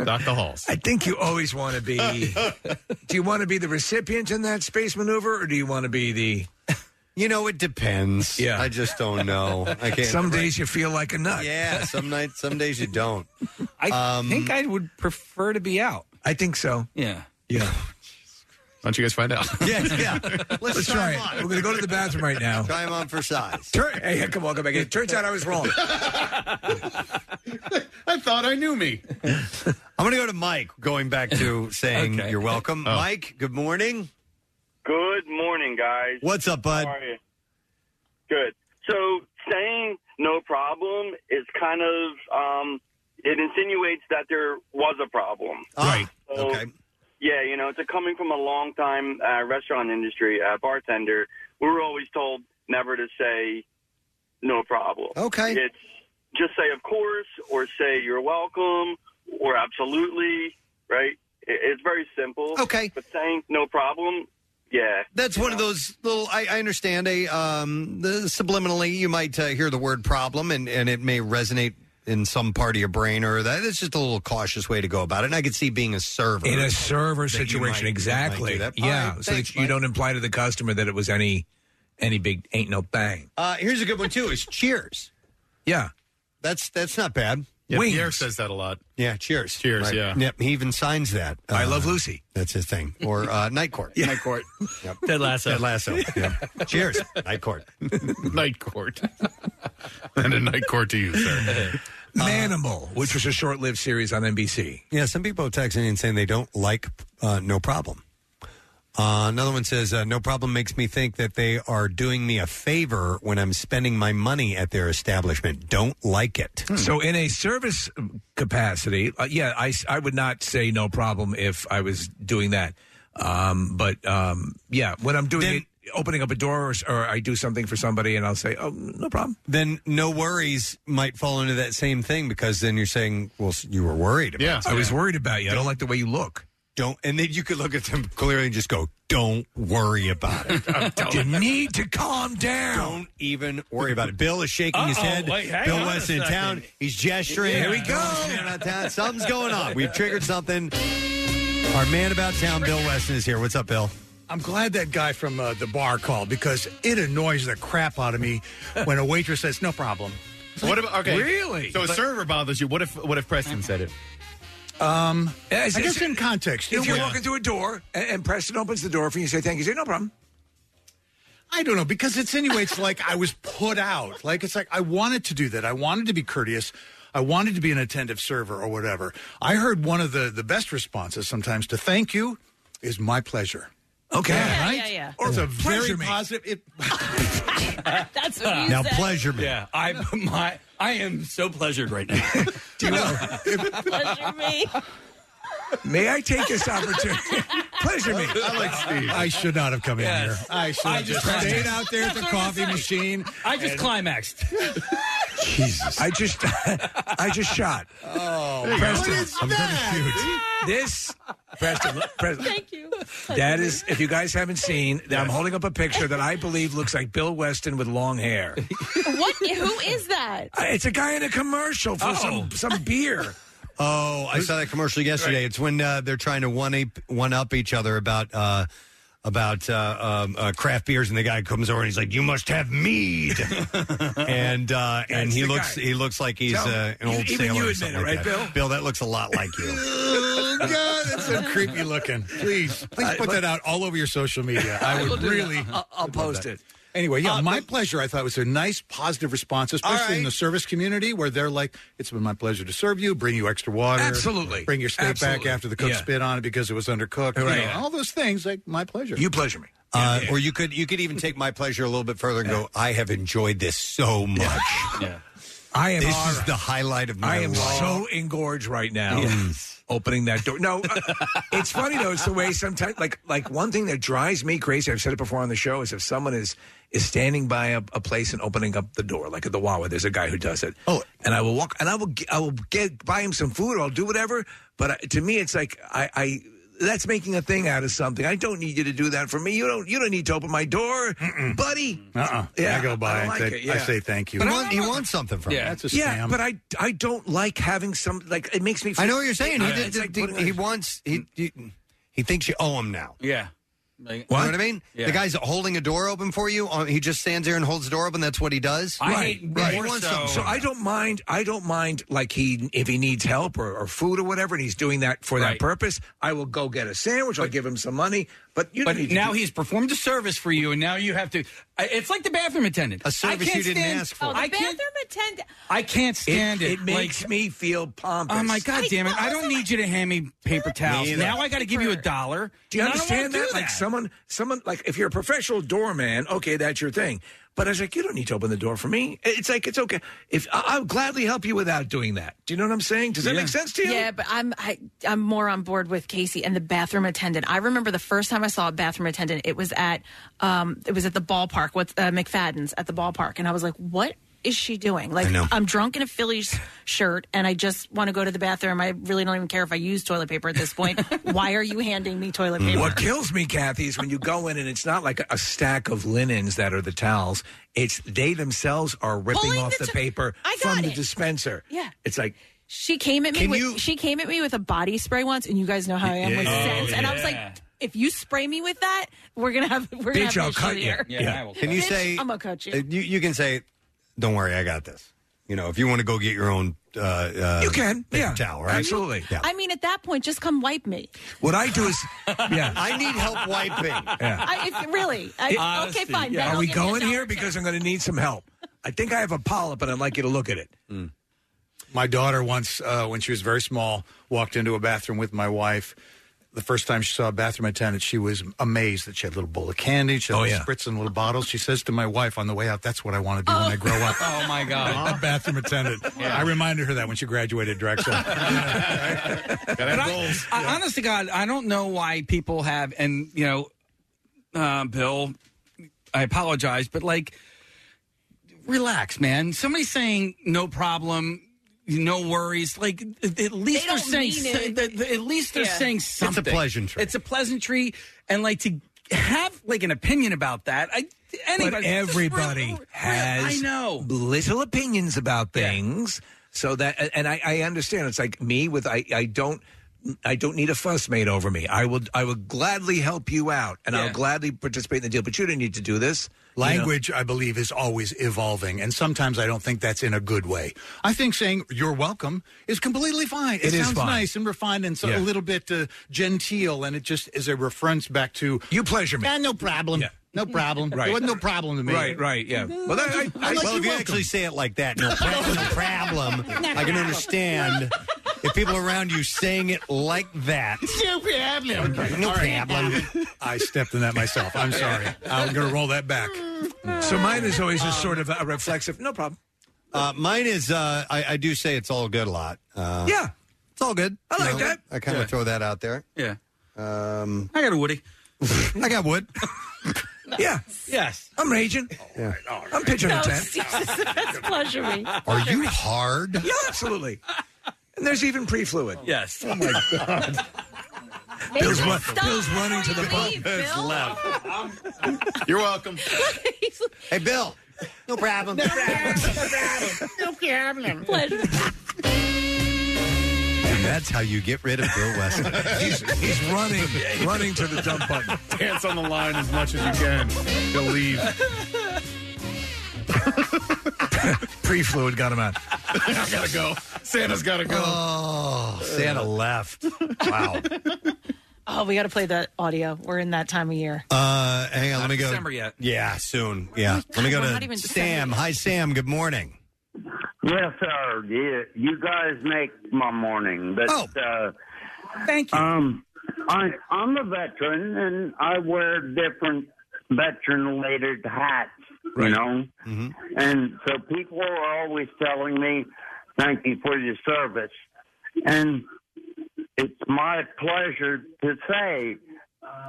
Speaker 6: Doc the halls.
Speaker 4: I think you always want to be. do you want to be the recipient in that space maneuver, or do you want to be the?
Speaker 2: You know, it depends.
Speaker 4: Yeah,
Speaker 2: I just don't know. I can't-
Speaker 4: Some days you feel like a nut.
Speaker 2: Yeah, some nights, some days you don't.
Speaker 5: I
Speaker 2: Um,
Speaker 5: think I would prefer to be out.
Speaker 4: I think so.
Speaker 5: Yeah.
Speaker 4: Yeah. Why
Speaker 6: don't you guys find out?
Speaker 2: yeah, yeah. Let's,
Speaker 4: try, it. We're going to go to the bathroom right now.
Speaker 2: Try him on for size.
Speaker 4: Turn, hey, come on, come back. in. Turns out I was wrong.
Speaker 6: I thought I knew me.
Speaker 2: I'm going to go to Mike. Going back to saying you're welcome,
Speaker 6: Oh.
Speaker 2: Mike. Good morning.
Speaker 21: Good morning, guys.
Speaker 2: What's up, bud?
Speaker 21: How are you? Good. So saying no problem is kind of um, it insinuates that there was a problem.
Speaker 2: Right.
Speaker 21: So, okay. Yeah, you know, it's a coming from a long time uh, restaurant industry uh, bartender. We were always told never to say no problem.
Speaker 2: Okay.
Speaker 21: It's just say of course or say you're welcome or absolutely, right? It- It's very simple.
Speaker 2: Okay.
Speaker 21: But saying no problem, yeah.
Speaker 2: That's one of those little. I, I understand a um, the subliminally you might uh, hear the word problem and and it may resonate in some part of your brain or that. It's just a little cautious way to go about it. And I could see being a server
Speaker 4: in a server
Speaker 2: that you might-
Speaker 4: situation
Speaker 2: you might
Speaker 4: exactly
Speaker 2: do that. All
Speaker 4: yeah
Speaker 2: right,
Speaker 4: so
Speaker 2: thanks,
Speaker 4: that you
Speaker 2: Mike.
Speaker 4: don't imply to the customer that it was any any big ain't no bang
Speaker 2: Uh, here's a good one too. Is cheers.
Speaker 4: Yeah,
Speaker 2: that's that's not bad.
Speaker 6: Yeah, Pierre says that a lot.
Speaker 2: Yeah, cheers.
Speaker 6: Cheers,
Speaker 2: Right.
Speaker 6: yeah.
Speaker 2: Yep, he even signs that. Uh,
Speaker 6: I love
Speaker 4: Lucy.
Speaker 2: That's his thing. Or uh, Night Court.
Speaker 4: Yeah.
Speaker 2: Night Court. Yep.
Speaker 5: Ted Lasso.
Speaker 2: Ted Lasso. Yep. Cheers. Night Court.
Speaker 6: night Court. and a night court to you, sir.
Speaker 4: manimal which was a short-lived series on nbc
Speaker 2: Yeah, some people are texting and saying they don't like uh, No Problem. Uh, another one says, uh, No Problem makes me think that they are doing me a favor when I'm spending my money at their establishment. Don't like it.
Speaker 4: so in a service capacity uh, yeah I, s- I would not say no problem if i was doing that um, but um, yeah when i'm doing it opening up a door or, s- or i do something for somebody and i'll say oh no problem
Speaker 2: Then no worries might fall into that same thing because then you're saying, Well, s- you were worried about
Speaker 4: i was
Speaker 2: something."
Speaker 4: worried about you i don't like the way you look
Speaker 2: Don't, and then you could look at them clearly and just go, Don't worry about it.
Speaker 4: you need to calm down
Speaker 2: Don't even worry about it. Bill is shaking his
Speaker 4: Uh-oh,
Speaker 2: head.
Speaker 4: wait, hang
Speaker 2: Bill
Speaker 4: on a
Speaker 2: West in
Speaker 4: second.
Speaker 2: town. He's gesturing.
Speaker 4: Here we
Speaker 2: Bill's
Speaker 4: go.
Speaker 2: man about town. Something's going on. We've triggered something. Our man about town, Bill Weston, is here. What's up, Bill?
Speaker 30: I'm glad that guy from uh, the bar called because it annoys the crap out of me when a waitress says no problem.
Speaker 6: What about okay?
Speaker 30: Really?
Speaker 6: So a
Speaker 30: But-
Speaker 6: server bothers you. What if what if Preston said it?
Speaker 30: Um,
Speaker 4: Yeah, it's-
Speaker 30: I guess
Speaker 4: it's-
Speaker 30: in context,
Speaker 4: if
Speaker 30: it
Speaker 4: you're
Speaker 30: would-
Speaker 4: walking through a door and, and Preston opens the door for you, you say thank you. You Say no problem.
Speaker 30: I don't know because it's anyway. It's like I was put out. Like it's like I wanted to do that. I wanted to be courteous. I wanted to be an attentive server or whatever. I heard one of the the best responses sometimes to thank you is my pleasure.
Speaker 4: Okay,
Speaker 30: right?
Speaker 4: yeah, yeah.
Speaker 30: Or it's a
Speaker 4: Pleasure
Speaker 30: very
Speaker 4: me.
Speaker 30: positive. It,
Speaker 5: That's
Speaker 30: what you Now said. pleasure me.
Speaker 5: Yeah, Uh, I my I am so pleasured right now.
Speaker 4: Pleasure me. May I take this opportunity? Pleasure me. I like Steve.
Speaker 30: I should not have come in here. I should have just, stayed out there at the coffee machine.
Speaker 5: I just climaxed.
Speaker 4: Jesus. I just I just shot. Oh,
Speaker 30: What
Speaker 4: Preston,
Speaker 30: is
Speaker 4: I'm Gonna shoot. This Preston, look, Preston. Thank you. That is if you guys haven't seen, that I'm holding up a picture that I believe looks like Bill Weston with long hair.
Speaker 22: what? Who is that?
Speaker 4: Uh, It's a guy in a commercial for some some beer.
Speaker 2: Oh, I saw that commercial yesterday. It's when uh, they're trying to one, ape, one up each other about uh, about uh, um, uh, craft beers, and the guy comes over and he's like, "You must have mead," and uh, and he
Speaker 4: the
Speaker 2: looks
Speaker 4: guy.
Speaker 2: he looks like he's uh,
Speaker 4: Tell him.
Speaker 2: an old
Speaker 4: Even
Speaker 2: sailor.
Speaker 4: you
Speaker 2: or
Speaker 4: admit
Speaker 2: something
Speaker 4: it,
Speaker 2: like
Speaker 4: right,
Speaker 2: that.
Speaker 4: Bill?
Speaker 2: Bill, that looks a lot like you.
Speaker 30: Oh, God, that's so creepy looking. Please, please
Speaker 2: I-
Speaker 30: put that out all over your social media. I
Speaker 2: I will
Speaker 30: would
Speaker 2: do that.
Speaker 30: really.
Speaker 2: I'll- I'll
Speaker 30: would love
Speaker 2: post
Speaker 30: that.
Speaker 2: it.
Speaker 30: Anyway,
Speaker 4: Uh,
Speaker 30: yeah, my pleasure. I thought was a nice, positive response, especially in the service community where they're like, "It's been my pleasure to serve you. Bring you extra water.
Speaker 4: Absolutely.
Speaker 30: Bring your steak
Speaker 4: Absolutely.
Speaker 30: back after the cook
Speaker 4: Yeah.
Speaker 30: spit on it because it was undercooked. You
Speaker 2: Right.
Speaker 30: know, all those things. Like my pleasure.
Speaker 2: You pleasure me. Uh, Or you could you could even take my pleasure a little bit further and go. I have enjoyed this so much.
Speaker 4: I am
Speaker 2: This
Speaker 4: all
Speaker 2: is
Speaker 4: right.
Speaker 2: the highlight of my
Speaker 4: I am
Speaker 2: life.
Speaker 4: so engorged right now.
Speaker 2: Yes.
Speaker 4: Opening that door. No, uh, it's funny though. It's the way sometimes, like, like one thing that drives me crazy. I've said it before on the show is if someone is is standing by a, a place and opening up the door, like at the Wawa. There's a guy who does it. Oh, and I will walk and I will g- I will get buy him some food. Or I'll do whatever. But I, to me, it's like I. I that's making a thing out of something. I don't need you to do that for me. You don't. You don't need to open my door, buddy.
Speaker 30: Uh-uh. I go by
Speaker 4: don't
Speaker 30: and say- I say thank you. He want- he wants something from me.
Speaker 4: yeah.
Speaker 30: That's a
Speaker 4: Yeah,
Speaker 30: scam.
Speaker 4: but I I don't like having some like it makes me.
Speaker 2: I know what you're saying. He,
Speaker 4: Yeah.
Speaker 2: did,
Speaker 4: It's like
Speaker 2: he-
Speaker 4: putting
Speaker 2: he
Speaker 4: on-
Speaker 2: wants he, he he thinks you owe him now.
Speaker 5: Yeah.
Speaker 2: You know what I mean? The guy's holding a door open for you. um, He just stands there and holds the door open. That's what he does. He
Speaker 4: More
Speaker 2: wants
Speaker 4: so,
Speaker 2: something.
Speaker 4: so I don't mind. I don't mind like he if he needs help or, or food or whatever, and he's doing that for that purpose. I will go get a sandwich. I'll give him some money. But you
Speaker 5: But
Speaker 4: don't need to
Speaker 5: now
Speaker 4: do-
Speaker 5: he's performed a service for you, and now you have to. I- It's like the bathroom attendant. A
Speaker 22: Oh, the
Speaker 5: I
Speaker 22: bathroom
Speaker 5: can't.
Speaker 22: attendant.
Speaker 5: I can't stand it.
Speaker 4: It makes
Speaker 5: Like-
Speaker 4: me feel pompous.
Speaker 5: Oh my god, damn it! I don't need you to hand me paper towels.
Speaker 4: either.
Speaker 5: Now I got to give you a dollar.
Speaker 4: Do you
Speaker 5: And I don't
Speaker 4: understand
Speaker 5: wanna
Speaker 4: that?
Speaker 5: do
Speaker 4: Like someone, someone, like if you're a professional doorman, okay, that's your thing. But I was like, you don't need to open the door for me. It's like it's okay. If I, I'll gladly help you without doing that. Do you know what I'm saying? Does that make sense to you?
Speaker 22: Yeah, but I'm I, I'm more on board with Casey and the bathroom attendant. I remember the first time I saw a bathroom attendant. It was at um it was at the ballpark with uh, McFadden's at the ballpark, and I was like, what is she doing? Like
Speaker 2: know.
Speaker 22: I'm drunk in a Phillies shirt, and I just want to go to the bathroom. I really don't even care if I use toilet paper at this point. Why are you handing me toilet paper?
Speaker 4: Mm. What kills me, Kathy, is when you go in and it's not like a stack of linens that are the towels. It's they themselves are ripping
Speaker 22: Pulling
Speaker 4: off
Speaker 22: the
Speaker 4: the,
Speaker 22: to-
Speaker 4: paper
Speaker 22: I got
Speaker 4: from the
Speaker 22: it.
Speaker 4: dispenser.
Speaker 22: Yeah.
Speaker 4: It's like
Speaker 22: She came at me.
Speaker 4: Can
Speaker 22: With,
Speaker 4: you-
Speaker 22: She came at me with a body spray once, and you guys know how I am with
Speaker 4: Yeah.
Speaker 22: scents.
Speaker 4: Oh,
Speaker 22: And I was
Speaker 4: yeah.
Speaker 22: like, if you spray me with that, we're gonna have we're gonna
Speaker 2: Bitch,
Speaker 22: have
Speaker 2: I'll
Speaker 22: an issue
Speaker 2: cut you.
Speaker 22: here.
Speaker 2: Yeah, Yeah. I will Can cut you you.
Speaker 22: Bitch,
Speaker 2: say-
Speaker 22: I'm gonna cut you?
Speaker 2: Uh, you you can say, "Don't worry, I got this." You know, if you want to go get your own, uh, uh,
Speaker 4: You can,
Speaker 2: paper
Speaker 4: yeah.
Speaker 2: towel, right?
Speaker 4: Absolutely.
Speaker 2: Yeah.
Speaker 22: I mean, at that point, just come wipe me.
Speaker 4: what I do is, yeah,
Speaker 2: I need help wiping.
Speaker 22: I, if, really? I, okay, fine.
Speaker 4: Yeah.
Speaker 22: then
Speaker 4: Are
Speaker 22: I'll
Speaker 4: we
Speaker 22: give you a
Speaker 4: going
Speaker 22: dollar.
Speaker 4: here? Because I'm going to need some help. I think I have a polyp, and I'd like you to look at it.
Speaker 17: Mm.
Speaker 30: My daughter once, uh, when she was very small, walked into a bathroom with my wife. The first time she saw a bathroom attendant, she was amazed that she had a little bowl of candy. She had
Speaker 4: Oh,
Speaker 30: little
Speaker 4: yeah.
Speaker 30: spritz in little bottles. She says to my wife on the way out, "That's what I want to do when I grow up."
Speaker 5: Oh, my God.
Speaker 30: A bathroom attendant. I reminded her that when she graduated Drexel.
Speaker 5: But I, I, honest to God, I don't know why people have, and you know, uh, Bill, I apologize, but like, relax, man. Somebody's saying no problem, no worries. Like, at at least
Speaker 23: They
Speaker 5: are
Speaker 23: don't
Speaker 5: saying,
Speaker 23: mean
Speaker 5: so-
Speaker 23: it.
Speaker 5: the- the- at least they're
Speaker 23: Yeah.
Speaker 5: saying
Speaker 23: It's a
Speaker 5: something.
Speaker 2: pleasantry.
Speaker 5: It's a pleasantry, and like to have like an opinion about that. I anybody,
Speaker 4: but
Speaker 5: just re-
Speaker 4: everybody has
Speaker 5: I know.
Speaker 4: little opinions about things. So that, and I, I understand. It's like me with I, I don't. I don't need a fuss made over me. I will. I will gladly help you out, and I'll
Speaker 30: Yeah.
Speaker 4: gladly participate in the deal. But you didn't need to do this. you know?
Speaker 30: Language, I believe, is always evolving, and sometimes I don't think that's in a good way. I think saying "you're welcome" is completely fine.
Speaker 4: It is
Speaker 30: sounds
Speaker 4: fine.
Speaker 30: nice and refined and so,
Speaker 4: Yeah.
Speaker 30: a little bit uh, genteel, and it just is a reference back to
Speaker 4: "you pleasure me."
Speaker 30: Yeah, no problem. No problem.
Speaker 4: Right.
Speaker 30: It wasn't no problem to me.
Speaker 4: Right, right, yeah. Well,
Speaker 2: that- I- I- Well, if you actually say it like that, no problem, no problem. I can understand if people around you saying it like that.
Speaker 23: No problem.
Speaker 2: No
Speaker 23: All right.
Speaker 2: problem.
Speaker 30: I stepped in that myself. I'm sorry. I'm going to roll that back. Um,
Speaker 4: So mine is always just sort of a reflexive. No problem.
Speaker 2: Uh, mine is uh, I, I do say it's all good a lot. Uh,
Speaker 4: Yeah.
Speaker 2: it's all good.
Speaker 4: I like
Speaker 2: You know,
Speaker 4: that.
Speaker 2: I kind of
Speaker 4: Yeah.
Speaker 2: throw that out there.
Speaker 5: Yeah.
Speaker 2: Um,
Speaker 5: I got a Woody.
Speaker 2: I got wood.
Speaker 4: yeah.
Speaker 5: Yes.
Speaker 4: I'm raging.
Speaker 2: Yeah.
Speaker 4: I'm pitching a
Speaker 2: No,
Speaker 4: tent.
Speaker 22: pleasure me.
Speaker 2: Are you hard?
Speaker 4: Yeah, absolutely. And there's even pre-fluid.
Speaker 5: Yes.
Speaker 4: Oh my god. Bill's, run- Bill's running to the pump.
Speaker 6: You're welcome.
Speaker 2: hey, Bill. No problem.
Speaker 23: No problem.
Speaker 22: Pleasure.
Speaker 2: And that's how you get rid of Bill Weston.
Speaker 4: he's, he's running, running to the dump button.
Speaker 6: Dance on the line as much as you can. He'll leave.
Speaker 4: Pre-fluid got him out.
Speaker 6: I gotta go. Santa's gotta go.
Speaker 2: Oh,
Speaker 4: Santa left.
Speaker 2: Wow.
Speaker 22: Oh, we got to play the audio. We're in that time of year.
Speaker 2: Uh, hang on, let
Speaker 22: Not
Speaker 2: me go.
Speaker 22: December yet.
Speaker 2: Yeah, soon. Yeah, let me go
Speaker 22: we're not
Speaker 2: to
Speaker 22: even
Speaker 2: Sam. Hi, Sam. Good morning.
Speaker 10: Yes, sir. You, you guys make my morning. But, uh,
Speaker 4: Thank
Speaker 10: you. Um, I, I'm a veteran, and I wear different veteran-related hats, you know. And so people are always telling me, thank you for your service. And it's my pleasure to say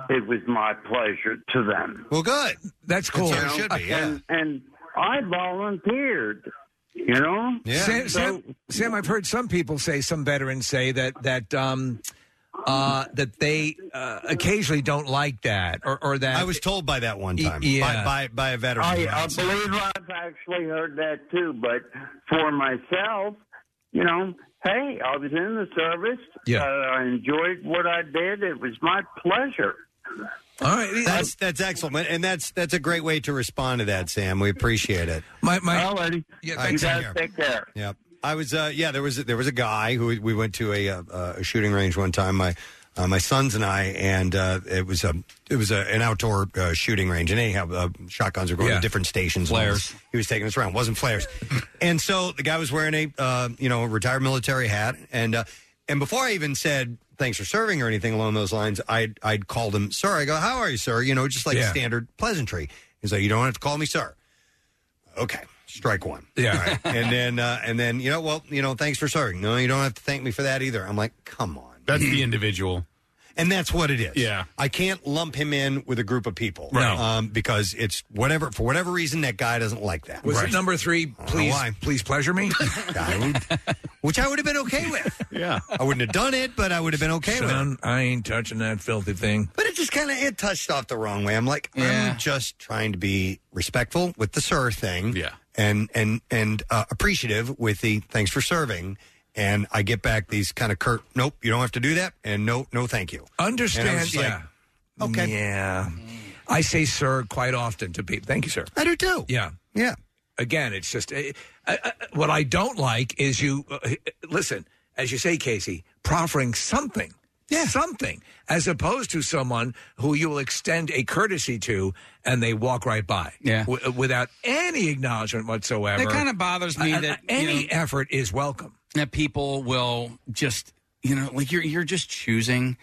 Speaker 10: it was my pleasure to them.
Speaker 2: Well, good.
Speaker 4: That's cool.
Speaker 10: You know? And, and I volunteered, you know?
Speaker 4: Sam,
Speaker 10: So-
Speaker 4: Sam, Sam, I've heard some people say, some veterans say that that um, uh, that they uh, occasionally don't like that, or, or that
Speaker 2: I was told by that one time by,
Speaker 4: yeah.
Speaker 2: by by a veteran.
Speaker 10: I, I believe I've actually heard that too, but for myself, you know, hey, I was in the service.
Speaker 2: Yeah.
Speaker 10: Uh, I enjoyed what I did. It was my pleasure.
Speaker 4: All right,
Speaker 2: that's that's excellent, and that's that's a great way to respond to that, Sam. We appreciate it.
Speaker 4: My my.
Speaker 2: Yeah,
Speaker 10: you
Speaker 2: thanks,
Speaker 10: guys
Speaker 2: Sam.
Speaker 10: take care.
Speaker 2: Yep. I was uh, yeah. There was there was a guy who we went to a, uh, uh, a shooting range one time. My uh, my sons and I, and uh, it was a it was a, an outdoor uh, shooting range. And anyhow, uh, shotguns are going
Speaker 4: Yeah.
Speaker 2: to different stations.
Speaker 4: Flares.
Speaker 2: He was taking us around. wasn't flares. and so the guy was wearing a uh, you know retired military hat, and uh, and before I even said thanks for serving or anything along those lines, I'd I'd called him sir. I go, how are you, sir? You know, just like
Speaker 4: Yeah.
Speaker 2: standard pleasantry. He's like, you don't have to call me sir. Okay, strike one.
Speaker 4: Yeah.
Speaker 2: All right. and then uh, and then you know, well, you know, thanks for serving. No, you don't have to thank me for that either. I'm like, come on.
Speaker 6: That's the individual.
Speaker 2: And that's what it is.
Speaker 6: Yeah.
Speaker 2: I can't lump him in with a group of people.
Speaker 4: Right.
Speaker 2: Um, because it's whatever for whatever reason that guy doesn't like that.
Speaker 4: Was it number three?
Speaker 2: know
Speaker 4: Please,
Speaker 2: Oh, why.
Speaker 4: please pleasure me.
Speaker 2: which I would have been okay with.
Speaker 6: yeah,
Speaker 2: I wouldn't have done it, but I would have been okay with it.
Speaker 4: Son, I ain't touching that filthy thing.
Speaker 2: But it just kind of it touched off the wrong way. I'm like, I'm just trying to be respectful with the sir thing, yeah, and and and uh, appreciative with the thanks for serving. And I get back these kind of curt, nope, you don't have to do that, and no, no, thank you.
Speaker 4: Understand?
Speaker 2: And I was just like,
Speaker 4: yeah.
Speaker 2: okay.
Speaker 4: Yeah. I say sir quite often to people. Thank you, sir.
Speaker 2: I do too.
Speaker 4: Yeah.
Speaker 2: Yeah.
Speaker 4: Again, it's just eh, eh, eh, what I don't like is you uh, eh, listen, as you say, Casey, proffering something. Yeah. Something as opposed to someone who you will extend a courtesy to and they walk right by.
Speaker 5: Yeah.
Speaker 4: W- without any acknowledgement whatsoever.
Speaker 5: That kind of bothers me
Speaker 4: Uh, uh,
Speaker 5: that you
Speaker 4: any
Speaker 5: know-
Speaker 4: effort is welcome.
Speaker 5: that people will just you know like you're you're just choosing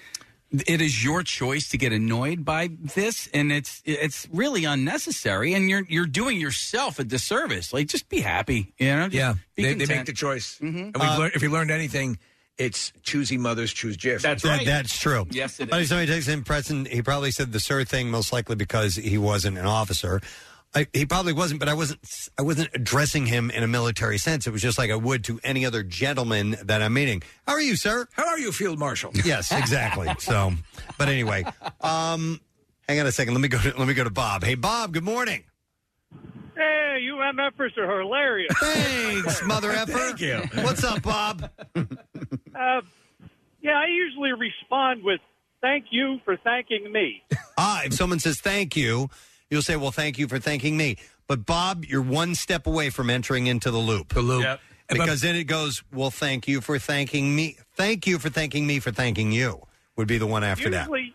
Speaker 5: it is your choice to get annoyed by this and it's it's really unnecessary and you're you're doing yourself a disservice like just be happy you know Mm-hmm. Just
Speaker 4: yeah,
Speaker 5: be
Speaker 4: they, they
Speaker 5: content. Uh,
Speaker 4: make the choice. And we've learned, if you learned anything, it's choosy mothers choose gifts.
Speaker 2: That- that's true.
Speaker 5: Yes, it
Speaker 2: Funny,
Speaker 5: is.
Speaker 2: Somebody takes him Preston. He probably said the sir thing most likely because he wasn't an officer. I, he probably wasn't, but I wasn't. I wasn't addressing him in a military sense. It was just like I would to any other gentleman that I'm meeting. How are you, sir?
Speaker 4: How are you, Field Marshal?
Speaker 2: Yes, exactly. so, but anyway, um, hang on a second. Let me go. To, let me go to Bob. Hey, Bob. Good morning.
Speaker 11: Hey, you MFers are hilarious.
Speaker 2: Thanks, mother effer. Thank
Speaker 4: you.
Speaker 2: What's up, Bob?
Speaker 11: Uh, yeah, I usually respond with "Thank you for thanking me."
Speaker 2: Ah, if someone says thank you, you'll say, well, thank you for thanking me. But Bob, you're one step away from entering into the loop. The
Speaker 4: loop.
Speaker 2: Because then it goes, well, thank you for thanking me. Thank you for thanking me for thanking you would be the one after that.
Speaker 11: usually,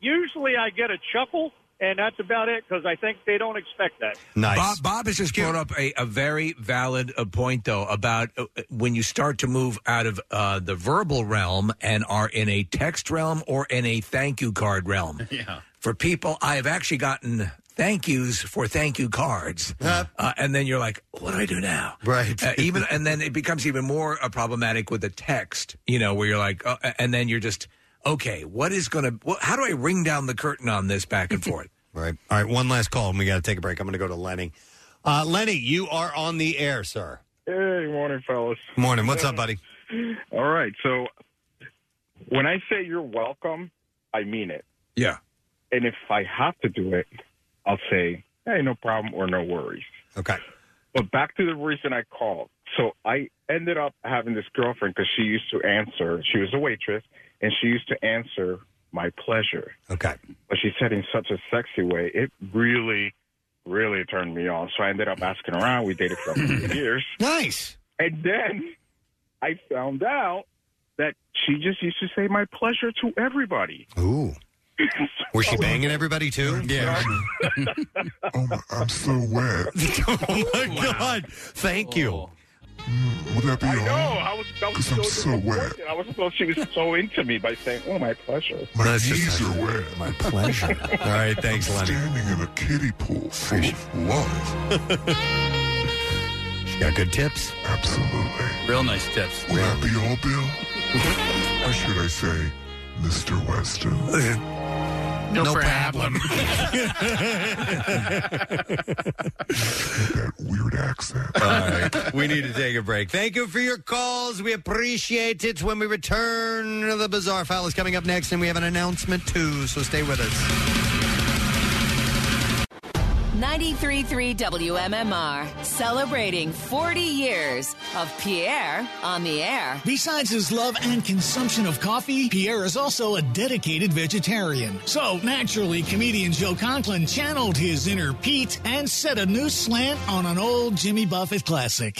Speaker 11: usually I get a chuckle, and that's about it because I think they don't expect that.
Speaker 2: Nice.
Speaker 4: Bob, Bob has just brought up a, a very valid uh, point, though, about uh, when you start to move out of uh, the verbal realm and are in a text realm or in a thank you card realm.
Speaker 6: Yeah.
Speaker 4: For people, I have actually gotten thank yous for thank you cards, uh, and then you're like, "What do I do now?"
Speaker 2: Right.
Speaker 4: Uh, even and then it becomes even more uh, problematic with the text, you know, where you're like, uh, and then you're just, "Okay, what is going to? Well, how do I ring down the curtain on this back and forth?"
Speaker 2: Right. All right. One last call, and we got to take a break. I'm going to go to Lenny. Uh, Lenny, you are on the air, sir.
Speaker 25: Hey, morning, fellas.
Speaker 2: Morning. What's up, buddy?
Speaker 25: All right. So when I say you're welcome, I mean it.
Speaker 4: Yeah.
Speaker 25: And if I have to do it, I'll say, hey, no problem or no worries.
Speaker 2: Okay.
Speaker 25: But back to the reason I called. So I ended up having this girlfriend because she used to answer. She was a waitress, and she used to answer my pleasure.
Speaker 2: Okay.
Speaker 25: But she said in such a sexy way, it really, really turned me on. So I ended up asking around. We dated for a few years.
Speaker 30: Nice.
Speaker 25: And then I found out that she just used to say my pleasure to everybody.
Speaker 2: Ooh. Was she banging everybody too? Yeah.
Speaker 23: Oh, I'm so wet.
Speaker 2: oh my god! Thank you.
Speaker 23: Mm, Would that be
Speaker 25: Oh. I know.
Speaker 23: all?
Speaker 25: I was, I was
Speaker 23: Because I'm so wet.
Speaker 25: disappointed. I was supposed she was so into me by saying, "Oh, my pleasure."
Speaker 23: My knees are wet.
Speaker 2: My pleasure. All right, thanks, Lenny.
Speaker 23: Standing in a kiddie pool full of love.
Speaker 2: She got good tips.
Speaker 23: Absolutely.
Speaker 5: Real nice tips.
Speaker 23: Would that be all, Bill? or should I say, Mr. Weston?
Speaker 2: No No problem. All right. We need to take a break. Thank you for your calls. We appreciate it. When we return, the Bizarre File is coming up next, and we have an announcement too, so stay with us.
Speaker 29: 93.3 WMMR, celebrating 40 years of Pierre on the air.
Speaker 8: Besides his love and consumption of coffee, Pierre is also a dedicated vegetarian. So, naturally, comedian Joe Conklin channeled his inner Pete and set a new slant on an old Jimmy Buffett classic.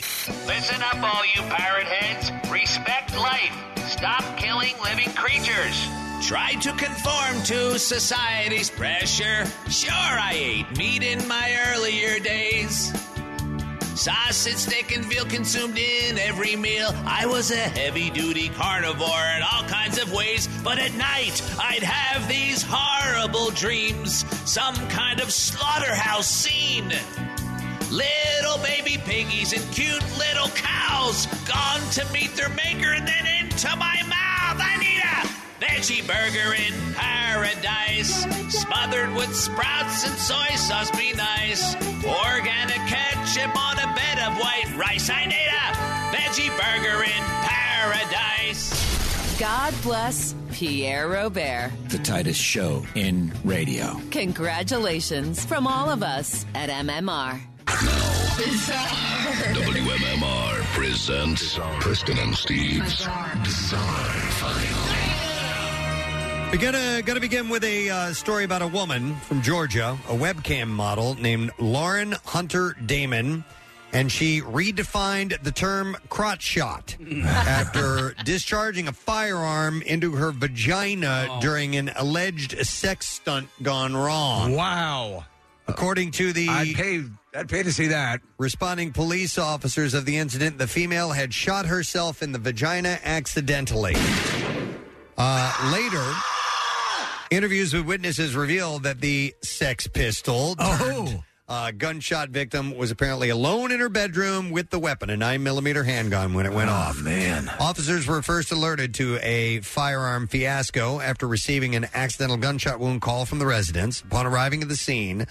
Speaker 16: Listen up, all you pirate heads. Respect life. Stop killing living creatures.
Speaker 19: Try to conform to society's pressure. Sure, I ate meat in my earlier days. Sausage, steak, and veal consumed in every meal. I was a heavy duty carnivore in all kinds of ways, but at night I'd have these horrible dreams. Some kind of slaughterhouse scene. Little baby piggies and cute little cows gone to meet their maker and then into my mouth. I need a veggie burger in paradise. Smothered with sprouts and soy sauce, be nice. Organic ketchup on a bed of white rice. I need a veggie burger in paradise.
Speaker 29: God bless Pierre Robert.
Speaker 19: The tightest show in radio.
Speaker 29: Congratulations from all of us at MMR.
Speaker 23: WMMR presents Preston and Steve's Bizarre, File.
Speaker 2: We're gonna gonna begin with a uh, story about a woman from Georgia, a webcam model named Lauren Hunter Damon, and she redefined the term crotch shot after discharging a firearm into her vagina
Speaker 4: Oh.
Speaker 2: during an alleged sex stunt gone wrong.
Speaker 4: Wow.
Speaker 2: According to the
Speaker 4: I'd pay. I'd pay to see that.
Speaker 2: responding police officers of the incident, the female had shot herself in the vagina accidentally. Uh, later, interviews with witnesses revealed that the sex pistol turned, uh, gunshot victim was apparently alone in her bedroom with the weapon, a 9 millimeter handgun, when it went off.
Speaker 4: man.
Speaker 2: Officers were first alerted to a firearm fiasco after receiving an accidental gunshot wound call from the residents. Upon arriving at the scene,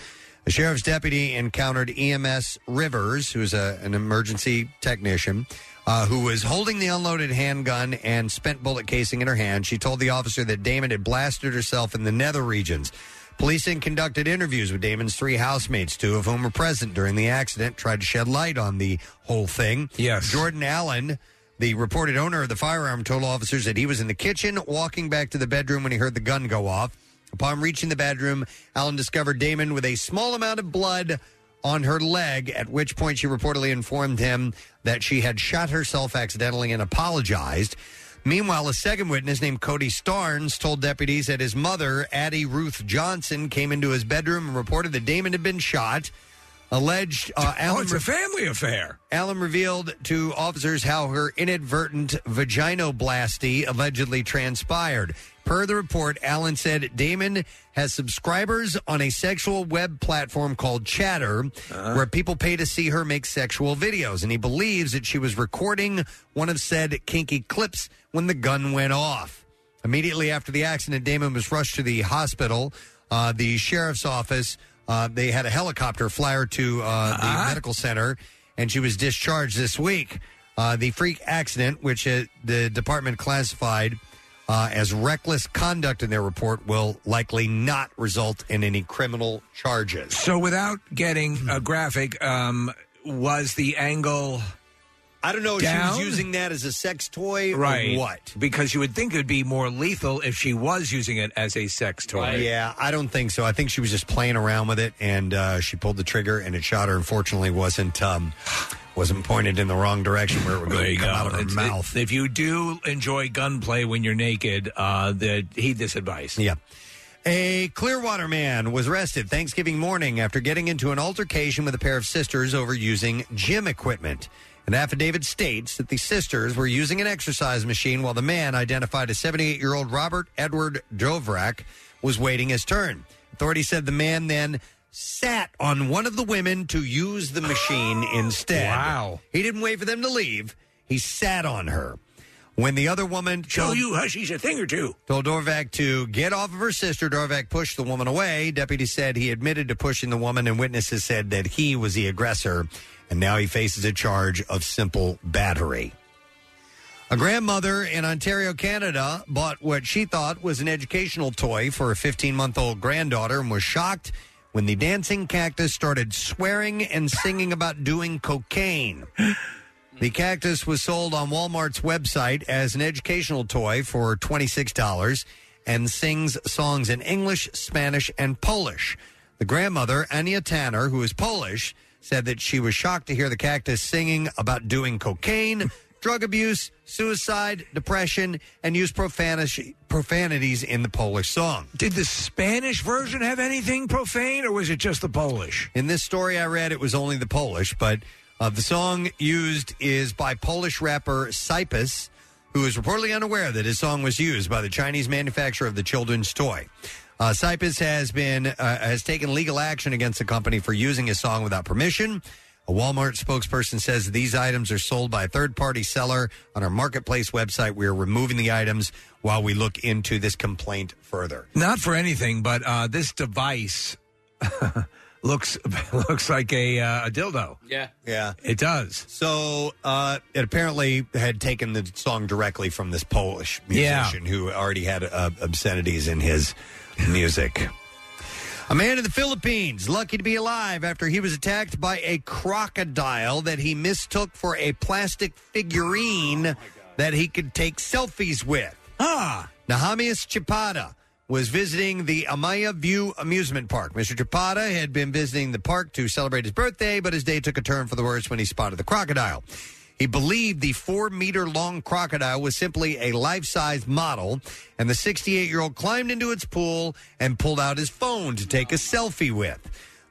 Speaker 2: a sheriff's deputy encountered EMS Rivers, who's a, an emergency technician, uh, who was holding the unloaded handgun and spent bullet casing in her hand. She told the officer that Damon had blasted herself in the nether regions. Police then conducted interviews with Damon's three housemates, two of whom were present during the accident, tried to shed light on the whole thing. Yes. Jordan Allen, the reported owner of the firearm, told officers that he was in the kitchen walking back to the bedroom when he heard the gun go off. Upon reaching the bedroom, Allen discovered Damon with a small amount of blood on her leg, at which point she reportedly informed him that she had shot herself accidentally and apologized. Meanwhile, a second witness named Cody Starnes told deputies that his mother, Addie Ruth Johnson, came into his bedroom and reported that Damon had been shot. Alleged uh, Allen
Speaker 4: oh, it's a family affair.
Speaker 2: Allen revealed to officers how her inadvertent vaginoplasty allegedly transpired. Per the report, Allen said Damon has subscribers on a sexual web platform called Chatter, where people pay to see her make sexual videos, and he believes that she was recording one of said kinky clips when the gun went off. Immediately after the accident, Damon was rushed to the hospital. Uh, the sheriff's office, uh, they had a helicopter fly her to uh, the
Speaker 4: Uh-huh.
Speaker 2: medical center, and she was discharged this week. Uh, the freak accident, which uh, the department classified uh, as reckless conduct in their report, will likely not result in any criminal charges. Hmm.
Speaker 4: So, without getting a graphic, um, was the angle
Speaker 2: I don't know if
Speaker 4: Down?
Speaker 2: she was using that as a sex toy
Speaker 4: right.
Speaker 2: or what.
Speaker 4: Because you would think it would be more lethal if she was using it as a sex toy.
Speaker 2: Yeah, I don't think so. I think she was just playing around with it, and uh, she pulled the trigger, and it shot her. Unfortunately, wasn't um, wasn't pointed in the wrong direction where it would
Speaker 4: There
Speaker 2: come
Speaker 4: you go.
Speaker 2: out of her
Speaker 4: It's- it-
Speaker 2: mouth.
Speaker 4: if you do enjoy gunplay when you're naked, uh, the, heed this advice.
Speaker 2: Yeah. A Clearwater man was arrested Thanksgiving morning after getting into an altercation with a pair of sisters over using gym equipment. An affidavit states that the sisters were using an exercise machine while the man, identified as 78 year old Robert Edward Dovrak, was waiting his turn. Authorities said the man then sat on one of the women to use the machine instead. Wow. He didn't wait for them to leave, he sat on her. When the other woman
Speaker 4: Show
Speaker 2: told-
Speaker 4: you how she's a thing or two.
Speaker 2: Told Dorvac to get off of her sister. Dorvac pushed the woman away. Deputy said he admitted to pushing the woman, and witnesses said that he was the aggressor. And now he faces a charge of simple battery. A grandmother in Ontario, Canada, bought what she thought was an educational toy for her 15 month old granddaughter and was shocked when the dancing cactus started swearing and singing about doing cocaine. The cactus was sold on Walmart's website as an educational toy for $26 and sings songs in English, Spanish, and Polish. The grandmother, Anya Tanner, who is Polish, said that she was shocked to hear the cactus singing about doing cocaine, drug abuse, suicide, depression, and use profanity, profanities in the Polish song.
Speaker 4: Did the Spanish version have anything profane, or was it just the Polish?
Speaker 2: In this story I read, it was only the Polish, but uh, the song used is by Polish rapper Cypus, who is reportedly unaware that his song was used by the Chinese manufacturer of the children's toy. Uh, Cypus has been uh, has taken legal action against the company for using his song without permission. A Walmart spokesperson says these items are sold by a third party seller on our marketplace website. We are removing the items while we look into this complaint further.
Speaker 4: Not for anything, but uh, this device looks looks like a, uh, a dildo.
Speaker 5: Yeah.
Speaker 2: Yeah.
Speaker 4: It does.
Speaker 2: So uh, it apparently had taken the song directly from this Polish
Speaker 4: Yeah.
Speaker 2: musician who already had uh, obscenities in his music. A man in the Philippines, lucky to be alive after he was attacked by a crocodile that he mistook for a plastic figurine that he could take selfies with. Ah. Nahamias Chapata was visiting the Amaya View amusement park. Mr. Chapata had been visiting the park to celebrate his birthday, but his day took a turn for the worse when he spotted the crocodile. He believed the four meter long crocodile was simply a life size model, and the 68 year old climbed into its pool and pulled out his phone to take a selfie with.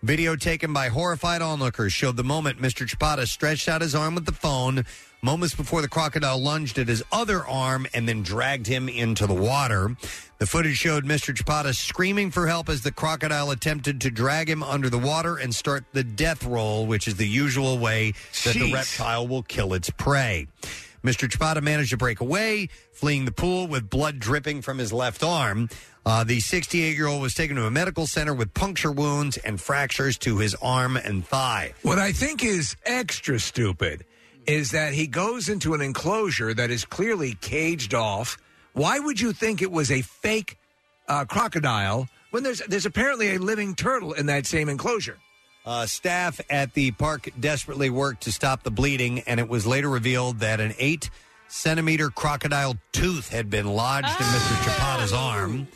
Speaker 2: Video taken by horrified onlookers showed the moment Mr. Chapata stretched out his arm with the phone, moments before the crocodile lunged at his other arm and then dragged him into the water. The footage showed Mr. Chapata screaming for help as the crocodile attempted to drag him under the water and start the death roll, which is the usual way that the
Speaker 23: Jeez.
Speaker 2: reptile will kill its prey. Mr. Chapata managed to break away, fleeing the pool with blood dripping from his left arm. Uh, the 68 year old was taken to a medical center with puncture wounds and fractures to his arm and thigh.
Speaker 4: What I think is extra stupid is that he goes into an enclosure that is clearly caged off. Why would you think it was a fake uh, crocodile when there's there's apparently a living turtle in that same enclosure?
Speaker 2: Uh, staff at the park desperately worked to stop the bleeding, and it was later revealed that an eight centimeter crocodile tooth had been lodged in Mr. Chapata's arm.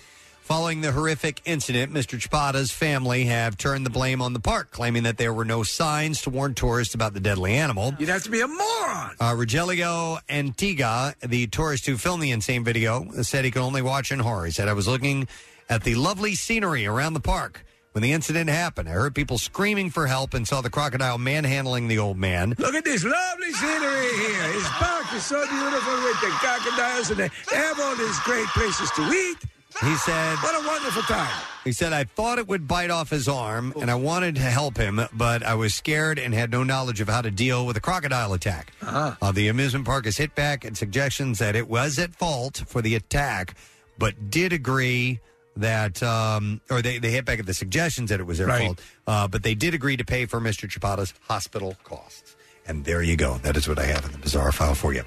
Speaker 2: Following the horrific incident, Mr. Chapata's family have turned the blame on the park, claiming that there were no signs to warn tourists about the deadly animal.
Speaker 4: You'd have to be a moron.
Speaker 2: Uh, Rogelio Antiga, the tourist who filmed the insane video, said he could only watch in horror. He said, I was looking at the lovely scenery around the park when the incident happened. I heard people screaming for help and saw the crocodile manhandling the old man.
Speaker 4: Look at this lovely scenery here. His park is so beautiful with the crocodiles, and they have all these great places to eat.
Speaker 2: He said,
Speaker 4: What a wonderful time.
Speaker 2: He said, I thought it would bite off his arm and I wanted to help him, but I was scared and had no knowledge of how to deal with a crocodile attack. Uh, the amusement park has hit back at suggestions that it was at fault for the attack, but did agree that, um, or they, they hit back at the suggestions that it was their
Speaker 4: Right.
Speaker 2: fault, uh, but they did agree to pay for Mr. Chapata's hospital costs. And there you go. That is what I have in the bizarre file for you.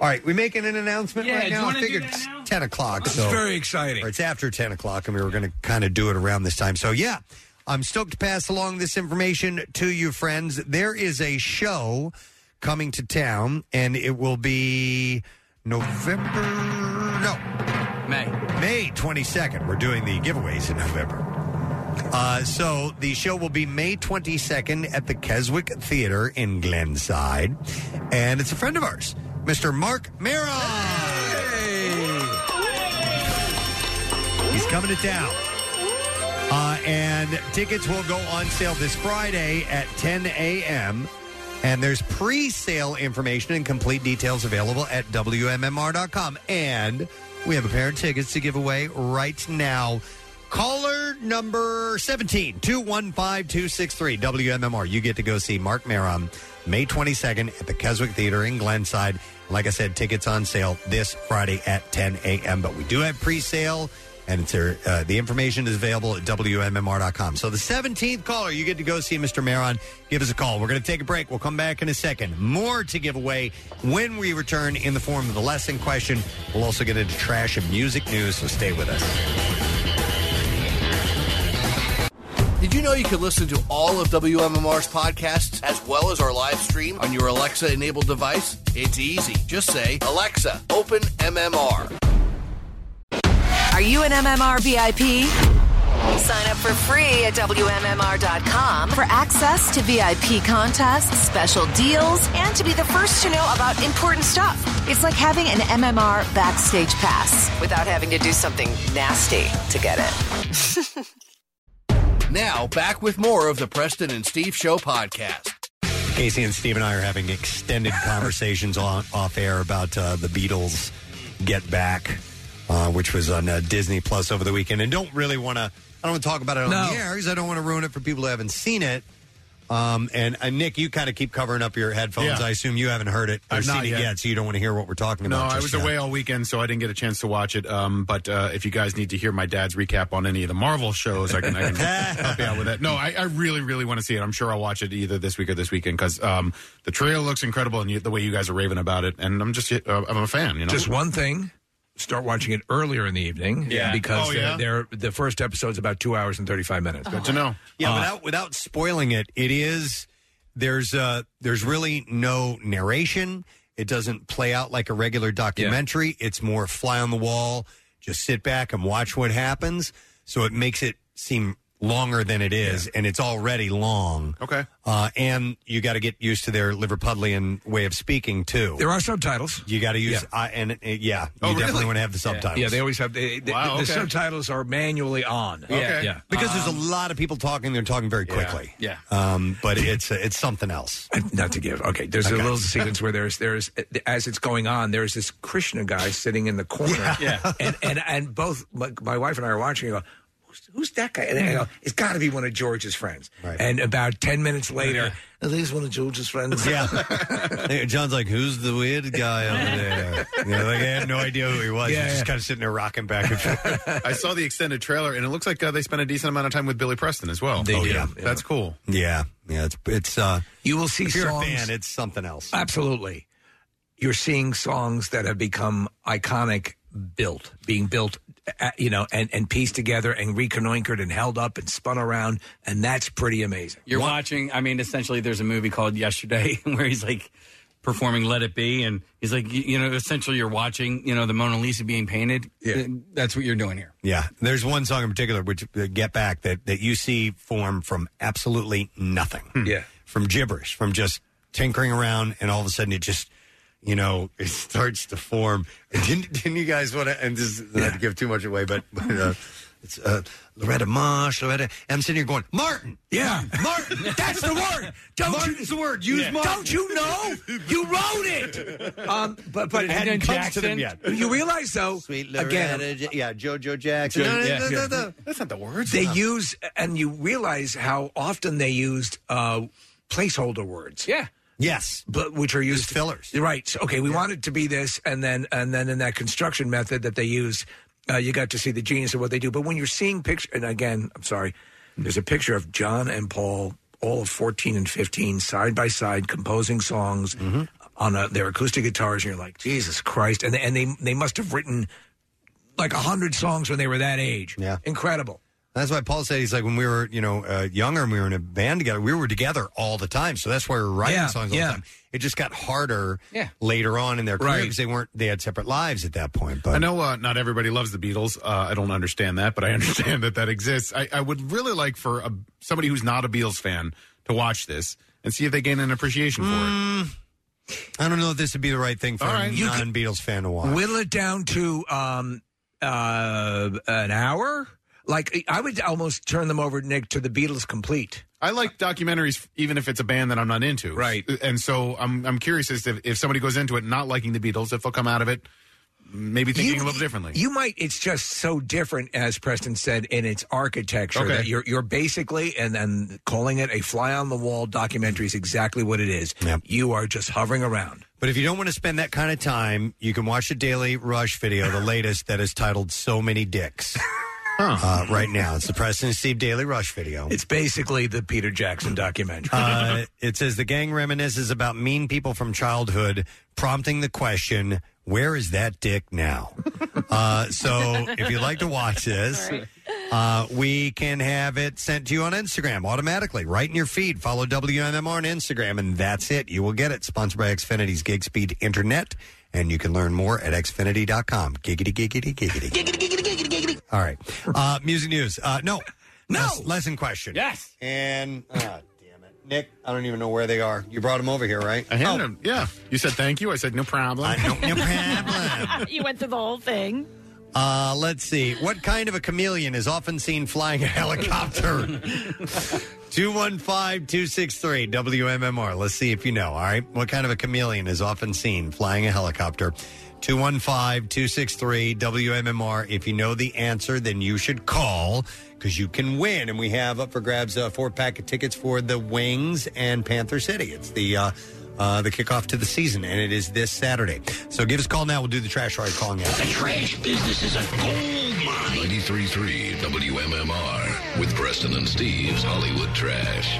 Speaker 2: All right, we making an announcement
Speaker 4: Yeah,
Speaker 2: right
Speaker 4: do
Speaker 2: now.
Speaker 4: you
Speaker 2: I
Speaker 4: wanna do
Speaker 2: figured
Speaker 4: that
Speaker 2: it's ten o'clock.
Speaker 4: That's
Speaker 2: so
Speaker 4: very exciting.
Speaker 2: Or it's after ten o'clock, and we were going to kind of do it around this time. So yeah, I'm stoked to pass along this information to you, friends. There is a show coming to town, and it will be November. No.
Speaker 5: May.
Speaker 2: May 22nd. We're doing the giveaways in November. Uh, so the show will be May 22nd at the Keswick Theater in Glenside. And it's a friend of ours, Mr. Mark Mara. He's coming to town. Uh, and tickets will go on sale this Friday at 10 a.m. And there's pre sale information and complete details available at WMMR.com. And we have a pair of tickets to give away right now. Caller number 17 215 263 WMMR. You get to go see Mark Maron May 22nd at the Keswick Theater in Glenside. Like I said, tickets on sale this Friday at 10 a.m. But we do have pre sale and it's there, uh, the information is available at WMMR.com. So the 17th caller, you get to go see Mr. Maron. Give us a call. We're going to take a break. We'll come back in a second. More to give away when we return in the form of the lesson question. We'll also get into trash and music news, so stay with us.
Speaker 26: Did you know you can listen to all of WMMR's podcasts as well as our live stream on your Alexa enabled device? It's easy. Just say, Alexa, open MMR.
Speaker 29: Are you an MMR VIP? Sign up for free at WMMR.com for access to VIP contests, special deals, and to be the first to know about important stuff. It's like having an MMR backstage pass without having to do something nasty to get it.
Speaker 26: Now, back with more of the Preston and Steve Show podcast.
Speaker 2: Casey and Steve and I are having extended conversations on off air about uh, the Beatles Get Back, uh, which was on uh, Disney Plus over the weekend, and don't really want to. I don't want to talk about it on
Speaker 23: No.
Speaker 2: the air because I don't want to ruin it for people who haven't seen it. Um, and uh, Nick, you kind of keep covering up your headphones.
Speaker 6: Yeah.
Speaker 2: I assume you haven't heard it or
Speaker 6: I've
Speaker 2: seen
Speaker 6: not
Speaker 2: it
Speaker 6: yet.
Speaker 2: yet, so you don't want to hear what we're talking
Speaker 6: No,
Speaker 2: about.
Speaker 6: I
Speaker 2: just uh,
Speaker 6: was
Speaker 2: yet.
Speaker 6: away all weekend, so I didn't get a chance to watch it. Um, but uh, if you guys need to hear my dad's recap on any of the Marvel shows, I can, I can help you out with that. No, I, I really, really want to see it. I'm sure I'll watch it either this week or this weekend because um, the trailer looks incredible and you, the way you guys are raving about it. And I'm just, uh, I'm a fan. You know,
Speaker 4: Just one thing. Start watching it earlier in the evening,
Speaker 6: Yeah.
Speaker 4: because
Speaker 6: Oh, yeah?
Speaker 4: they're, they're the first episode's about two hours and thirty five minutes.
Speaker 6: Good to know.
Speaker 2: Oh, Uh-huh. Yeah,
Speaker 4: Uh,
Speaker 2: without without spoiling it, it is there's uh there's really no narration. It doesn't play out like a regular documentary. It's more fly on the wall. Just sit back and watch what happens. So it makes it seem longer than it is, and it's already long.
Speaker 6: Okay.
Speaker 2: Uh, and you got to get used to their Liverpudlian way of speaking too.
Speaker 4: There are subtitles.
Speaker 2: You got to use
Speaker 4: Yeah. Oh,
Speaker 2: I and uh, yeah, you definitely want to have the subtitles.
Speaker 4: Yeah, they always have. They, they-
Speaker 2: Wow,
Speaker 4: the
Speaker 2: okay.
Speaker 4: subtitles are manually on. yeah. Um,
Speaker 2: Because there's a lot of people talking. They're talking very quickly.
Speaker 4: Yeah. Uh,
Speaker 2: Um, but it's it's something else.
Speaker 4: Not to give. Okay, there's a little sequence where there's there's as it's going on, there's this Krishna guy sitting in the corner.
Speaker 23: Yeah.
Speaker 4: and and and both my, my wife and I are watching. And go, who's, who's that guy? And I go, it's got to be one of George's friends. Right. And about ten minutes later, "Oh, there's one of George's friends.
Speaker 2: Yeah. John's like, who's the weird guy over there? You know, like, I had no idea who he was.
Speaker 6: Yeah,
Speaker 2: He's
Speaker 6: yeah.
Speaker 2: just kind of sitting there rocking back and forth.
Speaker 6: I saw the extended trailer, and it looks like uh, they spent a decent amount of time with Billy Preston as well.
Speaker 2: They
Speaker 6: oh,
Speaker 2: did.
Speaker 6: Yeah. that's cool.
Speaker 2: Yeah. Yeah. It's, it's, uh,
Speaker 4: you will see
Speaker 2: if you're
Speaker 4: songs-
Speaker 2: a fan, it's something else.
Speaker 4: Absolutely. You're seeing songs that have become iconic, built, being built, uh, you know, and, and pieced together and reconnoitered and held up and spun around. And that's pretty amazing.
Speaker 5: You're watching. I mean, essentially, there's a movie called Yesterday where he's like performing "Let It Be," and he's like, you, you know, essentially, you're watching, you know, the Mona Lisa being painted. Yeah. That's what you're doing here.
Speaker 2: Yeah. There's one song in particular, which uh, Get Back, that, that you see form from absolutely nothing.
Speaker 4: Yeah.
Speaker 2: From gibberish, from just tinkering around, and all of a sudden it just, you know, it starts to form. Didn't, didn't you guys want to, and this is not to give too much away, but, but uh, it's uh, Loretta Marsh, Loretta, and I'm sitting here going, Martin!
Speaker 4: Yeah.
Speaker 2: Martin!
Speaker 4: That's the word. Don't
Speaker 2: Martin's the
Speaker 4: you,
Speaker 2: word. Use Martin.
Speaker 4: Don't you know? You wrote it. Um, but
Speaker 2: But
Speaker 4: but
Speaker 2: it hadn't come to them yet.
Speaker 4: You realize though, Sweet again,
Speaker 2: Loretta J- yeah, JoJo Jackson. No, no, no, no, no.
Speaker 6: That's not the words.
Speaker 4: They
Speaker 6: No.
Speaker 4: use, and you realize how often they used uh, placeholder words. Yeah.
Speaker 2: Yes,
Speaker 4: but which are used fillers, right? So, okay, we want it to be this, and then and then in that construction method that they use, uh, you got to see the genius of what they do. But when you're seeing picture, and again, I'm sorry, there's a picture of John and Paul, all of 14 and 15, side by side, composing songs on uh their acoustic guitars, and you're like, Jesus Christ! And and they they must have written like a hundred songs when they were that age. Yeah, incredible.
Speaker 2: That's why Paul said he's like when we were you know uh, younger and we were in a band together, we were together all the time. So that's why we were writing
Speaker 4: Yeah,
Speaker 2: songs all
Speaker 4: yeah.
Speaker 2: the time. It just got harder
Speaker 4: Yeah.
Speaker 2: later on in their career
Speaker 6: Right.
Speaker 2: because they weren't they had separate lives at that point. But
Speaker 6: I know uh, not everybody loves the Beatles. Uh, I don't understand that, but I understand that that exists. I, I would really like for a, somebody who's not a Beatles fan to watch this and see if they gain an appreciation for
Speaker 2: it. Mm. I don't know if this would be the right thing for
Speaker 6: All right.
Speaker 2: a
Speaker 6: You
Speaker 2: non Beatles fan to watch.
Speaker 4: Whittle it down to um, uh, an hour. Like I would almost turn them over, Nick, to the Beatles complete.
Speaker 6: I like documentaries, even if it's a band that I'm not into. Right. And so I'm I'm curious as to if, if somebody goes into it not liking the Beatles, if they'll come out of it maybe thinking a little differently.
Speaker 4: You might. It's just so different, as Preston said, in its architecture.
Speaker 6: Okay.
Speaker 4: That you're you're basically and then calling it a fly on the wall documentary is exactly what it is. You are just hovering around.
Speaker 2: But if you don't want to spend that kind of time, you can watch the Daily Rush video, the latest that is titled "So Many Dicks." Uh, right now, it's the Preston and Steve Daily Rush video.
Speaker 4: It's basically the Peter Jackson documentary.
Speaker 2: Uh, it says the gang reminisces about mean people from childhood, prompting the question, "Where is that dick now?" uh, so, if you'd like to watch this, uh, we can have it sent to you on Instagram automatically, right in your feed. Follow WMMR on Instagram, and that's it. You will get it. Sponsored by Xfinity's Gig Speed Internet, and you can learn more at xfinity.com. Giggity, giggity, giggity. All right. Uh, music news. Uh, no. No. lesson question. Yes. And, uh, damn it. Nick, I don't even know where they are. You brought them over here, right? Oh.
Speaker 6: I handed him. Yeah. You said thank you. I said no problem.
Speaker 22: you went through the whole thing.
Speaker 2: Uh, let's see. What kind of a chameleon is often seen flying a helicopter? 215 263 WMMR. Let's see if you know, all right? What kind of a chameleon is often seen flying a helicopter? 215 263 WMMR. If you know the answer, then you should call because you can win. And we have up for grabs a four pack of tickets for the Wings and Panther City. It's the. Uh, uh, the kickoff to the season, and it is this Saturday. So give us a call now. We'll do the trash right calling out.
Speaker 16: The trash business is a gold mine.
Speaker 14: 93.3 WMMR with Preston and Steve's Hollywood Trash.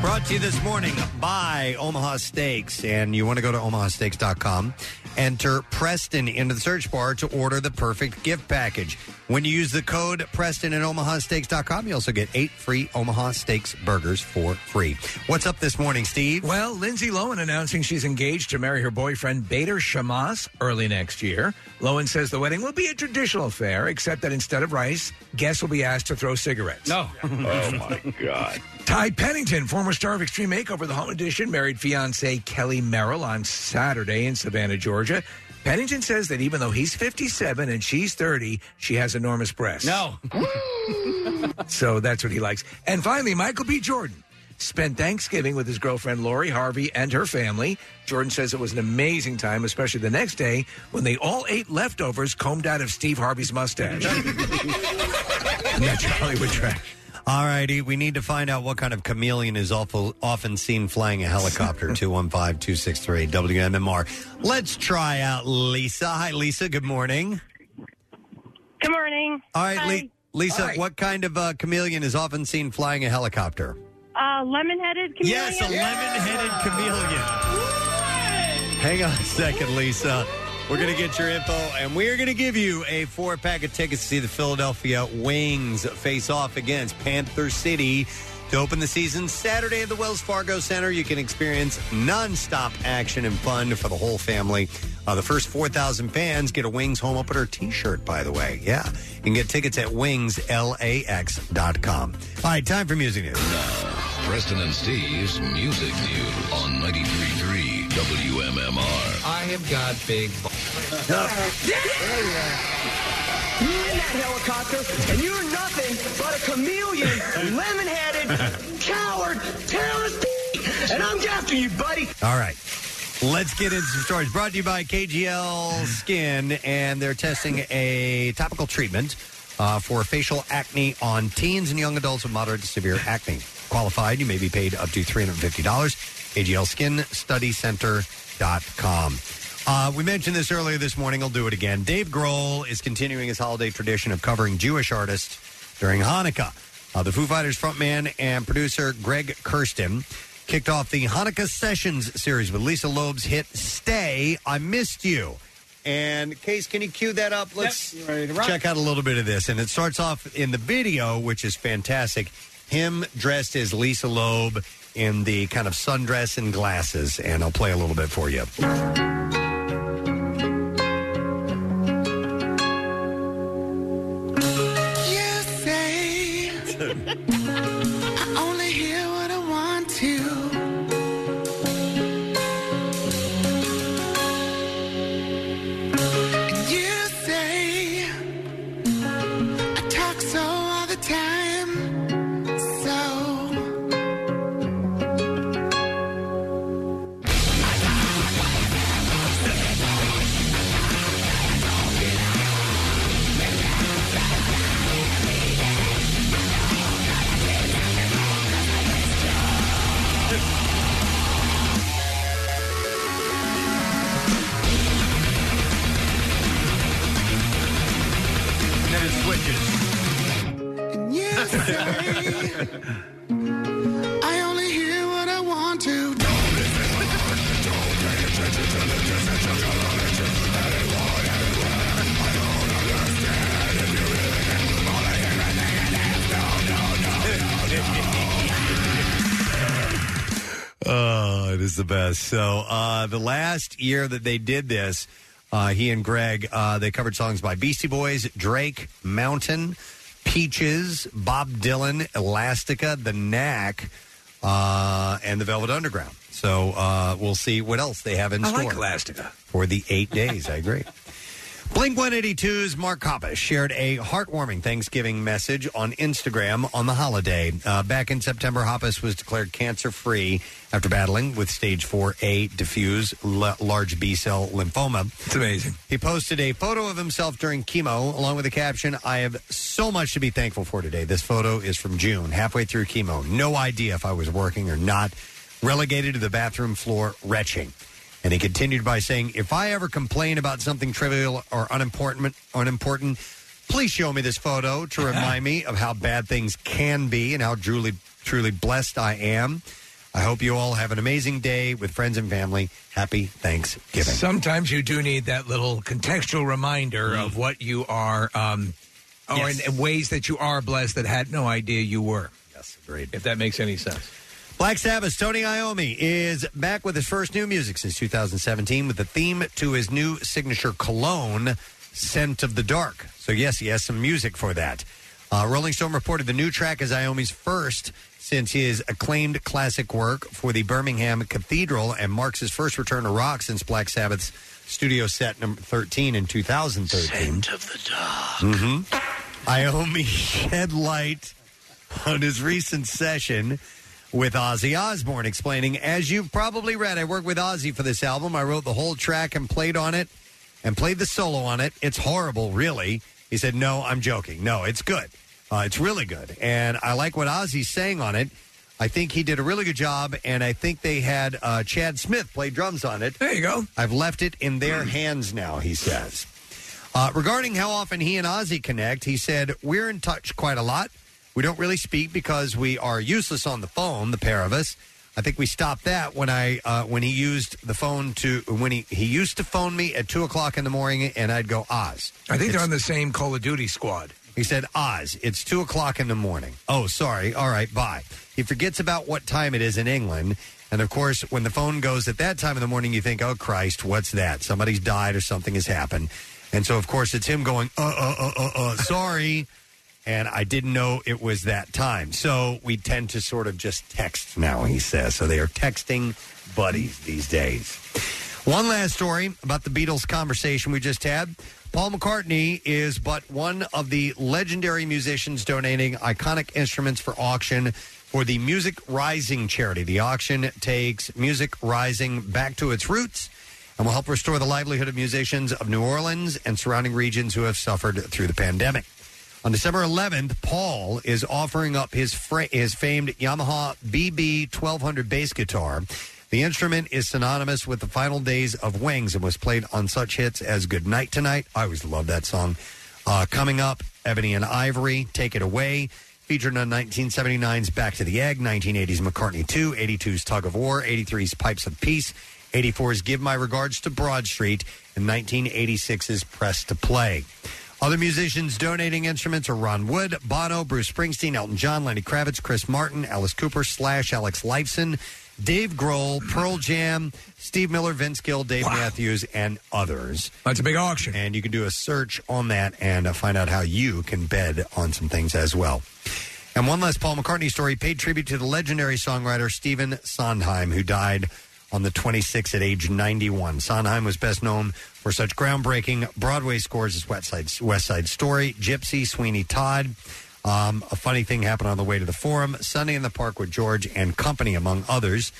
Speaker 2: Brought to you this morning by Omaha Steaks. And you want to go to omahasteaks.com. Enter Preston into the search bar to order the perfect gift package. When you use the code Preston at omahasteaks.com, you also get eight free Omaha Steaks burgers for free. What's up this morning, Steve?
Speaker 4: Well, Lindsay Lohan announcing she's engaged to marry her boyfriend Bader Shamas early next year. Lohan says the wedding will be a traditional affair, except that instead of rice, guests will be asked to throw cigarettes.
Speaker 5: No.
Speaker 4: Oh, my
Speaker 5: God.
Speaker 4: Ty Pennington, former star of Extreme Makeover, The Home Edition, married fiancee Kelly Merrill on Saturday in Savannah, Georgia. Pennington says that even though he's 57 and she's 30, she has enormous breasts. No. so that's what he likes. And finally, Michael B. Jordan spent Thanksgiving with his girlfriend Lori Harvey and her family. Jordan says it was an amazing time, especially the next day when they all ate leftovers combed out of Steve Harvey's mustache. That's your Hollywood trash.
Speaker 2: All righty, we need to find out what kind of chameleon is awful, often seen flying a helicopter. 215 263 WMMR. Let's try out Lisa. Hi, Lisa. Good morning.
Speaker 24: Good morning.
Speaker 2: All right, Le- Lisa, what kind of uh, chameleon is often seen flying a helicopter?
Speaker 24: Uh, lemon-headed chameleon.
Speaker 2: Yes, a lemon-headed chameleon. Hang on a second, Lisa. We're going to get your info, and we are going to give you a four pack of tickets to see the Philadelphia Wings face off against Panther City to open the season Saturday at the Wells Fargo Center. You can experience nonstop action and fun for the whole family. Uh, the first 4,000 fans get a Wings home opener t shirt, by the way. Yeah. You can get tickets at wingslax.com. All right, time for music news.
Speaker 14: Preston and Steve's Music News on 93.3 WMMR.
Speaker 4: I have got big.
Speaker 9: You in that helicopter, and you're nothing but a chameleon, lemon-headed coward, terrorist, and I'm after you, buddy.
Speaker 2: All right. Let's get into some stories. Brought to you by KGL Skin, and they're testing a topical treatment uh, for facial acne on teens and young adults with moderate to severe acne. Qualified, you may be paid up to $350. KGLSkinStudyCenter.com. Uh, we mentioned this earlier this morning. I'll do it again. Dave Grohl is continuing his holiday tradition of covering Jewish artists during Hanukkah. Uh, the Foo Fighters frontman and producer Greg Kirsten kicked off the Hanukkah Sessions series with Lisa Loeb's hit Stay, I Missed You. And Case, can you cue that up? Let's
Speaker 23: ready to rock?
Speaker 2: check out a little bit of this. And it starts off in the video, which is fantastic. Him dressed as Lisa Loeb in the kind of sundress and glasses. And I'll play a little bit for you.
Speaker 23: You say I only hear what I want to. And you say I talk so all the time. So
Speaker 2: And then it switches.
Speaker 23: and you say I only hear what I want to.
Speaker 2: Oh, it is the best. So uh, the last year that they did this, uh, he and Greg, uh, they covered songs by Beastie Boys, Drake, Mountain, Peaches, Bob Dylan, Elastica, The Knack, uh, and The Velvet Underground. So uh, we'll see what else they have in
Speaker 4: I
Speaker 2: store.
Speaker 4: like Elastica.
Speaker 2: for the eight days. I agree. Blink 182's Mark Hoppus shared a heartwarming Thanksgiving message on Instagram on the holiday. Uh, back in September, Hoppus was declared cancer free after battling with stage 4A diffuse l- large B cell lymphoma. It's
Speaker 4: amazing.
Speaker 2: He posted a photo of himself during chemo along with the caption, I have so much to be thankful for today. This photo is from June, halfway through chemo. No idea if I was working or not. Relegated to the bathroom floor, retching. And he continued by saying, "If I ever complain about something trivial or unimportant, unimportant, please show me this photo to remind me of how bad things can be and how truly, truly blessed I am." I hope you all have an amazing day with friends and family. Happy Thanksgiving.
Speaker 4: Sometimes you do need that little contextual reminder of what you are, um, or
Speaker 2: Yes.
Speaker 4: in, in ways that you are blessed that had no idea you were. Yes,
Speaker 2: agreed.
Speaker 4: If that makes any sense.
Speaker 2: Black Sabbath's Tony Iommi is back with his first new music since 2017 with the theme to his new signature cologne, Scent of the Dark. So, yes, he has some music for that. Uh, Rolling Stone reported the new track is Iommi's first since his acclaimed classic work for the Birmingham Cathedral and marks his first return to rock since Black Sabbath's studio set number 13 in 2013. Scent of the Dark. hmm Iommi shed light on his recent session with Ozzy Osbourne, explaining, as you've probably read, I worked with Ozzy for this album. I wrote the whole track and played on it and played the solo on it. It's horrible, really. He said, No, I'm joking. No, it's good. Uh, it's really good. And I like what Ozzy's saying on it. I think he did a really good job, and I think they had uh, Chad Smith play drums on it. There you go. Hmm. I've left it in their hands now, he says. Uh, regarding how often he and Ozzy connect, he said, We're in touch quite a lot. We don't really speak because we are useless on the phone, the pair of us. I think we stopped that when I uh, when he used the phone to when he, he used to phone me at two o'clock in the morning and I'd go Oz.
Speaker 4: I think
Speaker 2: It's-
Speaker 4: they're on the same Call of Duty squad.
Speaker 2: He said Oz. It's two o'clock in the morning. Oh, sorry. All right, bye. He forgets about what time it is in England, and of course, when the phone goes at that time in the morning, you think, "Oh Christ, what's that? Somebody's died or something has happened." And so, of course, it's him going, "Uh, uh, uh, uh, uh sorry." and I didn't know it was that time. So we tend to sort of just text now, he says. So they are texting buddies these days. One last story about the Beatles conversation we just had. Paul McCartney is but one of the legendary musicians donating iconic instruments for auction for the Music Rising charity. The auction takes music rising back to its roots and will help restore the livelihood of musicians of New Orleans and surrounding regions who have suffered through the pandemic. On December 11th, Paul is offering up his fra- his famed Yamaha BB 1200 bass guitar. The instrument is synonymous with the final days of Wings and was played on such hits as Good Night Tonight. I always love that song. Uh, coming up, Ebony and Ivory, Take It Away. Featured on 1979's Back to the Egg, 1980's McCartney 2, 82's Tug of War, 83's Pipes of Peace, 84's Give My Regards to Broad Street, and 1986's Press to Play. Other musicians donating instruments are Ron Wood, Bono, Bruce Springsteen, Elton John, Lenny Kravitz, Chris Martin, Alice Cooper, Slash, Alex Lifeson, Dave Grohl, Pearl Jam, Steve Miller, Vince Gill, Dave Matthews, and others.
Speaker 4: That's a big auction.
Speaker 2: And you can do a search on that and uh, find out how you can bid on some things as well. And one last Paul McCartney story paid tribute to the legendary songwriter Stephen Sondheim, who died on the 26th at age 91. Sondheim was best known for such groundbreaking Broadway scores as West Side, West Side Story, Gypsy, Sweeney Todd. Um, a funny thing happened on the way to the forum, Sunday in the Park with George and Company, among others.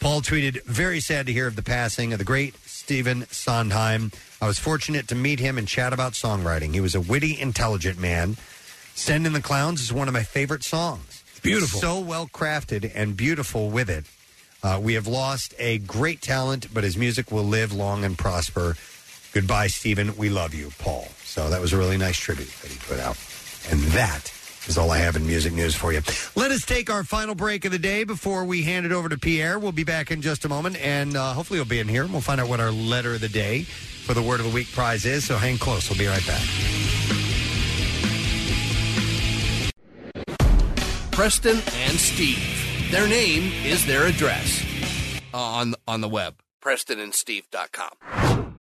Speaker 2: Paul tweeted, Very sad to hear of the passing of the great Stephen Sondheim. I was fortunate to meet him and chat about songwriting. He was a witty, intelligent man. Send in the Clowns is one of my favorite songs. beautiful. So well crafted and beautiful with it. Uh, we have lost a great talent, but his music will live long and prosper. Goodbye, Stephen. We love you, Paul. So that was a really nice tribute that he put out. And that is all I have in music news for you. Let us take our final break of the day before we hand it over to Pierre. We'll be back in just a moment, and uh, hopefully he'll be in here. and We'll find out what our letter of the day for the Word of the Week prize is. So hang close. We'll be right back.
Speaker 26: Preston and Steve. Their name is their address uh, on on the web. PrestonandSteve.com.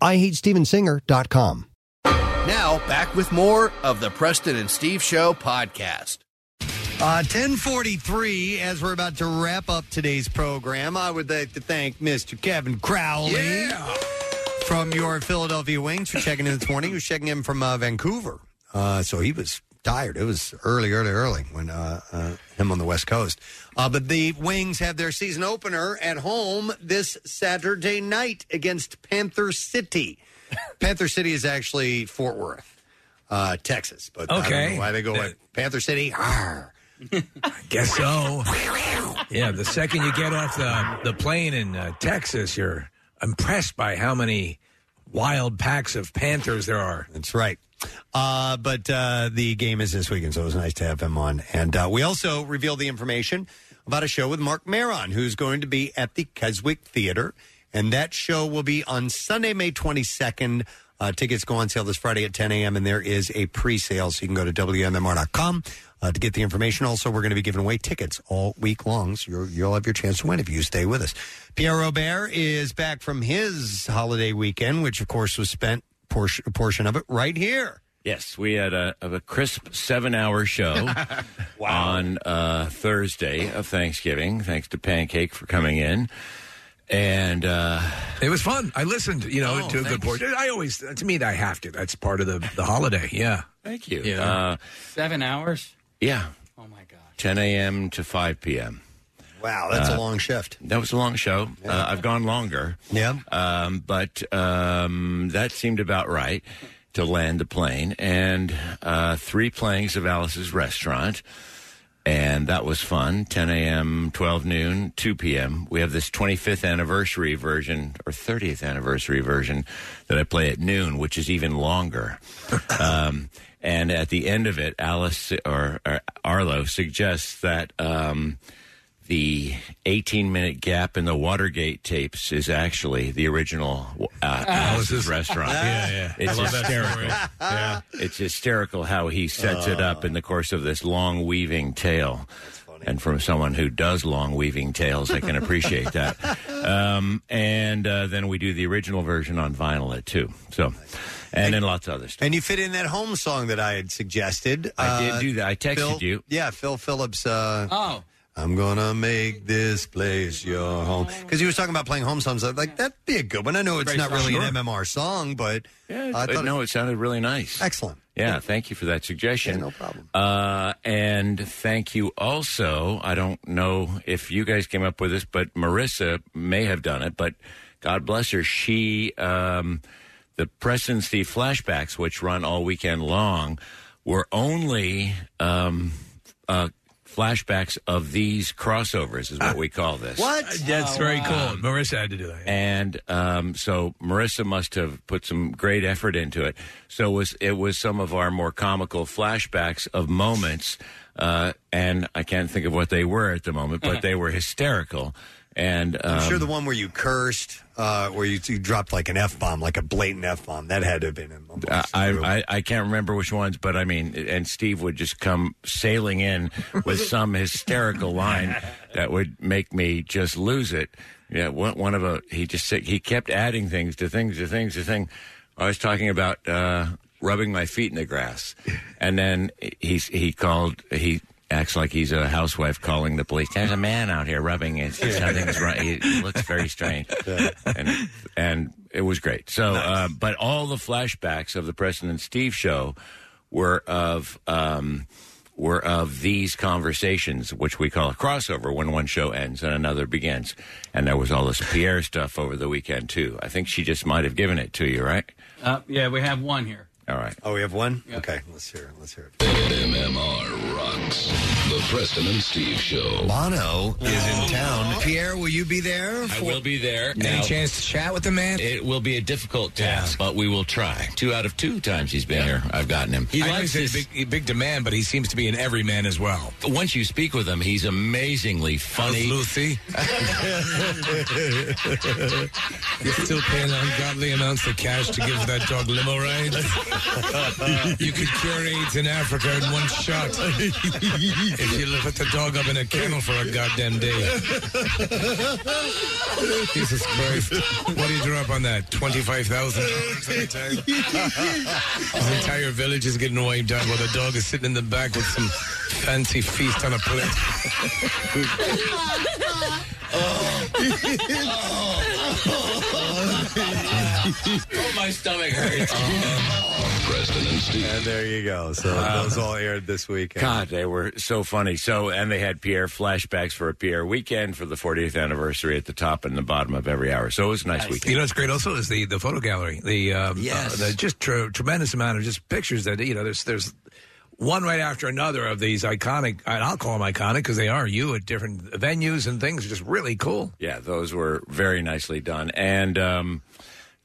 Speaker 1: IHateStevensinger.com.
Speaker 26: Now, back with more of the Preston and Steve Show podcast.
Speaker 2: Uh, 1043, as we're about to wrap up today's program, I would like to thank Mr. Kevin Crowley from your Philadelphia Wings for checking in this morning. He was checking in from uh, Vancouver. Uh, so he was tired. It was early, early, early when uh, uh, him on the West Coast. Uh, but the Wings have their season opener at home this Saturday night against Panther City. Panther City is actually Fort Worth, uh, Texas. But I don't
Speaker 4: Okay.
Speaker 2: know why they go with Panther City? Arr.
Speaker 4: Guess so. yeah, the second you get off the, the plane in uh, Texas, you're impressed by how many wild packs of panthers there are.
Speaker 2: That's right. Uh, but uh, the game is this weekend, so it was nice to have him on. And uh, we also revealed the information about a show with Mark Maron, who's going to be at the Keswick Theater. And that show will be on Sunday, May 22nd. Uh, tickets go on sale this Friday at 10 a.m., and there is a pre sale, so you can go to WMMR.com uh, to get the information. Also, we're going to be giving away tickets all week long, so you're, you'll have your chance to win if you stay with us. Pierre Robert is back from his holiday weekend, which, of course, was spent portion, a portion of it right here.
Speaker 17: Yes, we had a, of a crisp seven-hour show on uh, Thursday of Thanksgiving. Thanks to Pancake for coming in, and uh,
Speaker 4: it was fun. I listened, you know, to a good portion. I always, to me, I have to. That's part of the, the holiday. Yeah.
Speaker 17: Thank you.
Speaker 4: Yeah.
Speaker 17: Uh,
Speaker 5: Seven hours?
Speaker 17: yeah. Oh my God. 10 a.m. to 5 p.m.
Speaker 2: Wow, that's
Speaker 17: Uh,
Speaker 2: a long shift.
Speaker 17: That was a long show. Uh, I've gone longer.
Speaker 2: Yeah.
Speaker 17: Um, but um, that seemed about right to land the plane. And uh, three playings of Alice's Restaurant. And that was fun. 10 a.m., 12 noon, 2 p.m. We have this 25th anniversary version or 30th anniversary version that I play at noon, which is even longer. um, and at the end of it, Alice or, or Arlo suggests that. Um, the 18 minute gap in the Watergate tapes is actually the original uh, Alice's restaurant.
Speaker 23: Yeah, yeah. Ah. I
Speaker 17: It's
Speaker 23: love that story.
Speaker 17: hysterical.
Speaker 23: Yeah.
Speaker 17: It's hysterical how he sets it up in the course of this long weaving tale. And from someone who does long weaving tales, I can appreciate that. Um, and uh, then we do the original version on vinyl at two. So, and then lots of other stuff.
Speaker 2: And you fit in that home song that I had suggested.
Speaker 17: I did
Speaker 2: Uh,
Speaker 17: do that. I texted
Speaker 2: Phil-
Speaker 17: you.
Speaker 2: Yeah, Phil Phillips. Uh,
Speaker 5: oh.
Speaker 2: I'm gonna make this place your home because he was talking about playing home songs. I was Like that'd be a good one. I know it's
Speaker 17: Great
Speaker 2: not
Speaker 17: song.
Speaker 2: really
Speaker 17: Sure.
Speaker 2: an MMR song, but
Speaker 17: Yeah,
Speaker 2: I
Speaker 17: but
Speaker 2: thought
Speaker 17: no, it sounded really nice.
Speaker 2: Excellent.
Speaker 17: Yeah, thank you for that suggestion.
Speaker 2: no problem.
Speaker 17: Uh, and thank you also. I don't know if you guys came up with this, but Marissa may have done it, but God bless her. She, um, the Preston and Steve flashbacks, which run all weekend long, were only um, uh, flashbacks of these crossovers, is what we call this.
Speaker 4: That's very cool.
Speaker 17: Um,
Speaker 4: Marissa had to do that.
Speaker 17: and um, so Marissa must have put some great effort into it. So it was it was some of our more comical flashbacks of moments, uh, and I can't think of what they were at the moment, but they were hysterical. And um,
Speaker 2: I'm sure the one where you cursed, uh, where you, you dropped like an F bomb, like a blatant F bomb, that had to have been him.
Speaker 17: I, I I can't remember which ones, but I mean, and Steve would just come sailing in with some hysterical line that would make me just lose it. Yeah, one, one of a he just said- he kept adding things to things to things to things. I was talking about uh, rubbing my feet in the grass, and then he he called he. Acts like he's a housewife calling the police. There's a man out here rubbing his. Something's right. He looks very strange and and it was great. So, uh, but all the flashbacks of the President and Steve show were of um, were of these conversations, which we call a crossover when one show ends and another begins. And there was all this Pierre stuff over the weekend too. I think she just might have given it to you, right?
Speaker 5: Uh, yeah, we have one here.
Speaker 17: All right.
Speaker 2: Oh, we have one. Okay, let's hear it. Let's hear it.
Speaker 14: MMR rocks. The Preston and Steve Show.
Speaker 2: Bono is in town. Pierre, will you be there?
Speaker 3: I will be there.
Speaker 2: Any
Speaker 3: chance to chat with the man? It will be a difficult task, but we will try. Two out of two times he's been here, I've gotten him.
Speaker 4: He likes his big, big demand, but he seems to be an everyman as well.
Speaker 3: Once you speak with him, he's amazingly funny.
Speaker 4: Lucy. You're still paying ungodly amounts of cash to give that dog limo rides? you could cure AIDS in Africa in one shot if you put the dog up in a kennel for a goddamn day. Jesus Christ. What do you draw up on that? 25,000? His entire village is getting wiped out while the dog is sitting in the back with some fancy feast on a plate.
Speaker 3: oh, my stomach hurts.
Speaker 14: Preston and Steve.
Speaker 2: And Uh, there you go. So those all aired this weekend.
Speaker 17: God, they were so funny. So, and they had Pierre flashbacks for a Pierre weekend for the 40th anniversary at the top and the bottom of every hour. So it was a nice weekend.
Speaker 4: You know, what's great also is the, the photo gallery. The um,
Speaker 17: Yes.
Speaker 4: uh, the just tr- tremendous amount of just pictures that you know. There's there's one right after another of these iconic, and I'll call them iconic because they are you at different venues and things. Just really cool.
Speaker 17: Yeah, those were very nicely done. And um,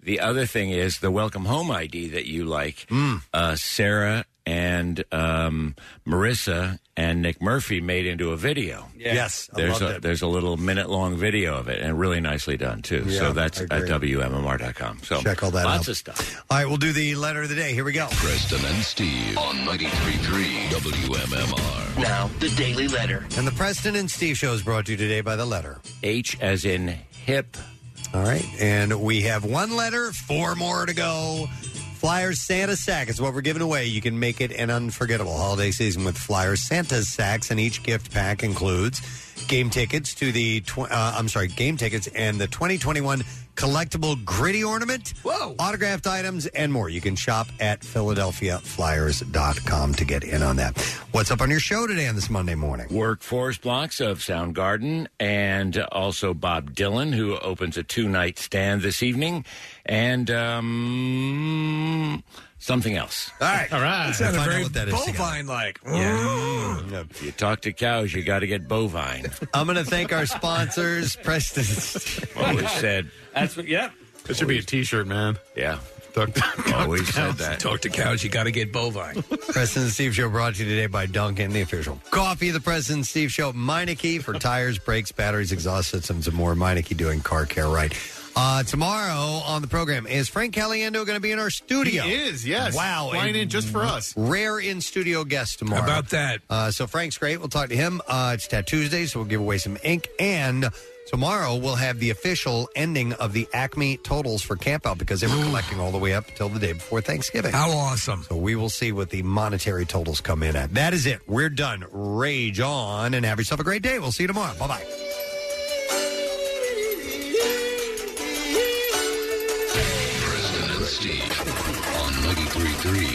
Speaker 17: the other thing is the welcome home ID that you like.
Speaker 14: Mm.
Speaker 17: Uh, Sarah and um, Marissa and Nick Murphy made into a video.
Speaker 2: Yeah. Yes, I loved
Speaker 17: there's a
Speaker 2: it.
Speaker 17: there's a little minute long video of it, and really nicely done too.
Speaker 2: Yeah,
Speaker 17: so that's
Speaker 2: I
Speaker 17: at
Speaker 2: agree.
Speaker 17: wmmr.com. So
Speaker 2: Check all that
Speaker 17: Lots
Speaker 2: out.
Speaker 17: of stuff.
Speaker 2: All right, we'll do the letter of the day. Here we go.
Speaker 14: Preston and Steve on 93.3 WMMR.
Speaker 2: Now, the Daily Letter. And the Preston and Steve show is brought to you today by the letter
Speaker 17: H as in hip.
Speaker 2: All right. And we have one letter, four more to go. Flyers Santa Sack is what we're giving away. You can make it an unforgettable holiday season with Flyers Santa Sacks, and each gift pack includes game tickets to the tw- uh, I'm sorry, game tickets and the 2021 collectible gritty ornament, Whoa. autographed items, and more. You can shop at PhiladelphiaFlyers.com to get in on that. What's up on your show today on this Monday morning?
Speaker 17: Workforce blocks of Soundgarden and also Bob Dylan, who opens a two night stand this evening, and um, something else.
Speaker 2: All right.
Speaker 17: All right.
Speaker 4: That sounded very bovine like.
Speaker 17: If you talk to cows, you got to get bovine.
Speaker 2: I'm going to thank our sponsors, Preston.
Speaker 17: Always said.
Speaker 5: That's what, yeah.
Speaker 6: That should be a T-shirt, man.
Speaker 17: Yeah.
Speaker 6: Talk to,
Speaker 17: Always
Speaker 6: cows.
Speaker 4: Talk to cows. You got to get bovine.
Speaker 2: Preston and Steve Show brought to you today by Duncan, the official coffee of the President and Steve Show. Meineke for tires, brakes, batteries, exhaust systems, and more. Meineke doing car care right. Uh, tomorrow on the program, is Frank Caliendo going to be in our studio?
Speaker 6: He is, yes.
Speaker 2: Wow.
Speaker 6: Flying
Speaker 2: a
Speaker 6: in just for us.
Speaker 2: Rare in studio guest tomorrow.
Speaker 4: About that.
Speaker 2: Uh, so Frank's great. We'll talk to him. Uh, it's Tattoo Tuesday, so we'll give away some ink. And tomorrow we'll have the official ending of the Acme totals for camp out because they were collecting all the way up till the day before Thanksgiving.
Speaker 4: How awesome.
Speaker 2: So we will see what the monetary totals come in at. That is it. We're done. Rage on and have yourself a great day. We'll see you tomorrow. Bye bye.
Speaker 14: Preston and Steve on 93.3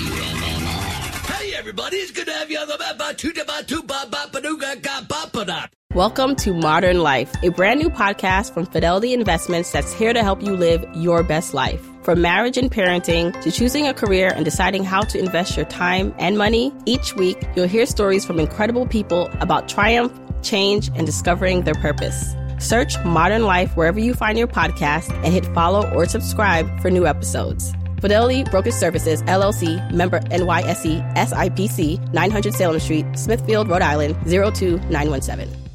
Speaker 14: WMMR.
Speaker 19: Hey, everybody, it's good to have you on the map. Ba- Tuta ba- tu- ba- ba- ba- doo- ga- ga- ba- ba- da.
Speaker 31: Welcome to Modern Life, a brand new podcast from Fidelity Investments that's here to help you live your best life. From marriage and parenting to choosing a career and deciding how to invest your time and money, each week you'll hear stories from incredible people about triumph, change, and discovering their purpose. Search Modern Life wherever you find your podcast and hit follow or subscribe for new episodes. Fidelity Brokerage Services, LLC, member E, NYSE, SIPC, 900 Salem Street, Smithfield, Rhode Island, 02917.